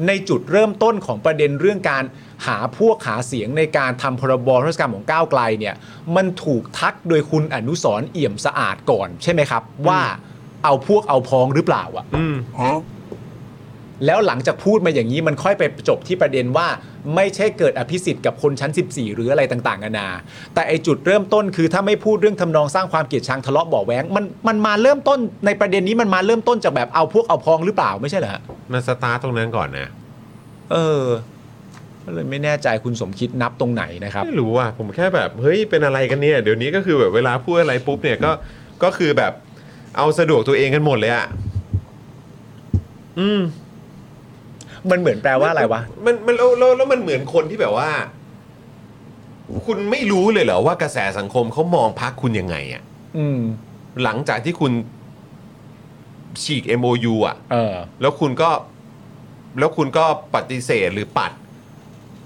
Speaker 3: ในจุดเริ่มต้นของประเด็นเรื่องการหาพวกหาเสียงในการทำพรบรัฐกรรมของก้าวไกลเนี่ย มันถูกทักโดยคุณอนุสรณ์เอี่ยมสะอาดก่อน ใช่ไหมครับ ว่าเอาพวกเอาพองหรือเปล่าอ่ะ
Speaker 1: อืม
Speaker 3: แล้วหลังจากพูดมาอย่างนี้มันค่อยไปจบที่ประเด็นว่า ไม่ใช่เกิดอภิสิทธิ์กับคนชั้น 14 หรืออะไรต่างๆนานา แต่ไอจุดเริ่มต้นคือถ้าไม่พูดเรื่องทำนองสร้างความเกลียดชังทะเลาะเบ่อแว้งมันมันมาเริ่มต้นในประเด็นนี้มันมาเริ่มต้นจากแบบเอาพวกเอาพองหรือเปล่าไม่ใช่เหรอฮะ
Speaker 1: มาสตาร์ทตรงนั้นก่อนนะ
Speaker 3: เออก็เลยไม่แน่ใจคุณสมคิดนับตรงไหนนะครับ
Speaker 1: ไม่รู้ว่าผมแค่แบบเฮ้ยเป็นอะไรกันเนี่ยเดี๋ยวนี้ก็คือแบบเวลาพูดอะไรปุ๊บเนี่ยก็ก็คือแบบเอาสะดวกตัวเองกันหมดเลยอะ
Speaker 3: มันเหมือนแปลว่าอะไรวะ
Speaker 1: มันมันแล้วแล้วแล้วมันเหมือนคนที่แบบว่า คุณไม่รู้เลยเหรอว่ากระแสสังคมเขามองพักคุณยังไงอะ
Speaker 3: อืม
Speaker 1: หลังจากที่คุณฉีก MOU อะ
Speaker 3: เออ
Speaker 1: แล้วคุณก็ แล้วคุณก็ปฏิเสธหรือปัด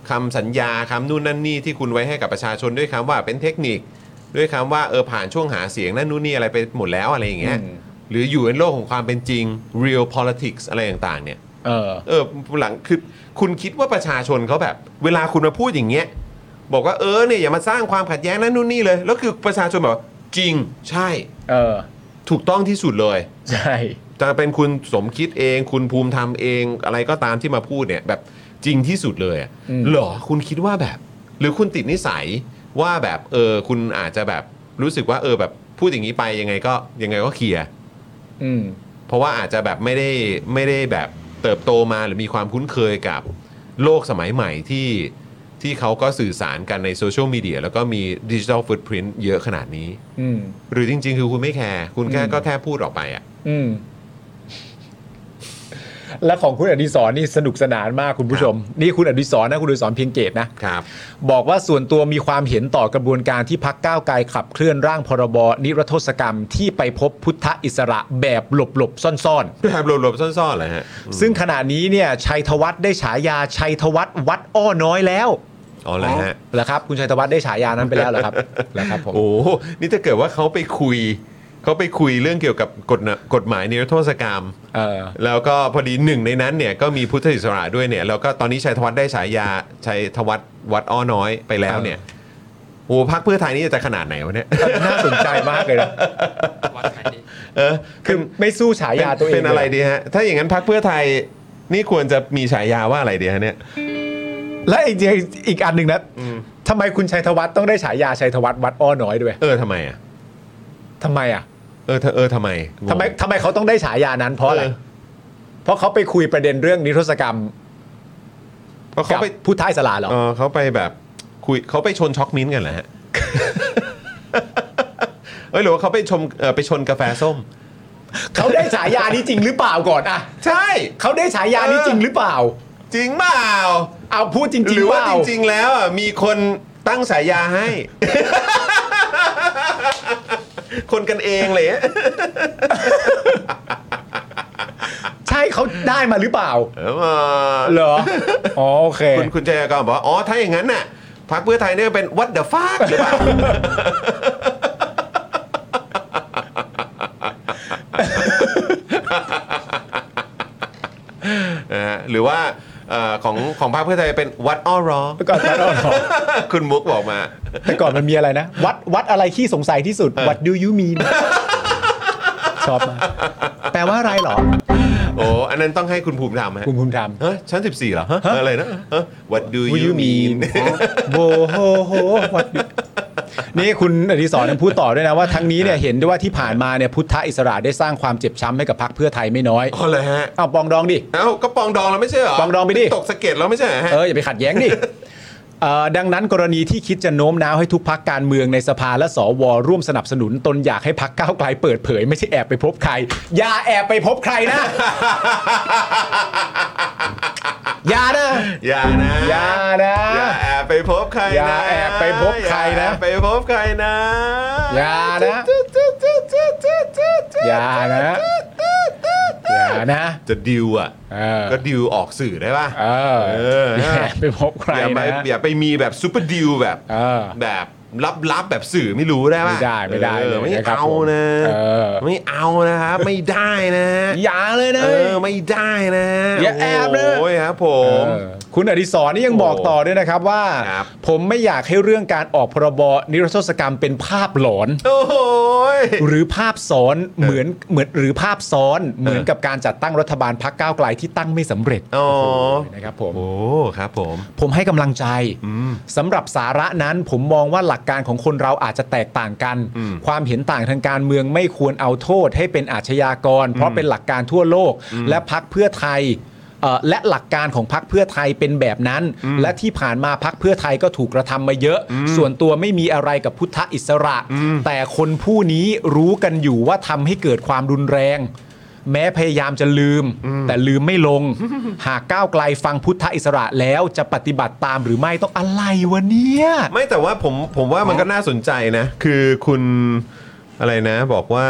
Speaker 1: คำสัญญาคำนู่นนั่นนี่ที่คุณไว้ให้กับประชาชนด้วยคำว่าเป็นเทคนิค ด้วยคำว่าเออผ่านช่วงหาเสียงนั่นนู่นนี่อะไรไปหมดแล้วอะไรอย่างเงี้ย
Speaker 3: อืม
Speaker 1: หรืออยู่ในโลกของความเป็นจริง real politics อะไรต่างๆเนี่ย
Speaker 3: เออ
Speaker 1: เออหลังคือคุณคิดว่าประชาชนเขาแบบ เวลาคุณมาพูดอย่างเงี้ยบอกว่าเออเนี่ยอย่ามาสร้างความขัดแย้งนั่นนู่นนี่เลยแล้วคือประชาชนแบบว่าจริงใช่
Speaker 3: เออ
Speaker 1: ถูกต้องที่สุดเลย
Speaker 3: ใช่
Speaker 1: จะเป็นคุณสมคิดเอง คุณภูมิธรรมเองอะไรก็ตามที่มาพูดเนี่ยแบบจริงที่สุดเลยอะ
Speaker 3: อืม
Speaker 1: เหรอคุณคิดว่าแบบ หรือคุณติดนิสัยว่าแบบเออคุณอาจจะแบบรู้สึกว่าเออแบบพูดอย่างนี้ไปยังไงก็ยังไงก็เคลียร์
Speaker 3: อืม
Speaker 1: ราะว่าอาจจะแบบไม่ได้ไม่ได้แบบเติบโตมาหรือมีความคุ้นเคยกับโลกสมัยใหม่ที่ที่เขาก็สื่อสารกันในโซเชียลมีเดียแล้วก็มีดิจิทัลฟุตพิ i n t เยอะขนาดนี้
Speaker 3: อืม
Speaker 1: หรือจริง ๆ คือคุณไม่แคร์คุณแค่
Speaker 3: อืม
Speaker 1: ก็แค่พูดออกไปอ่ะ
Speaker 3: อืม และของคุณอดิศรนี่สนุกสนานมากคุณผู้ชม นี่คุณอดิศรนะคุณอดิศรเพียงเกตนะ
Speaker 1: ครับ
Speaker 3: บอกว่าส่วนตัวมีความเห็นต่อกระบวนการที่พักก้าวไกลขับเคลื่อนร่างพรบนิรโทษกรรมที่ไปพบพุทธอิสระแบบหลบหลบๆซ่อน
Speaker 1: แบบหลบๆซ่อนๆเลยฮะ
Speaker 3: ๆ ซึ่งขณะนี้เนี่ยชัยธวัฒน์ได้ฉายาชัยธวัฒน์วัดอ้อน้อยแล้ว
Speaker 1: อ๋อเหรอฮะ
Speaker 3: เหรอครับ คุณชัยธวัฒน์ได้ฉายานั้นไปแล้วเหรอครับเหรอครับผม
Speaker 1: โอ้โหนี่ถ้าเกิดว่าเขาไปคุย เขาไปคุยเรื่องเกี่ยวกับกฎหมากฎหมายนิรโทษกรรม
Speaker 3: เออ
Speaker 1: แล้วก็พอดีหนึ่งในนั้นเนี่ยก็มีพุทธอิสระด้วยเนี่ยแล้วก็ตอนนี้ชัยธวัฒน์ได้ฉายาชัยธวัฒน์วัดอ้อน้อยไปแล้วเนี่ยโอ้โหพักเพื่อไทยนี่จะขนาดไหนวะเนี่ย
Speaker 3: น่าสนใจมากเลยนะ
Speaker 5: วัดไหนดี
Speaker 1: เออ
Speaker 3: คือไม่สู้ฉายาตัวเอง
Speaker 1: เป็นอะไรดีฮะ ถ้าอย่างนั้นพักเพื่อไทยนี่ควรจะมีฉายาว่าอะไรดีฮะเนี่ย
Speaker 3: และอีกอย่างอีกอันหนึ่งนะทำไมคุณชัยธวัฒน์ต้องได้ฉายาชัยธวัฒน์วัดอ้อน้อยด้วย
Speaker 1: เออทำไมอ่ะ
Speaker 3: ทำไมอ่ะ
Speaker 1: เออเธอเออทำไมงง
Speaker 3: ทำไมทำไมเขาต้องได้ฉายานั้นเพราะอะไร
Speaker 1: เออ
Speaker 3: เพราะเขาไปคุยประเด็นเรื่องนิรโทษกรรม
Speaker 1: เพราะ
Speaker 3: กั
Speaker 1: เขา
Speaker 3: บ
Speaker 1: ไป
Speaker 3: ผู้ท้ายสลาเหรอ
Speaker 1: เออเขาไปแบบคุยเขาไปชนช็อกมิ้นท์กันเหรอฮะ เอ้ยหรือว่าเขาไปชมเออไปชนกาแฟส้ม
Speaker 3: เขาได้ฉายานี้จริงหรือเปล่าก่อนอะ
Speaker 1: ใช่
Speaker 3: เขาได้ฉายานี้จริงหรือเปล่า
Speaker 1: จริงเปล่า
Speaker 3: เอาพูดจริงๆ
Speaker 1: หรือว่า
Speaker 3: เป
Speaker 1: จ
Speaker 3: ล่
Speaker 1: ริง ๆ แล้วอ่ะมีคนตั้งฉายาให้ คนกันเองเลย
Speaker 3: ใช่เขาได้มาหรือเปล่า
Speaker 1: เออมา
Speaker 3: เหรออ๋อโอเค
Speaker 1: คุณคุณเจก็บอกว่าอ๋อ ถ้าอย่างนั้นน่ะพรรคเพื่อไทยเนี่ยเป็นวัดเดอะฟากหรือเปล่า นะฮะหรือว่าเอ่อของของพรรคเพื่อไทยเป็นวัดอ้อรอ
Speaker 3: ก่อนวัดอ้อน้อย
Speaker 1: คุณมุกบอกมา
Speaker 3: แต่ก่อนมันมีอะไรนะ วัดวัดอะไรที่สงสัยที่สุด วัดดูยูมีนชอบมากแปลว่าอะไรเหรอ
Speaker 1: โอ้อันนั้นต้องให้คุณภูมิทำฮะ
Speaker 3: คุณภูมิธรรม
Speaker 1: ฮะชั้น 14เหรอฮะอะไรนะฮะ What do you mean
Speaker 3: โบโฮโฮวัด นี่คุณอดิศรยังพูดต่อด้วยนะว่าทั้งนี้เนี่ยเห็นด้วยว่าที่ผ่านมาเนี่ยพุทธอิสระได้สร้างความเจ็บช้ำให้กับพรรคเพื่อไทยไม่น้อย
Speaker 1: อ๋อเลยฮะ
Speaker 3: เอาปองดองดิ
Speaker 1: เอ้า ก็ปองดองแล้วไม่ใช่เหรอ
Speaker 3: ปองดองไปดิ
Speaker 1: ตกสะเก็ดแล้วไม่ใช่เหรอฮะ
Speaker 3: เอออย่าไปขัดแย้งดิเอ่อดังนั้นกรณีที่คิดจะโน้มน้าวให้ทุกพักการเมืองในสภาและสวร่วมสนับสนุนตนอยากให้พักก้าวไกลเปิดเผย ไม่ใช่แอบไปพบใคร อย่าแอบไปพบใคร นะ อย่านะ
Speaker 1: อย่านะ
Speaker 3: อย่านะ
Speaker 1: อย่าแอบไปพบใครนะ
Speaker 3: อย่าแอบไปพบใคร
Speaker 1: อ
Speaker 3: นะ
Speaker 1: ย่าแอบไปพบใครนะ
Speaker 3: อย่านะ อย่านะ อย่านะ
Speaker 1: จะดิวอ่ะ
Speaker 3: เออ
Speaker 1: ก็ดิวออกสื่อได้ป่ะ
Speaker 3: เออ
Speaker 1: เออ
Speaker 3: ย่าไปพบใคร
Speaker 1: อย่าไป
Speaker 3: นะ
Speaker 1: อย่าไปมีแบบซูเปอร์ดิวแบบ
Speaker 3: เออ
Speaker 1: แบบลับๆแบบสื่อไม่รู้ได้ป่ะ
Speaker 3: ไม่ได้ไม่ได้
Speaker 1: เออ
Speaker 3: เลย
Speaker 1: ไม่
Speaker 3: นะครับ
Speaker 1: เอานะ
Speaker 3: ผมเออ
Speaker 1: ไม่เอานะครับ ไม่ได้นะ
Speaker 3: อย่าเลยนะ
Speaker 1: เออไม่ได้นะ
Speaker 3: อย่าแอบนะ
Speaker 1: โอ้ยครับผม
Speaker 3: เออคุณอดิศรนี่ยังบอกต่อด้วยนะครับว่า
Speaker 1: ครับ
Speaker 3: ผมไม่อยากให้เรื่องการออกพรบนิรโทษกรรมเป็นภาพหลอน
Speaker 1: โอ้โหย
Speaker 3: หรือภาพซ้อนเหมือนเหมือนหรือภาพซ้อนเหมือน
Speaker 1: เออ
Speaker 3: กับการจัดตั้งรัฐบาลพักก้าวไกลที่ตั้งไม่สำเร็จ
Speaker 1: อ๋อ
Speaker 3: นะครับผม
Speaker 1: โอ้ครับผม
Speaker 3: ผมให้กำลังใจสำหรับสาระนั้นผมมองว่าหลักการของคนเราอาจจะแตกต่างกัน
Speaker 1: อืม
Speaker 3: ความเห็นต่างทางการเมืองไม่ควรเอาโทษให้เป็นอาชญากร เพราะเป็นหลักการทั่วโลก และพักเพื่อไทยเอ่อและหลักการของพักเพื่อไทยเป็นแบบนั้น และที่ผ่านมาพักเพื่อไทยก็ถูกกระทำมาเยอะ ส่วนตัวไม่มีอะไรกับพุทธอิสระ แต่คนผู้นี้รู้กันอยู่ว่าทำให้เกิดความรุนแรง แม้พยายามจะลืม แต่ลืมไม่ลง หากก้าวไกลฟังพุทธอิสระแล้วจะปฏิบัติตามหรือไม่ต้องอะไรวะเนี่ย
Speaker 1: ไม่แต่ว่าผมผมว่ามันก็น่าสนใจนะ คือคุณอะไรนะ บอกว่า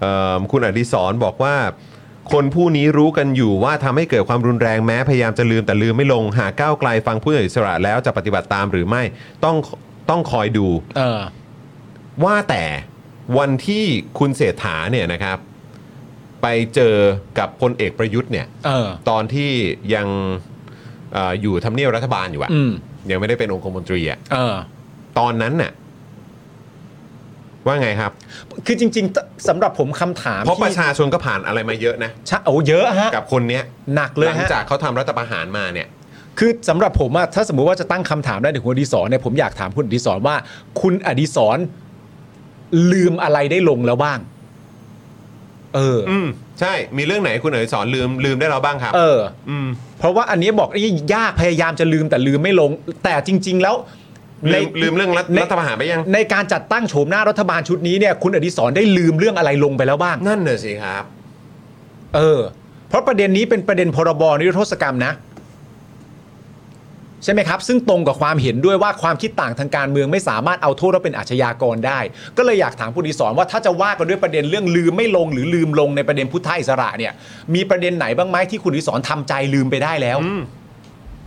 Speaker 1: เอิ่มคุณอดิศรบอกว่า คนผู้นี้รู้กันอยู่ว่าทำให้เกิดความรุนแรงแม้พยายามจะลืมแต่ลืมไม่ลง หากก้าวไกลฟังผู้อิสระแล้วจะปฏิบัติตามหรือไม่ต้องต้องคอยดู
Speaker 3: เออ
Speaker 1: ว่าแต่วันที่คุณเศรษฐาเนี่ยนะครับ ไปเจอกับพลเอกประยุทธ์เนี่ย
Speaker 3: เออ
Speaker 1: ตอนที่ยังเอออยู่ทำเนียบรัฐบาลอยู่อะ
Speaker 3: อืม
Speaker 1: ยังไม่ได้เป็นองคมนตรีอะ
Speaker 3: เออ
Speaker 1: ตอนนั้นน่ะว่าไงครับ
Speaker 3: คือจริง ๆสำหรับผมคำถาม
Speaker 1: เพราะ
Speaker 3: ที่
Speaker 1: ประชาชนก็ผ่านอะไรมาเยอะนะ
Speaker 3: ชะโอ้เยอะฮะ
Speaker 1: กับคนเนี้ย
Speaker 3: หนักเลย
Speaker 1: หลัง
Speaker 3: ฮะ
Speaker 1: จากเขาทำรัฐประหารมาเนี่ย
Speaker 3: คือสำหรับผมอะถ้าสมมุติว่าจะตั้งคำถามได้ถึงคุณอดีศรเนี่ยผมอยากถามคุณอดีศรว่า คุณอดีศรลืมอะไรได้ลงแล้วบ้าง เอออ
Speaker 2: อืมใช่มีเรื่องไหนคุณอนุสรลืมลืมได้เราบ้างครับ
Speaker 3: เออ
Speaker 2: อืม
Speaker 3: เพราะว่าอันนี้บอกนี่ยากพยายามจะลืมแต่ลืมไม่ลง แต่จริง ๆ แล้วใน
Speaker 2: ลืมลืมเรื่องรัฐ
Speaker 3: ใน
Speaker 2: รัฐประหารไปยัง
Speaker 3: ในการจัดตั้งโฉมหน้ารัฐบาลชุดนี้เนี่ยคุณอดิศรได้ลืมเรื่องอะไรลงไปแล้วบ้าง
Speaker 2: นั่นน่ะสิครับ
Speaker 3: เออ เพราะประเด็นนี้เป็นประเด็นพรบนิรโทษกรรมนะ ใช่ไหมครับ ซึ่งตรงกับความเห็นด้วยว่าความคิดต่างทางการเมืองไม่สามารถเอาโทษว่าเป็นอาชญากรได้ ก็เลยอยากถามผู้ดีสอนว่าถ้าจะว่ากันด้วยประเด็นเรื่องลืมไม่ลงหรือลืมลงในประเด็นพุทธอิสระเนี่ย มีประเด็นไหนบ้างไหมที่คุณอดีสอนทำใจลืมไปได้แล้ว
Speaker 2: อืม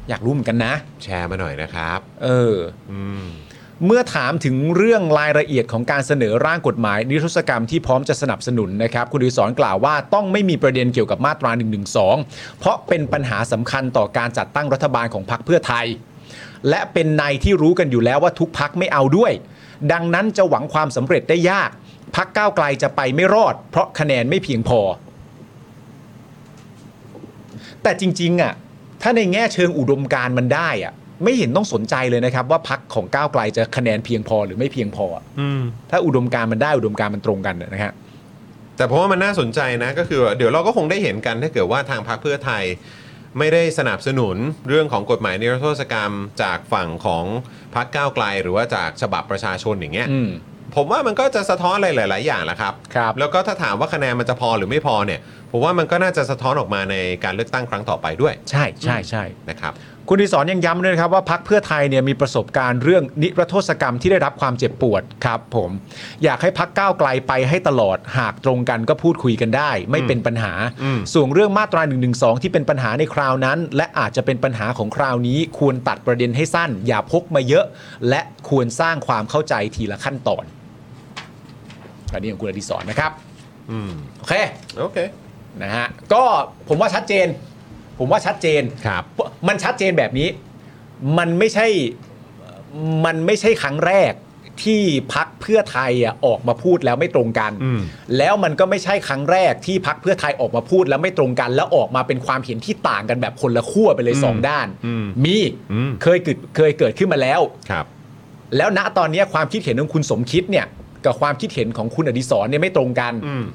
Speaker 3: อยากรู้เหมือนกันนะ
Speaker 2: แชร์มาหน่อยนะครับ
Speaker 3: เออ
Speaker 2: อืม
Speaker 3: เมื่อถามถึงเรื่องรายละเอียดของการเสนอร่างกฎหมายนิรโทษกรรมที่พร้อมจะสนับสนุนนะครับ คุณดุสอนกล่าวว่าต้องไม่มีประเด็นเกี่ยวกับมาตรา1นึเพราะเป็นปัญหาสำคัญต่อการจัดตั้งรัฐบาลของพรรคเพื่อไทย และเป็นในที่รู้กันอยู่แล้วว่าทุกพักไม่เอาด้วย ดังนั้นจะหวังความสำเร็จได้ยาก พักก้าวไกลจะไปไม่รอด เพราะคะแนนไม่เพียงพอ แต่จริงๆอ่ะถ้าในแง่เชิงอุดมการณ์มันได้อ่ะไม่เห็นต้องสนใจเลยนะครับ ว่าพักของก้าวไกลจะคะแนนเพียงพอหรือไม่เพียงพออะ
Speaker 2: อืม
Speaker 3: ถ้าอุดมการณ์มันได้อุดมการณ์มันตรงกันนะฮะ
Speaker 2: แต่เพราะว่ามันน่าสนใจนะก็คือเดี๋ยวเราก็คงได้เห็นกันถ้าเกิดว่าทางพรรคเพื่อไทย ไม่ได้สนับสนุนเรื่องของกฎหมายนิรโทษกรรมจากฝั่งของพรรคก้าวไกล หรือว่าจากฉบับประชาชนอย่างเงี้ย
Speaker 3: อืม
Speaker 2: ผมว่ามันก็จะสะท้อนอะไรหลาย ๆ อย่างแหละครับ
Speaker 3: ครับ
Speaker 2: แล้วก็ถ้าถามว่าคะแนนมันจะพอหรือไม่พอเนี่ย ผมว่ามันก็น่าจะสะท้อนออกมาในการเลือกตั้งครั้งต่อไปด้วย
Speaker 3: ใช่ใช่ใช่
Speaker 2: นะครับ
Speaker 3: คุณดิศรยังย้ำด้วยนะครับว่าพักเพื่อไทยเนี่ยมีประสบการณ์เรื่องนิรโทษกรรมที่ได้รับความเจ็บปวดครับผม อยากให้พักก้าวไกลไปให้ตลอดหากตรงกันก็พูดคุยกันได้ ไม่เป็นปัญหา
Speaker 2: อืม
Speaker 3: ส่วนเรื่องมาตรา1นึที่เป็นปัญหาในคราวนั้น และอาจจะเป็นปัญหาของคราวนี้ ควรตัดประเด็นให้สั้น อย่าพกมาเยอะ และควรสร้างความเข้าใจทีละขั้นตอนอันนี้ของคุณอดิศรนะครับ
Speaker 2: อืม
Speaker 3: โอเค
Speaker 2: โอเค
Speaker 3: นะฮะก็ผมว่าชัดเจน ผมว่าชัดเจน
Speaker 2: ครับ
Speaker 3: มันชัดเจนแบบนี้ มันไม่ใช่ มันไม่ใช่ครั้งแรกที่พักเพื่อไทยอ่ะออกมาพูดแล้วไม่ตรงกัน
Speaker 2: อืม
Speaker 3: แล้วมันก็ไม่ใช่ครั้งแรกที่พักเพื่อไทยออกมาพูดแล้วไม่ตรงกัน แล้วออกมาเป็นความเห็นที่ต่างกันแบบคนละขั้วไปเลยสองด้าน
Speaker 2: อืม
Speaker 3: มี
Speaker 2: อืม
Speaker 3: เคยเกิดเคยเกิดขึ้นมาแล้ว
Speaker 2: ครับ
Speaker 3: แล้วณตอนนี้ความคิดเห็นของคุณสมคิดเนี่ย กับความคิดเห็นของคุณอดิศรเนี่ยไม่ตรงกัน
Speaker 2: อืม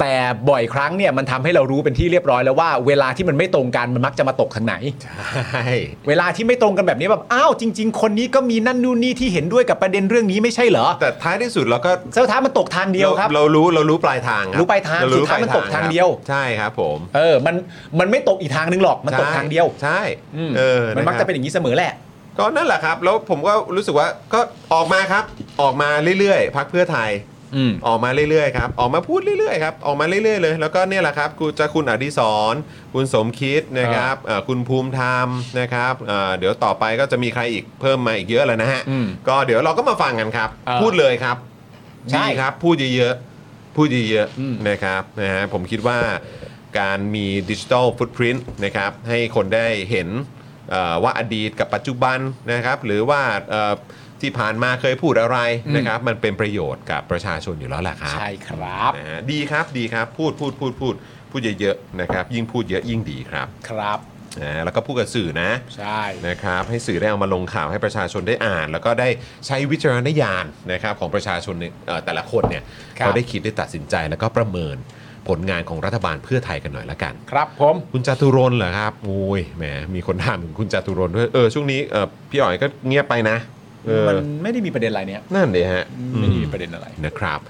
Speaker 3: แต่บ่อยครั้งเนี่ยมันทำให้เรารู้เป็นที่เรียบร้อยแล้วว่าเวลาที่มันไม่ตรงกันมันมักจะมาตกทางไหน
Speaker 2: ใช่
Speaker 3: เวลาที่ไม่ตรงกันแบบนี้แบบอ้าวจริง ๆ คนนี้ก็มีนั่นนู่นนี่ที่เห็นด้วยกับประเด็นเรื่องนี้ไม่ใช่เหรอ
Speaker 2: แต่ท้ายที่สุดเราก็
Speaker 3: สุดท้ายมันตกทางเดียวครับ
Speaker 2: เรารู้เรารู้ปลายทางคบ
Speaker 3: รู้ปลายทาง
Speaker 2: เรรู้
Speaker 3: สุดท้ายมันตก
Speaker 2: ปล
Speaker 3: ทาง
Speaker 2: ครับ
Speaker 3: เดียว
Speaker 2: ใช่ครับผม
Speaker 3: เออมันมันไม่ตกอีกทางนึงหรอกมันตก
Speaker 2: ใช่
Speaker 3: ทางเดียว
Speaker 2: ใช่
Speaker 3: อืม
Speaker 2: เออ
Speaker 3: มันมัก
Speaker 2: ครั
Speaker 3: จะ
Speaker 2: บ
Speaker 3: เป็นอย่างนี้เสมอแหละ
Speaker 2: ก็นั่นแหละครับ แล้วผมก็รู้สึกว่าก็ออกมาครับ ออกมาเรื่อยๆพักเพื่อไทย
Speaker 3: อืม
Speaker 2: ออกมาเรื่อยๆครับออกมาพูดเรื่อยๆครับออกมาเรื่อยๆเลย แล้วก็เนี่ยแหละครับกูจะคุณอดิศรคุณสมคิดนะครับเอ่อคุณภูมิธรรมนะครับเอ่อเดี๋ยวต่อไปก็จะมีใครอีกเพิ่มมาอีกเยอะเลยนะฮะ
Speaker 3: อืม
Speaker 2: ก็เดี๋ยวเราก็มาฟังกันครับ
Speaker 3: เออ
Speaker 2: พูดเลยครับ
Speaker 3: ใช่
Speaker 2: ดีครับ พูดเยอะๆพูดเยอะ
Speaker 3: อืม
Speaker 2: ๆนะครับนะฮะผมคิดว่าการมีดิจิทัลฟุตพิ้นนะครับให้คนได้เห็นเอ่อว่าอดีตกับปัจจุบันนะครับหรือว่าเอ่อที่ผ่านมาเคยพูดอะไรนะครับ มันเป็นประโยชน์กับประชาชนอยู่แล้วแหละครับ
Speaker 3: ใช่ครับ
Speaker 2: นะฮะดีครับดีครับพูดพูดพูดพูดพูดเยอะๆนะครับ ยิ่งพูดเยอะยิ่งดีครับ
Speaker 3: ครับ
Speaker 2: นะแล้วก็พูดกับสื่อนะ
Speaker 3: ใช่
Speaker 2: นะครับ ให้สื่อได้เอามาลงข่าวให้ประชาชนได้อ่าน แล้วก็ได้ใช้วิจารณญาณนะครับของประชาชนเนี่ยเอ่อแต่ละคนเนี่ย
Speaker 3: ครับ
Speaker 2: เขาได้คิดได้ตัดสินใจแล้วก็ประเมินผลงานของรัฐบาลเพื่อไทยกันหน่อยละกัน
Speaker 3: ครับผม
Speaker 2: คุณจาตุรนต์เหรอครับโอ้ยแหมมีคนถามถึงคุณจาตุรนต์ด้วยเออช่วงนี้เออพี่อ๋อยก็เงียบไปนะเออ
Speaker 3: มันไม่ได้มีประเด็นอะไรเนี่ย
Speaker 2: นั่นเลยฮะ
Speaker 3: ไม่ได้มีประเด็นอะไร
Speaker 2: นะครับ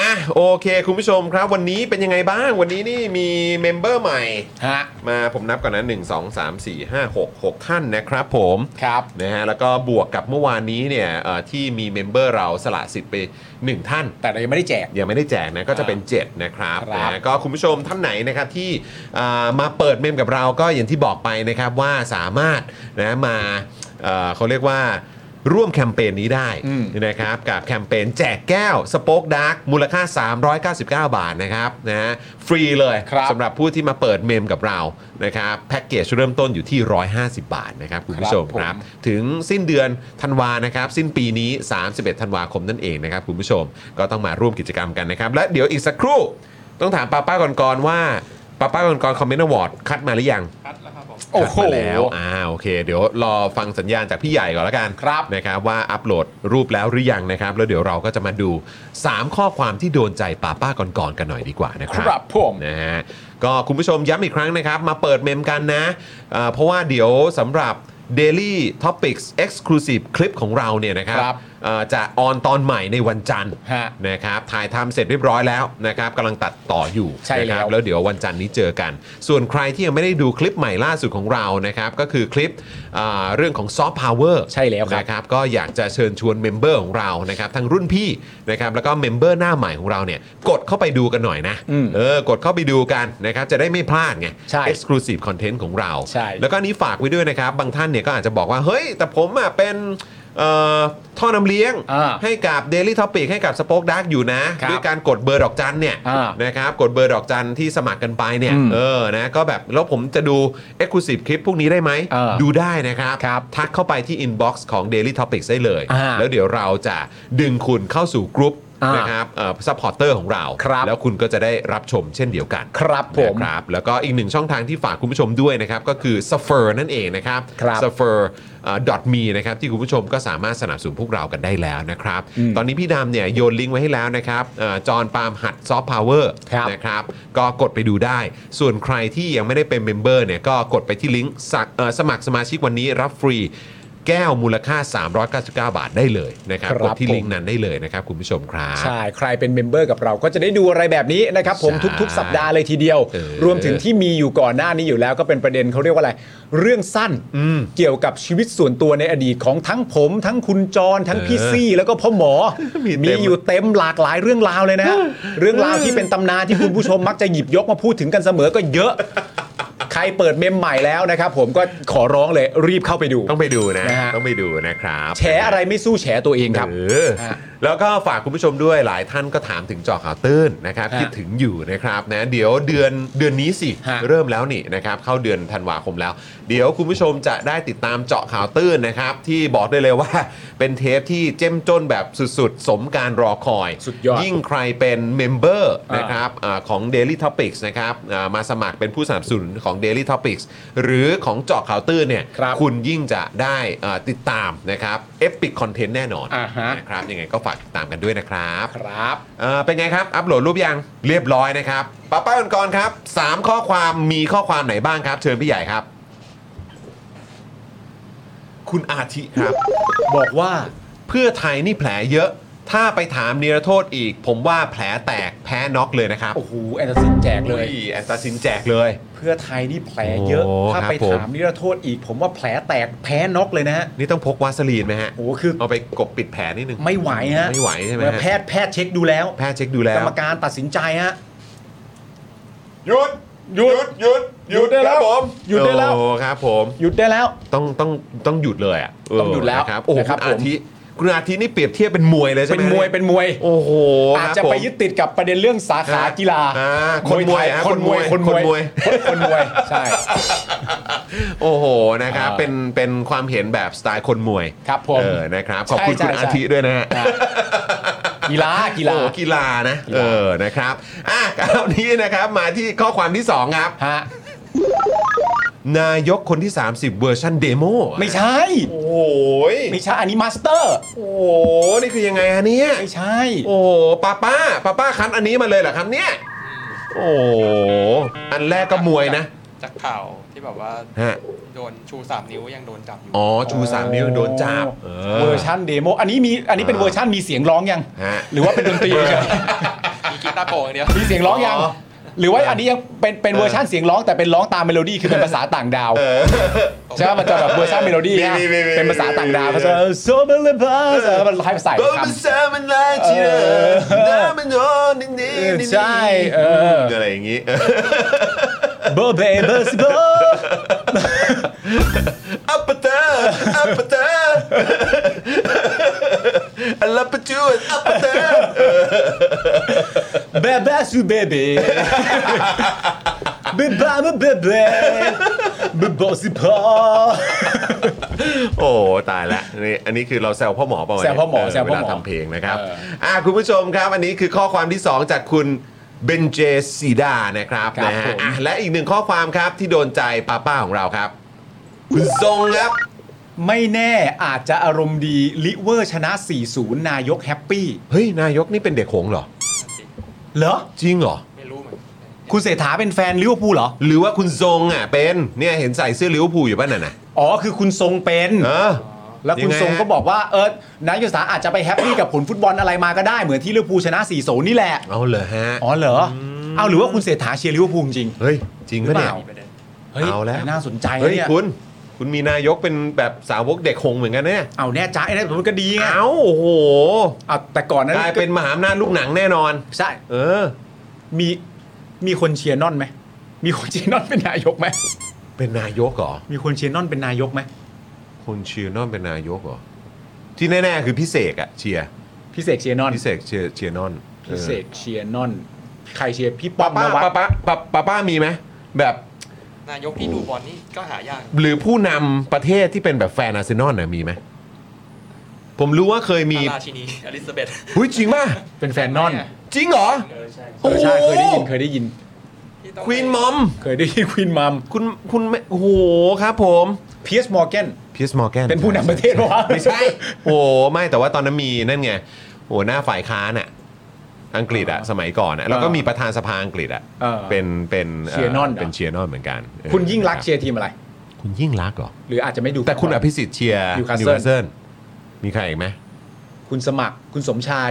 Speaker 2: อ่ะโอเค คุณผู้ชมครับ วันนี้เป็นยังไงบ้าง วันนี้นี่มีเมมเบอร์ใหม่
Speaker 3: ฮะ
Speaker 2: มาผมนับก่อนนะ 1 2 3 4 5 6 6 ท่านนะครับผม
Speaker 3: ครับ
Speaker 2: นะฮะแล้วก็บวกกับเมื่อวานนี้เนี่ยเอ่อที่มีเมมเบอร์เราสละสิทธิ์ไป 1 ท่าน
Speaker 3: แต่เรายังไม่ได้แจก
Speaker 2: ยังไม่ได้แจกนะก็จะเป็น 7 นะครับ
Speaker 3: ครับ
Speaker 2: นะฮะก็คุณผู้ชมท่านไหนนะครับที่อ่ามาเปิดเมมกับเราก็อย่างที่บอกไปนะครับว่าสามารถนะมาเอ่อเขาเรียกว่าร่วมแคมเปญนี้ได้
Speaker 3: อืม
Speaker 2: นะครับกับแคมเปญแจกแก้วสป็อคดาร์กมูลค่า 399 บาทนะครับนะฮะฟรีเลยสำหรับผู้ที่มาเปิดเมมกับเรานะครับแพ็กเกจเริ่มต้นอยู่ที่ 150 บาทนะครับคุณผู้ชมครับ ถึงสิ้นเดือนธันวานะครับ สิ้นปีนี้ 31 ธันวาคมนั่นเองนะครับ คุณผู้ชมก็ต้องมาร่วมกิจกรรมกันนะครับ และเดี๋ยวอีกสักครู่ ต้องถามป้าป้าก่อนๆว่าป้าป้าก่อนๆคอมเมนต์อวอร์ดคัดมาหรือยัง
Speaker 6: คัดแล้วครับผม
Speaker 5: ผม
Speaker 3: โอ้โห
Speaker 2: มาแล้วอ่าโอเค เดี๋ยวรอฟังสัญญาณจากพี่ใหญ่ก่อนละกัน
Speaker 3: ครับ
Speaker 2: นะครับว่าอัปโหลดรูปแล้วหรือยังนะครับ แล้วเดี๋ยวเราก็จะมาดู 3 ข้อความที่โดนใจป้าป้าก่อนๆกันหน่อยดีกว่านะค
Speaker 3: ครับ รับผม
Speaker 2: นะฮะก็คุณผู้ชมย้ำอีกครั้งนะครับ มาเปิดเมมกันนะเอ่อเพราะว่าเดี๋ยวสำหรับ Daily Topics Exclusive คลิปของเราเนี่ยนะครับ
Speaker 3: ครับ
Speaker 2: เอ่อจะออนตอนใหม่ในวันจันทร์
Speaker 3: ฮะ
Speaker 2: นะครับถ่ายทำเสร็จเรียบร้อยแล้วนะครับกำลังตัดต่ออยู่
Speaker 3: ใช่
Speaker 2: นะครั
Speaker 3: แล้ว
Speaker 2: แล้วเดี๋ยววันจันทร์นี้เจอกัน ส่วนใครที่ยังไม่ได้ดูคลิปใหม่ล่าสุดของเรานะครับก็คือคลิปเอ่อเรื่องของซอฟต์พาวเวอร์
Speaker 3: ใช่แล้วครับ
Speaker 2: นะครับก็อยากจะเชิญชวนเมมเบอร์ของเรานะครับทั้งรุ่นพี่นะครับแล้วก็เมมเบอร์หน้าใหม่ของเราเนี่ยกดเข้าไปดูกันหน่อยนะ
Speaker 3: อืม
Speaker 2: เออกดเข้าไปดูกันนะครับจะได้ไม่พลาดไง
Speaker 3: ใช่
Speaker 2: exclusive content ของเรา
Speaker 3: ใช่
Speaker 2: แล้วก็อันนี้ฝากไว้ด้วยนะครับ บางท่านเนี่ยก็อาจจะบอกว่า เฮ้ย แต่ผมอ่ะเป็นเอ่อท่อนำเลี้ยง
Speaker 3: อ่า
Speaker 2: ให้กับ Daily Topic ให้กับ Spoke Dark อยู่นะ
Speaker 3: ครับ
Speaker 2: ด้วยการกดเบอร์ดอกจันเนี่ย
Speaker 3: อ่า
Speaker 2: นะครับกดเบอร์ดอกจันที่สมัครกันไปเนี่ย
Speaker 3: อืม
Speaker 2: เออนะก็แบบแล้วผมจะดู Exclusive คลิปพวกนี้ได้ไหม
Speaker 3: เออ
Speaker 2: ดู ดูได้นะครับ
Speaker 3: ครับ
Speaker 2: ทักเข้าไปที่ inbox ของ Daily Topics ได้เลย
Speaker 3: อ่า
Speaker 2: แล้วเดี๋ยวเราจะดึงคุณเข้าสู่กรุ๊ป
Speaker 3: อ่าน
Speaker 2: นะครับซัพพอร์เตอร์ของเรา
Speaker 3: ครับ
Speaker 2: แล้วคุณก็จะได้รับชมเช่นเดียวกัน
Speaker 3: ครับผม
Speaker 2: นะครับแล้วก็อีกหนึ่งช่องทางที่ฝากคุณผู้ชมด้วยนะครับ ก็คือ s u f f e r นั่นเองนะครับ
Speaker 3: ครับ
Speaker 2: s u f f e r .me นะครับที่คุณผู้ชมก็สามารถสนับสนุนพวกเรากันได้แล้วนะครับ ตอนนี้พี่ดำเนี่ยโยนลิงก์ไว้ให้แล้วนะครับจอห์นปาล์มหัดซอฟต์พาวเวอร์
Speaker 3: ครับ
Speaker 2: นะครับก็กดไปดูได้ ส่วนใครที่ยังไม่ได้เป็นเมมเบอร์เนี่ยก็กดไปที่ลิงก์สักเอ่อสมัครสมาชิกวันนี้รับฟรีแก้วมูลค่า 399 บาทได้เลยนะครับ
Speaker 3: ครับ
Speaker 2: กดที่
Speaker 3: ผม
Speaker 2: ลิงก์นั้นได้เลยนะครับคุณผู้ชมครับ
Speaker 3: ใช่ ใครเป็นเมมเบอร์กับเราก็จะได้ดูอะไรแบบนี้นะครับผม
Speaker 2: ใช่
Speaker 3: ทุก ๆ สัปดาห์เลยทีเดียว
Speaker 2: เออ
Speaker 3: รวมถึงที่มีอยู่ก่อนหน้านี้อยู่แล้วก็เป็นประเด็นเขาเรียกว่าอะไร เรื่องสั้น
Speaker 2: อืม
Speaker 3: เกี่ยวกับชีวิตส่วนตัวในอดีตของทั้งผม ทั้งคุณจร ทั้งพี่ซี่แล้วก็พ่อหมอ
Speaker 2: มีเต็ม
Speaker 3: มีอยู่เต็มหลากหลายเรื่องราวเลย นะฮะเรื่องราวที่เป็นตำนานที่คุณผู้ชมมักจะหยิบยกมาพูดถึงกันเสมอก็เยอะ ใครเปิดเมมใหม่แล้วนะครับผมก็ขอร้องเลยรีบเข้าไปดู
Speaker 2: ต้องไปดูนะ
Speaker 3: นะฮะ
Speaker 2: ต้องไปดูนะครับ
Speaker 3: แฉอะไรไม่สู้แฉตัวเองครับ
Speaker 2: เออ
Speaker 3: ฮะ
Speaker 2: แล้วก็ฝากคุณผู้ชมด้วยหลายท่านก็ถามถึงเจอข่าวตื้นนะครับ
Speaker 3: ฮะ
Speaker 2: คิดถึงอยู่นะครับนะเดี๋ยวเดือนเดือนนี้สิ
Speaker 3: ฮะ
Speaker 2: เริ่มแล้วนี่นะครับเข้าเดือนธันวาคมแล้ว เดี๋ยวคุณผู้ชมจะได้ติดตามเจาะข่าวตื้นนะครับที่บอกได้เลยว่า เป็นเทปที่เจ้มจนแบบสุดๆ สมการรอคอย
Speaker 3: สุดยอด
Speaker 2: ยิ่งใครเป็นเมมเบอร์
Speaker 3: อ่าน
Speaker 2: นะครับอาของ Daily Topics นะครับอ่ามาสมัครเป็นผู้สนับสนุนของ Daily Topics หรือของเจาะข่าวตื้นเนี่ย
Speaker 3: ครับ
Speaker 2: คุณยิ่งจะได้เอ่อติดตามนะครับเอพิกคอนเทนต์แน่นอน
Speaker 3: อ่าฮะ
Speaker 2: นะครับยังไงก็ฝากติดตามกันด้วยนะครับ
Speaker 3: ครับ
Speaker 2: เอ่อเป็นไงครับ อัปโหลดรูปยังเรียบร้อยนะครับป้าป้าก่อนๆครับ 3 ข้อความมีข้อความไหนบ้างครับ เชิญพี่ใหญ่ครับ คุณอาทิครับ
Speaker 3: บอกว่า
Speaker 2: เพื่อไทยนี่แผลเยอะ ถ้าไปถามนิรโทษอีก ผมว่าแผลแตกแพ้น็อกเลยนะครับ
Speaker 3: โอ้โหแอนเดอร์สันแจกเลย
Speaker 2: อุ้แอนตาซินแจกเลย
Speaker 3: เพื่อไทยนี่แผลเยอะ
Speaker 2: โอ้
Speaker 3: ถ้า
Speaker 2: ครับ
Speaker 3: ไป
Speaker 2: ผม
Speaker 3: ถามนิรโทษอีก ผมว่าแผลแตกแพ้น็อกเลยนะฮะ
Speaker 2: นี่ต้องพกวาสลีนไหมฮะ
Speaker 3: โอ้โหคือ
Speaker 2: เอาไปกบปิดแผลนิดนึง
Speaker 3: ไม่ไหวฮะ
Speaker 2: ไม่ไหวใช่ไหมฮะ
Speaker 3: แพทย์แพทย์เช็คดูแล้ว
Speaker 2: แพทย์เช็คดูแล้
Speaker 3: กร
Speaker 2: ว
Speaker 3: รมการตัดสินใจฮะ
Speaker 2: หยุดหยุดหยุด
Speaker 3: หยุดได้แล้ว
Speaker 2: ครับผม
Speaker 3: หยุดได้แล้ว
Speaker 2: โอ้ครับผม
Speaker 3: หยุดได้แล้ว
Speaker 2: ต้องต้องต้องหยุดเลยอ่ะเ
Speaker 3: ต้องหยุดแล้ว
Speaker 2: นะครับโอ้โหคุ
Speaker 3: นะค
Speaker 2: ณ
Speaker 3: รับ
Speaker 2: อา
Speaker 3: ผม
Speaker 2: ทิคุณอาทินี่เปรียบเทียบเป็นมวยเลยใช่ไห
Speaker 3: เป็
Speaker 2: ม
Speaker 3: นมวยเป็นมวย
Speaker 2: โอ้โห
Speaker 3: อาจ
Speaker 2: ครับ
Speaker 3: จะไป
Speaker 2: ผม
Speaker 3: ยึดติดกับประเด็นเรื่องสาขา
Speaker 2: อ่ะ
Speaker 3: กีฬา
Speaker 2: อ่าคนมวย
Speaker 3: ไท
Speaker 2: ฮะ
Speaker 3: คนมวย
Speaker 2: ค
Speaker 3: คน น
Speaker 2: ม
Speaker 3: ม
Speaker 2: ว
Speaker 3: วย ยคนมวยใช่
Speaker 2: โอ้โหนะครับ
Speaker 3: อ่า
Speaker 2: เป็นเป็นความเห็นแบบสไตล์คนมวย
Speaker 3: ครับผม
Speaker 2: เออนะครับขอบคุณ
Speaker 3: ใช่
Speaker 2: คุณ
Speaker 3: ใช่
Speaker 2: อาทิด้วยนะฮะ
Speaker 3: กีฬากีฬา
Speaker 2: โอ้กีฬานะ
Speaker 3: กีฬา
Speaker 2: เออนะครับอ่ะคราวนี้นะครับมาที่ข้อความที่ 2 ครับ
Speaker 3: ฮะ
Speaker 2: นายกคนที่ 30 เวอร์ชันเดโม
Speaker 3: ไม่ใช่
Speaker 2: โอ้ย
Speaker 3: ไม่ใช่อันนี้มาสเตอร์
Speaker 2: โอ้โหนี่คือยังไงฮะเนี่ย
Speaker 3: ไม่ใช่
Speaker 2: โอ้โหป้าป้าป้าป้าคันอันนี้มาเลยเหรอครับเนี่ย โอ้โหอันแรกก็มวยนะ
Speaker 5: จากข่าวที่แบบว่า
Speaker 2: ฮะ
Speaker 5: โดนชูสามนิ้วยังโดนจับอยู่
Speaker 2: อ๋อชูสามนิ้วโดนจับ
Speaker 3: เวอร์ชันเดโมอันนี้มีอันนี้เป็นเวอร์ชันมีเสียงร้องยัง
Speaker 2: ฮะ
Speaker 3: หรือว่าเป็นดนตรีเฉย
Speaker 5: มีกีตาร์โปร่งอย่างเดียว
Speaker 3: มีเสียงร้องยัง
Speaker 2: อ๋อ
Speaker 3: หรือว่าอันนี้ยังเป็นเป็นเวอร์ชันเสียงร้องแต่เป็นร้องตามเมโลดี้คือเป็นภาษาต่างดาวใช่ไหมมันจะแบบเวอร์ชันเมโลดี้นะ
Speaker 2: มีมีมี
Speaker 3: เป็นภาษาต่างดาวเขาจะโซเบลเบอร์มันให้ภาษา
Speaker 2: โดน
Speaker 3: ค
Speaker 2: มันเซอร์มันลายเชียร์น้ำมันโดนนิ่งๆนิ่งๆ
Speaker 3: ำใช่เออ
Speaker 2: อะไรอย่างงี้
Speaker 3: เบอร์เบเบอร์สเบอร์
Speaker 2: อัปเปอร์เตอร์อัปเปอร์เตอร์ อัลลัปปจูดอัปเปอร์เตอร์
Speaker 3: เบเบสูเบเบเบบาเบเบเบบอสิพอ
Speaker 2: โอ้ตายละนี่อันนี้คือเราแซวพ่อหมอเปล่าวะเนี่ย
Speaker 3: แซวพ่อหมอแซวพ่อหมอ
Speaker 2: เเวลาทำเพลงนะครับ
Speaker 3: เออ
Speaker 2: อ่ะคุณผู้ชมครับ อันนี้คือข้อความที่ 2 จากคุณ
Speaker 1: เบนเจซีดานะครับ
Speaker 3: ครับ
Speaker 1: นะฮะ
Speaker 3: ผม
Speaker 1: อ่ะและอีกหนึ่งข้อความครับที่โดนใจป้าป้าของเราครับคุณทรงครับ
Speaker 3: ไม่แน่อาจจะอารมณ์ดีลิเวอร์ชนะ 40 นายกแฮปปี้
Speaker 1: เฮ้ย นายกนี่เป็นเด็กหงส์เหรอ
Speaker 3: เหรอ
Speaker 1: จริงเหรอ
Speaker 5: ไม่รู้เหมือนกัน
Speaker 3: คุณเศรษฐาเป็นแฟนลิเวอร์พูลเหรอ
Speaker 1: หรือว่าคุณทรงอ่ะเป็นเนี่ยเห็นใส่เสื้อลิเวอร์พูลอยู่ป่ะน่ะนะ
Speaker 3: อ๋อ คือคุณทรงเป็น
Speaker 1: เออ
Speaker 3: แล้วคุณ
Speaker 1: ยังไงฮะ
Speaker 3: ทรงก็บอกว่าเออนายกสาอาจจะไปแฮปปี้กับผลฟุตบอลอะไรมาก็ได้เหมือนที่ลิเวอร์พูลชนะ4โนี่แหละ
Speaker 1: เอาเลยฮะ
Speaker 3: อ๋อเหรอ เอาหรือว่าคุณเศรษฐาเชียร์ลิเวอร์พูลจริง
Speaker 1: เฮ้ย จริงปะเนี่ย
Speaker 3: หรือ
Speaker 5: มีป
Speaker 3: เปล่า
Speaker 5: ระเด็น
Speaker 3: เฮ้ย
Speaker 1: เอาแล้ว
Speaker 3: น่าสนใจนะ
Speaker 1: เฮ้ย
Speaker 3: เนี่ย
Speaker 1: คุณ คุณมีนายกเป็นแบบสาวกเด็กหงส์เหมือนกันนะเนี่ย
Speaker 3: เอาแน่จ้าไอ้นั่นมันก็ดีไง
Speaker 1: เอ้าโอ้โห
Speaker 3: เอาแต่ก่อนนั้น
Speaker 1: กลายเป็นมหาอำนาจลูกหนังแน่นอน
Speaker 3: ใช่
Speaker 1: เออ
Speaker 3: มีมีคนเชียร์นอนไหมมีคนเชียร์นอนเป็นนายกไหม
Speaker 1: เป็นนายกเหรอ
Speaker 3: มีคนเชียร์นอนเป็นนายกไหม
Speaker 1: คนเชียร์นอนเป็นนายกเหรอ ที่แน่ ๆ คือพิเศษอะเชียร์
Speaker 3: พี่เสกเชียร์นอน
Speaker 1: พิเศษเชียร์เชียร์นอน
Speaker 3: พี่เสกเชียร์นอนใครเชียร์พี่ป้
Speaker 1: ป้า
Speaker 3: อม
Speaker 1: ป้าน
Speaker 3: วัด
Speaker 1: ป้าป้าป้าป้าป้ามีไหมแบบ
Speaker 5: นายกที่ดูบอลนี่ก็หายาก
Speaker 1: หรือผู้นำประเทศที่เป็นแบบแฟนอาร์เซนอลน่ะมีไหมผมรู้ว่าเคยมี
Speaker 5: พระราชินีอลิซาเบธ
Speaker 1: หุ้ยจริงป่ะ
Speaker 3: เป็นแฟนนอน
Speaker 5: แม่
Speaker 1: จริงเหรอ
Speaker 5: เออใช่
Speaker 3: เออใช่เคยได้ยินเคยได้ยิน
Speaker 5: ที่ต้อง
Speaker 1: ควีนมอม
Speaker 3: เคยได้ยิน ควีนมัม
Speaker 1: คุณคุณแม่โอ้โหครับผม
Speaker 3: เพียสมอร์แกน
Speaker 1: พีสมอร์แกน
Speaker 3: เป็นผู้นำประเทศวะ
Speaker 1: ไม่ใช่ โอ้ไม่แต่ว่าตอนนั้นมีนั่นไงโอ้หน้าฝ่ายค้านอะอังกฤษอะสมัยก่อนอะแล้วก็มีประธานสภาอังกฤษอะ
Speaker 3: เออ
Speaker 1: เป็นเป็น
Speaker 3: เชียร์นอนเหรอ
Speaker 1: เป็นเชียร์นอนเหมือนกันเออ
Speaker 3: คุณยิ่งรักษณ์เชีย
Speaker 1: ค
Speaker 3: ร์ทีมอะไร
Speaker 1: บคุณยิ่งรักษณ์เหรอ
Speaker 3: หรืออาจจะไม่ดู
Speaker 1: แต่คุณอภิสิทธิ์เชียร์
Speaker 3: นิวคาสเซิล
Speaker 1: วคาสเซิลมีใครอีกไหม
Speaker 3: คุณสมัครคุณสมชาย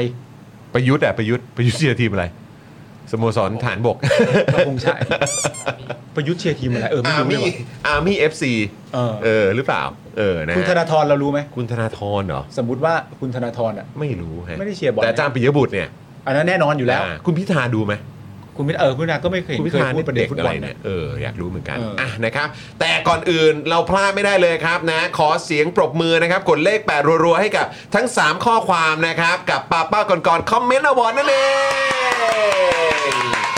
Speaker 1: ประยุทธ์อะประยุทธ์ประยุทธ์เชียร์ทีมอะไรสโมสรฐานบก
Speaker 3: ก็คง ใช่ ประยุทธ์เชียร์ทีมอะไรเออไม่
Speaker 1: อา
Speaker 3: รู้เลย
Speaker 1: มี่
Speaker 3: ว่ะ
Speaker 1: อามี่เอฟซี
Speaker 3: เออ
Speaker 1: เออหรือเปล่า เออนะฮะ
Speaker 3: คุณธนาธรเรารู้ไหม
Speaker 1: คุณธนาธรเหรอ
Speaker 3: สมมุติว่าคุณธนาธรอ่ะ
Speaker 1: ไม่รู้ฮะ
Speaker 3: ไม่ได้เชียร์บอล
Speaker 1: แต่อาจารย์ปิยบุตรเนี่ย
Speaker 3: อันนั้นแน่นอนอยู่แล้ว
Speaker 1: อ่าคุณพิธาดูไหม
Speaker 3: คุณพิธเออคุณนาก็ไม่เคยเห็น
Speaker 1: คุณพิ
Speaker 3: เคย
Speaker 1: ธา
Speaker 3: พูด
Speaker 1: นี่
Speaker 3: ป
Speaker 1: เป็น
Speaker 3: ระเด็
Speaker 1: เด็
Speaker 3: น
Speaker 1: ก
Speaker 3: ฟุต
Speaker 1: อะ
Speaker 3: บอ
Speaker 1: ไร
Speaker 3: ล
Speaker 1: เนี่ย
Speaker 3: นะ
Speaker 1: เอออยากรู้เหมือนกัน
Speaker 3: เอออ่
Speaker 1: อ่ะนะครับ แต่ก่อนอื่นเราพลาดไม่ได้เลยครับนะขอเสียงปรบมือนะครับ กดเลข 8 รัวๆ ให้กับทั้ง 3 ข้อความนะครับ กับป้าป้าก่อนก่อนคอมเมนต์อวอร์ดนั่นเอง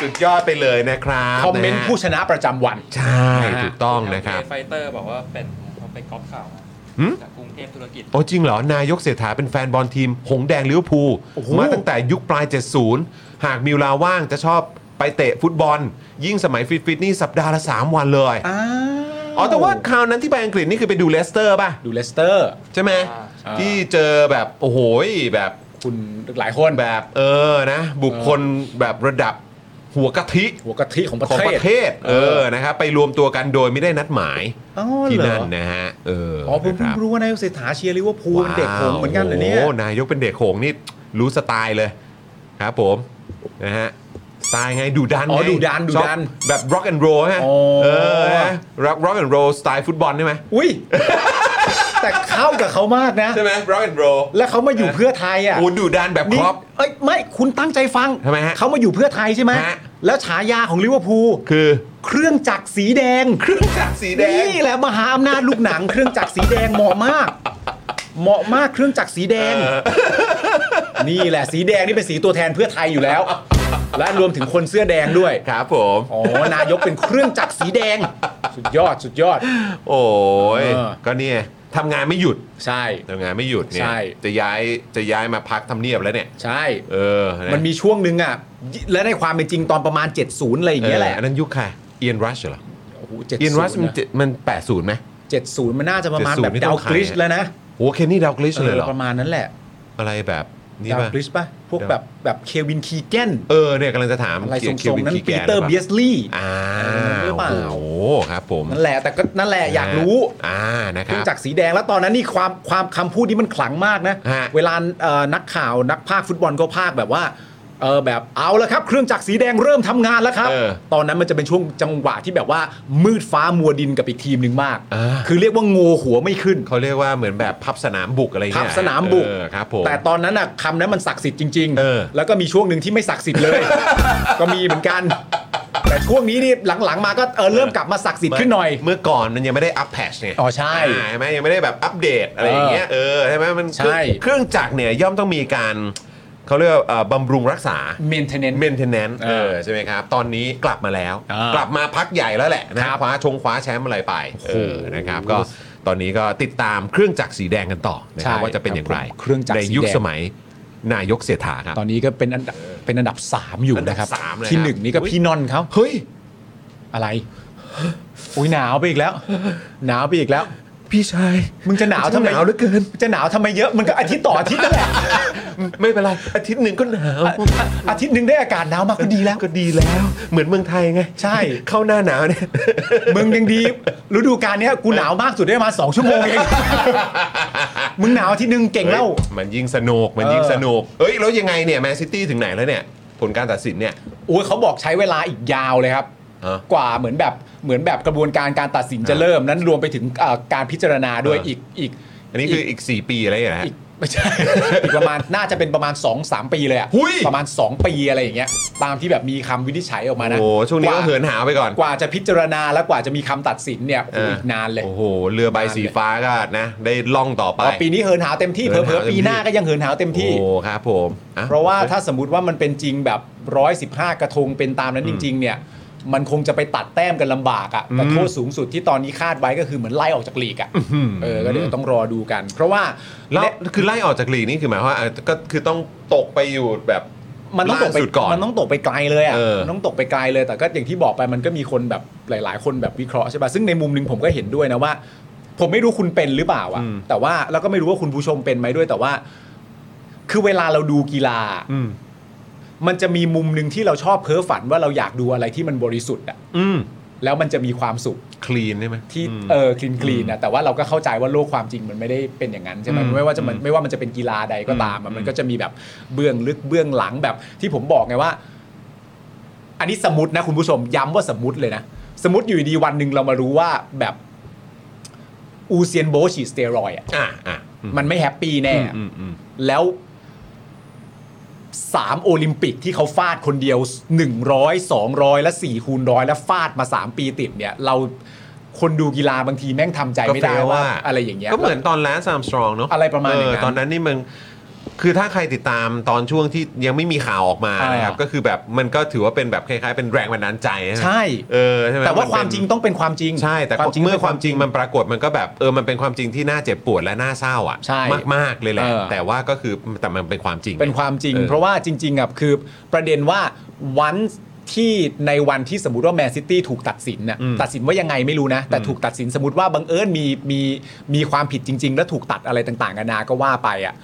Speaker 1: สุดยอดไปเลยนะครับ
Speaker 3: คอมเมนต์
Speaker 1: ะฮะ
Speaker 3: ผู้ชนะประจำวัน
Speaker 1: ใช่ถูกต้องนะครับ
Speaker 5: เไฟเตอร์บอกว่าเป็นเขาไปก๊อปข่าวมา
Speaker 1: หืม
Speaker 5: จากกรุงเทพธุรกิจ
Speaker 1: โอ้จริงเหรอ นายกเศรษฐาเป็นแฟนบอลทีม หงส์แดงลิเวอร์พูล
Speaker 3: โอ้โห
Speaker 1: มาตั้งแต่ยุคปลาย 70 หากมีเวลาว่างจะชอบไปเตะฟุตบอล ยิ่งสมัยฟิตฟิตๆนี่สัปดาห์ละ 3 วันเลย
Speaker 3: อ้า
Speaker 1: อ๋อ แต่ว่าคราวนั้นที่ไปอังกฤษนี่คือไปดูเลสเตอร์ป่ะ
Speaker 3: ดูเลสเตอร์
Speaker 1: ใช่ไหม
Speaker 3: อ่า
Speaker 1: ที่เจอแบบ โอ้โหแบบ
Speaker 3: คุณหลายคน
Speaker 1: แบบเออนะ บุคคลแบบระดับหัวกะทิ
Speaker 3: หัวกะทิของประ
Speaker 1: ของ
Speaker 3: เท
Speaker 1: ป
Speaker 3: ศ
Speaker 1: ระเทศ เออนะครับ ไปรวมตัวกันโดยไม่ได้นัดหมาย
Speaker 3: อ๋อ
Speaker 1: ที่
Speaker 3: เหร
Speaker 1: นั่
Speaker 3: อน
Speaker 1: นะฮะเออ
Speaker 3: อ๋อผม
Speaker 1: นะครับ
Speaker 3: รู้ว่านายกเศรษฐาเชียร์ลิเวอร์พูลเป็นเด็กผมเหมือนกันเหรอเนี่ย
Speaker 1: โโนายกเป็นเด็กโขงนี่รู้สไตล์เลยครับผมนะฮะสไตล์ไงดูดัน
Speaker 3: อ๋อ
Speaker 1: ไง
Speaker 3: ดุดันดุดัน
Speaker 1: ชอบแบบ rock and roll ฮะ
Speaker 3: อ๋อ
Speaker 1: เออร็อก rock and roll สไตล์ฟุตบอลใช่ไหม
Speaker 3: อุ้ย แต่เข้ากับเขามากนะ
Speaker 1: ใช่ไหม rock and roll
Speaker 3: แล้วเขามาอยู่เพื่อไทยอ่ะ
Speaker 1: โอ้ดูดันแบบค
Speaker 3: นี่
Speaker 1: รอป
Speaker 3: เอ้ยไม่คุณตั้งใจฟัง
Speaker 1: ทำไมฮะ
Speaker 3: เขามาอยู่เพื่อไทยใช่ไหม
Speaker 1: ฮะ
Speaker 3: แล้วฉายาของลิเวอร์พูล
Speaker 1: คือ
Speaker 3: เครื่องจักรสีแดง
Speaker 1: เครื่องจักรสีแดง
Speaker 3: นี่แหละมหาอำนาจลูกหนัง เครื่องจักรสีแดงเหมาะมาก เหมาะมากเครื่องจักรสีแดง นี่แหละสีแดงนี่เป็นสีตัวแทนเพื่อไทยอยู่แล้ว และรวมถึงคนเสื้อแดงด้วย
Speaker 1: ครับผม
Speaker 3: อ๋อนายกเป็นเครื่องจักรสีแดง สุดยอดสุดยอด
Speaker 1: โอ้ย
Speaker 3: เออ
Speaker 1: ก็เนี่ยทำงานไม่หยุด
Speaker 3: ใช่
Speaker 1: ทำงานไม่หยุดเนี่ย
Speaker 3: ใช่
Speaker 1: จะย้ายจะย้ายมาพักทำเนียบแล้วเนี่ย
Speaker 3: ใช่
Speaker 1: เออะ
Speaker 3: มันมีช่วงหนึ่งอ่ะ และในความเป็นจริงตอนประมาณ 70 อะไรอย่างเงี้ยแหละ
Speaker 1: อันนั้นยุคใครเอียนรัชเหรอ
Speaker 3: โอ้โห70
Speaker 1: เอียนรัสมันเจ็ดมันแปดศูนย์ไหม
Speaker 3: เจ็ดศูนย์มันน่าจะประมาณ
Speaker 1: 70
Speaker 3: แบบ
Speaker 1: นี่ต้
Speaker 3: ดา
Speaker 1: อ
Speaker 3: ว
Speaker 1: งขาย
Speaker 3: กริชแล้วนะ
Speaker 1: โอ้เคนนี่ดาวกลิชเลยเหรอ
Speaker 3: ประมาณนั้นแหละ
Speaker 1: อะไรแบบนี่
Speaker 3: ดาว
Speaker 1: ป่ะ
Speaker 3: กริชป่ะ พวก
Speaker 1: เดี๋ยว
Speaker 3: แบบแบบเควินคีแกน
Speaker 1: เออเนี่ยกำลังจะถาม
Speaker 3: อะไรท
Speaker 1: เกี่
Speaker 3: ร
Speaker 1: ยวเค
Speaker 3: งๆ
Speaker 1: วิน
Speaker 3: นั้น
Speaker 1: คีแก
Speaker 3: ปี
Speaker 1: น
Speaker 3: เตอร์เบียสลีย์
Speaker 1: อ่า
Speaker 3: หรือเปล่า
Speaker 1: โอ้โหครับผม
Speaker 3: นั่นแหละแต่ก็นั่นแหละอยากรู้
Speaker 1: อ่านะค
Speaker 3: เครื่
Speaker 1: รั
Speaker 3: อบ งจักรสีแดงแล้วตอนนั้นนี่ความความคำพูดนี้มันขลังมากนะ
Speaker 1: ฮะ
Speaker 3: เวลาเอ่อนักข่าวนักภาคฟุตบอลก็ภาคแบบว่าเออแบบเอาละครับ เครื่องจักรสีแดงเริ่มทำงานแล้วครับ
Speaker 1: เออ
Speaker 3: ตอนนั้นมันจะเป็นช่วงจังหวะที่แบบว่ามืดฟ้ามัวดินกับอีกทีมหนึ่งมาก
Speaker 1: อ่า
Speaker 3: คือเรียกว่าโง่หัวไม่ขึ้น
Speaker 1: เขาเรียกว่าเหมือนแบบพับสนามบุกอะไรเงี้ย
Speaker 3: พับสนามบุก
Speaker 1: เออครับผม
Speaker 3: แต่ตอนนั้นน่ะคำนั้นมันศักดิ์สิทธิ์จริง
Speaker 1: เออ
Speaker 3: แล้วก็มีช่วงหนึ่งที่ไม่ศักดิ์สิทธิ์เลย ก็มีเหมือนกัน แต่ช่วงนี้นี่หลังๆ มาก็เออเริ่มกลับมาศักดิ์สิทธิ์ขึ้นหน่อย
Speaker 1: เมื่อก่อนมันยังไม่ได้อัปแพชไง
Speaker 3: อ๋อใช่
Speaker 1: าใช่ไหมยังไม่ได้แบบอัปเดตอะไรอย่างเงี้ยเออใช่ไหมมัน
Speaker 3: ใช่
Speaker 1: เครื่องจักรเนี่ยย่อมต้องมีการเขาเรียกว่าเอ่อบำรุงรักษา
Speaker 3: maintenance
Speaker 1: เมนเทนแนน
Speaker 3: เอ
Speaker 1: เอ
Speaker 3: อ
Speaker 1: อใช่ไหมครับ ตอนนี้กลับมาแล้ว
Speaker 3: อ่าก
Speaker 1: ลับมาพักใหญ่แล้วแหละนะคว้าชงคว้าแชมป์อะไรไปเออนะครับก็ตอนนี้ก็ติดตามเครื่องจักรสีแดงกันต่อนะครับ
Speaker 3: ใช่
Speaker 1: ว่าจะเป็นอย่างไร
Speaker 3: ครับผมเครื่องจักร
Speaker 1: ใน
Speaker 3: สีแดง
Speaker 1: ยุคสมัย นายกเศรษฐาครับ
Speaker 3: ตอนนี้ก็เป็นอันดับเป็นอันดับ 3 อยู่
Speaker 1: อันดับ
Speaker 3: นะครับ
Speaker 1: สามเลย
Speaker 3: ที่
Speaker 1: นะ
Speaker 3: หนึ่งนี่ก็
Speaker 1: อุ๊ย
Speaker 3: พี่นนท์เขาเฮ้ย อะไร อุ้ยหนาวไปอีกแล้ว หนาวไปอีกแล้ว
Speaker 1: พี่ชาย
Speaker 3: มึงจะหนาวทำไม
Speaker 1: หนาวเหลือเกิน
Speaker 3: จะหนาวทำไมเยอะมันก็อาทิตย์ต่ออาทิตย์นั่นแหละ
Speaker 1: ไม่เป็นไรอาทิตย์หนึ่งก็หนาว
Speaker 3: อ่ะอ่ะอาทิตย์หนึ่งได้อากาศหนาวมากก็ดีแล้ว
Speaker 1: ก็ดีแล้ว เหมือนเมืองไทยไง
Speaker 3: ใช่
Speaker 1: เข้าหน้าหนาวเนี่ย
Speaker 3: มึงยังดีฤดูกาลเนี้ยกูหนาวมากสุดได้ประมาณสองชั่วโมง เอง มึงหนาวอาที่หนึ่งเก่งแล้ว
Speaker 1: เฮ้ยมันยิ่งสนุก มันยิ่ง
Speaker 3: เออ
Speaker 1: สนุก เฮ้ย แล้วยังไงเนี่ย แมนซิตี้ถึงไหนแล้วเนี่ย ผลการตัดสินเนี่ย
Speaker 3: โอ้ยเขาบอกใช้เวลาอีกยาวเลยครับ
Speaker 1: เออก
Speaker 3: ว่าเหมือนแบบเหมือนแบบกระบวนการการตัดสินจะ
Speaker 1: เออ
Speaker 3: เริ่มนั้นรวมไปถึงเอ่อการพิจารณาด้วย
Speaker 1: เอออี
Speaker 3: อีกอีก
Speaker 1: อันนี้คืออีก 4 ปีอะไรอย่างเงี้ย
Speaker 3: อี
Speaker 1: ฮะ
Speaker 3: กไม่ใช่ อีกประมาณน่าจะเป็นประมาณ 2 3 ปีเลยอะ
Speaker 1: หุ้ย
Speaker 3: ประมาณ 2 ปีอะไรอย่างเงี้ยตามที่แบบมีคำวินิจฉัยออกมานะ
Speaker 1: โอ้โหช่วงนี้ก็เหินหาไปก่อน
Speaker 3: กว่าจะพิจารณาและกว่าจะมีคำตัดสินเนี่ยโอ้โหอีกนานเลย
Speaker 1: โอ้โห เรือใบสีฟ้าก็นะ ได้ล่องต่อไป
Speaker 3: ปีนี้เหินหาวเต็มที่
Speaker 1: เหินหาว
Speaker 3: เผลอ
Speaker 1: เต็ม
Speaker 3: ๆ
Speaker 1: ที่
Speaker 3: ปีหน้าก็ยังเหินหาวเต็มที่
Speaker 1: โอ้ครับผมอ่
Speaker 3: เพราะว่าถ้าสมมติว่ามันเป็นจริงแบบ 115 กระทงเป็นตามนั้นจริง ๆ เนี่ย มันคงจะไปตัดแต้มกันลำบากอะ่ะแต่โทษสูงสุดที่ตอนนี้คาดไว้ก็คือเหมือนไล่ออกจากลีกอะ่ะเออก็เดี๋ยวต้องรอดูกัน เพราะว่า
Speaker 1: แล้ว
Speaker 3: และ
Speaker 1: คือไล่ออกจากลีกนี่คือหมายความว่าอ่ะก็คือต้องตกไปอยู่แบบ
Speaker 3: มันต้องตก
Speaker 1: ล่า
Speaker 3: ไป
Speaker 1: สุดก่อน
Speaker 3: มันต้องตกไปไกลเลย
Speaker 1: เออ
Speaker 3: อะ่ะมันต้องตกไปไกลเลยแต่ก็อย่างที่บอกไปมันก็มีคนแบบหลาย ๆ คนแบบวิเคราะห์ใช่ป่ะซึ่งในมุมหนึ่งผมก็เห็นด้วยนะว่า ผมไม่รู้คุณเป็นหรือเปล่าอ่ะ แต่ว่าแล้วก็ไม่รู้ว่าคุณผู้ชมเป็นไหมด้วย แต่ว่า คือเวลาเราดูกีฬา
Speaker 1: อืม
Speaker 3: มันจะมีมุมหนึ่งที่เราชอบเพ้อฝันว่าเราอยากดูอะไรที่มันบริสุทธิ์อ่ะ
Speaker 1: อืม
Speaker 3: แล้วมันจะมีความสุข
Speaker 1: คลีนใช่ไหม
Speaker 3: ที่
Speaker 1: ม
Speaker 3: เออคลีนคลีนนะแต่ว่าเราก็เข้าใจว่าโลกความจริงมันไม่ได้เป็นอย่างนั้นใช่ไหม
Speaker 1: อืม
Speaker 3: ไม่ว่าจะมันไม่ว่ามันจะเป็นกีฬาใดก็ตามอะ
Speaker 1: อืม
Speaker 3: มันก็จะมีแบบเบื้องลึกเบื้องหลังแบบ ที่ผมบอกไงว่า อันนี้สมมตินะคุณผู้ชมย้ำว่าสมมติเลยนะสมมติอยู่ดีๆวันหนึ่งเรามารู้ว่าแบบอูเซียนโบทฉีดสเตียรอยด์อ่ะ
Speaker 1: อ่ะอ่ะอื
Speaker 3: มันไม่แฮปปี้แน่
Speaker 1: อืมอืม
Speaker 3: แล้วสามโอลิมปิกที่เขาฟาดคนเดียว 100 200 และ4คูณร้อยและฟาดมา 3 ปีติดเนี่ย เราคนดูกีฬาบางทีแม่งทำใจไม่ได้
Speaker 1: ก็แปลว่า
Speaker 3: ว่าอะไรอย่างเงี้ย
Speaker 1: ก็เหมือนตอนแลสซามสตรองเนาะ
Speaker 3: อะไรประมาณอย่างนั้น
Speaker 1: เตอนนั้นนี่มันคือถ้าใครติดตามตอนช่วงที่ยังไม่มีข่าวออกมา
Speaker 3: อ่า
Speaker 1: นะครับก็คือแบบมันก็ถือว่าเป็นแบบคล้ายๆเป็นแรงบันดาลใจไหม
Speaker 3: ใช่
Speaker 1: เออใช่ไหม
Speaker 3: แต่ว่านค
Speaker 1: เป็
Speaker 3: วาม
Speaker 1: น
Speaker 3: จริงต้องเป็นความจริง
Speaker 1: ใช่แต่
Speaker 3: ความจริง
Speaker 1: เมื่อ
Speaker 3: ป็
Speaker 1: ความจริงมันปรากฏมันก็แบบเออมันเป็นความจริงที่น่าเจ็บปวดและน่าเศร้าอ่ะ
Speaker 3: ใช่
Speaker 1: มากๆเลยแหละ
Speaker 3: เออ
Speaker 1: แต่ว่าก็คือแต่มันเป็นความจริง
Speaker 3: เป็นความจริง
Speaker 1: เออ
Speaker 3: เพราะว่าจริงๆอ่ะคือประเด็นว่าวันที่ในวันที่สมมติว่าแมนซิตี้ถูกตัดสินน่ะ
Speaker 1: อืม
Speaker 3: ตัดสินว่ายังไงไม่รู้นะ แต่ถูกตัดสินสมมติว่าบังเอิญมีมีมีความผิดจริง ๆ แล้วถูกตัดอะไรต่างๆกันานาก็ว่าไปอ่ะ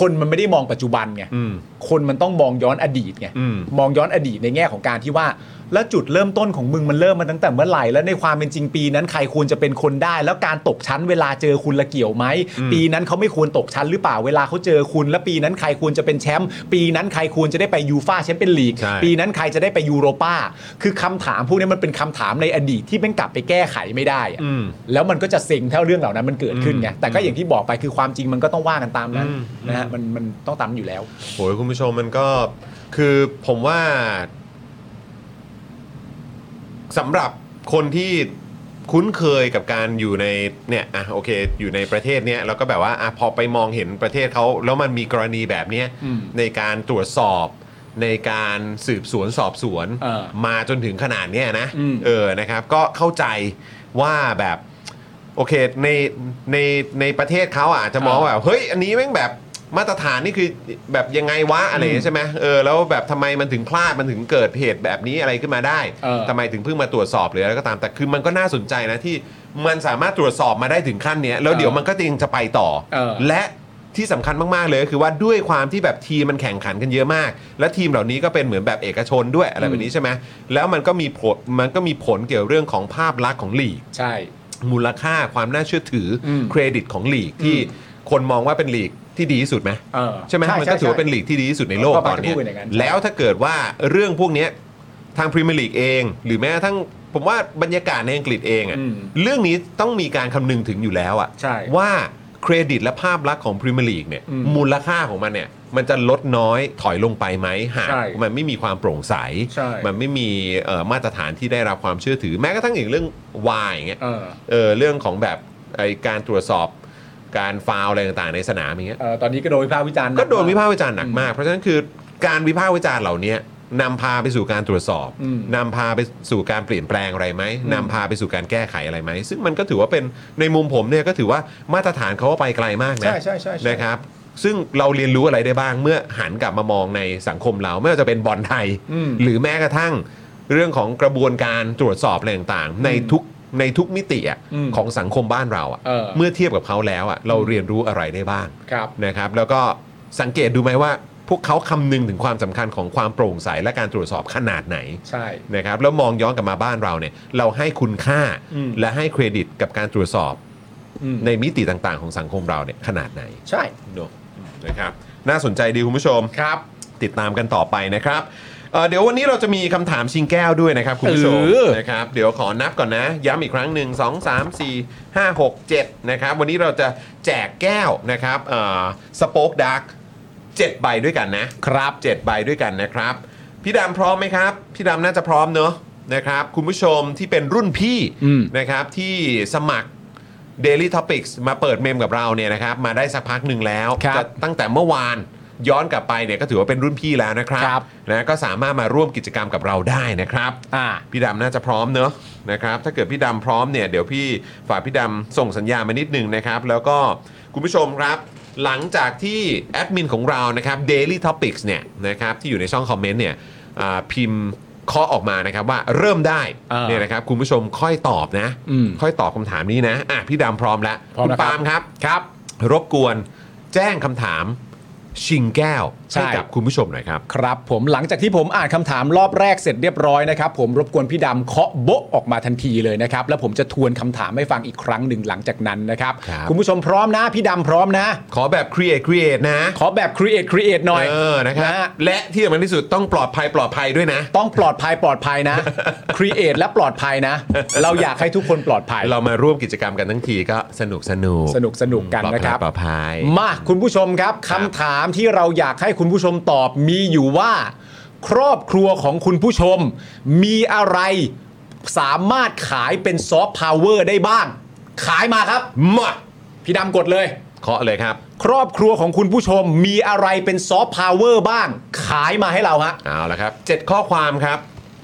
Speaker 3: คนมันไม่ได้มองปัจจุบันไง
Speaker 1: อืม
Speaker 3: คนมันต้องมองย้อนอดีตไง
Speaker 1: อืม
Speaker 3: มองย้อนอดีตในแง่ของการที่ว่า แล้วจุดเริ่มต้นของมึงมันเริ่มมาตั้งแต่เมื่อไหร่แล้วในความเป็นจริงปีนั้นใครควรจะเป็นคนได้ แล้วการตกชั้นเวลาเจอคุณละเกี่ยวไหมปีนั้นเขาไม่ควรตกชั้นหรือเปล่าเวลาเขาเจอคุณ แล้วปีนั้นใครควรจะเป็นแชมป์ปีนั้นใครควรจะได้ไปยูฟ่าแชมเปี้ยนลีก
Speaker 1: ใช่
Speaker 3: ปีนั้นใครจะได้ไปยูโรป้าคือคำถามพวกนี้มันเป็นคำถามในอดีตที่แม่งกลับไปแก้ไขไม่ได้อะ
Speaker 1: อืม
Speaker 3: แล้วมันก็จะเซ็งถ้าเรื่องเหล่านั้นมันเกิดขึ้นไงแต่ก็อย่างที่บอกไปคือความจริงมันก็ต้องว่ากันตามนั้น
Speaker 1: อืม
Speaker 3: นะฮะมันมันต้องตามอยู่แล้ว
Speaker 1: โหยคุณผู้ชมมันก็คือผมว่าสำหรับคนที่คุ้นเคยกับการอยู่ในเนี่ยอ่ะโอเค อยู่ในประเทศเนี้ยแล้วก็แบบว่าอ่ะพอไปมองเห็นประเทศเขาแล้วมันมีกรณีแบบเนี้ย
Speaker 3: อืม
Speaker 1: ในการตรวจสอบในการสืบสวนสอบสวน
Speaker 3: เออ
Speaker 1: มาจนถึงขนาดเนี้ยนะ
Speaker 3: อืม
Speaker 1: เออนะครับ ก็เข้าใจว่าแบบ โอเคในในในประเทศเขาอาจจะมองว่าแบบเฮ้ยอันนี้แม่งแบบมาตรฐานนี่คือแบบยังไงวะอะไรอย่างเงี้ยใช่ไหมเออแล้วแบบทำไมมันถึงพลาดมันถึงเกิดเหตุแบบนี้อะไรขึ้นมาได้
Speaker 3: เออ
Speaker 1: ทำไมถึงเพิ่งมาตรวจสอบหรืออะไรก็ตามแต่คือมันก็น่าสนใจนะที่มันสามารถตรวจสอบมาได้ถึงขั้นเนี้ยแล้วเดี๋ยวมันก็ยังจะไปต่อ
Speaker 3: เออ
Speaker 1: และที่สำคัญมาก ๆ เลยก็คือว่าด้วยความที่แบบทีมมันแข่งขันกันเยอะมาก และทีมเหล่านี้ก็เป็นเหมือนแบบเอกชนด้วยอะไรแบบนี้ใช่ไหมแล้วมันก็มีผลมันก็มีผลเกี่ยวเรื่องของภาพลักษณ์ของลีก
Speaker 3: ใช่
Speaker 1: มูลค่าความน่าเชื่อถืออ
Speaker 3: ม
Speaker 1: เครดิตของลีกที่คนมองว่าเป็นลีกที่ดีที่สุดไหม
Speaker 3: เออ
Speaker 1: ใช่ไหม
Speaker 3: ใช่
Speaker 1: มันก็
Speaker 3: ใช่
Speaker 1: ถือว่าเป็นลีกที่ดีที่สุดในโลก
Speaker 3: ก็มั
Speaker 1: ต
Speaker 3: ก
Speaker 1: อน
Speaker 3: จะ
Speaker 1: เนี้
Speaker 3: พู
Speaker 1: ย
Speaker 3: ดกันอย่างนั้น
Speaker 1: แล้วถ้าเกิดว่าเรื่องพวกเนี้ยทางพรีเมียร์ลีกเอง หรือแม้กระทั้งผมว่าบรรยากาศในอังกฤษเองอะ
Speaker 3: อืม
Speaker 1: เรื่องนี้ต้องมีการคำนึงถึงอยู่แล้วอะ
Speaker 3: ใช่
Speaker 1: ว่าเครดิตและภาพลักษณ์ของพรีเมียร์ลีกเนี่ย
Speaker 3: อืม
Speaker 1: มูลค่าของมันเนี่ยมันจะลดน้อยถอยลงไปไหมหาก
Speaker 3: ใช่
Speaker 1: มันไม่มีความโปร่งใส
Speaker 3: ใช่
Speaker 1: มันไม่มีเอ่อมาตรฐานที่ได้รับความเชื่อถือ แม้กระทั่งอย่างเรื่องวายอย่างเงี้ย
Speaker 3: เออ
Speaker 1: เออเรื่องของแบบไอการตรวจสอบการฟาวล์อะไรต่างๆในสนามอย่างเงี้ย
Speaker 3: เอ่อตอนนี้ก็โดนวิพากษ์วิจารณ์หนั
Speaker 1: ก็โดนวิพากษ์วิจารณ์หนักมาก เพราะฉะนั้นคือการวิพากษ์วิจารณ์เหล่านี้นำพาไปสู่การตรวจสอบ
Speaker 3: อืม
Speaker 1: นำพาไปสู่การเปลี่ยนแปลงอะไรไหมนำพาไปสู่การแก้ไขอะไรไหมซึ่งมันก็ถือว่าเป็นในมุมผมเนี่ยก็ถือว่ามาตรฐานเขาก็ไปไกลมากนะ
Speaker 3: ใช่ใช่ใช่ใช่
Speaker 1: นะครับ ซึ่งเราเรียนรู้อะไรได้บ้างเมื่อหันกลับมามองในสังคมเราไม่ว่าจะเป็นบอลไทย
Speaker 3: อืม
Speaker 1: หรือแม้กระทั่งเรื่องของกระบวนการตรวจสอบอะไรต่างๆ ในทุกในทุกมิติอะ
Speaker 3: อืม
Speaker 1: ของสังคมบ้านเราอะ
Speaker 3: เออ
Speaker 1: เมื่อเทียบกับเขาแล้วอะเราเรียนรู้อะไรได้บ้าง
Speaker 3: ครับ
Speaker 1: นะครับแล้วก็สังเกตดูไหมว่า พวกเขาคำนึงถึงความสำคัญของความโปร่งใสและการตรวจสอบขนาดไหน
Speaker 3: ใช่
Speaker 1: นะครับแล้วมองย้อนกลับมาบ้านเราเนี่ยเราให้คุณค่า
Speaker 3: อืม
Speaker 1: และให้เครดิตกับการตรวจสอบ
Speaker 3: อืม
Speaker 1: ในมิติต่างๆ ของสังคมเราเนี่ยขนาดไหน
Speaker 3: ใช่
Speaker 1: เนอะนะครับน่าสนใจดีคุณผู้ชม
Speaker 3: ครับ
Speaker 1: ติดตามกันต่อไปนะครับเอ่อเดี๋ยววันนี้เราจะมีคำถามชิงแก้วด้วยนะครับคุณผู้ชม
Speaker 3: เออ
Speaker 1: นะครับเดี๋ยวขอนับก่อนนะ ย้ำอีกครั้ง 1 2 3 4 5 6 7นะครับวันนี้เราจะแจกแก้วนะครับสป็อคดัก7ใบด้วยกันนะครับ7ใบด้วยกันนะครับ พี่ดำพร้อมไหมครับ พี่ดำน่าจะพร้อมเนอะนะครับคุณผู้ชมที่เป็นรุ่นพี่
Speaker 3: อืม
Speaker 1: นะครับที่สมัคร Daily Topics มาเปิดเมมกับเราเนี่ยนะครับมาได้สักพักหนึ่งแล้ว
Speaker 3: ครับ
Speaker 1: จะตั้งแต่เมื่อวานย้อนกลับไปเนี่ยก็ถือว่าเป็นรุ่นพี่แล้วนะครับ
Speaker 3: ครับ
Speaker 1: นะก็สามารถมาร่วมกิจกรรมกับเราได้นะครับ
Speaker 3: อ่า
Speaker 1: พี่ดำน่าจะพร้อมเนอะนะครับถ้าเกิดพี่ดำพร้อมเนี่ยเดี๋ยวพี่ฝากพี่ดำส่งสัญญาณมานิดนึงนะครับ แล้วก็คุณผู้ชมครับ หลังจากที่แอดมินของเรานะครับ Daily Topics เนี่ยนะครับที่อยู่ในช่องคอมเมนต์เนี่ยอ่าพิมพ์เคาะออกมานะครับว่าเริ่มได้
Speaker 3: อ่า
Speaker 1: เนี่ยนะครับคุณผู้ชมค่อยตอบนะ
Speaker 3: อืม
Speaker 1: ค่อยตอบคำถามนี้นะอ่ะพี่ดำพร้อมแล้ว
Speaker 3: พร้อม
Speaker 1: คุณ
Speaker 3: แล้วครับ
Speaker 1: ปาล์มครับครับ รบกวนแจ้งคำถามชิงแก้ว
Speaker 3: ใช่
Speaker 1: ให้กับคุณผู้ชมหน่อยครับ
Speaker 3: ครับผมหลังจากที่ผมอ่านคำถามรอบแรกเสร็จเรียบร้อยนะครับ ผมรบกวนพี่ดำเคาะโบ๊ะออกมาทันทีเลยนะครับ แล้วผมจะทวนคำถามให้ฟังอีกครั้งหนึ่งหลังจากนั้นนะครับ
Speaker 1: ครับ
Speaker 3: ณผู้ชมพร้อมนะพี่ดำพร้อมนะ
Speaker 1: ขอแบบ create create นะ
Speaker 3: ขอแบบ create create หน่อย
Speaker 1: เออ นะครับ
Speaker 3: นะฮะ
Speaker 1: และที่สำคัญที่สุดต้องปลอดภัยปลอดภัยด้วยนะ
Speaker 3: ต้องปลอดภัยปลอดภัยนะ create และปลอดภัยนะ เราอยากให้ทุกคนปลอดภัย
Speaker 1: เรามาร่วมกิจกรรมกันทั้งทีก็สนุกสนุก
Speaker 3: สนุกสนุกกัน
Speaker 1: ปลอดภัย
Speaker 3: นะครับ
Speaker 1: ปลอดภัย
Speaker 3: มาคุณผู้ชมครับ
Speaker 1: ครับ
Speaker 3: คำถามที่เราอยากให้คุณผู้ชมตอบมีอยู่ว่า ครอบครัวของคุณผู้ชม มีอะไรสามารถขายเป็นซอฟต์พาวเวอร์ได้บ้าง ขายมาครับ
Speaker 1: มา
Speaker 3: พี่ดำกดเลย
Speaker 1: เคาะเลยครับ
Speaker 3: ครอบครัวของคุณผู้ชมมีอะไรเป็นซอฟต์พาวเวอร์บ้าง ขายมาให้เราฮะ
Speaker 1: เอาละครับ 7 ข้อความครับ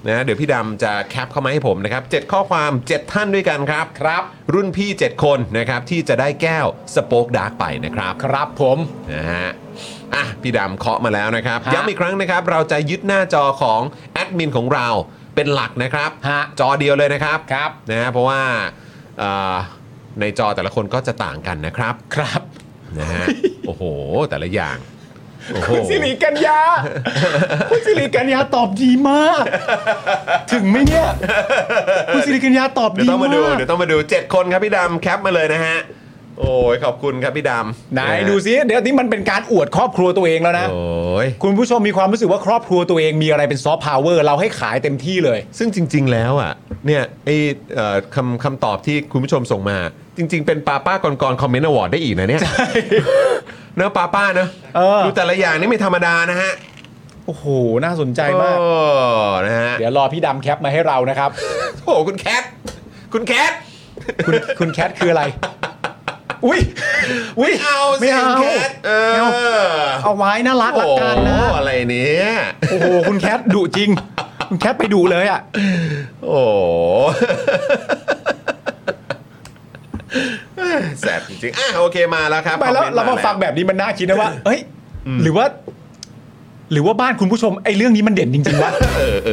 Speaker 1: นะเดี๋ยวพี่ดำจะแคปเข้ามาให้ผมนะครับ 7 ข้อความ 7 ท่านด้วยกันครับ
Speaker 3: ครับ
Speaker 1: รุ่นพี่ 7 คนนะครับที่จะได้แก้วสโป๊กดาร์กไปนะครับ
Speaker 3: ครับผม
Speaker 1: นะฮะ อ่ะ พี่ดำเคาะมาแล้วนะครับ
Speaker 3: ฮะ
Speaker 1: ย้ำอีกครั้งนะครับ เราจะยึดหน้าจอของแอดมินของเราเป็นหลักนะครับ
Speaker 3: ฮะ
Speaker 1: จอเดียวเลยนะครับ
Speaker 3: ครับ
Speaker 1: นะฮะเพราะว่าเอ่อในจอแต่ละคนก็จะต่างกันนะครับ
Speaker 3: ครับ
Speaker 1: นะ ฮะ โอ้โห แต่ละอย่าง โอ้โห
Speaker 3: คุณสิริกัญ ญา คุณสิริกัญญาตอบดีมาก ถึงไหมเนี่ย คุณสิริกัญญาตอบ
Speaker 1: เดี๋ย
Speaker 3: ดี
Speaker 1: วต้องมาดู
Speaker 3: มาก
Speaker 1: เดี๋ยวต้องมาดู 7 คนครับพี่ดำแคปมาเลยนะฮะ โอ้ยขอบคุณครับพี่ดำ
Speaker 3: ไหนะ
Speaker 1: ฮะ
Speaker 3: ดูซิเดี๋ยวนี้มันเป็นการอวดครอบครัวตัวเองแล้วนะ
Speaker 1: โอ้ย
Speaker 3: คุณผู้ชมมีความรู้สึกว่าครอบครัวตัวเองมีอะไรเป็นซอฟต์พาวเวอร์เราให้ขายเต็มที่เลย
Speaker 1: ซึ่งจริง ๆ แล้วอ่ะเนี่ยไอเอ่อคำคำตอบที่คุณผู้ชมส่งมา จริง ๆ เป็นป้าป้ากรกรคอมเมนต์อวอร์ดได้อีกนะเนี่ย เนอะป้าป้าเนอะ
Speaker 3: เออ
Speaker 1: ดูแต่ละอย่างนี่ไม่ธรรมดานะฮะ
Speaker 3: โอ้โห น่าสนใจมาก
Speaker 1: โอ้นะฮะ
Speaker 3: เดี๋ยวรอพี่ดำแคปมาให้เรา นะครับ
Speaker 1: โอ้โหคุณแคทคุณแคท
Speaker 3: คุณคุณแคทคืออะไร อุ้ยอุ้ย
Speaker 1: เอาสิ
Speaker 3: ไม่เอา
Speaker 1: คุณแคทเอ
Speaker 3: ไม่
Speaker 1: อ
Speaker 3: เอา เอาไว้น่ารักละกันนะ
Speaker 1: โอ้อะไรเนี่ย
Speaker 3: โอ้โห คุณแคทดุจริง คุณแคทไปดูเลยอ่ะ
Speaker 1: โอ้โห แสบจริงๆอ่ะโอเคมาแล้วครับ
Speaker 3: ไปแล้ว
Speaker 1: คอมมนต์
Speaker 3: เรามา
Speaker 1: แล้ว
Speaker 3: ฟังแบบนี้มันน่าคิดนะว่า เฮ้ย หรือว่า หรือว่าบ้านคุณผู้ชมไอ้เรื่องนี้มันเด่นจริงๆวะ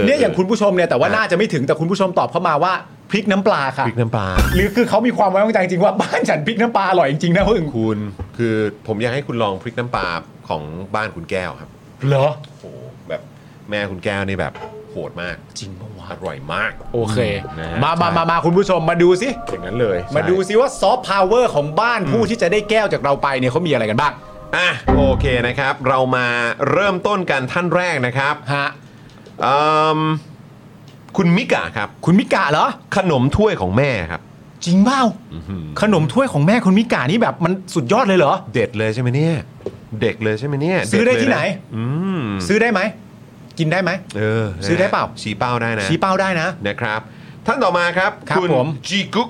Speaker 3: เนี่ยอย่างคุณผู้ชมเนี่ยแต่ว่า
Speaker 1: ครับ
Speaker 3: น่าจะไม่ถึงแต่คุณผู้ชมตอบเข้ามาว่าพริกน้ำปลาค่ะ
Speaker 1: พริกน้ำปลา
Speaker 3: หรือคือเขามีความไว้วางใจจริงว่า บ้านฉันพริกน้ำปลาอร่อยจริงๆนะเพิ่ง
Speaker 1: คุณคือผมอยากให้คุณลองพริกน้ำปลาของบ้านคุณแก้วครับ
Speaker 3: เหรอ
Speaker 1: โอ้โหแบบแม่คุณแก้วนี่แบบโหดมาก
Speaker 3: จริงปะวะ
Speaker 1: อร่อยมาก
Speaker 3: โอเค
Speaker 1: นะฮะ
Speaker 3: มามา
Speaker 1: ใช่
Speaker 3: มามาคุณผู้ชมมาดูสิ
Speaker 1: อย่างนั้นเลย
Speaker 3: มา
Speaker 1: ใช่
Speaker 3: ดูสิว่าซอฟต์พาวเวอร์ของบ้านผู้ที่จะได้แก้วจากเราไปเนี่ยเขามีอะไรกันบ้าง
Speaker 1: อ่ะโอเคนะครับ เรามาเริ่มต้นกันท่านแรกนะครับ
Speaker 3: ฮะ
Speaker 1: เอิ่มคุณมิกะครับ
Speaker 3: คุณมิกะเหรอ
Speaker 1: ขนมถ้วยของแม่ครับ
Speaker 3: จริงเปล่าขนมถ้วยของแม่คุณมิกะนี่แบบมันสุดยอดเลยเหรอ
Speaker 1: เด็ดเลยใช่ไหมเนี่ย เด็กเลยใช่ไหมเนี่ย
Speaker 3: ซื้อได้
Speaker 1: เกเลยะ
Speaker 3: ที่ไหน
Speaker 1: อืม
Speaker 3: ซื้อได้ไหม กินได้ไหม
Speaker 1: เออ
Speaker 3: ซื้อได้เปล่า
Speaker 1: ชี้เป้าได้นะ
Speaker 3: ชี้เป้าได้นะ
Speaker 1: นะครับ ท่านต่อมาครับ
Speaker 3: ครับ
Speaker 1: ณ
Speaker 3: ผม
Speaker 1: จีกุ๊ก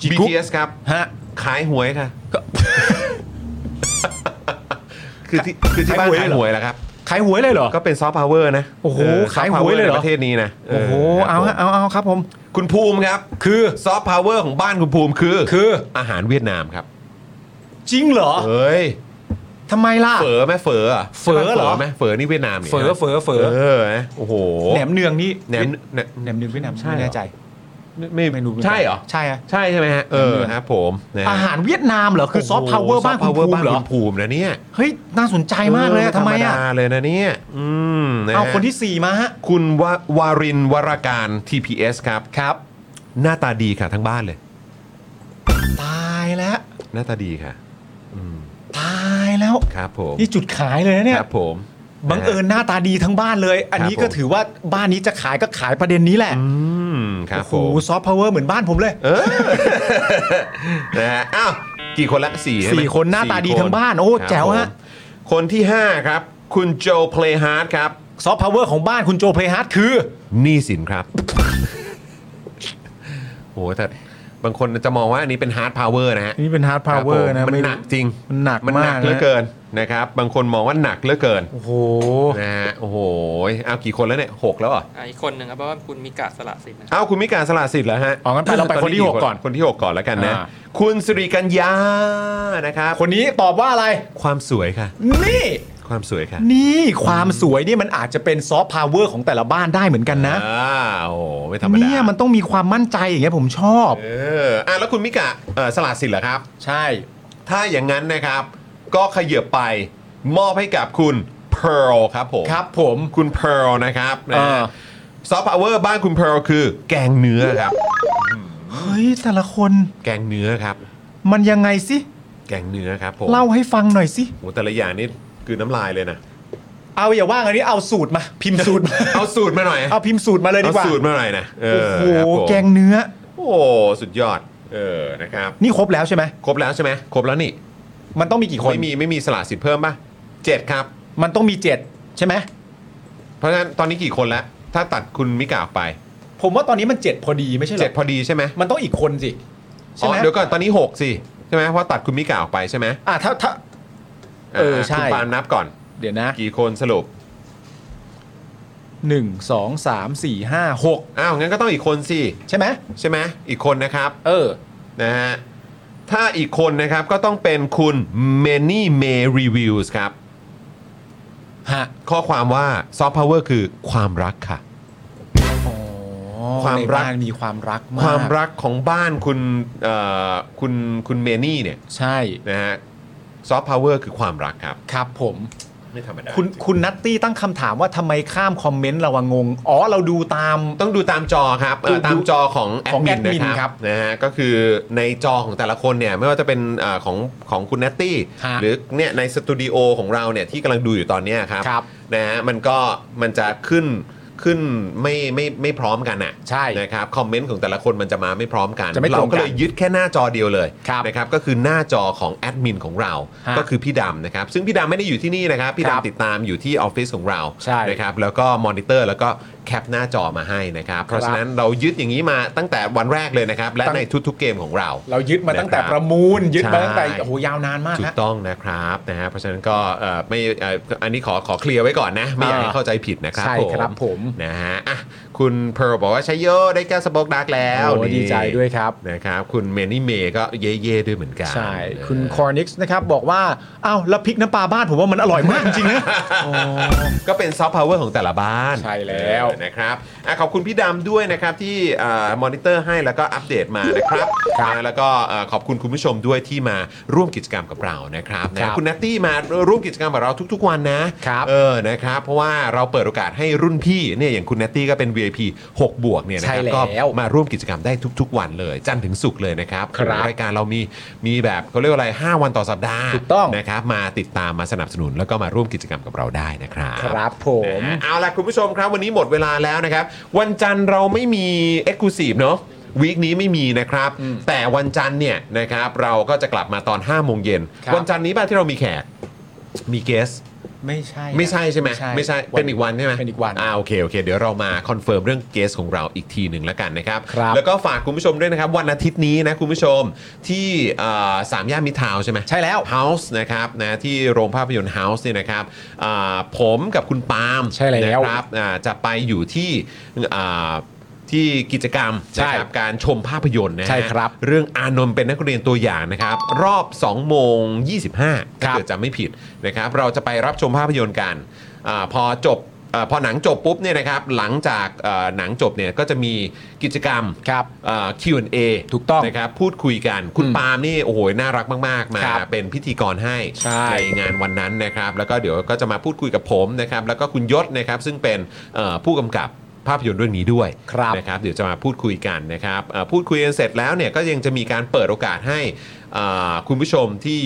Speaker 3: Jiguuk
Speaker 1: BTS ครับ
Speaker 3: ฮะ
Speaker 1: ขายหวยค่ะ คือที่คือที่บ้าน
Speaker 3: ขา
Speaker 1: ขาย
Speaker 3: ยหวยเหรอ
Speaker 1: หวยแหละครับ
Speaker 3: ขายหวยเลยเหรอ
Speaker 1: ก็เป็นซอฟต์พาวเวอร์นะ
Speaker 3: โอ้โหขาย
Speaker 1: เซอฟต์พว
Speaker 3: หวยเลยเหรอ
Speaker 1: ในประเทศนี้นะ
Speaker 3: โอ้โห
Speaker 1: ครับผม
Speaker 3: เอาฮะเอาเอาครับผม
Speaker 1: คุณภูมิครับ
Speaker 3: คือ
Speaker 1: ซอฟต์พาวเวอร์ของบ้านคุณภูมิคือ
Speaker 3: คือ
Speaker 1: อาหารเวียดนามครับ
Speaker 3: จริงเหรอ
Speaker 1: เอ้ย
Speaker 3: ทำไมล่ะ
Speaker 1: เฝอไหมเฝออะ
Speaker 3: เฝอเหรอ
Speaker 1: ใช่ไหมเฝอไหมเฝอนี่เวียดนามนี่
Speaker 3: เฝอเฝอเฝ
Speaker 1: เอ
Speaker 3: อ
Speaker 1: อนะโอ้โห
Speaker 3: แหนมเนืองนี่
Speaker 1: แหนมแหนม
Speaker 3: แหนมเนืองเวียดนาม
Speaker 1: ใช่
Speaker 3: ไม่
Speaker 1: เหรอ
Speaker 3: แน่ใจ
Speaker 1: ไม่
Speaker 3: ไม่รู้มืนกัน
Speaker 1: ใช่เหรอ
Speaker 3: ใช่อะ
Speaker 1: ใช่ใช่ไหมฮะเออครับผมนะฮะ
Speaker 3: อาหารเวียดนามเหรอคือซอฟต์พาวเวอร์บ้านคุณ
Speaker 1: โโห soft
Speaker 3: ภู
Speaker 1: power
Speaker 3: มิเหรอ
Speaker 1: บ้านคุณภูมินะเนี่ย
Speaker 3: เฮ้ยน่าสนใจมากเลยอะ
Speaker 1: ธร
Speaker 3: ทำ
Speaker 1: รม
Speaker 3: ไม
Speaker 1: ดา
Speaker 3: อะ
Speaker 1: เลยนะเนี่ยอืมนะฮะ
Speaker 3: เอาคนที่สี่มาฮะ
Speaker 1: คุณวาวารินวราการ TPS ครับครับ หน้าตาดีค่ะทั้งบ้านเลย
Speaker 3: ตายแล้ว
Speaker 1: หน้าตาดีค่ะ
Speaker 3: ตายแล้ว
Speaker 1: ครับผม
Speaker 3: นี่จุดขายเลยนะเนี่
Speaker 1: ค
Speaker 3: ย
Speaker 1: รับผม
Speaker 3: บังเอิญหน้าตาดีทั้งบ้านเลย อันนี้
Speaker 1: ครับผม
Speaker 3: ก็ถือว่าบ้านนี้จะขายก็ขายประเด็นนี้แหละ
Speaker 1: อืมครับผ
Speaker 3: โอ้
Speaker 1: ม
Speaker 3: โหซอฟต์พาวเวอร์เหมือนบ้านผมเลย
Speaker 1: นะฮะอ้าวกี่คนละสี่ใช่ไม
Speaker 3: สี่คนหน้าตาดี
Speaker 1: สี่ค
Speaker 3: ทั้งบ้านโอ้
Speaker 1: ครับ
Speaker 3: แจ๋วฮะ
Speaker 1: ผมคนที่ 5 ครับ คุณโจเพลฮาร์ดครับ
Speaker 3: ซอฟต์พาวเวอร์ของบ้านคุณโจเพลย์ฮาร์ดคือ
Speaker 1: หนี่สินครับ โหแต่บางคนจะมองว่าอันนี้เป็นฮาร์ดพาวเวอร์นะฮะ
Speaker 3: นี่เป็นฮาร์ดพาวเวอร์
Speaker 1: ค
Speaker 3: นะ
Speaker 1: บผมมัน
Speaker 3: ไรู้
Speaker 1: หนักจริง
Speaker 3: มันหนัก
Speaker 1: มัน
Speaker 3: มา
Speaker 1: หนั
Speaker 3: ก
Speaker 1: กเหลือเกินนะครับ บางคนมองว่าหนักเหลือเกิน
Speaker 3: โอ้โห
Speaker 1: นะฮะโอ้โหเอากี่คนแล้วเนี่ยหกแล้วเหรอ่ะ
Speaker 5: อ่ะอีกคนหนึ่งครับเพราะว่าคุณมิกะสละสิทธิ์นะครับ
Speaker 1: เอาคุณมิการสละสิทธิ์แล้วฮะ
Speaker 3: อ๋องั้นไปเราไป
Speaker 1: ต
Speaker 3: คนที่หกก่อน
Speaker 1: คนที่หกก่อนแล้วกันนะ
Speaker 3: อ่า
Speaker 1: คุณสิริกัญญานะครับ
Speaker 3: คนนี้ตอบว่าอะไร
Speaker 1: ความสวยค่ะ
Speaker 3: นี่
Speaker 1: ความสวยค่ะ
Speaker 3: นี่ความสวยนี่มันอาจจะเป็นซอฟต์พาวเวอร์ของแต่ละบ้านได้เหมือนกันนะ
Speaker 1: อ่าโอ้โหไม่ธรรมดา
Speaker 3: เนี่ยมันต้องมีความมั่นใจอย่างเงี้ยผมชอบ
Speaker 1: เอออ่ะแล้วคุณมิกะเอ่อสละสิทธิ์เหรอครับ
Speaker 3: ใช่
Speaker 1: ถ้าอย่างนั้นนะครับ ก็ขยับไปมอบให้กับคุณเพ a ร์ลครับผม
Speaker 3: ครับผม
Speaker 1: คุณเพ a ร์ลนะครับ
Speaker 3: เอ
Speaker 1: นะ
Speaker 3: อ
Speaker 1: ฮะซอฟต์พาวเวอร์บ้านคุณเพ a ร์ลคือ แกงเนื้อครับ
Speaker 3: เฮ้ยแต่ละคน
Speaker 1: แกงเนื้อครับ
Speaker 3: มันยังไงสิ
Speaker 1: แกงเนื้อครับผม
Speaker 3: เล่าให้ฟังหน่อยสิ
Speaker 1: โหแต่ละอย่างนี่คือน้ำลายเลยนะ
Speaker 3: เอาอย่าว่างันนี้เอาสูตรมา พิมพ์สูตรมา
Speaker 1: เอาสูตรมาหน่อย
Speaker 3: เอาพิมพ์สูตรมาเลยดี
Speaker 1: เอา
Speaker 3: กว่า
Speaker 1: สูตรมาหน่อยนะเอ
Speaker 3: โอ้
Speaker 1: อ
Speaker 3: โห
Speaker 1: ครับผม
Speaker 3: แกงเนื้อ
Speaker 1: โอ้สุดยอดเออนะครับ
Speaker 3: นี่ครบแล้วใช่ไหม
Speaker 1: ครบแล้วใช่ไหมครบแล้วนี่
Speaker 3: มันต้องมีกี่คน
Speaker 1: ไม่มีไม่มีสละสิทธิ์เพิ่มป่ะเจ็ดครับ
Speaker 3: มันต้องมีเจ็ดใช่ไหม
Speaker 1: เพราะฉะนั้นตอนนี้กี่คนแล้ว ถ้าตัดคุณมิกาออกไป
Speaker 3: ผมว่าตอนนี้มันเจ็ดพอดีไม่ใช่เหร
Speaker 1: เจ็ด
Speaker 3: อ
Speaker 1: พอดีใช่ไหม
Speaker 3: มันต้องอีกคนสิใช่
Speaker 1: อ๋
Speaker 3: ไห
Speaker 1: อ
Speaker 3: ม
Speaker 1: เดี๋ยวก่อนตอนนี้หกสิใช่ไหมเพราะตัดคุณมิกาออกไปใช่ไหม
Speaker 3: อ่ะถ้าถ้า เออใช่
Speaker 1: คุณปาล์มนับก่อน
Speaker 3: เดี๋ยวนะ
Speaker 1: กี่คนสรุป
Speaker 3: หนึ่งสองสามสี่ห้าหก
Speaker 1: อ้าวงั้นก็ต้องอีกคนสิ
Speaker 3: ใช่ไหม
Speaker 1: ใช่ไหมอีกคนนะครับ
Speaker 3: เออ
Speaker 1: นะฮะถ้าอีกคนนะครับก็ต้องเป็นคุณ many may reviews ครับ
Speaker 3: ฮะ
Speaker 1: ข้อความว่าซอฟต์พาวเวอร์คือความรักค่ะ ความรัก
Speaker 3: ในบ้นมีความรักมาก
Speaker 1: ความรักของบ้านคุณเอ่อคุณคุณเมนี่เนี่ย
Speaker 3: ใช่
Speaker 1: นะฮะซอฟต์พาวเวอร์คือความรักครับ
Speaker 3: ครับผม
Speaker 1: ไม่ธรรมดา
Speaker 3: คุณคุณนัตตี้ตั้งคำถามว่าทำไมข้ามคอมเมนต์เราวะงง อ๋อ เราดูตาม
Speaker 1: ต้องดูตามจอครับเอ่อ
Speaker 3: ดู
Speaker 1: ตามจอของแอ
Speaker 3: ของ
Speaker 1: ดมิน
Speaker 3: แอดมิน
Speaker 1: นะค
Speaker 3: ครั
Speaker 1: รับบ นะฮะก็คือในจอของแต่ละคนเนี่ยไม่ว่าจะเป็นเอ่อของของคุณเนตตี้
Speaker 3: ฮะ
Speaker 1: หรือเนี่ยในสตูดิโอของเราเนี่ยที่กำลังดูอยู่ตอนเนี้ยครับ
Speaker 3: ครับ
Speaker 1: นะฮะมันก็มันจะขึ้นขึ้นไม่ไม่ไม่พร้อมกันอ่ะ
Speaker 3: ใช่
Speaker 1: นะครับคอมเมนต์ของแต่ละคนมันจะมาไม่พร้อมกัน
Speaker 3: จะไม่ต
Speaker 1: เรา
Speaker 3: รงกัน
Speaker 1: ก็เลยยึดแค่หน้าจอเดียวเลย
Speaker 3: ครับ
Speaker 1: นะครับก็คือหน้าจอของแอดมินของเรา
Speaker 3: ฮะ
Speaker 1: ก็คือพี่ดำนะครับซึ่งพี่ดำไม่ได้อยู่ที่นี่นะครับพี่
Speaker 3: ครับ
Speaker 1: ดำติดตามอยู่ที่ออฟฟิศของเรา
Speaker 3: ใช่
Speaker 1: นะครับแล้วก็มอนิเตอร์แล้วก็แคปหน้าจอมาให้นะครับ เพราะฉะนั้นเรายึดอย่างนี้มาตั้งแต่วันแรกเลยนะครับ และ
Speaker 3: ตั้ง
Speaker 1: ในทุกๆเกมของเรา
Speaker 3: เรายึดมาตั้งแต่
Speaker 1: นะครับ
Speaker 3: ประมูล ยึดมาตั้งแต่
Speaker 1: ใช่
Speaker 3: โอ้โหยาวนานมาก
Speaker 1: ถู
Speaker 3: ฮะ
Speaker 1: กต้องนะครับนะฮะเพราะฉะนั้นก็เอ่อไม่เอ่ออันนี้ขอขอเคลียร์ไว้ก่อนนะ ไม่อยากให้
Speaker 3: อ่า
Speaker 1: เข้าใจผิดนะครับ
Speaker 3: ใช่ครับผม
Speaker 1: นะฮะอ่ะคุณเพร์ลบอกว่าใช้โยได้แก้วสป็อกดักแล้ว
Speaker 3: โอ้โห
Speaker 1: นี่
Speaker 3: ดีใจด้วยครับ
Speaker 1: นะครับ คุณเมนี่เมย์ก็เย่ๆด้วยเหมือนกัน
Speaker 3: ใช่
Speaker 1: นะ
Speaker 3: คุณคอร์นิกส์นะครับ บอกว่า อ้าวแล้วพริกน้ำปลาบ้านผมว่ามันอร่อยมากจริงๆนะ
Speaker 1: ก็เป็นซอฟต์พาวเวอร์ของแต่ละบ้าน
Speaker 3: ใช่แล้ว
Speaker 1: เออนะครับอ่ะขอบคุณพี่ดำด้วยนะครับที่มอนิเตอร์ให้แล้วก็อัปเดตมานะครับนะแล้วก็เอ่อขอบคุณคุณผู้ชมด้วยที่มาร่วมกิจกรรมกับเรานะครับนะคุณนัตตี้มาร่วมกิจกรรมกับเราทุกๆวันนะ
Speaker 3: ครับ
Speaker 1: เออ นะครับ เพราะว่าเราเปิดโอกาสให้รุ่นพี่เนี่ยอย่างคุณเนตตี้ก็เป็น VIP 6 บวกเนี่ยนะครั
Speaker 3: ใช่แล้ว
Speaker 1: ก็มาร่วมกิจกรรมได้ทุก ๆ วันเลย จันทร์ถึงศุกร์เลยนะครับ
Speaker 3: ครับ
Speaker 1: รายการเรามีมีแบบเขาเรียกว่าอะไร 5 วันต่อสัปดาห์
Speaker 3: ถูกต้อง
Speaker 1: นะครับมาติดตามมาสนับสนุนแล้วก็มาร่วมกิจกรรมกับเราได้นะครับ
Speaker 3: ครับผม
Speaker 1: นะฮะเอาล่ะคุณผู้ชมครับวันนี้หมดเวลาแล้วนะครับ วันจันทร์เราไม่มี e x c l u s i v e เนอะวีคนี้ไม่มีนะครับ แต่วันจันทร์เนี่ยนะครับเราก็จะกลับมาตอน5โมงเย็น
Speaker 3: ครับ
Speaker 1: วันจันทร์นี้บ้านที่เรามีแขกมีเกส
Speaker 3: ไม่ใช่นะ
Speaker 1: ไม่ใช่ใช่ไหมไม่ใช่เป็นอีกวันใช่ไหม
Speaker 3: เป็นอีกวัน
Speaker 1: อ่าโอเคโอเค เดี๋ยวเรามาคอนเฟิร์มเรื่องเกสของเราอีกทีหนึ่งแล้วกันนะครับ
Speaker 3: ครับ
Speaker 1: แล้วก็ฝากคุณผู้ชมด้วยนะครับ วันอาทิตย์นี้นะคุณผู้ชมที่เอ่อสามย่านมิตรทาวน์ใช่ไหม
Speaker 3: ใช่แล้ว
Speaker 1: House นะครับนะที่โรงภาพยนตร์ House เนี่ยนะครับอ่าผมกับคุณปาล์ม
Speaker 3: ใช่แล้ว
Speaker 1: นะครับอ่าจะไปอยู่ที่อ่า ที่กิจกรรม
Speaker 3: ใช่
Speaker 1: นะครับการชมภาพยนตร์นะฮะ
Speaker 3: ใช่ครับ
Speaker 1: เรื่องอานนท์เป็นนักเรียนตัวอย่างนะครับ รอบ 2 โมง 25
Speaker 3: ค
Speaker 1: ถ้า
Speaker 3: รับ
Speaker 1: เกิดจำไม่ผิดนะครับ เราจะไปรับชมภาพยนตร์กันอาพอจบอาพอหนังจบปุ๊บเนี่ยนะครับ หลังจากเอ่อหนังจบเนี่ยก็จะมีกิจกรรม
Speaker 3: ครับ
Speaker 1: เอ่อ Q&A
Speaker 3: ถูกต้อง
Speaker 1: นะครับพูดคุยกันคุณ
Speaker 3: อืม
Speaker 1: ปาล์มนี่โอ้โหน่ารักมาก ๆ มา
Speaker 3: ครับ
Speaker 1: เป็นพิธีกรให้
Speaker 3: ใช่
Speaker 1: งานวันนั้นนะครับ แล้วก็เดี๋ยวก็จะมาพูดคุยกับผมนะครับ แล้วก็คุณยศนะครับซึ่งเป็นเอ่อผู้กำกับภาพยนตร์เรื่องนี้ด้วย
Speaker 3: ครับ
Speaker 1: นะครับเดี๋ยวจะมาพูดคุยกันนะครับเอ่อพูดคุยกันเสร็จแล้วเนี่ยก็ยังจะมีการเปิดโอกาสให้เอ่อคุณผู้ชมที่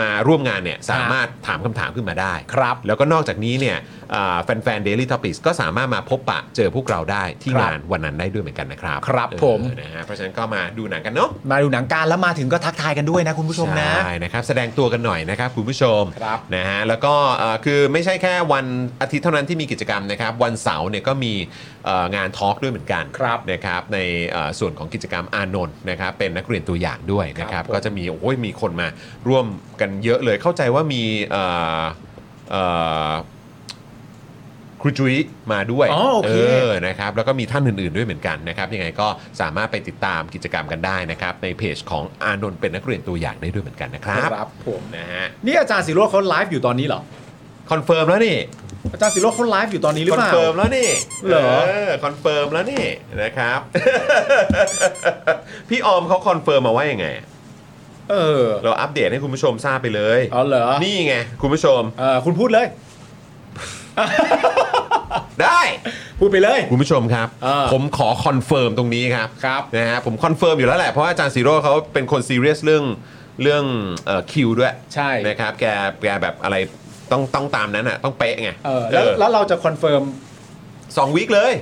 Speaker 1: มาร่วมงานเนี่ยสามารถถามคำถามขึ้นมาได้
Speaker 3: ครับ
Speaker 1: แล้วก็นอกจากนี้เนี่ยเอ่อแฟนๆ Daily Topics ก็สามารถมาพบปะเจอพวกเราได้ที่
Speaker 3: ครับ
Speaker 1: งานวันนั้นได้ด้วยเหมือนกันนะครับ
Speaker 3: ครับ
Speaker 1: เออ
Speaker 3: ผม
Speaker 1: นะฮะเพราะฉะนั้นก็มาดูหนังกันเนาะ
Speaker 3: มาดูหนังการแล้วมาถึงก็ทักทายกันด้วยนะคุณผู้ชมนะ
Speaker 1: ใช่นะครับ แสดงตัวกันหน่อยนะครับคุณผู้ชม
Speaker 3: ครับ
Speaker 1: นะฮะแล้วก็เอ่อคือไม่ใช่แค่วันอาทิตย์เท่านั้นที่มีกิจกรรมนะครับ วันเสาร์เนี่ยก็มีเอ่องานทอล์กด้วยเหมือนกัน
Speaker 3: ครับ
Speaker 1: นะครับในเอ่อส่วนของกิจกรรมอานนท์นะครับเป็นนักเรียนตัวอย่างด้วยนะครับ
Speaker 3: ครับผม
Speaker 1: ก็จะมีโอ้ยมีคนมาร่วมกันเยอะเลยเข้าใจว่ามีเอ่อเอ่อครูจุ้ยมาด้วย
Speaker 3: อ๋อโอเค
Speaker 1: อ เออนะครับแล้วก็มีท่านอื่น ๆ ด้วยเหมือนกันนะครับยังไงก็สามารถไปติดตามกิจกรรมกันได้นะครับในเพจของอานนท์เป็นนักเรียนตัวอย่างได้ด้วยเหมือนกันนะครับ
Speaker 3: ครับผม
Speaker 1: นะฮะ
Speaker 3: นี่อาจารย์สิโรจน์เขาไลฟ์อยู่ตอนนี้เหรอ
Speaker 1: คอนเฟิร์มแล้วนี่
Speaker 3: อาจารย์สิโรจน์เขาไลฟ์อยู่ตอนนี้หรือ
Speaker 1: คอน
Speaker 3: เป
Speaker 1: เฟิ
Speaker 3: ล่า
Speaker 1: ร์มแล้วนี่
Speaker 3: เหรอ
Speaker 1: คอนเฟิร์มแล้วนี่นะครับ พี่ออมเขาคอนเฟิร์มมาว่ายังไง
Speaker 3: เออ
Speaker 1: เราอัปเดตให้คุณผู้ชมทราบไปเลย
Speaker 3: อ๋อเหรอ
Speaker 1: นี่ไงคุณผู้ชม
Speaker 3: เออคุณพูด เลย
Speaker 1: ได้
Speaker 3: พูดไปเลย
Speaker 1: คุณผู้ชมครับ
Speaker 3: เออ
Speaker 1: ผมขอคอนเฟิร์มตรงนี้ครับ
Speaker 3: ครับ
Speaker 1: นะฮะผมคอนเฟิร์มอยู่แล้วแหละเพราะว่าอาจารย์ซีโร่เขาเป็นคนซีเรียสเรื่องเรื่องเอ่อคิวด้วย
Speaker 3: ใช่
Speaker 1: นะครับแกแกแบบอะไรต้องต้องตามนั้นอ่ะต้องเป๊ะไง
Speaker 3: เออแล้ว
Speaker 1: เออ
Speaker 3: แล้วเราจะคอนเฟิร์ม
Speaker 1: สองวีคเลย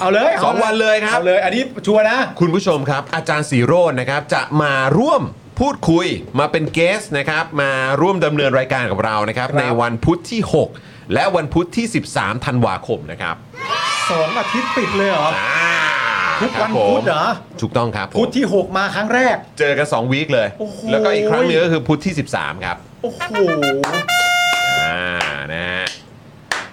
Speaker 3: เอาเลย
Speaker 1: สองวันเลยครับ
Speaker 3: เอาเลยอันนี้ชัวร์นะ
Speaker 1: คุณผู้ชมครับ อาจารย์สีโรจน์นะครับจะมาร่วมพูดคุยมาเป็นเกสนะครับ มาร่วมดำเนินรายการกับเรานะครับ
Speaker 3: ครับ
Speaker 1: ในวันพุธที่ 6 และวันพุธที่ 13ธันวาคมนะครับ
Speaker 3: สองอาทิตย์ติดเลยเหรอ
Speaker 1: อ่า
Speaker 3: ทุก
Speaker 1: ค
Speaker 3: วัน
Speaker 1: รับผม
Speaker 3: พุธเหรอ
Speaker 1: ถูกต้องครับผม
Speaker 3: พุธที่ 6 มาครั้งแรก
Speaker 1: เจอกันสองวีคเลย
Speaker 3: โอ้โห
Speaker 1: แล้วก็อีกครั้งหนึงก็คือพุธที่ 13 ครับ
Speaker 3: โอ้โห
Speaker 1: อ่านะฮะ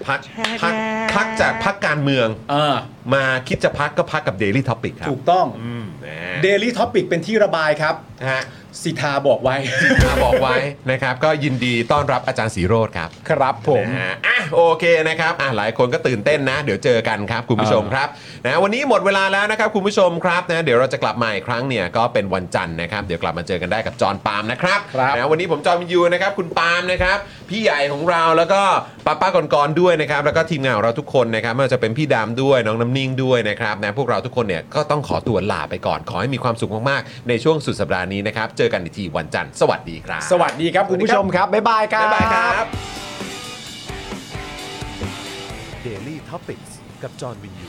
Speaker 1: พักพักพักจากพักการเมือง
Speaker 3: เออ
Speaker 1: มาคิดจะพักก็พักกับ Daily Topic ครับ
Speaker 3: ถูกต้อง
Speaker 1: อืมนะฮะ
Speaker 3: Daily Topic เป็นที่ระบายครับ
Speaker 1: นะฮะ
Speaker 3: สิทธาบอกไว้
Speaker 1: มาบอกไว้นะครับ ก็ยินดีต้อนรับอาจารย์สีโรธครับ
Speaker 3: ครับผม
Speaker 1: นะฮะอ่ะโอเคนะครับอ่ะหลายคนก็ตื่นเต้นนะ เดี๋ยวเจอกันครับคุณผู้ชมครับนะวันนี้หมดเวลาแล้วนะครับคุณผู้ชมครับนะเดี๋ยวเราจะกลับมาอีกครั้งเนี่ยก็เป็นวันจันทร์นะครับเดี๋ยวกลับมาเจอกันได้กับจอห์นปาล์มนะครับ
Speaker 3: ครับ
Speaker 1: นะ นะวันนี้ผมจอมยูนะครับคุณปาล์มนะครับพี่ใหญ่ของเราแล้วก็ป้าป้าก่อนๆด้วยนะครับแล้วก็ทีมงานของเราทุกคนนะครับไม่ว่าจะเป็นพี่ดามด้วยน้องน้ำนิ่งด้วยนะครับนะพวกเราทุกคนเนี่ยก็ต้องขอตัวลาไปก่อน ขอให้มีความสุขมากๆ ในช่วงสุดสัปดาห์นี้นะครับเจอกันอีกทีวันจันทร์สวัสดีครับ
Speaker 3: สวัสดีครับคุณผู้ชมครับ บ๊ายบายครับ
Speaker 1: บ๊ายบายครับ Daily Topics กับจอห์นวินยู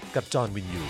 Speaker 1: กับจอห์นวินยู